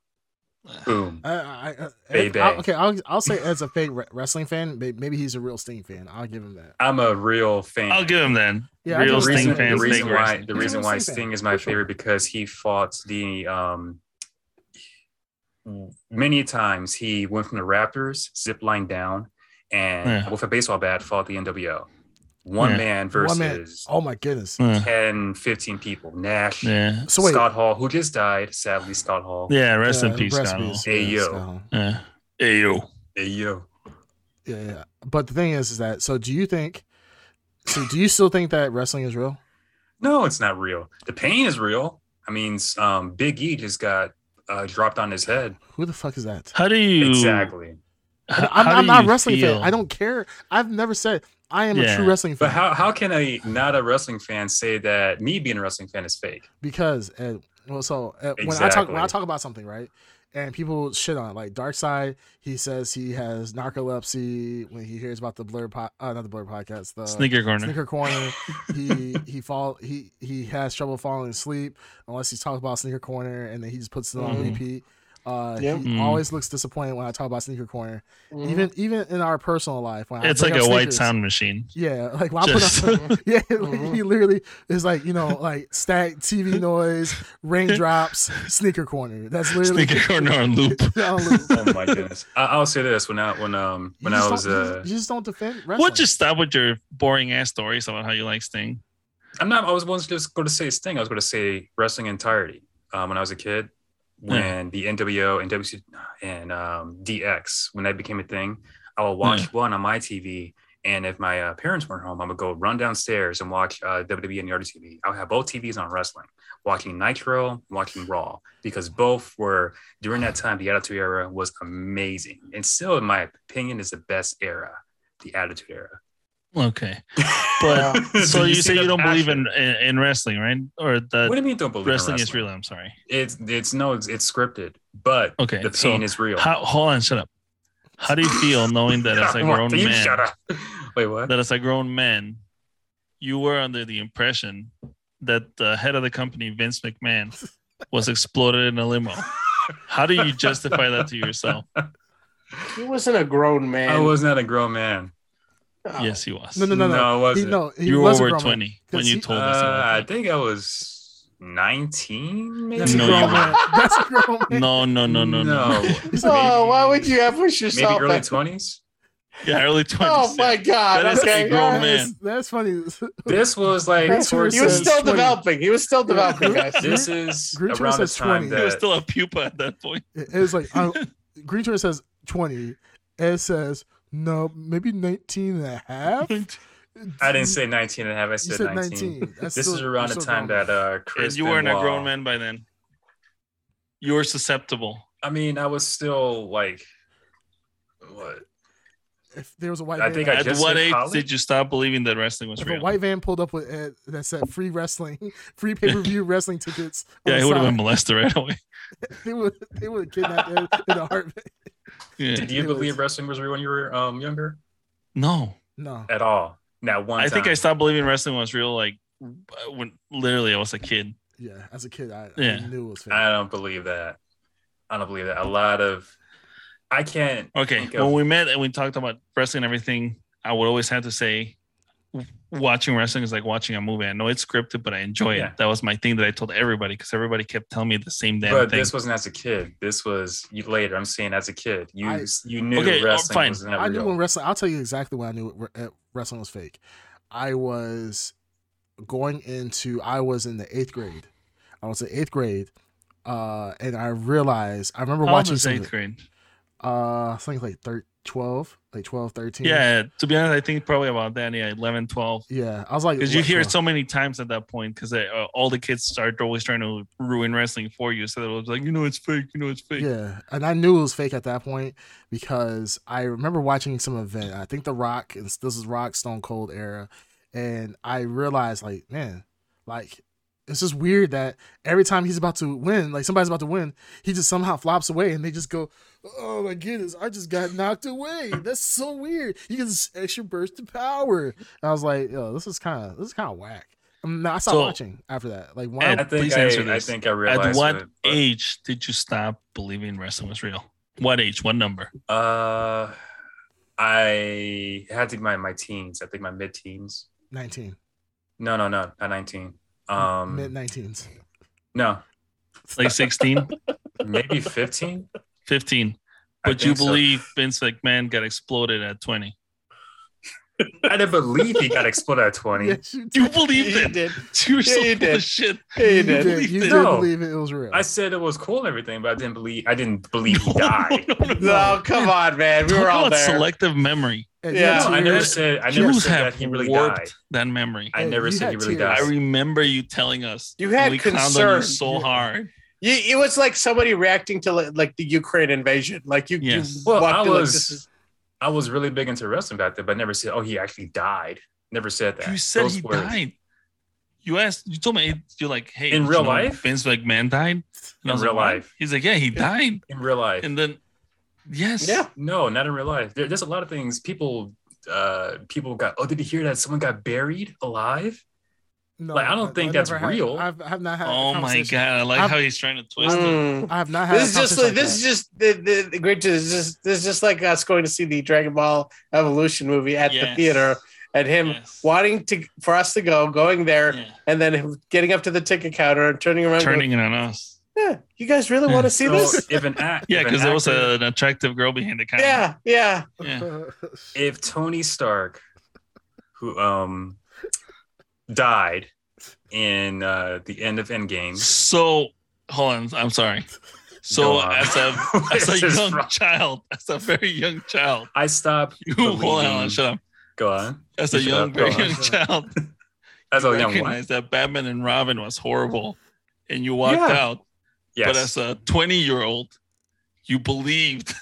Speaker 1: Boom.
Speaker 3: I, I, I,
Speaker 1: Bay
Speaker 3: Ed- I'll-
Speaker 1: Bay.
Speaker 3: okay, I'll, I'll say Ed's a fake re- wrestling fan. may- Maybe he's a real Sting fan. I'll give him that.
Speaker 1: I'm a real fan.
Speaker 4: I'll give him then.
Speaker 3: Yeah, I'll
Speaker 1: the
Speaker 3: give him
Speaker 4: Real Sting
Speaker 1: reason,
Speaker 3: that.
Speaker 1: the
Speaker 4: fan. Sting
Speaker 1: reason why
Speaker 4: wrestling
Speaker 1: the
Speaker 4: fan.
Speaker 1: reason why
Speaker 3: Sting fan,
Speaker 1: Sting is my
Speaker 3: for sure.
Speaker 1: favorite because he fought the um many times he went from the Raptors zip line down and
Speaker 4: Yeah.
Speaker 1: with a baseball bat fought the NWO. One
Speaker 4: Yeah.
Speaker 1: man
Speaker 3: One man-
Speaker 1: versus
Speaker 3: Oh my goodness.
Speaker 4: Uh,
Speaker 1: 10, 15 people. Nash,
Speaker 4: yeah,
Speaker 3: So wait.
Speaker 1: Scott Hall, who just died, sadly, Scott Hall.
Speaker 4: yeah. Rest
Speaker 3: uh,
Speaker 4: in peace,
Speaker 3: rest in
Speaker 4: Donald.
Speaker 3: peace,
Speaker 1: Hey,
Speaker 3: yeah,
Speaker 1: yo.
Speaker 3: Scott Hall.
Speaker 4: Yeah. Hey yo.
Speaker 1: Hey, yo.
Speaker 3: Yeah, yeah. But the thing is, is that so? Do you think? So do you still think that wrestling is real?
Speaker 1: No, it's not real. The pain is real. I mean, s- um, Big E just got uh, dropped on his head.
Speaker 3: Who the fuck is that?
Speaker 4: How do you
Speaker 1: Exactly.
Speaker 4: h-
Speaker 3: I'm,
Speaker 4: how
Speaker 3: I'm
Speaker 4: do
Speaker 3: not a
Speaker 4: you
Speaker 3: wrestling
Speaker 4: feel?
Speaker 3: fan. I don't care. I've never said I am
Speaker 4: Yeah.
Speaker 3: a true wrestling fan
Speaker 1: But how, how can a not a wrestling fan say that me being a wrestling fan is fake?
Speaker 3: because Ed, well, so Ed, when I talk when I
Speaker 1: Exactly.
Speaker 3: talk about something, right, and people shit on it, like Dark Side, he says he has narcolepsy when he hears about the Blur, po- uh, not the Blur podcast, the
Speaker 4: Sneaker corner.
Speaker 3: Sneaker corner. he he fall he he has trouble falling asleep unless he's talking about sneaker corner, and then he just puts it on
Speaker 1: Mm-hmm.
Speaker 4: Mhm.
Speaker 3: repeat. Uh,
Speaker 2: Yep.
Speaker 3: He
Speaker 4: Mm.
Speaker 3: always looks disappointed when I talk about sneaker corner.
Speaker 1: Mm-hmm.
Speaker 2: Mhm.
Speaker 3: Even even in our personal life, when I
Speaker 4: It's
Speaker 3: bring
Speaker 4: like a
Speaker 3: up
Speaker 4: white
Speaker 3: sneakers-
Speaker 4: sound machine.
Speaker 3: Yeah, like when
Speaker 4: Just-
Speaker 3: I put up, yeah, like,
Speaker 1: Mm-hmm.
Speaker 2: Mhm.
Speaker 3: he literally is like you know like stack TV noise, raindrops, sneaker corner. That's literally
Speaker 4: Sneaker corner on loop.
Speaker 3: on loop.
Speaker 1: Oh my goodness! I, I'll say this when I when um
Speaker 3: You
Speaker 1: when I
Speaker 3: just
Speaker 1: was
Speaker 3: don't- you
Speaker 1: uh
Speaker 3: just- you just don't defend wrestling.
Speaker 4: What just stop with your boring ass stories about how you like Sting?
Speaker 1: I'm not I was once just going to say Sting. I was going to say wrestling entirety. Um, when I was a kid, when the NWO and WC and um, DX when that became a thing, I would watch one on my TV And if my uh, parents weren't home, I would go run downstairs and watch uh, WWE and Yard TV. I would have both TVs on wrestling, watching Nitro, watching Raw, because both were during that time. The Attitude Era was amazing, and still, in my opinion, is the best era, the Attitude Era.
Speaker 4: Okay, but
Speaker 1: So
Speaker 4: so
Speaker 1: you see
Speaker 4: you, say
Speaker 1: the
Speaker 4: you don't believe in,
Speaker 1: passion.
Speaker 4: in in wrestling, right? Or
Speaker 1: what do
Speaker 4: the
Speaker 1: you mean? Don't believe in
Speaker 4: Uh, wrestling, is real? I'm sorry.
Speaker 1: It's it's no, it's, it's scripted, but
Speaker 4: Okay,
Speaker 1: the
Speaker 4: so
Speaker 1: pain is real.
Speaker 4: How, hold on, shut up. How do you feel knowing that as a grown
Speaker 1: You
Speaker 4: man,
Speaker 1: shut up. Wait, what?
Speaker 4: that as a grown man, you were under the impression that the head of the company, Vince McMahon, was exploded in a limo? How do you justify that to yourself?
Speaker 2: Mm, He wasn't a grown man.
Speaker 1: I was not a grown man.
Speaker 2: Oh.
Speaker 4: Yes, he was.
Speaker 3: No, no, no, no.
Speaker 1: No, I
Speaker 3: he,
Speaker 1: wasn't.
Speaker 3: no, he
Speaker 4: you were
Speaker 3: was a
Speaker 4: over
Speaker 3: grown man.
Speaker 4: 20 when
Speaker 3: Cause
Speaker 4: you
Speaker 3: he-
Speaker 4: told us.
Speaker 1: Uh, I
Speaker 4: about
Speaker 1: think I was 19, maybe.
Speaker 3: That's a
Speaker 4: No,
Speaker 3: grown
Speaker 4: you
Speaker 3: man. That's a grown
Speaker 4: that.
Speaker 3: man.
Speaker 4: No, no, no, no, no.
Speaker 3: He's
Speaker 2: Oh,
Speaker 3: like,
Speaker 2: why would you ever push
Speaker 1: Maybe
Speaker 2: yourself?
Speaker 1: early
Speaker 2: at-
Speaker 1: 20s.
Speaker 4: Yeah, early 20s.
Speaker 2: oh my god!
Speaker 4: That is a
Speaker 2: okay,
Speaker 4: grown
Speaker 2: guys.
Speaker 4: man.
Speaker 3: that's, that's funny.
Speaker 1: This was like,
Speaker 3: That's where it
Speaker 2: He was
Speaker 3: says
Speaker 2: still
Speaker 3: 20.
Speaker 2: developing. He was still developing, guys.
Speaker 1: this is
Speaker 3: Grinch
Speaker 1: around the
Speaker 3: says
Speaker 1: time
Speaker 3: 20.
Speaker 4: He was
Speaker 1: that
Speaker 4: still a pupa at that point.
Speaker 3: It it was like I, Green Tree says twenty. Ed says no, maybe 19 and a half.
Speaker 1: I didn't say 19 and a half, I
Speaker 3: You
Speaker 1: said,
Speaker 3: said
Speaker 1: 19.
Speaker 3: 19. That's
Speaker 1: This
Speaker 3: still-
Speaker 1: is around
Speaker 3: you're
Speaker 1: the
Speaker 3: still
Speaker 1: time
Speaker 3: grown.
Speaker 1: that uh, Chris.
Speaker 4: And you weren't a
Speaker 1: Benoit-
Speaker 4: grown man by then. You were susceptible.
Speaker 1: I mean, I was still like, what?
Speaker 3: If there was a white,
Speaker 1: I
Speaker 3: van,
Speaker 1: think I
Speaker 4: At
Speaker 1: just
Speaker 4: what
Speaker 1: said
Speaker 4: age
Speaker 1: college?
Speaker 4: did you stop believing that wrestling was
Speaker 3: if
Speaker 4: real?
Speaker 3: a white van pulled up with Ed that said free wrestling, free pay per view wrestling tickets. on
Speaker 4: yeah,
Speaker 3: the
Speaker 4: he would have
Speaker 3: side,
Speaker 4: been molested right away.
Speaker 3: They would, they would have kidnapped Ed in a heartbeat.
Speaker 4: Yeah.
Speaker 1: Did you
Speaker 3: It was-
Speaker 1: believe wrestling was real when you were um, younger?
Speaker 4: No,
Speaker 3: No,
Speaker 1: At all. Not one
Speaker 4: I
Speaker 1: time.
Speaker 4: think I stopped believing wrestling was real. Like when literally I was a kid.
Speaker 3: yeah. As a kid, I, I
Speaker 4: Yeah.
Speaker 3: knew it was fake.
Speaker 1: I don't believe that. I don't believe that. A lot of, I can't.
Speaker 4: Okay,
Speaker 1: think
Speaker 4: when
Speaker 1: of-
Speaker 4: we met and we talked about wrestling and everything, I would always have to say, w- watching wrestling is like watching a movie. I know it's scripted, but I enjoy
Speaker 1: Yeah.
Speaker 4: it. That was my thing that I told everybody because everybody kept telling me the same damn
Speaker 1: but
Speaker 4: thing.
Speaker 1: this wasn't as a kid. This was you later. I'm saying as a kid, you
Speaker 3: I-
Speaker 1: you knew
Speaker 4: Okay, oh,
Speaker 1: wrestling
Speaker 4: fine.
Speaker 1: was not
Speaker 3: I knew
Speaker 1: real.
Speaker 3: when wrestling. I'll tell you exactly when I knew it- uh, wrestling was fake. I was going into. I was in the eighth grade. I was in eighth grade, uh, and I realized. I remember
Speaker 4: How old
Speaker 3: watching
Speaker 4: was
Speaker 3: some of
Speaker 4: eighth
Speaker 3: it.
Speaker 4: grade.
Speaker 3: Uh, I think like thir- 12, like 12, 13.
Speaker 4: Yeah, to be honest, I think probably about that. Yeah, 11, 12.
Speaker 3: yeah. I was like,
Speaker 4: Because you
Speaker 3: what,
Speaker 4: hear it
Speaker 3: 12?
Speaker 4: so many times at that point, because uh, all the kids start always trying to ruin wrestling for you. So they're always like, you know, it's fake, you know, it's fake.
Speaker 3: Yeah, and I knew it was fake at that point because I remember watching some event. I think The Rock, and this is Rock Stone Cold era, and I realized like, man, like it's just weird that every time he's about to win, like somebody's about to win, he just somehow flops away, and they just go, "Oh my goodness, I just got knocked away." That's so weird. You get this extra burst of power. And I was like, yo, this is kind of this is kind of whack. I, mean, I stopped
Speaker 4: So-
Speaker 3: watching after that. Like, why?
Speaker 4: And-
Speaker 1: I think
Speaker 4: Please
Speaker 1: I,
Speaker 4: answer
Speaker 1: I
Speaker 4: this.
Speaker 1: think I
Speaker 4: At
Speaker 1: realized
Speaker 4: what
Speaker 1: it, but,
Speaker 4: age did you stop believing wrestling was real? What age? What number?
Speaker 1: Uh, I had to my my teens. I think my mid teens.
Speaker 3: nineteen,
Speaker 1: No, no, no, not 19. Um,
Speaker 3: mid nineteens.
Speaker 1: no,
Speaker 4: Like 16,
Speaker 1: maybe 15.
Speaker 4: 15.
Speaker 1: I
Speaker 4: But you
Speaker 1: think so.
Speaker 4: believe Vince McMahon got exploded at 20.
Speaker 1: I didn't believe he got exploded at 20.
Speaker 3: Yes, you
Speaker 4: You
Speaker 3: did.
Speaker 4: believed
Speaker 2: He
Speaker 4: it.
Speaker 2: did.
Speaker 4: You were
Speaker 2: Yeah,
Speaker 4: so
Speaker 2: you
Speaker 4: full of
Speaker 2: did.
Speaker 4: shit.
Speaker 2: He
Speaker 3: You
Speaker 2: did.
Speaker 3: did. You did
Speaker 1: No.
Speaker 3: believe it. It was real.
Speaker 1: I said it was cool and everything, but I didn't believe I didn't believe he died.
Speaker 4: No, no, no.
Speaker 2: No, come on, man. We
Speaker 4: Talk
Speaker 2: were all
Speaker 4: about
Speaker 2: there.
Speaker 4: selective memory.
Speaker 3: And
Speaker 2: Yeah,
Speaker 1: No, I
Speaker 3: tears.
Speaker 1: never said I never
Speaker 4: You
Speaker 1: said that
Speaker 4: have
Speaker 1: he really
Speaker 4: warped
Speaker 1: died.
Speaker 4: that memory.
Speaker 1: I
Speaker 3: Hey,
Speaker 1: never
Speaker 3: you
Speaker 1: said
Speaker 3: had
Speaker 1: he really
Speaker 3: tears.
Speaker 1: died.
Speaker 4: I remember you telling us.
Speaker 2: You had
Speaker 4: we clowned on you
Speaker 2: concern.
Speaker 4: so
Speaker 3: Yeah.
Speaker 4: hard.
Speaker 2: You, it was like somebody reacting to like, like the Ukraine invasion. Like you,
Speaker 4: Yes.
Speaker 2: you
Speaker 1: Well,
Speaker 2: walked
Speaker 1: I
Speaker 2: in like,
Speaker 1: was-
Speaker 2: this is-
Speaker 1: I was really big into wrestling back then, but I never said, "Oh, he actually died." Never said that.
Speaker 4: You said
Speaker 1: Those
Speaker 4: he
Speaker 1: words.
Speaker 4: died. You asked. You told me you're like, hey,
Speaker 1: In
Speaker 4: did
Speaker 1: real
Speaker 4: you know
Speaker 1: life?
Speaker 4: Vince McMahon died. And
Speaker 1: In real
Speaker 4: "What?"
Speaker 1: life.
Speaker 4: He's like, yeah, he died.
Speaker 1: in real life.
Speaker 4: And then, yes,
Speaker 2: yeah.
Speaker 1: no, not in real life. There, there's a lot of things people uh people got. Oh, did you hear that someone got buried alive?
Speaker 3: No,
Speaker 1: Like, I don't think that's
Speaker 3: never had-
Speaker 1: real.
Speaker 3: I've, I have not had. a
Speaker 4: Oh my
Speaker 3: conversation-
Speaker 4: god, I like
Speaker 3: I'm-
Speaker 4: how he's trying to twist it.
Speaker 2: Mm.
Speaker 3: I have not had.
Speaker 2: This is
Speaker 3: a
Speaker 2: just like,
Speaker 3: conversation like
Speaker 2: this is
Speaker 3: that.
Speaker 2: just the, the, the great. This is just this is just like us going to see the Dragon Ball Evolution movie at the
Speaker 4: Yes.
Speaker 2: theater, and him
Speaker 4: Yes.
Speaker 2: wanting to for us to go, going there,
Speaker 4: Yeah.
Speaker 2: and then him getting up to the ticket counter and turning around,
Speaker 4: Turning it on us.
Speaker 2: going, yeah, you guys really
Speaker 4: Yeah.
Speaker 2: want to see
Speaker 1: So
Speaker 2: this?
Speaker 1: if an act,
Speaker 4: Yeah,
Speaker 1: if an
Speaker 4: because there was
Speaker 1: actor-
Speaker 4: a, an attractive girl behind the counter.
Speaker 2: Yeah, yeah.
Speaker 4: Yeah.
Speaker 1: if Tony Stark, who um died in uh the end of Endgame,
Speaker 4: So hold on, I'm sorry.
Speaker 1: Go
Speaker 4: So
Speaker 1: on.
Speaker 4: as a as
Speaker 1: This
Speaker 4: a
Speaker 1: is
Speaker 4: young
Speaker 1: wrong.
Speaker 4: child, as a very young child,
Speaker 1: I stopped.
Speaker 4: you hold on,
Speaker 1: believing-
Speaker 4: shut up.
Speaker 1: Go on.
Speaker 4: As a
Speaker 1: Shut
Speaker 4: young,
Speaker 1: up, go
Speaker 4: very
Speaker 1: on.
Speaker 4: young child,
Speaker 1: As a young one.
Speaker 4: recognized that Batman and Robin was horrible, and you walked
Speaker 1: Yeah.
Speaker 4: out.
Speaker 1: Yes.
Speaker 4: But as a 20 year old, you believed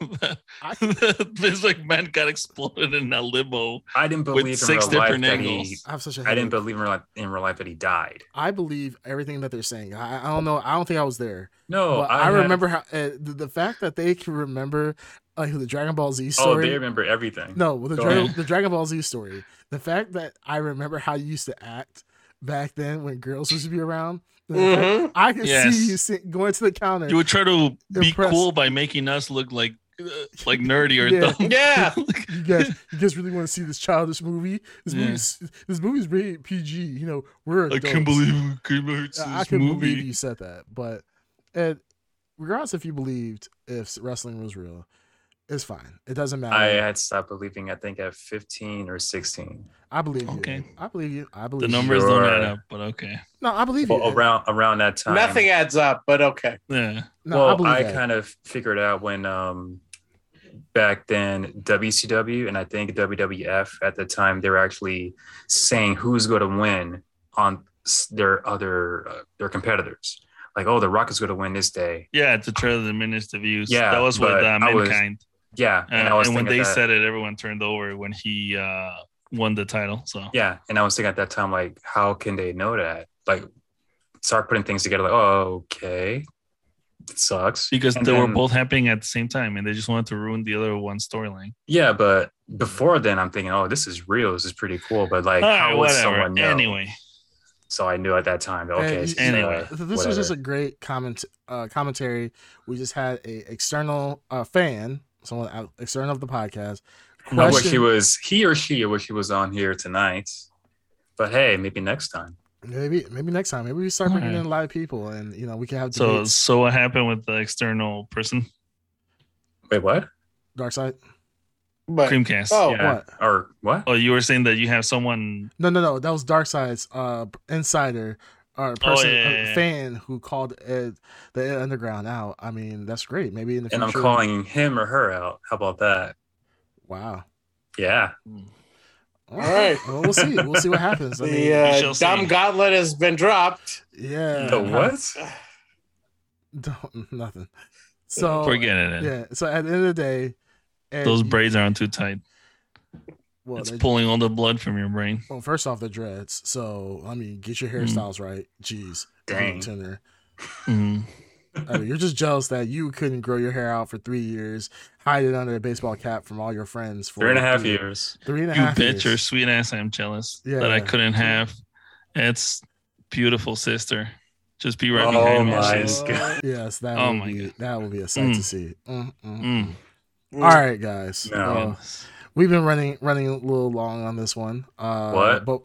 Speaker 4: that
Speaker 3: I-
Speaker 4: this like man got exploded in a limo.
Speaker 1: I didn't
Speaker 4: with
Speaker 1: believe in
Speaker 4: six
Speaker 1: real life
Speaker 4: different
Speaker 1: that he.
Speaker 4: angles.
Speaker 3: I have such a.
Speaker 1: I didn't
Speaker 3: headache.
Speaker 1: believe in real, in real life that he died.
Speaker 3: I believe everything that they're saying. I, I don't know. I don't think I was there.
Speaker 1: No,
Speaker 3: but I,
Speaker 1: Oh, had-
Speaker 3: remember how uh, the, the fact that they can remember like the Dragon Ball Z
Speaker 1: Oh,
Speaker 3: story.
Speaker 1: they remember everything.
Speaker 3: No, with the
Speaker 1: Go
Speaker 3: Dragon,
Speaker 4: ahead.
Speaker 3: the Dragon Ball Z story. The fact that I remember how you used to act back then when girls used to be around. the fact-
Speaker 1: Mm-hmm.
Speaker 2: Mhm.
Speaker 3: I can
Speaker 4: Yes.
Speaker 3: see you sit, going to the counter.
Speaker 4: You would try to be
Speaker 3: Impressed.
Speaker 4: cool by making us look like uh, like nerdy or
Speaker 3: Yeah.
Speaker 4: dumb.
Speaker 2: Yeah.
Speaker 3: you guys, you guys really want to see this childish movie? This
Speaker 4: Yeah.
Speaker 3: movie's this movie's rated PG. You know, we're
Speaker 4: I
Speaker 3: adults.
Speaker 4: can't believe we came out to
Speaker 3: I- I
Speaker 4: this
Speaker 3: couldn't believe
Speaker 4: movie.
Speaker 3: you said that. But and regardless if you believed if wrestling was real, it's fine. It doesn't matter.
Speaker 1: I uh, had stopped believing. I think at 15 or 16,
Speaker 3: I believe you.
Speaker 4: Okay.
Speaker 3: I believe you. I believe
Speaker 4: The
Speaker 3: you.
Speaker 4: numbers don't add
Speaker 1: Sure.
Speaker 4: up, but okay.
Speaker 3: No, I believe you.
Speaker 1: well, around around that time.
Speaker 2: Nothing adds up, but okay.
Speaker 4: Yeah.
Speaker 3: No, I
Speaker 1: well,
Speaker 3: believe
Speaker 1: I,
Speaker 3: that.
Speaker 1: kind of figured out when um back then WCW and I think WWF at the time they were actually saying who's going to win on s- their other uh, their competitors. Like, oh, the Rock is going to win this day.
Speaker 4: Yeah, to try to diminish the views.
Speaker 1: Yeah,
Speaker 4: that was with
Speaker 1: but
Speaker 4: uh,
Speaker 1: I was-
Speaker 4: mankind.
Speaker 1: Yeah,
Speaker 4: Uh, and when
Speaker 1: thinking
Speaker 4: they
Speaker 1: that-
Speaker 4: said it, everyone turned over when he uh, won the title. So
Speaker 1: yeah, and I was thinking at that time like, how can they know that? Like, start putting things together. Like, oh, okay, it sucks.
Speaker 4: because
Speaker 1: And
Speaker 4: they were
Speaker 1: then-
Speaker 4: both happening at the same time, and they just wanted to ruin the other one's storyline.
Speaker 1: Yeah, but before then, I'm thinking, oh, this is real. This is pretty cool. But like,
Speaker 4: All right,
Speaker 1: how would
Speaker 4: Ah, whatever.
Speaker 1: someone know?
Speaker 4: Anyway,
Speaker 1: So I knew at that time. Okay,
Speaker 3: And
Speaker 1: it's-
Speaker 3: you-
Speaker 4: anyway,
Speaker 3: Th- this was just a great comment uh, commentary. We just had a external uh, fan, someone out, external of the podcast.
Speaker 1: I wish he
Speaker 3: Question,
Speaker 1: was he or she. I wish he was on here tonight. But hey, maybe next time.
Speaker 3: maybe maybe next time, maybe we start bringing
Speaker 4: Alright.
Speaker 3: in live people, and you know we can have
Speaker 4: so
Speaker 3: debates.
Speaker 4: so what happened with the external person
Speaker 1: Wait, what?
Speaker 3: Dark side.
Speaker 2: But
Speaker 4: Creamcast?
Speaker 2: Oh.
Speaker 4: yeah.
Speaker 3: What?
Speaker 1: Or what?
Speaker 4: Oh, you were saying that you have someone.
Speaker 3: No, no, no. That was Dark Side's uh, insider or
Speaker 4: Oh,
Speaker 3: person
Speaker 4: yeah,
Speaker 3: uh,
Speaker 4: yeah, yeah.
Speaker 3: fan who called Ed, the Ed Underground out. I mean, that's great. Maybe in the
Speaker 1: And
Speaker 3: future.
Speaker 1: I'm calling him or her out. How about that?
Speaker 3: Wow.
Speaker 1: Yeah.
Speaker 3: Oh, All
Speaker 2: right.
Speaker 3: Well, we'll see. We'll see what happens. I mean,
Speaker 2: the
Speaker 4: You
Speaker 2: uh,
Speaker 4: shall
Speaker 2: dumb
Speaker 4: see.
Speaker 2: gauntlet has been dropped.
Speaker 3: yeah.
Speaker 1: The what?
Speaker 3: Don't, nothing. So
Speaker 4: Forget it. Ed.
Speaker 3: Yeah. So at the end of the day, Ed,
Speaker 4: Those
Speaker 3: you-
Speaker 4: braids aren't too tight.
Speaker 3: Well,
Speaker 4: it's
Speaker 3: they-
Speaker 4: pulling all the blood from your brain.
Speaker 3: well, first off, the dreads. So I mean, get your
Speaker 4: Mm.
Speaker 3: hairstyles right. Jeez.
Speaker 1: Dang.
Speaker 3: Tender.
Speaker 4: Mhm.
Speaker 3: I mean, you're just jealous that you couldn't grow your hair out for three years, hide it under a baseball cap from all your friends for
Speaker 1: Three and a half
Speaker 3: three-
Speaker 1: years.
Speaker 3: Three and a
Speaker 4: You
Speaker 3: half
Speaker 4: bet your
Speaker 3: years.
Speaker 4: sweet ass I'm jealous that
Speaker 3: Yeah.
Speaker 4: I couldn't have Ed's beautiful sister. Just be right
Speaker 1: Oh
Speaker 4: behind me.
Speaker 1: my
Speaker 4: She's-
Speaker 1: god.
Speaker 3: Yes, that
Speaker 4: Oh
Speaker 3: would
Speaker 4: my
Speaker 3: be
Speaker 4: God.
Speaker 3: that would be a sight to
Speaker 4: Mm.
Speaker 3: see. Mm, mm.
Speaker 4: Mm.
Speaker 3: All right, guys.
Speaker 1: No.
Speaker 3: Uh, we've been running running a little long on this one. Uh,
Speaker 1: What?
Speaker 3: But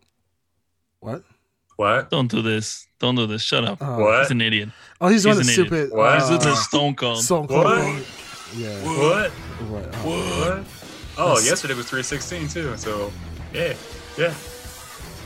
Speaker 3: what?
Speaker 1: What?
Speaker 4: Don't do this. Don't do this. Shut up.
Speaker 3: Uh,
Speaker 4: He's
Speaker 1: What?
Speaker 4: an idiot.
Speaker 3: Oh, he's, doing
Speaker 4: He's
Speaker 3: the
Speaker 4: an idiot.
Speaker 3: stupid.
Speaker 1: Why is
Speaker 4: He's
Speaker 1: it
Speaker 4: a
Speaker 3: uh,
Speaker 4: stone cold.
Speaker 3: Stone Cold.
Speaker 1: What?
Speaker 3: Link. Yeah.
Speaker 1: What?
Speaker 3: What? Oh,
Speaker 1: What? Oh,
Speaker 3: That's-
Speaker 1: yesterday was 316 too. So yeah, yeah.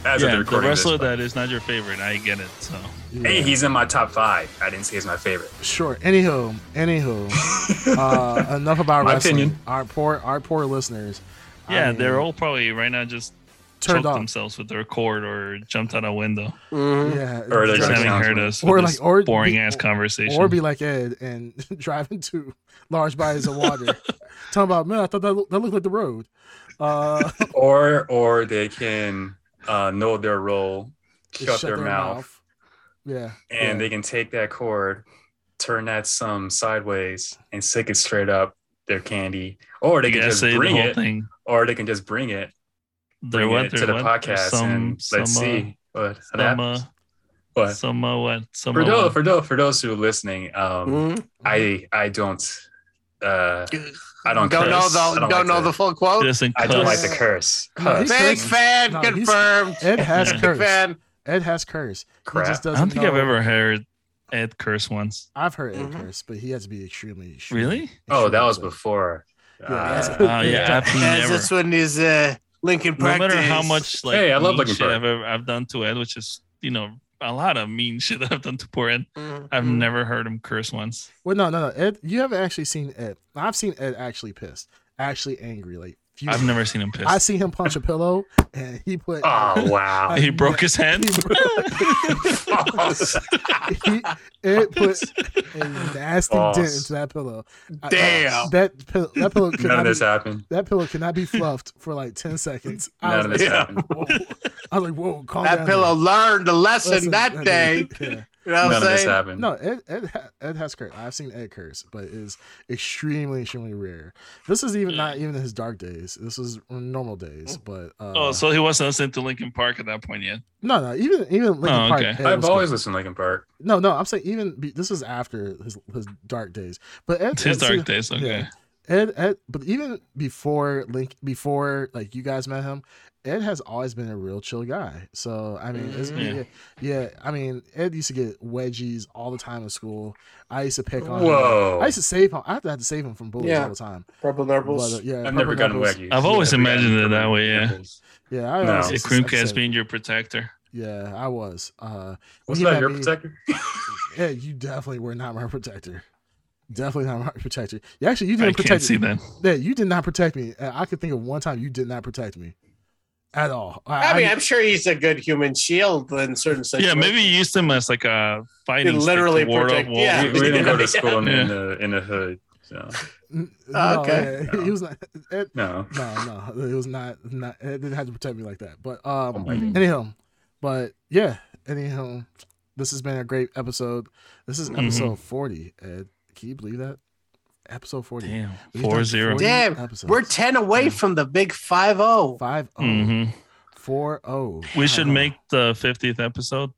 Speaker 1: As of the
Speaker 4: yeah, the
Speaker 1: recording, of this,
Speaker 4: wrestler
Speaker 1: but-
Speaker 4: that is not your favorite. I get it. So
Speaker 3: yeah.
Speaker 1: hey, he's in my top five. I didn't say he's my favorite.
Speaker 3: Sure. Anywho, anywho. uh, enough about
Speaker 1: My
Speaker 3: wrestling.
Speaker 1: opinion.
Speaker 3: Our poor, our poor listeners. I
Speaker 4: yeah,
Speaker 3: mean,
Speaker 4: they're all probably right now just
Speaker 3: turned
Speaker 4: choked
Speaker 3: off.
Speaker 4: themselves with their cord or jumped out a window.
Speaker 2: Mm-hmm. Um,
Speaker 3: Yeah.
Speaker 1: Mm-hmm. Or they're
Speaker 4: Just
Speaker 1: gonna
Speaker 4: having
Speaker 1: sound-
Speaker 4: heard us
Speaker 3: Or
Speaker 4: or
Speaker 3: like- or be-
Speaker 4: boring ass
Speaker 3: or-
Speaker 4: conversation.
Speaker 3: Or be like Ed and drive into large bodies of water. Talking about, man, I thought that, looked- that looked like the road. Uh,
Speaker 1: or or they can uh, know their role, shut,
Speaker 3: just
Speaker 1: their, mouth,
Speaker 3: Yeah.
Speaker 1: and they can take that cord, turn that some sideways, and stick it straight up their candy, or they
Speaker 4: You
Speaker 1: can
Speaker 4: gotta
Speaker 1: just
Speaker 4: say the
Speaker 1: bring
Speaker 4: whole
Speaker 1: it,
Speaker 4: thing.
Speaker 1: or they can just bring it,
Speaker 4: There
Speaker 1: bring
Speaker 4: went
Speaker 1: it
Speaker 4: there
Speaker 1: to the
Speaker 4: went
Speaker 1: podcast,
Speaker 4: some,
Speaker 1: and let's
Speaker 4: some, uh,
Speaker 1: see what
Speaker 4: Some, uh,
Speaker 1: happens. But
Speaker 4: some uh, what? Some
Speaker 1: for
Speaker 4: uh,
Speaker 1: those
Speaker 4: what?
Speaker 1: for those for those who are listening, um,
Speaker 2: Mhm.
Speaker 1: I I don't. Uh, I don't.
Speaker 2: Don't know
Speaker 1: curse. I
Speaker 2: the don't,
Speaker 1: like
Speaker 2: know
Speaker 1: to-
Speaker 2: the full quote.
Speaker 4: doesn't
Speaker 1: I don't like
Speaker 4: cuss.
Speaker 1: to curse.
Speaker 3: No, he
Speaker 1: Cuss.
Speaker 2: Big
Speaker 3: curses.
Speaker 2: fan
Speaker 3: No, he's-
Speaker 2: confirmed.
Speaker 3: Ed has
Speaker 4: Yeah.
Speaker 2: Big
Speaker 3: curse.
Speaker 2: fan.
Speaker 3: Ed has curse.
Speaker 1: Crap.
Speaker 3: He just
Speaker 4: I
Speaker 3: doesn't
Speaker 4: don't think I've
Speaker 3: know-
Speaker 4: ever heard Ed curse once.
Speaker 3: I've heard Ed
Speaker 2: Mhm.
Speaker 3: curse, but he has to be extremely. extremely
Speaker 4: Really?
Speaker 1: Oh, that
Speaker 3: extremely
Speaker 1: was
Speaker 3: upset.
Speaker 1: before.
Speaker 3: that's-
Speaker 1: Uh,
Speaker 4: Oh yeah, I've
Speaker 2: As
Speaker 4: never.
Speaker 2: this one is uh, Lincoln
Speaker 4: No
Speaker 2: practice.
Speaker 4: matter how much like
Speaker 1: Hey, I love
Speaker 4: mean
Speaker 1: looking
Speaker 4: shit
Speaker 1: for it.
Speaker 4: I've, ever, I've done to Ed, which is you know a lot of mean shit that I've done to poor Ed.
Speaker 2: Mhm.
Speaker 4: I've never heard him curse once.
Speaker 3: Well, no, no, no. Ed, you haven't actually seen Ed. I've seen Ed actually pissed, actually angry, like Few-
Speaker 4: I've never seen him piss.
Speaker 3: I see him punch a pillow, and he put.
Speaker 1: Oh wow!
Speaker 4: he broke his hand. Oh,
Speaker 3: he, it put a nasty
Speaker 1: Balls.
Speaker 3: dent into that pillow. I-
Speaker 2: Damn.
Speaker 3: that pillow, that pillow could
Speaker 1: None
Speaker 3: not
Speaker 1: of this
Speaker 3: be,
Speaker 1: happened.
Speaker 3: that pillow could not be fluffed for like ten seconds.
Speaker 1: None
Speaker 3: I was
Speaker 1: of
Speaker 3: like,
Speaker 1: this happened.
Speaker 3: I was like, "Whoa, calm
Speaker 2: That
Speaker 3: down
Speaker 2: pillow
Speaker 3: here.
Speaker 2: learned a lesson,
Speaker 3: Listen,
Speaker 2: that day.
Speaker 3: yeah.
Speaker 2: You know
Speaker 1: None
Speaker 2: what
Speaker 1: of
Speaker 2: I'm
Speaker 1: this
Speaker 2: saying?
Speaker 1: happened.
Speaker 3: No, Ed, Ed ha- Ed has curse. I've seen Ed curse, but it's extremely extremely rare. This is even
Speaker 1: Mm.
Speaker 3: not even his dark days. This is normal days. But uh,
Speaker 4: Oh, so he wasn't listening to Linkin Park at that point yet.
Speaker 3: no, no, even even Linkin
Speaker 4: Oh,
Speaker 3: Park.
Speaker 4: okay.
Speaker 3: Ed
Speaker 1: I've
Speaker 3: was cool.
Speaker 1: always listened to Linkin Park.
Speaker 3: No, no, I'm saying even be, this is after his his dark days. But Ed,
Speaker 4: It's his
Speaker 3: Ed-
Speaker 4: dark days. Okay.
Speaker 3: yeah. Ed, Ed, but even before Link, before like you guys met him, Ed has always been a real chill guy. So I mean, it's, yeah.
Speaker 4: Mhm.
Speaker 3: yeah, I mean, Ed used to get wedgies all the time in school. I used to pick on. him.
Speaker 1: Whoa!
Speaker 3: I used to save him. I had to, have to save him from bullies
Speaker 2: Yeah.
Speaker 3: all the time.
Speaker 2: Purple
Speaker 3: But, uh, yeah,
Speaker 1: I've never
Speaker 3: Purple
Speaker 1: gotten
Speaker 3: Knuckles-
Speaker 1: wacky.
Speaker 4: I've always imagined it that way, yeah.
Speaker 3: Yeah, I
Speaker 1: No.
Speaker 3: always
Speaker 1: It's
Speaker 4: See,
Speaker 3: used to-
Speaker 4: Creamcast
Speaker 3: I-
Speaker 4: being your protector.
Speaker 3: Yeah, I was. Uh,
Speaker 1: Was
Speaker 3: he
Speaker 1: that
Speaker 3: met
Speaker 1: your
Speaker 3: me-
Speaker 1: protector?
Speaker 3: Yeah, you definitely were not my protector. Definitely not my protector. You actually, you
Speaker 4: I
Speaker 3: didn't
Speaker 4: can't
Speaker 3: protect.
Speaker 4: see that.
Speaker 3: Yeah, you did not protect me. Uh, I could think of one time you did not protect me at all.
Speaker 2: uh, I mean, I'm sure he's a good human shield in certain
Speaker 4: Yeah,
Speaker 2: situations.
Speaker 4: maybe you used him as like a fighting.
Speaker 2: You
Speaker 4: stick to
Speaker 2: literally
Speaker 4: ward off
Speaker 2: protect-
Speaker 4: wolves.
Speaker 2: yeah.
Speaker 1: We, we didn't go
Speaker 2: Yeah.
Speaker 1: to school in, in the in the hood, so
Speaker 3: N-
Speaker 2: Oh,
Speaker 3: no,
Speaker 2: okay.
Speaker 3: yeah, he was not. It,
Speaker 1: no.
Speaker 3: no, no, it was not. Not it didn't have to protect me like that. But um,
Speaker 1: Oh my God.
Speaker 3: anyhow, but yeah, anyhow, this has been a great episode. This is
Speaker 4: Mm-hmm.
Speaker 3: episode forty. Ed, can you believe that? Episode forty.
Speaker 4: Damn.
Speaker 3: We've done
Speaker 4: 4 0.
Speaker 3: 40
Speaker 2: Damn,
Speaker 3: episodes.
Speaker 2: we're 10 away from the big 5 0.
Speaker 3: Five oh,
Speaker 4: hmm
Speaker 3: four oh.
Speaker 4: We should
Speaker 3: Wow.
Speaker 4: make the 50th episode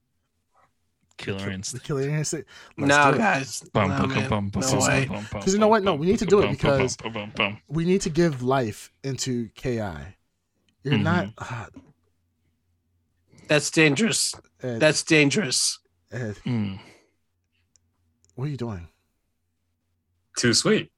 Speaker 4: Killer
Speaker 3: the
Speaker 4: Instinct.
Speaker 3: killer instinct. Let's
Speaker 2: No,
Speaker 3: do it.
Speaker 2: guys.
Speaker 4: Bum,
Speaker 2: no,
Speaker 4: bum,
Speaker 2: man.
Speaker 4: bum, bum,
Speaker 2: No
Speaker 4: bum,
Speaker 2: way.
Speaker 4: bum, bum,
Speaker 3: 'Cause you know
Speaker 4: bum,
Speaker 3: what? No,
Speaker 4: bum,
Speaker 3: we need to
Speaker 4: bum,
Speaker 3: do it
Speaker 4: bum,
Speaker 3: because-
Speaker 4: bum, bum, bum, bum.
Speaker 3: we need to give life into Ki. You're
Speaker 4: Mm-hmm.
Speaker 3: not. ah,
Speaker 2: That's dangerous.
Speaker 3: Ed,
Speaker 2: That's dangerous.
Speaker 3: Ed,
Speaker 4: Mm.
Speaker 3: what are you doing?
Speaker 1: Too sweet.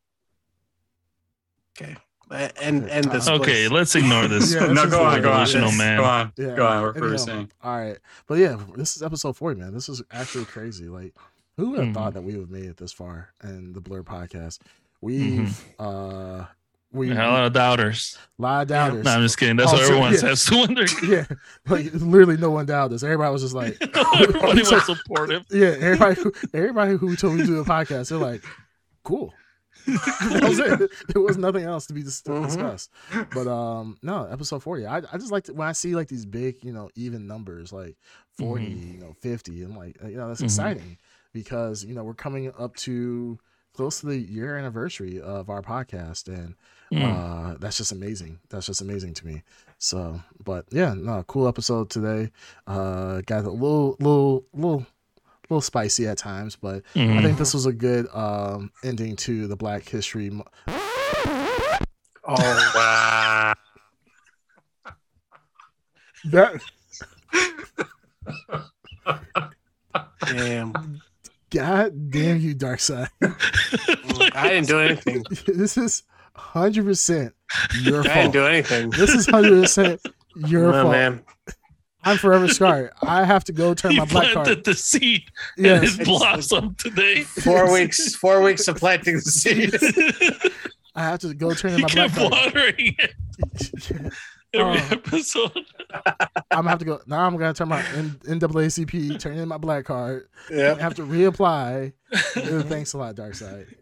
Speaker 2: Uh, And and this.
Speaker 4: Okay,
Speaker 2: place.
Speaker 4: let's ignore this.
Speaker 3: Yeah,
Speaker 1: no,
Speaker 3: this
Speaker 1: go
Speaker 3: is
Speaker 1: on, go on,
Speaker 4: delusional man.
Speaker 1: go on,
Speaker 3: Yeah.
Speaker 1: go on. We're first
Speaker 3: Anyhow,
Speaker 1: saying.
Speaker 3: All right, but yeah, this is episode forty, man. This is actually crazy. Like, who would have
Speaker 4: Mhm.
Speaker 3: thought that we would have made it this far in the Blur podcast? We've
Speaker 4: Mm-hmm.
Speaker 3: uh, we
Speaker 4: A
Speaker 3: yeah,
Speaker 4: lot of doubters.
Speaker 3: lot of doubters.
Speaker 4: No, I'm just kidding. That's
Speaker 3: Oh,
Speaker 4: what
Speaker 3: so-
Speaker 4: everyone
Speaker 3: yeah.
Speaker 4: says to wonder.
Speaker 3: yeah, like literally no one doubted us. Everybody was just like,
Speaker 4: Everybody was supportive.
Speaker 3: yeah, everybody, who, everybody who told me to do a podcast, they're like, cool. that was it. There was nothing else to be dis-
Speaker 2: Mhm.
Speaker 3: discussed. But um, no, episode forty. I, I just like to, when I see like these big, you know, even numbers like 40 you know, fifty. I'm like, you know, that's
Speaker 4: Mhm.
Speaker 3: exciting because you know we're coming up to close to the year anniversary of our podcast, and
Speaker 4: Mm.
Speaker 3: uh, that's just amazing. That's just amazing to me. So, but yeah, no, cool episode today. Uh, got a little, little, little, little spicy at times, but I
Speaker 4: Mhm.
Speaker 2: Mm-hmm.
Speaker 3: think this was a good um ending to the Black History. Mo-
Speaker 2: Oh,
Speaker 1: Wow.
Speaker 3: that
Speaker 2: damn.
Speaker 3: God damn you, Dark Side.
Speaker 2: I didn't do anything.
Speaker 3: this is hundred percent your
Speaker 2: I didn't
Speaker 3: fault.
Speaker 2: do anything.
Speaker 3: This is hundred percent your
Speaker 2: No,
Speaker 3: fault.
Speaker 2: man.
Speaker 3: I'm forever scarred. I have to go turn
Speaker 4: He
Speaker 3: my black
Speaker 4: planted
Speaker 3: card.
Speaker 4: the seed and
Speaker 3: Yes,
Speaker 4: it blossomed today.
Speaker 2: Four weeks, four weeks of planting the seed.
Speaker 3: I have to go turn in
Speaker 4: he
Speaker 3: my black
Speaker 4: kept
Speaker 3: card. Oh.
Speaker 4: watering it every episode.
Speaker 3: I'm gonna have to go now. I'm gonna turn my N- NAACP, turn in my black card. I
Speaker 2: Yeah.
Speaker 3: have to reapply. Uh, Thanks a lot, Darkseid.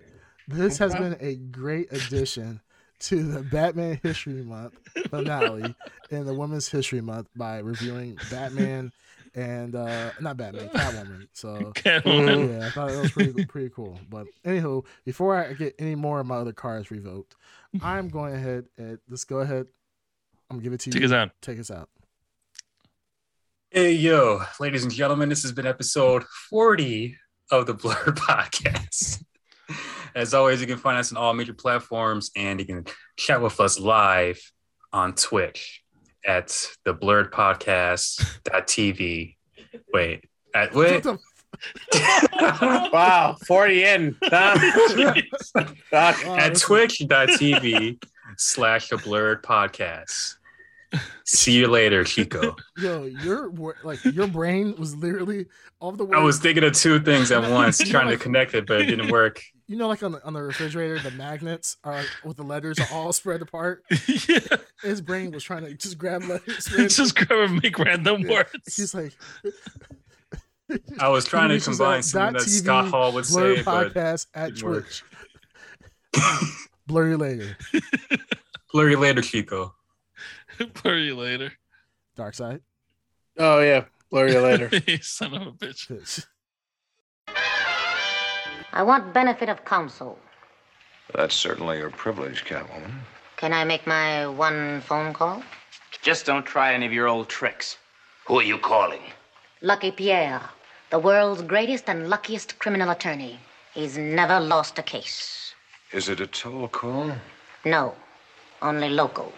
Speaker 3: This has been a great addition to the Batman History Month finale and the Women's History Month by reviewing Batman and uh not Batman, Catwoman. So
Speaker 4: Catwoman.
Speaker 3: yeah, I thought that was pretty pretty cool. But anywho, before I get any more of my other cards revoked, I'm going ahead and let's go ahead. I'm gonna give it to you.
Speaker 4: Take us out.
Speaker 3: Take us out.
Speaker 1: Hey yo, ladies and gentlemen, this has been episode 40 of the Blur Podcast. As always, you can find us on all major platforms and you can chat with us live on Twitch at the blurred podcast.tv. Wait, at
Speaker 3: What
Speaker 1: wait.
Speaker 3: the
Speaker 2: Wow, 40 in. Huh? Fuck.
Speaker 3: fuck?
Speaker 1: at twitch.tv slash the blurred podcast. See you later, Chico.
Speaker 3: Yo, your wor- like your brain was literally all the way.
Speaker 1: I was thinking of two things at once,
Speaker 3: You're
Speaker 1: trying to
Speaker 3: like-
Speaker 1: connect it, but it didn't work.
Speaker 3: you know, like on the on the refrigerator, the magnets are like, with the letters are all spread apart.
Speaker 4: yeah.
Speaker 3: His brain was trying to just grab letters. man.
Speaker 4: Just grab and make random words.
Speaker 3: He's like,
Speaker 1: I was trying to
Speaker 3: Reaches
Speaker 1: combine
Speaker 3: out,
Speaker 1: something
Speaker 3: dot
Speaker 1: that
Speaker 3: TV,
Speaker 1: Scott Hall would
Speaker 3: blur
Speaker 1: say, but
Speaker 3: podcast at
Speaker 1: it worked.
Speaker 3: Twitch. Blurry later,
Speaker 1: blur you later, Chico.
Speaker 4: Blur you later.
Speaker 3: dark side.
Speaker 2: Oh yeah, blur you later.
Speaker 4: You son of a bitch.
Speaker 3: Twitch.
Speaker 8: I want benefit of counsel.
Speaker 9: That's certainly your privilege, Catwoman.
Speaker 8: Can I make my one phone call?
Speaker 10: Just don't try any of your old tricks.
Speaker 9: Who are you calling?
Speaker 8: Lucky Pierre, the world's greatest and luckiest criminal attorney. He's never lost a case.
Speaker 9: Is it a toll call?
Speaker 8: No, only local.